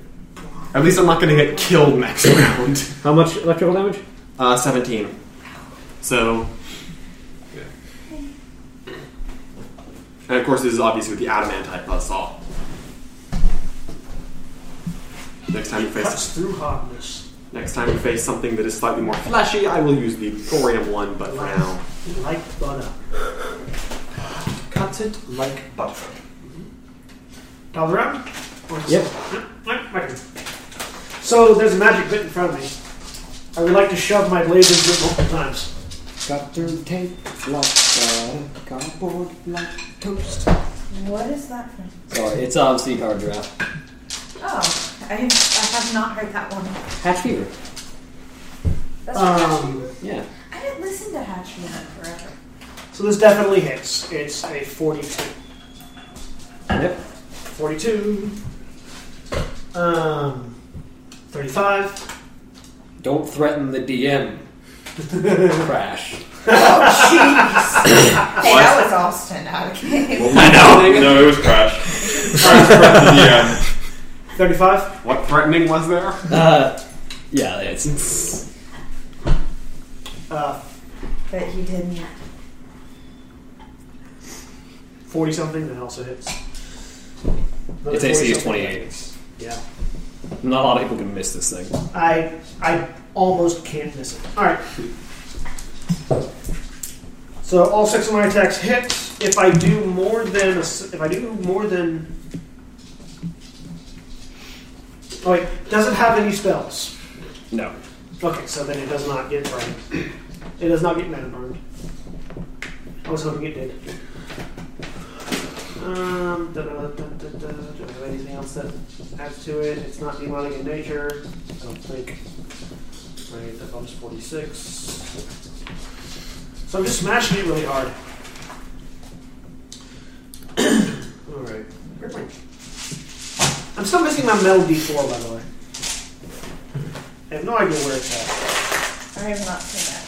S7: At least I'm not going to get killed next round.
S3: How much electrical damage?
S7: Uh, 17. So. And of course, this is obviously with the adamantite buzzsaw. Next time you face
S2: Cuts through hardness.
S7: next time you face something that is slightly more fleshy, I will use the thorium one, but for now,
S2: Like butter.
S7: cuts it like butter.
S2: Top of the round? Or
S3: Yep.
S2: Yep, my turn. So there's a magic bit in front of me. I would like to shove my blade into it multiple times.
S3: Got to take like cardboard like toast.
S9: What is that from?
S3: Sorry, it's obviously hard draft.
S9: Oh, I, I have not heard that one. Uh,
S3: Hatch fever.
S9: That's from
S2: Um,
S3: Yeah.
S9: I haven't listened to Hatchman forever.
S2: so this definitely hits. It's a 42.
S3: Yep.
S2: 42. Um, 35.
S3: Don't threaten the DM. Crash.
S9: Hey, that was Austin. Okay.
S6: I know. No, it was crash. yeah.
S2: 35?
S7: What threatening was there?
S3: Uh, yeah, it's, it's
S2: Uh,
S9: But he didn't.
S2: 40 something, that also hits. Another
S3: its AC is
S2: 40-something.
S3: 28.
S2: Yeah.
S3: Not a lot of people can miss this thing.
S2: I I almost can't miss it. All right. So all six of my attacks hit. If I do more than a s if I do more than oh wait, does it have any spells?
S3: No.
S2: Okay, so then it does not get burned. It does not get meta burned. I was hoping it did. Um, da, da, da, da, da, do I have anything else that adds to it? It's not demonic in nature. I don't think. Right, that bumps 46. So I'm just smashing it really hard. Alright. I'm still missing my metal d4, by the way. I have no idea where it's at.
S9: I have not seen that.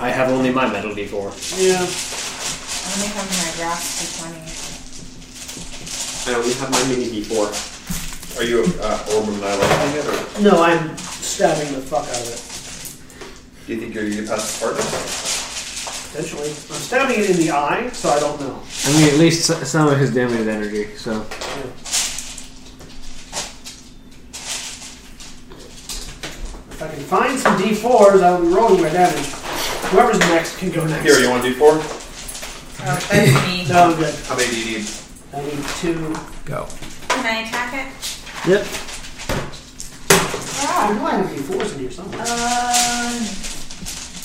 S3: I have only my metal d4.
S2: Yeah.
S9: I only have my grasp to 20.
S7: I only have my mini before.
S6: Are you uh, orb annihilating it, or
S2: No, I'm stabbing the fuck out of it.
S6: do you think you're gonna get past the partner?
S2: Potentially. I'm stabbing it in the eye, so I don't know.
S28: I mean, at least s- some of his damage energy. So
S2: If I can find some d4s, I'll be rolling my damage. Whoever's next can go next.
S6: Here, you want to do four?
S9: Oh, that's me.
S2: No, I'm good.
S6: How many do you need?
S2: I need two.
S5: Go.
S9: Can I attack it?
S2: Ah, I know I have d4s in here somewhere.
S9: Um,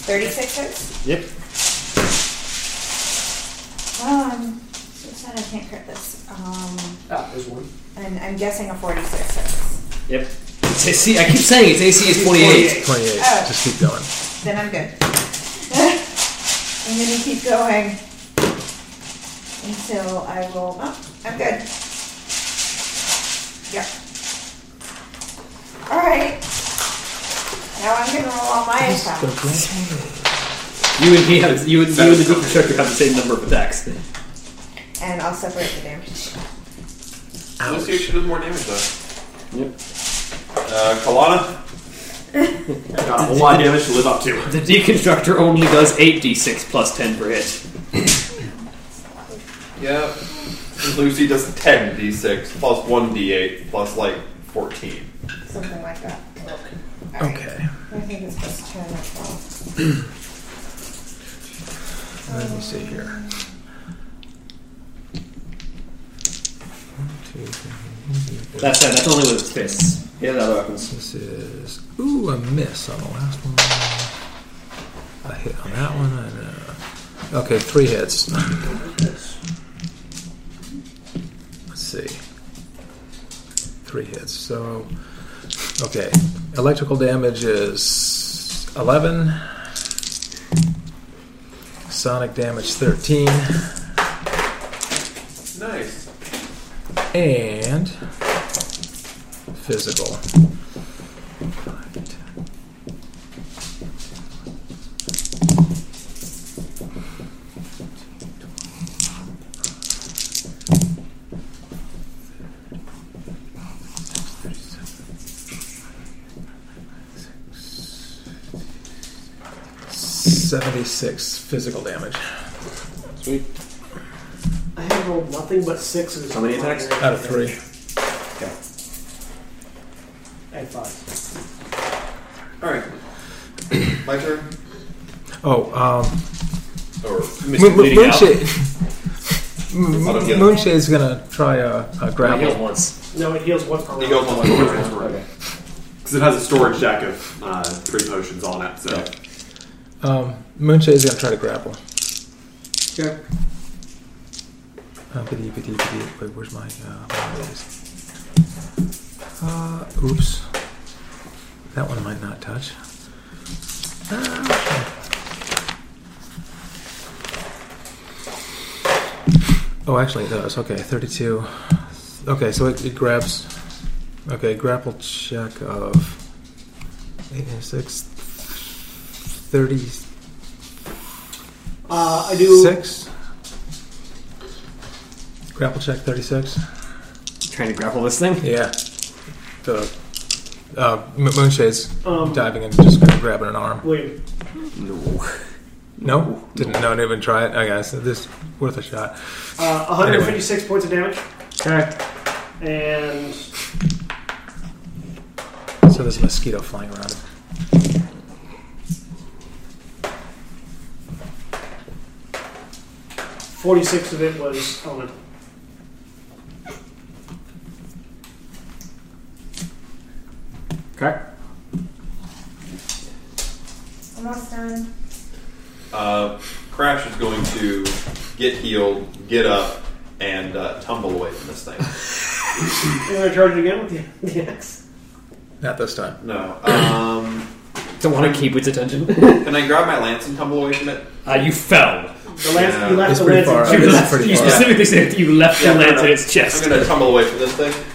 S9: 36 hits?
S28: Yep.
S9: Um, so sad I can't crit this. Um,
S2: Ah, there's one.
S9: and I'm guessing a 46 hits.
S3: Yep. It's AC, I keep saying its AC is 28.
S5: 28.
S9: Oh.
S5: Just keep going.
S9: Then I'm good. I'm gonna keep going until I roll. Oh, I'm good. Yep. Alright. Now I'm gonna roll all my attacks.
S3: You and he have, you and, you and the deep constructor have the same number of attacks.
S9: And I'll separate the damage.
S6: Lucy should have more damage though.
S3: Yep.
S6: Uh, Kalana,
S7: Got a whole lot of damage to live up to.
S3: The deconstructor only does 8d6 plus 10 per hit.
S6: yeah. Lucy does ten d6 plus one d8 plus like fourteen.
S9: Something like that. Alright.
S5: Okay.
S9: I think it's supposed to turn that off.
S5: Let me see here. One, two, three.
S3: That's that, that's only with its fists. Yeah, the other weapons.
S5: This is ooh a miss on the last one. A hit on that one. And, uh, okay, three hits. Let's see, three hits. So, okay, electrical damage is eleven. Sonic damage thirteen,
S6: Nice.
S5: and physical. Seventy-six physical damage
S2: I have rolled nothing but sixes.
S3: How many attacks?
S5: out of three.
S2: I have five.
S6: All right. My turn.
S5: Oh, um,
S6: Or
S5: Mo- Mo-
S3: bleeding out.
S5: Moonshade. Mo-
S6: Out of the other.
S5: Moonshade's gonna try a, a
S3: I healed
S5: grapple.
S3: once.
S2: No, it heals once per
S6: he
S2: round.
S6: goes on one more.
S7: Because it has a storage deck of uh, three potions on it, so
S5: Um, Moonshade's gonna try to grapple.
S3: Okay.
S5: Uh, biddy, biddy, biddy. Wait, where's my. Uh, my raise? uh, oops. That one might not touch. Ah, Oh, actually, it does. Okay, 32. Okay, so it, it grabs. Okay, grapple check of 8 and 6. 36.
S2: Uh, I do
S5: Grapple check 36.
S3: Trying to grapple this thing.
S5: Yeah. The uh, M- Moonshade's
S2: Um,
S5: diving and just grabbing an arm.
S2: William.
S3: No.
S5: No, didn't know. Didn't even try it. I guess this worth a shot.
S2: Uh, 156 points of damage,
S5: Okay.
S2: and
S5: So there's a mosquito flying around.
S2: forty-six of it was elemental.
S3: Okay.
S9: Almost done.
S6: Uh, Crash is going to get healed, get up, and uh, tumble away from this thing.
S2: You're gonna charge it again with the, the axe.
S5: Not this time.
S6: No. Um,
S3: Don't want to keep its attention.
S6: can I grab my lance and tumble away from it?
S23: Uh, you fell.
S2: The lance,
S6: Yeah,
S2: you left
S5: it's
S2: the lance.
S5: pretty far.
S2: in
S5: It's
S2: two-
S23: left-
S5: pretty
S23: you
S5: far.
S23: specifically said that you left your
S6: Yeah, I'm
S23: lance in
S6: gonna-
S23: its chest.
S6: I'm going to tumble away from this thing.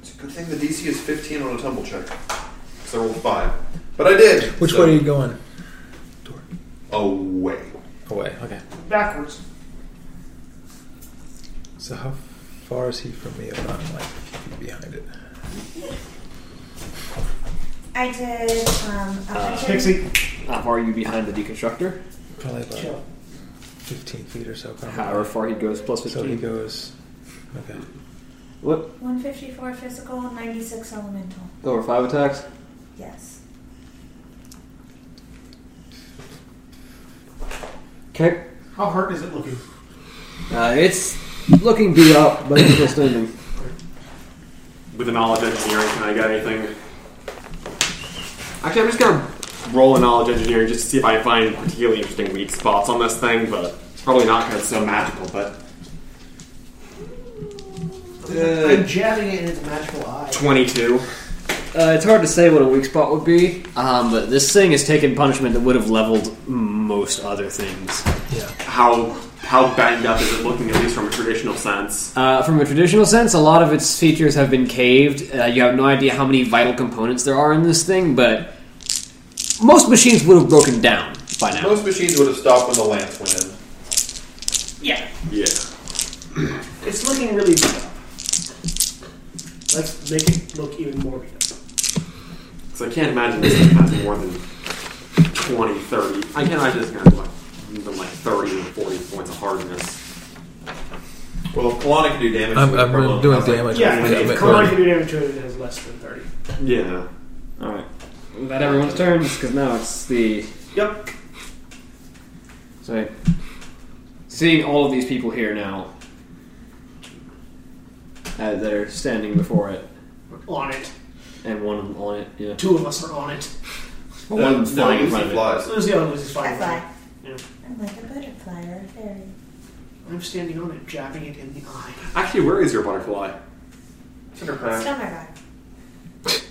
S6: It's a good thing the DC is 15 on a tumble check. Because I rolled 5. But I did!
S5: Which
S6: so-
S5: way are you going?
S6: Away.
S5: Away. Okay.
S2: Backwards.
S5: So how far is he from me? If I'm like a few feet behind it.
S9: I did um, a hundred-
S2: Pixie.
S3: How far are you behind the deconstructor?
S5: Probably about
S2: Chill.
S5: 15 feet or so. probably.
S3: However far he goes, plus
S5: So he
S3: fifteen.
S5: goes. Okay.
S3: What?
S9: 154 physical, 96 elemental.
S3: Over five attacks.
S9: Yes.
S3: Okay.
S8: How hurt is it looking?
S3: Uh, it's looking beat up, but it's still standing.
S7: With the knowledge engineering, can I get anything? Actually, I'm just gonna roll a knowledge engineering just to see if I find particularly interesting weak spots on this thing, but it's probably not because it's so magical. But
S5: Uh,
S8: I'm jabbing it in its magical eye.
S7: 22.
S3: Uh, it's hard to say what a weak spot would be, um, but this thing has taken punishment that would have leveled most other things.
S7: How how banged up is it looking? At least from a traditional sense.
S3: Uh, from a traditional sense, a lot of its features have been caved. Uh, you have no idea how many vital components there are in this thing, but most machines would have broken down by now.
S6: Most machines would have stopped when the lance went in.
S7: Yeah.
S2: It's looking really beat up. Let's make it look even more beat up.
S7: So I can't imagine this thing has more than 20, 30. I can't imagine this thing has like, even like 30 or 40 points of hardness.
S6: Well, if Kalana can do damage,
S5: I'm,
S6: to it,
S5: I'm
S6: Carmona-
S5: doing
S6: I was like,
S5: damage.
S2: Yeah,
S5: Yeah,
S2: if
S5: but-
S2: Kalani can do damage to it, it has less than 30.
S7: Yeah.
S3: Alright. That everyone's turns, because now it's the
S2: Yep.
S3: So, seeing all of these people here now, uh, they're standing before it,
S2: On it.
S3: and one on it, yeah.
S2: Two of us are on it.
S3: Well, one of them's
S6: No,
S3: flying in
S6: Lucy
S3: front of it.
S6: flies.
S2: So the other one is
S9: I
S2: fine.
S9: fly.
S2: Yeah.
S9: I'm like a butterfly or a fairy.
S2: I'm standing on it, jabbing it in the eye.
S7: Actually, where is your butterfly?
S6: It's in her
S7: Uh,
S6: pack.
S9: It's still my back.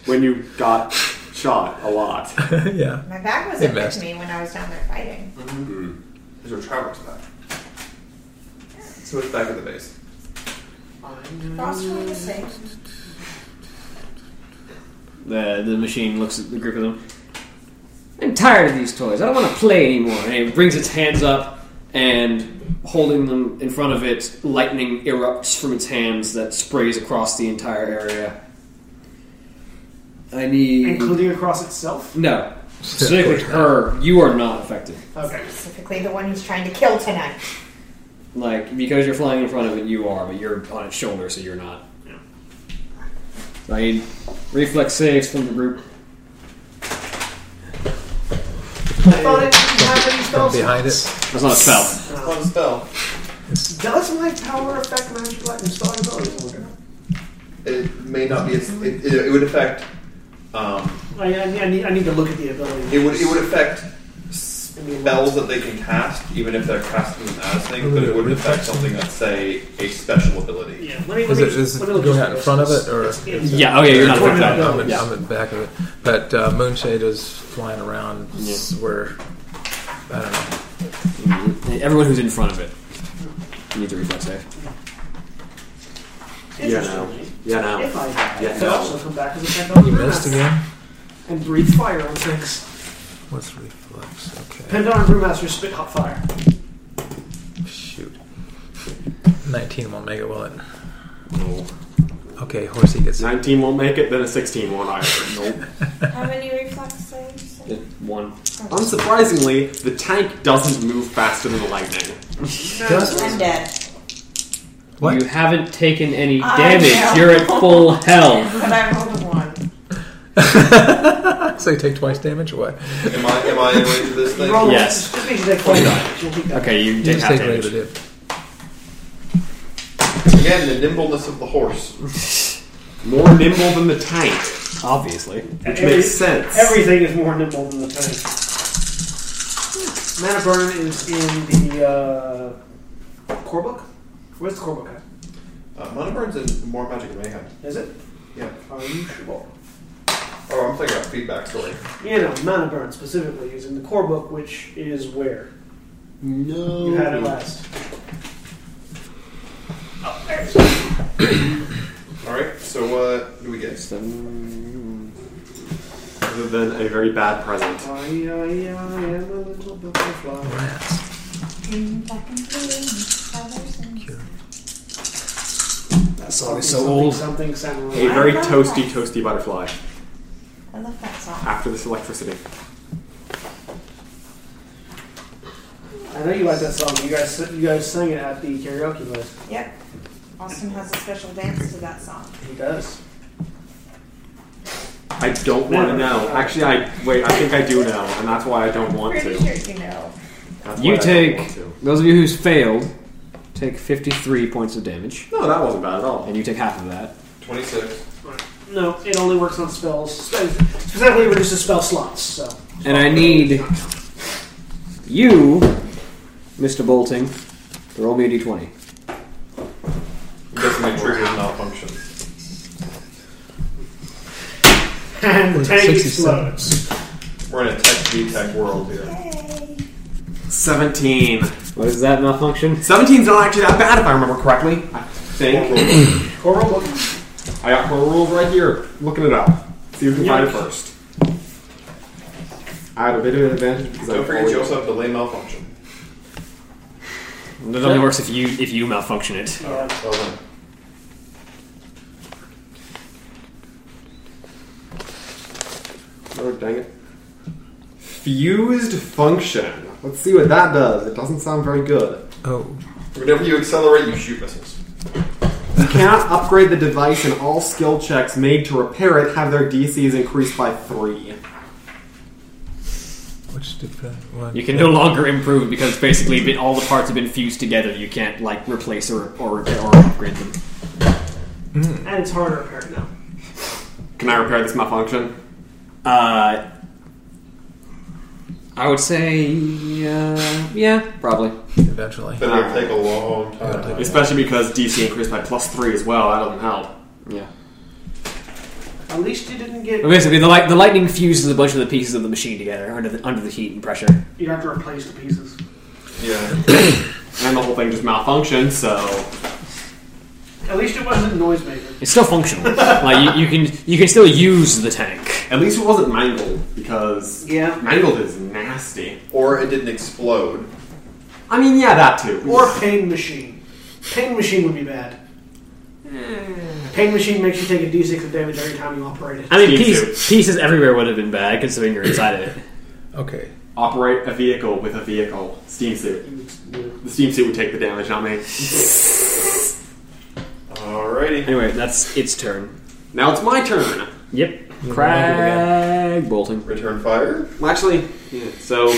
S7: When you got shot a lot.
S5: yeah.
S9: My back was
S5: It
S9: up
S5: missed.
S9: with me when I was down there fighting.
S6: It's her traveler's pack. So it's back at the base.
S2: Mm.
S9: Lost one to say.
S3: The, the machine looks at the group of them. I'm tired of these toys. I don't want to play anymore. And it brings its hands up, and holding them in front of it, lightning erupts from its hands that sprays across the entire area. I need.
S2: Including across itself?
S3: no. Specifically, her. You are not affected.
S2: Okay.
S9: Specifically, the one he's trying to kill tonight.
S3: Like because you're flying in front of it, you are, but you're on its shoulder, so you're not.
S2: Yeah.
S3: So I need reflex saves from the group.
S2: I thought it didn't have any
S5: From
S2: spells.
S5: behind it.
S3: That's not a spell.
S6: It's not a spell.
S2: Does my power affect magic lightning spell abilities?
S6: It may not be. It's, it, it, it would affect. Um,
S2: I, I, Oh, I, need, I need to look at the ability.
S6: it would. It would affect spells that they can cast, even if they're casting them as things. But it wouldn't affect something that's say a special ability.
S2: Yeah, let me,
S5: Is
S2: let me,
S5: it, is it
S2: let me look
S5: going
S2: at
S5: out in front of it or?
S2: it.
S3: Yeah. Oh yeah, you're not
S2: Twenty
S3: affected.
S5: I'm, in,
S2: Yeah.
S5: I'm in the back of it. But uh, Moonshade is flying around s- where. I don't know.
S3: Everyone who's in front of it needs a reflex save.
S7: Yeah, no. Yeah,
S2: If
S7: no.
S2: I had,
S7: Yeah,
S2: it could
S7: no.
S2: also come back as a technology
S5: You missed again?
S2: and breathe fire on things.
S5: What's reflex? Okay.
S2: Pendon and Brewmaster spit hot fire.
S5: Shoot. 19 won't make it, will it? No. Okay, horsey gets
S7: 19 won't make it, then a 16 won't either. nope.
S9: How many reflex saves?
S18: One.
S7: Unsurprisingly, the tank doesn't move faster than the lightning.
S9: I'm dead.
S5: What?
S3: You haven't taken any
S9: I
S3: damage.
S9: know.
S3: You're at full health.
S9: But I rolled a one.
S5: so you take twice damage or what?
S6: Am I am I related to this thing?
S2: Roll
S18: Yes.
S2: Just need to take twenty damage. You'll take that.
S18: Okay, you
S5: You
S18: did
S5: just
S18: half
S5: take
S18: damage.
S5: regular damage.
S6: Again, the nimbleness of the horse.
S7: More nimble than the tank,
S18: Obviously.
S7: which
S2: Every-
S7: makes sense.
S2: Everything is more nimble than the tank. Mana burn is in the uh, core book. Where's the core book at?
S6: Uh, Monoburns and more magic than mayhem.
S2: Is it?
S6: Yeah.
S2: Are you sure?
S6: Oh, I'm thinking about feedback story.
S2: You know, mana burn specifically is in the core book, which is where
S7: No.
S2: you had it last.
S6: All right. So what do we get?
S7: Other than a very bad present.
S2: I, I, I am a little butterfly.
S5: Rats.
S9: Green, black, and blue, mixed colors and-
S18: That
S2: something, Something sound
S7: A very toasty, toasty butterfly
S9: I love that song.
S7: after this electricity.
S2: I know you like that song. You guys, you guys sang it at the karaoke list.
S9: Yep. Austin has a special dance to that song.
S2: He does.
S7: I don't want to know. Actually, I wait. I think I do know, and that's why I don't want
S9: Pretty
S7: to.
S9: sure you know.
S7: That's why I
S3: You
S7: don't
S3: take
S7: want to.
S3: those of you who's failed take 53 points of damage,
S7: No, that wasn't bad at all.
S3: and you take half of that.
S6: Twenty six.
S2: No, it only works on spells. Specifically, reduces spell slots. So
S3: And I need you, Mr. Bolting, to roll me a d20.
S6: I'm guessing the trigger is malfunction.
S2: and the
S5: Was it
S2: tank
S5: 67?
S2: explodes.
S6: We're in a tech v tech world here.
S9: Yay.
S7: Seventeen.
S3: What is that malfunction?
S7: 17's not actually that bad if I remember correctly. I think.
S2: Coral book.
S7: I got core rules right here. Looking it up. See who can find it first. I have a bit of an advantage because
S6: Don't
S7: I've
S6: forget you
S7: always-
S6: also have delay malfunction.
S23: It only works if you if you malfunction it.
S2: Yeah.
S6: Well then.
S7: Oh, dang it. Fused function. Let's see what that does. It doesn't sound very good.
S5: Oh.
S6: Whenever you accelerate, you shoot missiles.
S7: You cannot upgrade the device, and all skill checks made to repair it have their DCs increased by three.
S5: Which did that one?
S23: You can no longer improve because basically been, all the parts have been fused together. You can't like replace or or, or upgrade them.
S2: And it's harder apparently now.
S7: Can I repair this malfunction?
S3: Uh, I would say, uh, yeah, probably.
S5: Eventually.
S6: But uh, it'll take a long
S5: It'll take
S6: time.
S5: a
S7: Especially because DC increased by plus three as well. That doesn't help.
S3: Yeah.
S2: At least you didn't get.
S3: But basically, the, light, the lightning fuses a bunch of the pieces of the machine together under the, under the heat and pressure.
S2: You have to replace the pieces.
S6: Yeah.
S7: And the whole thing just malfunctioned, so.
S2: At least it wasn't a noisemaker.
S3: It's still functional. like you, you can you can still use the tank.
S7: At least it wasn't mangled, because.
S2: Yeah.
S7: Mangled is nasty.
S6: Or it didn't explode.
S7: I mean, yeah, that too.
S2: Or pain machine. Pain machine would be bad. Pain machine makes you take a d6 of damage every time you operate it.
S3: I mean,
S7: Steam
S3: piece, pieces everywhere would have been bad considering you're inside of it.
S5: Okay.
S7: operate a vehicle with a vehicle. Steam suit. The steam suit would take the damage, not me.
S6: Alrighty.
S3: Anyway, that's its turn.
S7: Now it's my turn.
S3: Yep.
S5: Yeah,
S3: Crag bolting.
S6: Return fire.
S7: Well, actually, yeah, so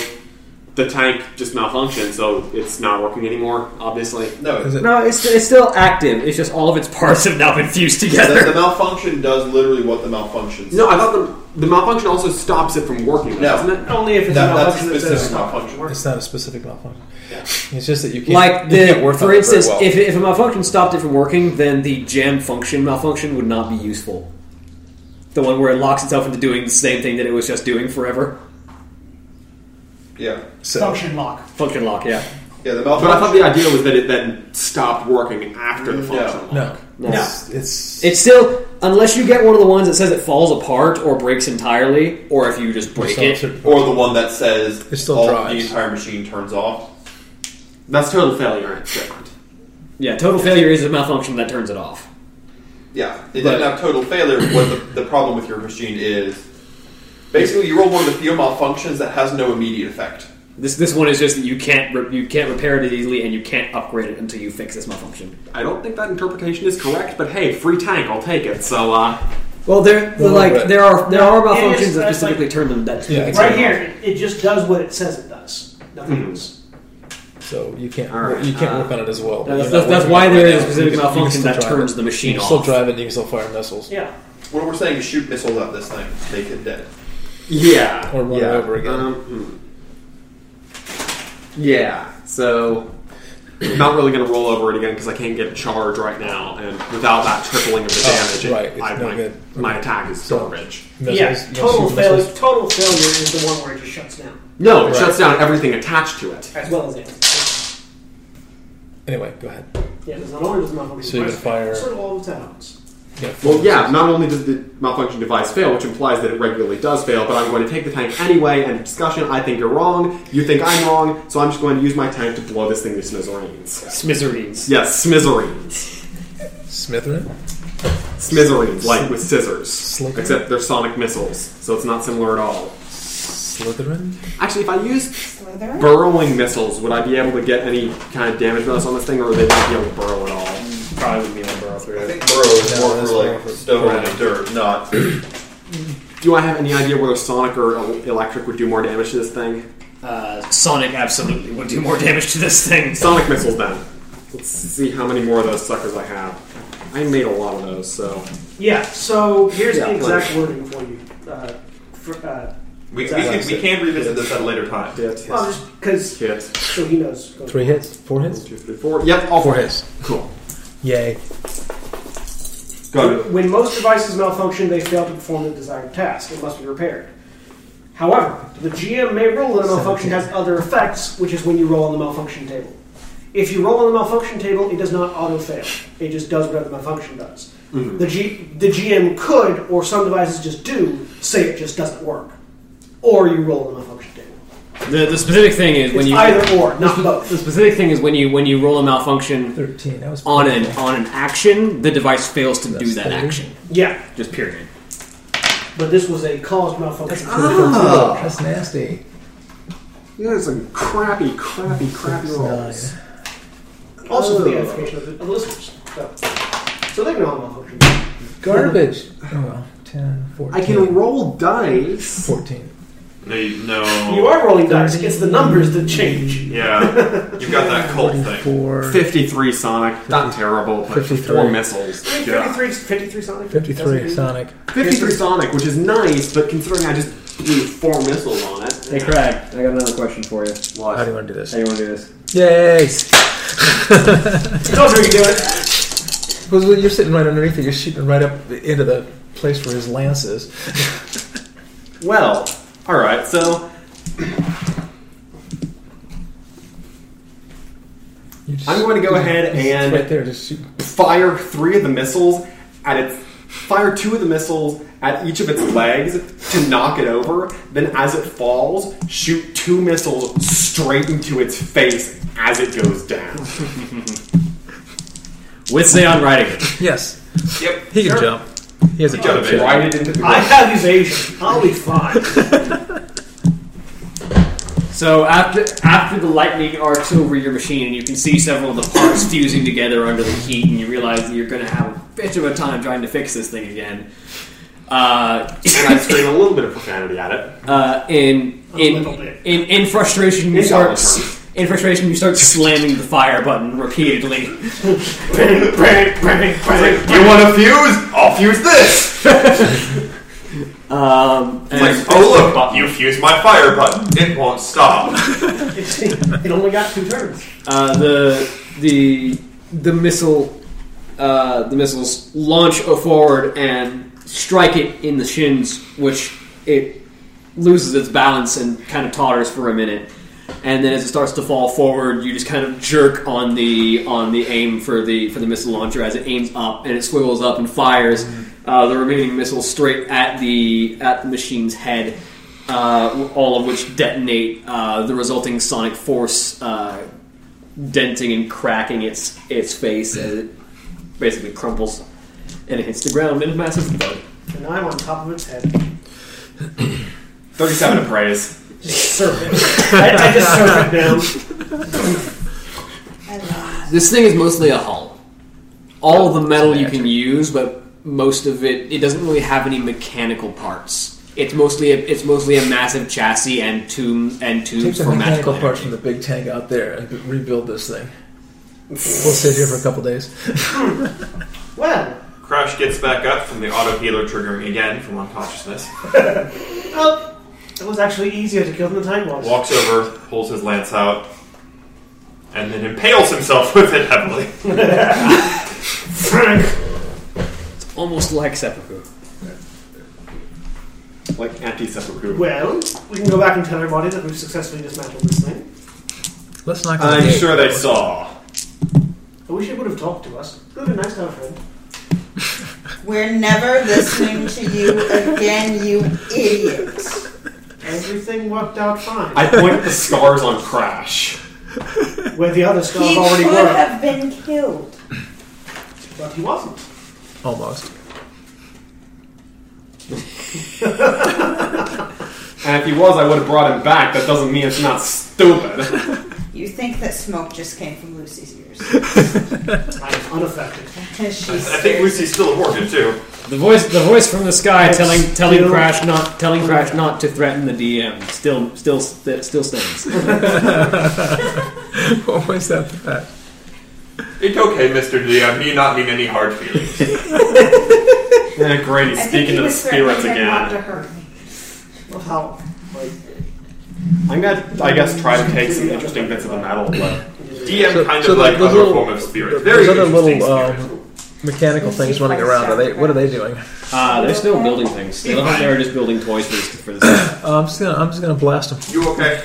S7: the tank just malfunctioned, so it's not working anymore, obviously.
S6: No.
S5: Is it?
S3: No, it's, it's still active. It's just all of its parts have now been fused
S6: The, the
S3: together.
S6: malfunction does literally what the malfunction.
S7: No, I thought the, the malfunction also stops it from working,
S6: No.
S7: doesn't it?
S2: Only if it's
S6: That-
S2: a
S6: that's
S2: malfunction that says
S6: specific
S2: stop
S6: malfunction.
S2: working.
S5: It's not a specific malfunction. It's just that you can't.
S3: Like
S5: you
S3: the
S5: can't work on
S3: for
S5: it very
S3: instance,
S5: well.
S3: if, if a malfunction stopped it from working, then the jam function malfunction would not be useful. The one where it locks itself into doing the same thing that it was just doing forever.
S6: Yeah.
S5: so,
S8: Function lock.
S3: Function lock, yeah.
S6: Yeah, the
S7: But I thought the idea was that it then stopped working after the function.
S5: No.
S29: No.
S5: It's, it's
S29: It's still unless you get one of the ones that says it falls apart or breaks entirely, or if you just break it.
S6: or the one that says
S5: It still
S6: all, the
S5: drives.
S6: entire machine turns off.
S7: That's total failure. It's different.
S29: Yeah, total failure is a malfunction that turns it off.
S6: Yeah, it
S29: But-
S6: didn't have total failure. What the, the problem with your machine is, basically, you roll one of the few malfunctions that has no immediate effect.
S29: This this one is just that you can't re- you can't repair it easily and you can't upgrade it until you fix this malfunction.
S7: I don't think that interpretation is correct, but hey, free tank, I'll take it. So, uh,
S29: Well, there
S5: Well,
S29: like
S5: but-
S29: there are there are
S2: It is,
S29: malfunctions that
S2: that's
S29: specifically turn them that
S5: Yeah.
S29: that
S2: Right
S29: turn
S2: here,
S29: it off.
S2: it, it just does what it says it does. Nothing
S5: Hmm.
S2: else.
S5: so you can't
S7: All right,
S5: you can't
S7: uh,
S5: work on it as well.
S29: That's,
S5: You're not
S29: that's, that's
S5: working
S29: why
S5: on it
S29: there
S5: right
S29: is a
S5: now.
S29: specific
S5: You can- you can
S29: malfunction
S5: still
S29: that
S5: drive
S29: turns
S5: it.
S29: the machine
S5: You can still
S29: off.
S5: drive it. and You can still fire missiles
S2: Yeah.
S6: What we're saying is shoot missiles at this thing, make it dead.
S7: yeah.
S5: or run
S7: yeah.
S5: it over again.
S7: Um, hmm. yeah, so I'm not really going to roll over it again because I can't get a charge right now, and without that tripling of the
S5: Oh,
S7: damage, it-
S5: right, it's
S7: I,
S5: no
S7: my,
S5: good.
S7: my attack is
S5: So-
S7: garbage.
S5: Missiles,
S2: yeah.
S5: you
S2: Total
S5: shoot
S2: failure.
S5: missiles.
S2: Total failure is the one where it just shuts down,
S7: No, it
S5: Right.
S7: shuts down everything attached to it.
S2: as well as it.
S5: Anyway, go ahead.
S2: Yeah, there's not only does malfunction.
S5: So you can fire-
S2: Sort of all the towns.
S5: Yeah,
S7: Well, yeah, not only does the malfunction device fail, which implies that it regularly does fail, but I'm going to take the tank anyway, and discussion, I think you're wrong, you think I'm wrong, so I'm just going to use my tank to blow this thing to smithereens.
S29: Smithereens.
S7: Yes, smithereens.
S5: Smitherin.
S7: Smithereens, like with scissors.
S5: Slytherin?
S7: Except they're sonic missiles, so it's not similar at all.
S5: Slytherin.
S7: Actually, if I used
S9: Slither?
S7: burrowing missiles, would I be able to get any kind of damage bonus on this thing, or would they not be able to burrow at all?
S29: Probably wouldn't be able to burrow through
S6: I
S29: it.
S6: think burrow is
S5: No,
S6: more
S5: that's
S6: for
S5: more
S6: like
S5: for-
S6: stone and dirt, not.
S7: Do I have any idea whether sonic or el- electric would do more damage to this thing?
S29: Uh, Sonic absolutely would do more damage to this thing.
S7: Sonic missiles then. Let's see how many more of those suckers I have. I made a lot of those, so
S2: Yeah. So here's
S7: Yeah,
S2: the exact
S7: please.
S2: wording for you. Uh, for, uh,
S6: We, we,
S2: Exactly.
S6: can, we can revisit this at a later time.
S7: hit,
S2: well, just because
S7: hit,
S2: so he knows.
S5: Three hits. Four hits.
S7: two, three, four. Yep, all
S5: Four
S7: four hits.
S5: hits.
S7: Cool.
S5: Yay.
S7: Got it.
S2: When most devices malfunction, they fail to perform the desired task. It must be repaired. However, the GM may rule that a malfunction has other effects, which is when you roll on the malfunction table. If you roll on the malfunction table, it does not auto fail. It just does whatever the malfunction does. The, G- the GM could, or some devices just do, say it just doesn't work. Or you roll on the malfunction table.
S3: The, the specific thing is when
S2: It's
S3: you
S2: either or,
S3: the,
S2: not
S3: spe-
S2: both.
S3: the specific thing is when you when you roll a malfunction
S5: Thirteen. That was
S3: on an
S5: pretty cool.
S3: on an action, the device fails to do
S5: That's
S3: that
S5: thirty.
S3: action.
S2: Yeah,
S3: Just period.
S2: but this was a caused malfunction.
S5: Ah, that's nasty.
S7: You guys are some crappy, crappy, crappy rolls.
S5: Nine.
S2: Also, for the
S7: Oh.
S2: edification of the, of the listeners. So, so they know how malfunction.
S5: Garbage. Oh well. 10, 14.
S7: I can roll dice.
S5: 14.
S6: no.
S2: You are rolling dice. It's the numbers that change.
S6: Yeah, you've got that cult thing.
S5: 44.
S7: 53 Sonic. Not terrible, but
S5: 53.
S7: four missiles. Yeah.
S2: 53, 53 Sonic.
S5: 53. Sonic.
S7: 53 Sonic, which is nice, but considering I just blew four missiles on it.
S29: Hey, Craig, I got another question for you.
S5: How
S7: What?
S5: do you want to do this?
S29: How do you want to do this?
S5: Yay!
S2: Tell us how you do it.
S5: Well, well, you're sitting right underneath it. You're shooting right up the- into the place where his lance is.
S7: Well, alright, so
S5: You just-
S7: I'm going to go ahead
S5: it's
S7: and-
S5: right there, just shoot.
S7: fire three of the missiles at its fire two of the missiles at each of its legs to knock it over then as it falls shoot two missiles straight into its face as it goes down
S3: With Zeon riding it.
S5: Yes,
S6: Yep.
S5: he can jump. He has a jump.
S6: Motivate.
S7: right it into the
S2: I
S7: ground
S2: have evasion. I'll be fine.
S3: So after after the lightning arcs over your machine, and you can see several of the parts fusing together under the heat, and you realize that you're going to have a bit of a time trying to fix this thing again. Uh,
S7: and I scream a little bit of profanity at it
S3: uh, in in, in in frustration, you
S7: It's
S3: start
S7: our turn.
S3: in frustration you start slamming the fire button repeatedly.
S6: It's like, you want to fuse? I'll fuse this.
S3: Um,
S6: It's like,
S3: and
S6: oh look, you fused my fire button. It won't stop.
S2: it only got two turns.
S3: uh, the the the missile uh, the missiles launch forward and strike it in the shins, which it loses its balance and kind of totters for a minute. and then as it starts to fall forward, you just kind of jerk on the on the aim for the for the missile launcher as it aims up and it swivells up and fires uh, the remaining missiles straight at the at the machine's head, uh, all of which detonate uh, the resulting sonic force, uh, denting and cracking its its face as it basically crumples and it hits the ground and masses the boat.
S2: And I'm on top of its head.
S6: 37 appraise.
S2: Just serve it. I, I just serve it down.
S4: I lost.
S3: This thing is mostly a hull. All of the metal you can use, but most of it it doesn't really have any mechanical parts. It's mostly a, it's mostly a massive chassis and tube and
S5: Take
S3: tubes
S5: the
S3: for magical
S5: mechanical parts
S3: energy.
S5: from the big tank out there and rebuild this thing. We'll sit here for a couple days.
S2: Well,
S6: Crash gets back up from the auto healer triggering again from unconsciousness.
S2: oh, it was actually easier to kill than the time was.
S6: Walks over, pulls his lance out, and then impales himself with it heavily.
S2: Frank.
S3: Almost like seppuku.
S7: Like anti seppuku.
S2: Well, we can go back and tell everybody that we've successfully dismantled this thing.
S5: Let's knock. on the
S6: I'm
S5: gate.
S6: sure they saw.
S2: I wish it would have talked to us. It would have been nice to have a friend.
S9: We're never listening to you again, you idiot.
S2: Everything worked out fine.
S6: I point the scars on Crash.
S2: Where the other scarf
S9: He
S2: already
S9: could
S2: were.
S9: have been killed.
S2: But he wasn't.
S5: Almost.
S7: And if he was, I would have brought him back. That doesn't mean it's not stupid.
S9: You think that smoke just came from Lucy's ears.
S2: I'm unaffected.
S9: She's
S6: I think Lucy's still a Morgan, too.
S3: The voice the voice from the sky
S2: That's
S3: telling telling
S2: still-
S3: Crash not telling Crash not to threaten the DM still still st- still stands.
S5: What was that? fact?
S6: It's okay, Mr. DM. You not mean any hard feelings.
S7: yeah, great. He's
S9: I think
S7: speaking
S9: he
S7: to the
S9: was threatening
S7: spirits
S9: her not to
S7: again.
S9: hurt me.
S2: Well, how? Like,
S7: I'm gonna,
S6: I guess try to take some interesting bits of the metal, but DM
S5: So-
S6: kind
S5: so
S6: of
S5: the-
S6: like
S5: the
S6: other
S5: little-
S6: form of spirit. Very
S5: There's other
S6: interesting
S5: little
S6: spirit.
S5: um, mechanical things running around. Are they? What are they doing?
S3: Uh, they're still building things. They look like they're just building toys for this. For this.
S5: Uh, I'm just gonna. I'm just gonna blast them.
S6: you okay?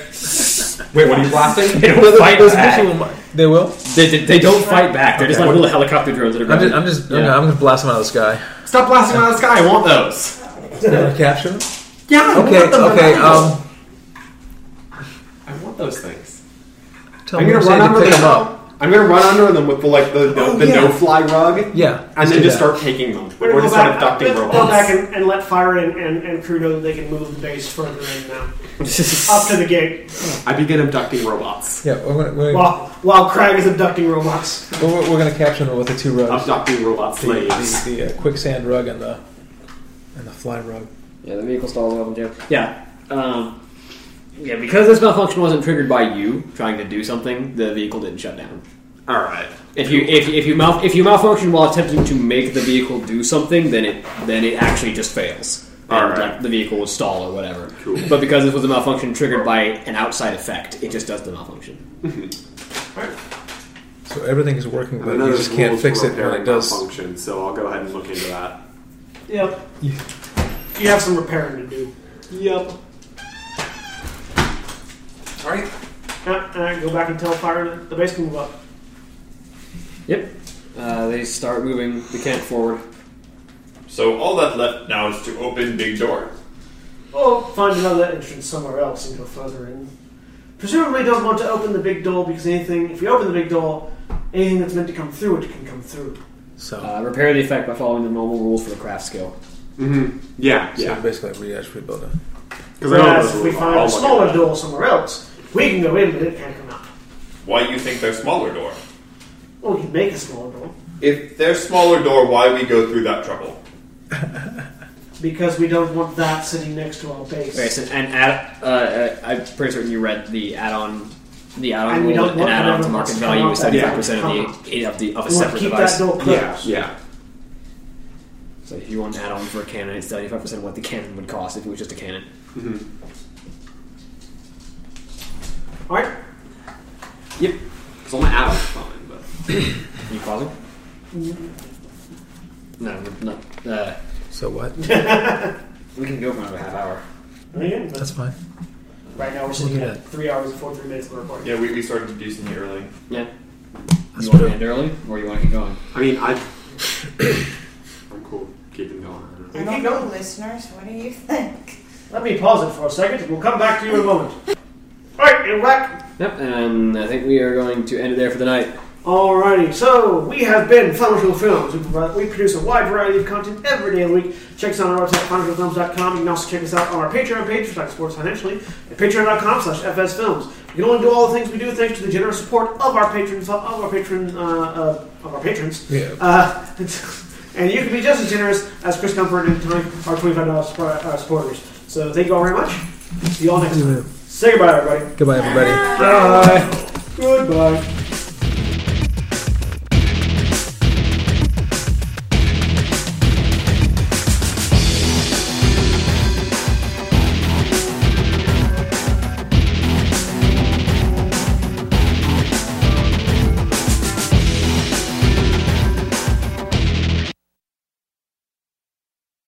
S7: Wait, what are you blasting?
S3: they don't fight back.
S5: They will.
S3: They, they, they don't fight back. They're just like
S5: Okay.
S3: little helicopter drones that are.
S5: I'm just.
S3: grabbing-
S5: I'm, just,
S3: Yeah.
S5: okay, I'm gonna blast them out of the sky.
S7: Stop blasting out of the sky. I want those.
S5: Capture them.
S7: Yeah. I
S5: Okay.
S7: want them.
S5: Okay. Um.
S7: I want those things.
S5: Tell
S7: I'm
S5: me
S7: gonna
S5: what you
S7: run
S5: to
S7: under
S5: pick
S7: them
S5: them up. Oh,
S7: I'm gonna run under them with the like the, the, the no fly rug,
S5: Yeah.
S7: and
S5: let's
S7: then
S5: do
S7: just
S5: that.
S7: start taking them.
S2: we're
S7: Or
S2: gonna
S7: just
S2: go
S7: start
S2: back,
S7: abducting
S2: let's go back
S7: robots.
S2: and, and let Fire and, and, and crew know that they can move the base further in now. Up to the gate.
S7: I begin abducting robots.
S5: Yeah. We're gonna. We're,
S2: While, while Crag is abducting robots.
S5: we're, we're gonna capture them with the two rugs.
S7: Abducting robot
S5: The,
S7: slaves.
S5: the, the uh, quicksand rug and the and the fly rug.
S3: Yeah, the vehicle stalls level jam. Yeah. Um, yeah, because this malfunction wasn't triggered by you trying to do something, the vehicle didn't shut down.
S7: All right.
S3: If you if, if you mal- if you malfunction while attempting to make the vehicle do something, then it then it actually just fails. And,
S7: Alright.
S3: like, the vehicle would stall or whatever.
S7: Cool.
S3: But because this was a malfunction triggered by an outside effect, it just does the malfunction.
S5: So everything is working,
S7: And
S5: but
S7: I know
S5: you
S7: there's
S5: just can't
S7: rules
S5: fix
S7: for
S5: it when
S7: repairing
S5: it does.
S7: malfunction, so I'll go ahead and look into that.
S2: Yep. You have some repairing to do.
S7: Yep.
S2: Yeah, And I can Uh, go back and tell Fire that the base can move up.
S3: Yep. Uh, they start moving the camp forward.
S6: So all that left now is to open big door.
S2: Or find another entrance somewhere else and go further in. Presumably, don't want to open the big door because anything, if you open the big door, anything that's meant to come through it can come through.
S5: So,
S3: Uh, repair the effect by following the normal rules for the craft skill.
S5: Mm-hmm.
S7: Yeah,
S5: so
S7: yeah.
S5: basically we just rebuild it.
S7: Because
S2: Whereas if we find a smaller door somewhere else, we can go in, but it can't come out.
S6: Why you think they're smaller door?
S2: Or we can make a smaller door
S6: If they're smaller door, why we go through that trouble?
S2: because we don't want that sitting next to our base.
S3: Okay, so, and add, uh, uh, I'm pretty certain you read the add-on, the add-on
S2: And we
S3: rule,
S2: don't
S3: an
S2: want
S3: add-on to
S2: everyone
S3: market
S2: to
S3: value
S2: come
S3: is
S2: up with
S3: 75 percent
S2: that.
S3: of the, of
S2: we
S3: the of a
S2: want to
S3: separate
S2: keep
S3: device.
S2: that door
S7: Yeah,
S2: closed.
S7: yeah.
S3: So if you want an add-on for a cannon, it's 75 percent of what the cannon would cost if it was just a cannon.
S2: All right.
S7: Yep. So I'm out of fine, but
S3: Are you pausing?
S2: Mm-hmm.
S3: No, we're not. Uh,
S5: So what?
S3: we can go for another half hour.
S2: Again,
S5: That's fine.
S2: Right now we're
S5: Look
S2: sitting
S5: at
S2: at
S5: that.
S2: three hours and 43 minutes of the recording.
S30: Yeah, we, we started decently early.
S5: That's
S31: you want
S5: what
S31: to
S5: I-
S31: end early, or you want to keep going?
S7: I mean, I. I'm cool keeping going. I don't know.
S9: I don't know, listeners. What do you think?
S2: Let me pause it for a second. We'll come back to you in a moment. Alright, Iraq.
S3: Yep, and I think we are going to end it there for the night.
S2: Alrighty, so we have been Functional Films. We, provide, we produce a wide variety of content every day of the week. Check us out on our website, functionalfilms.com. You can also check us out on our Patreon page, Reflect Sports Financially, at patreon.com slash fsfilms. You can only do all the things we do thanks to the generous support of our patrons, of our patron, uh, uh, of our patrons.
S5: Yeah.
S2: Uh, and you can be just as generous as Chris Comfort and Tony, our $25 support- uh, supporters. So thank you all very much. See you all next time. Say goodbye, everybody.
S5: Goodbye, everybody.
S2: Bye. Goodbye.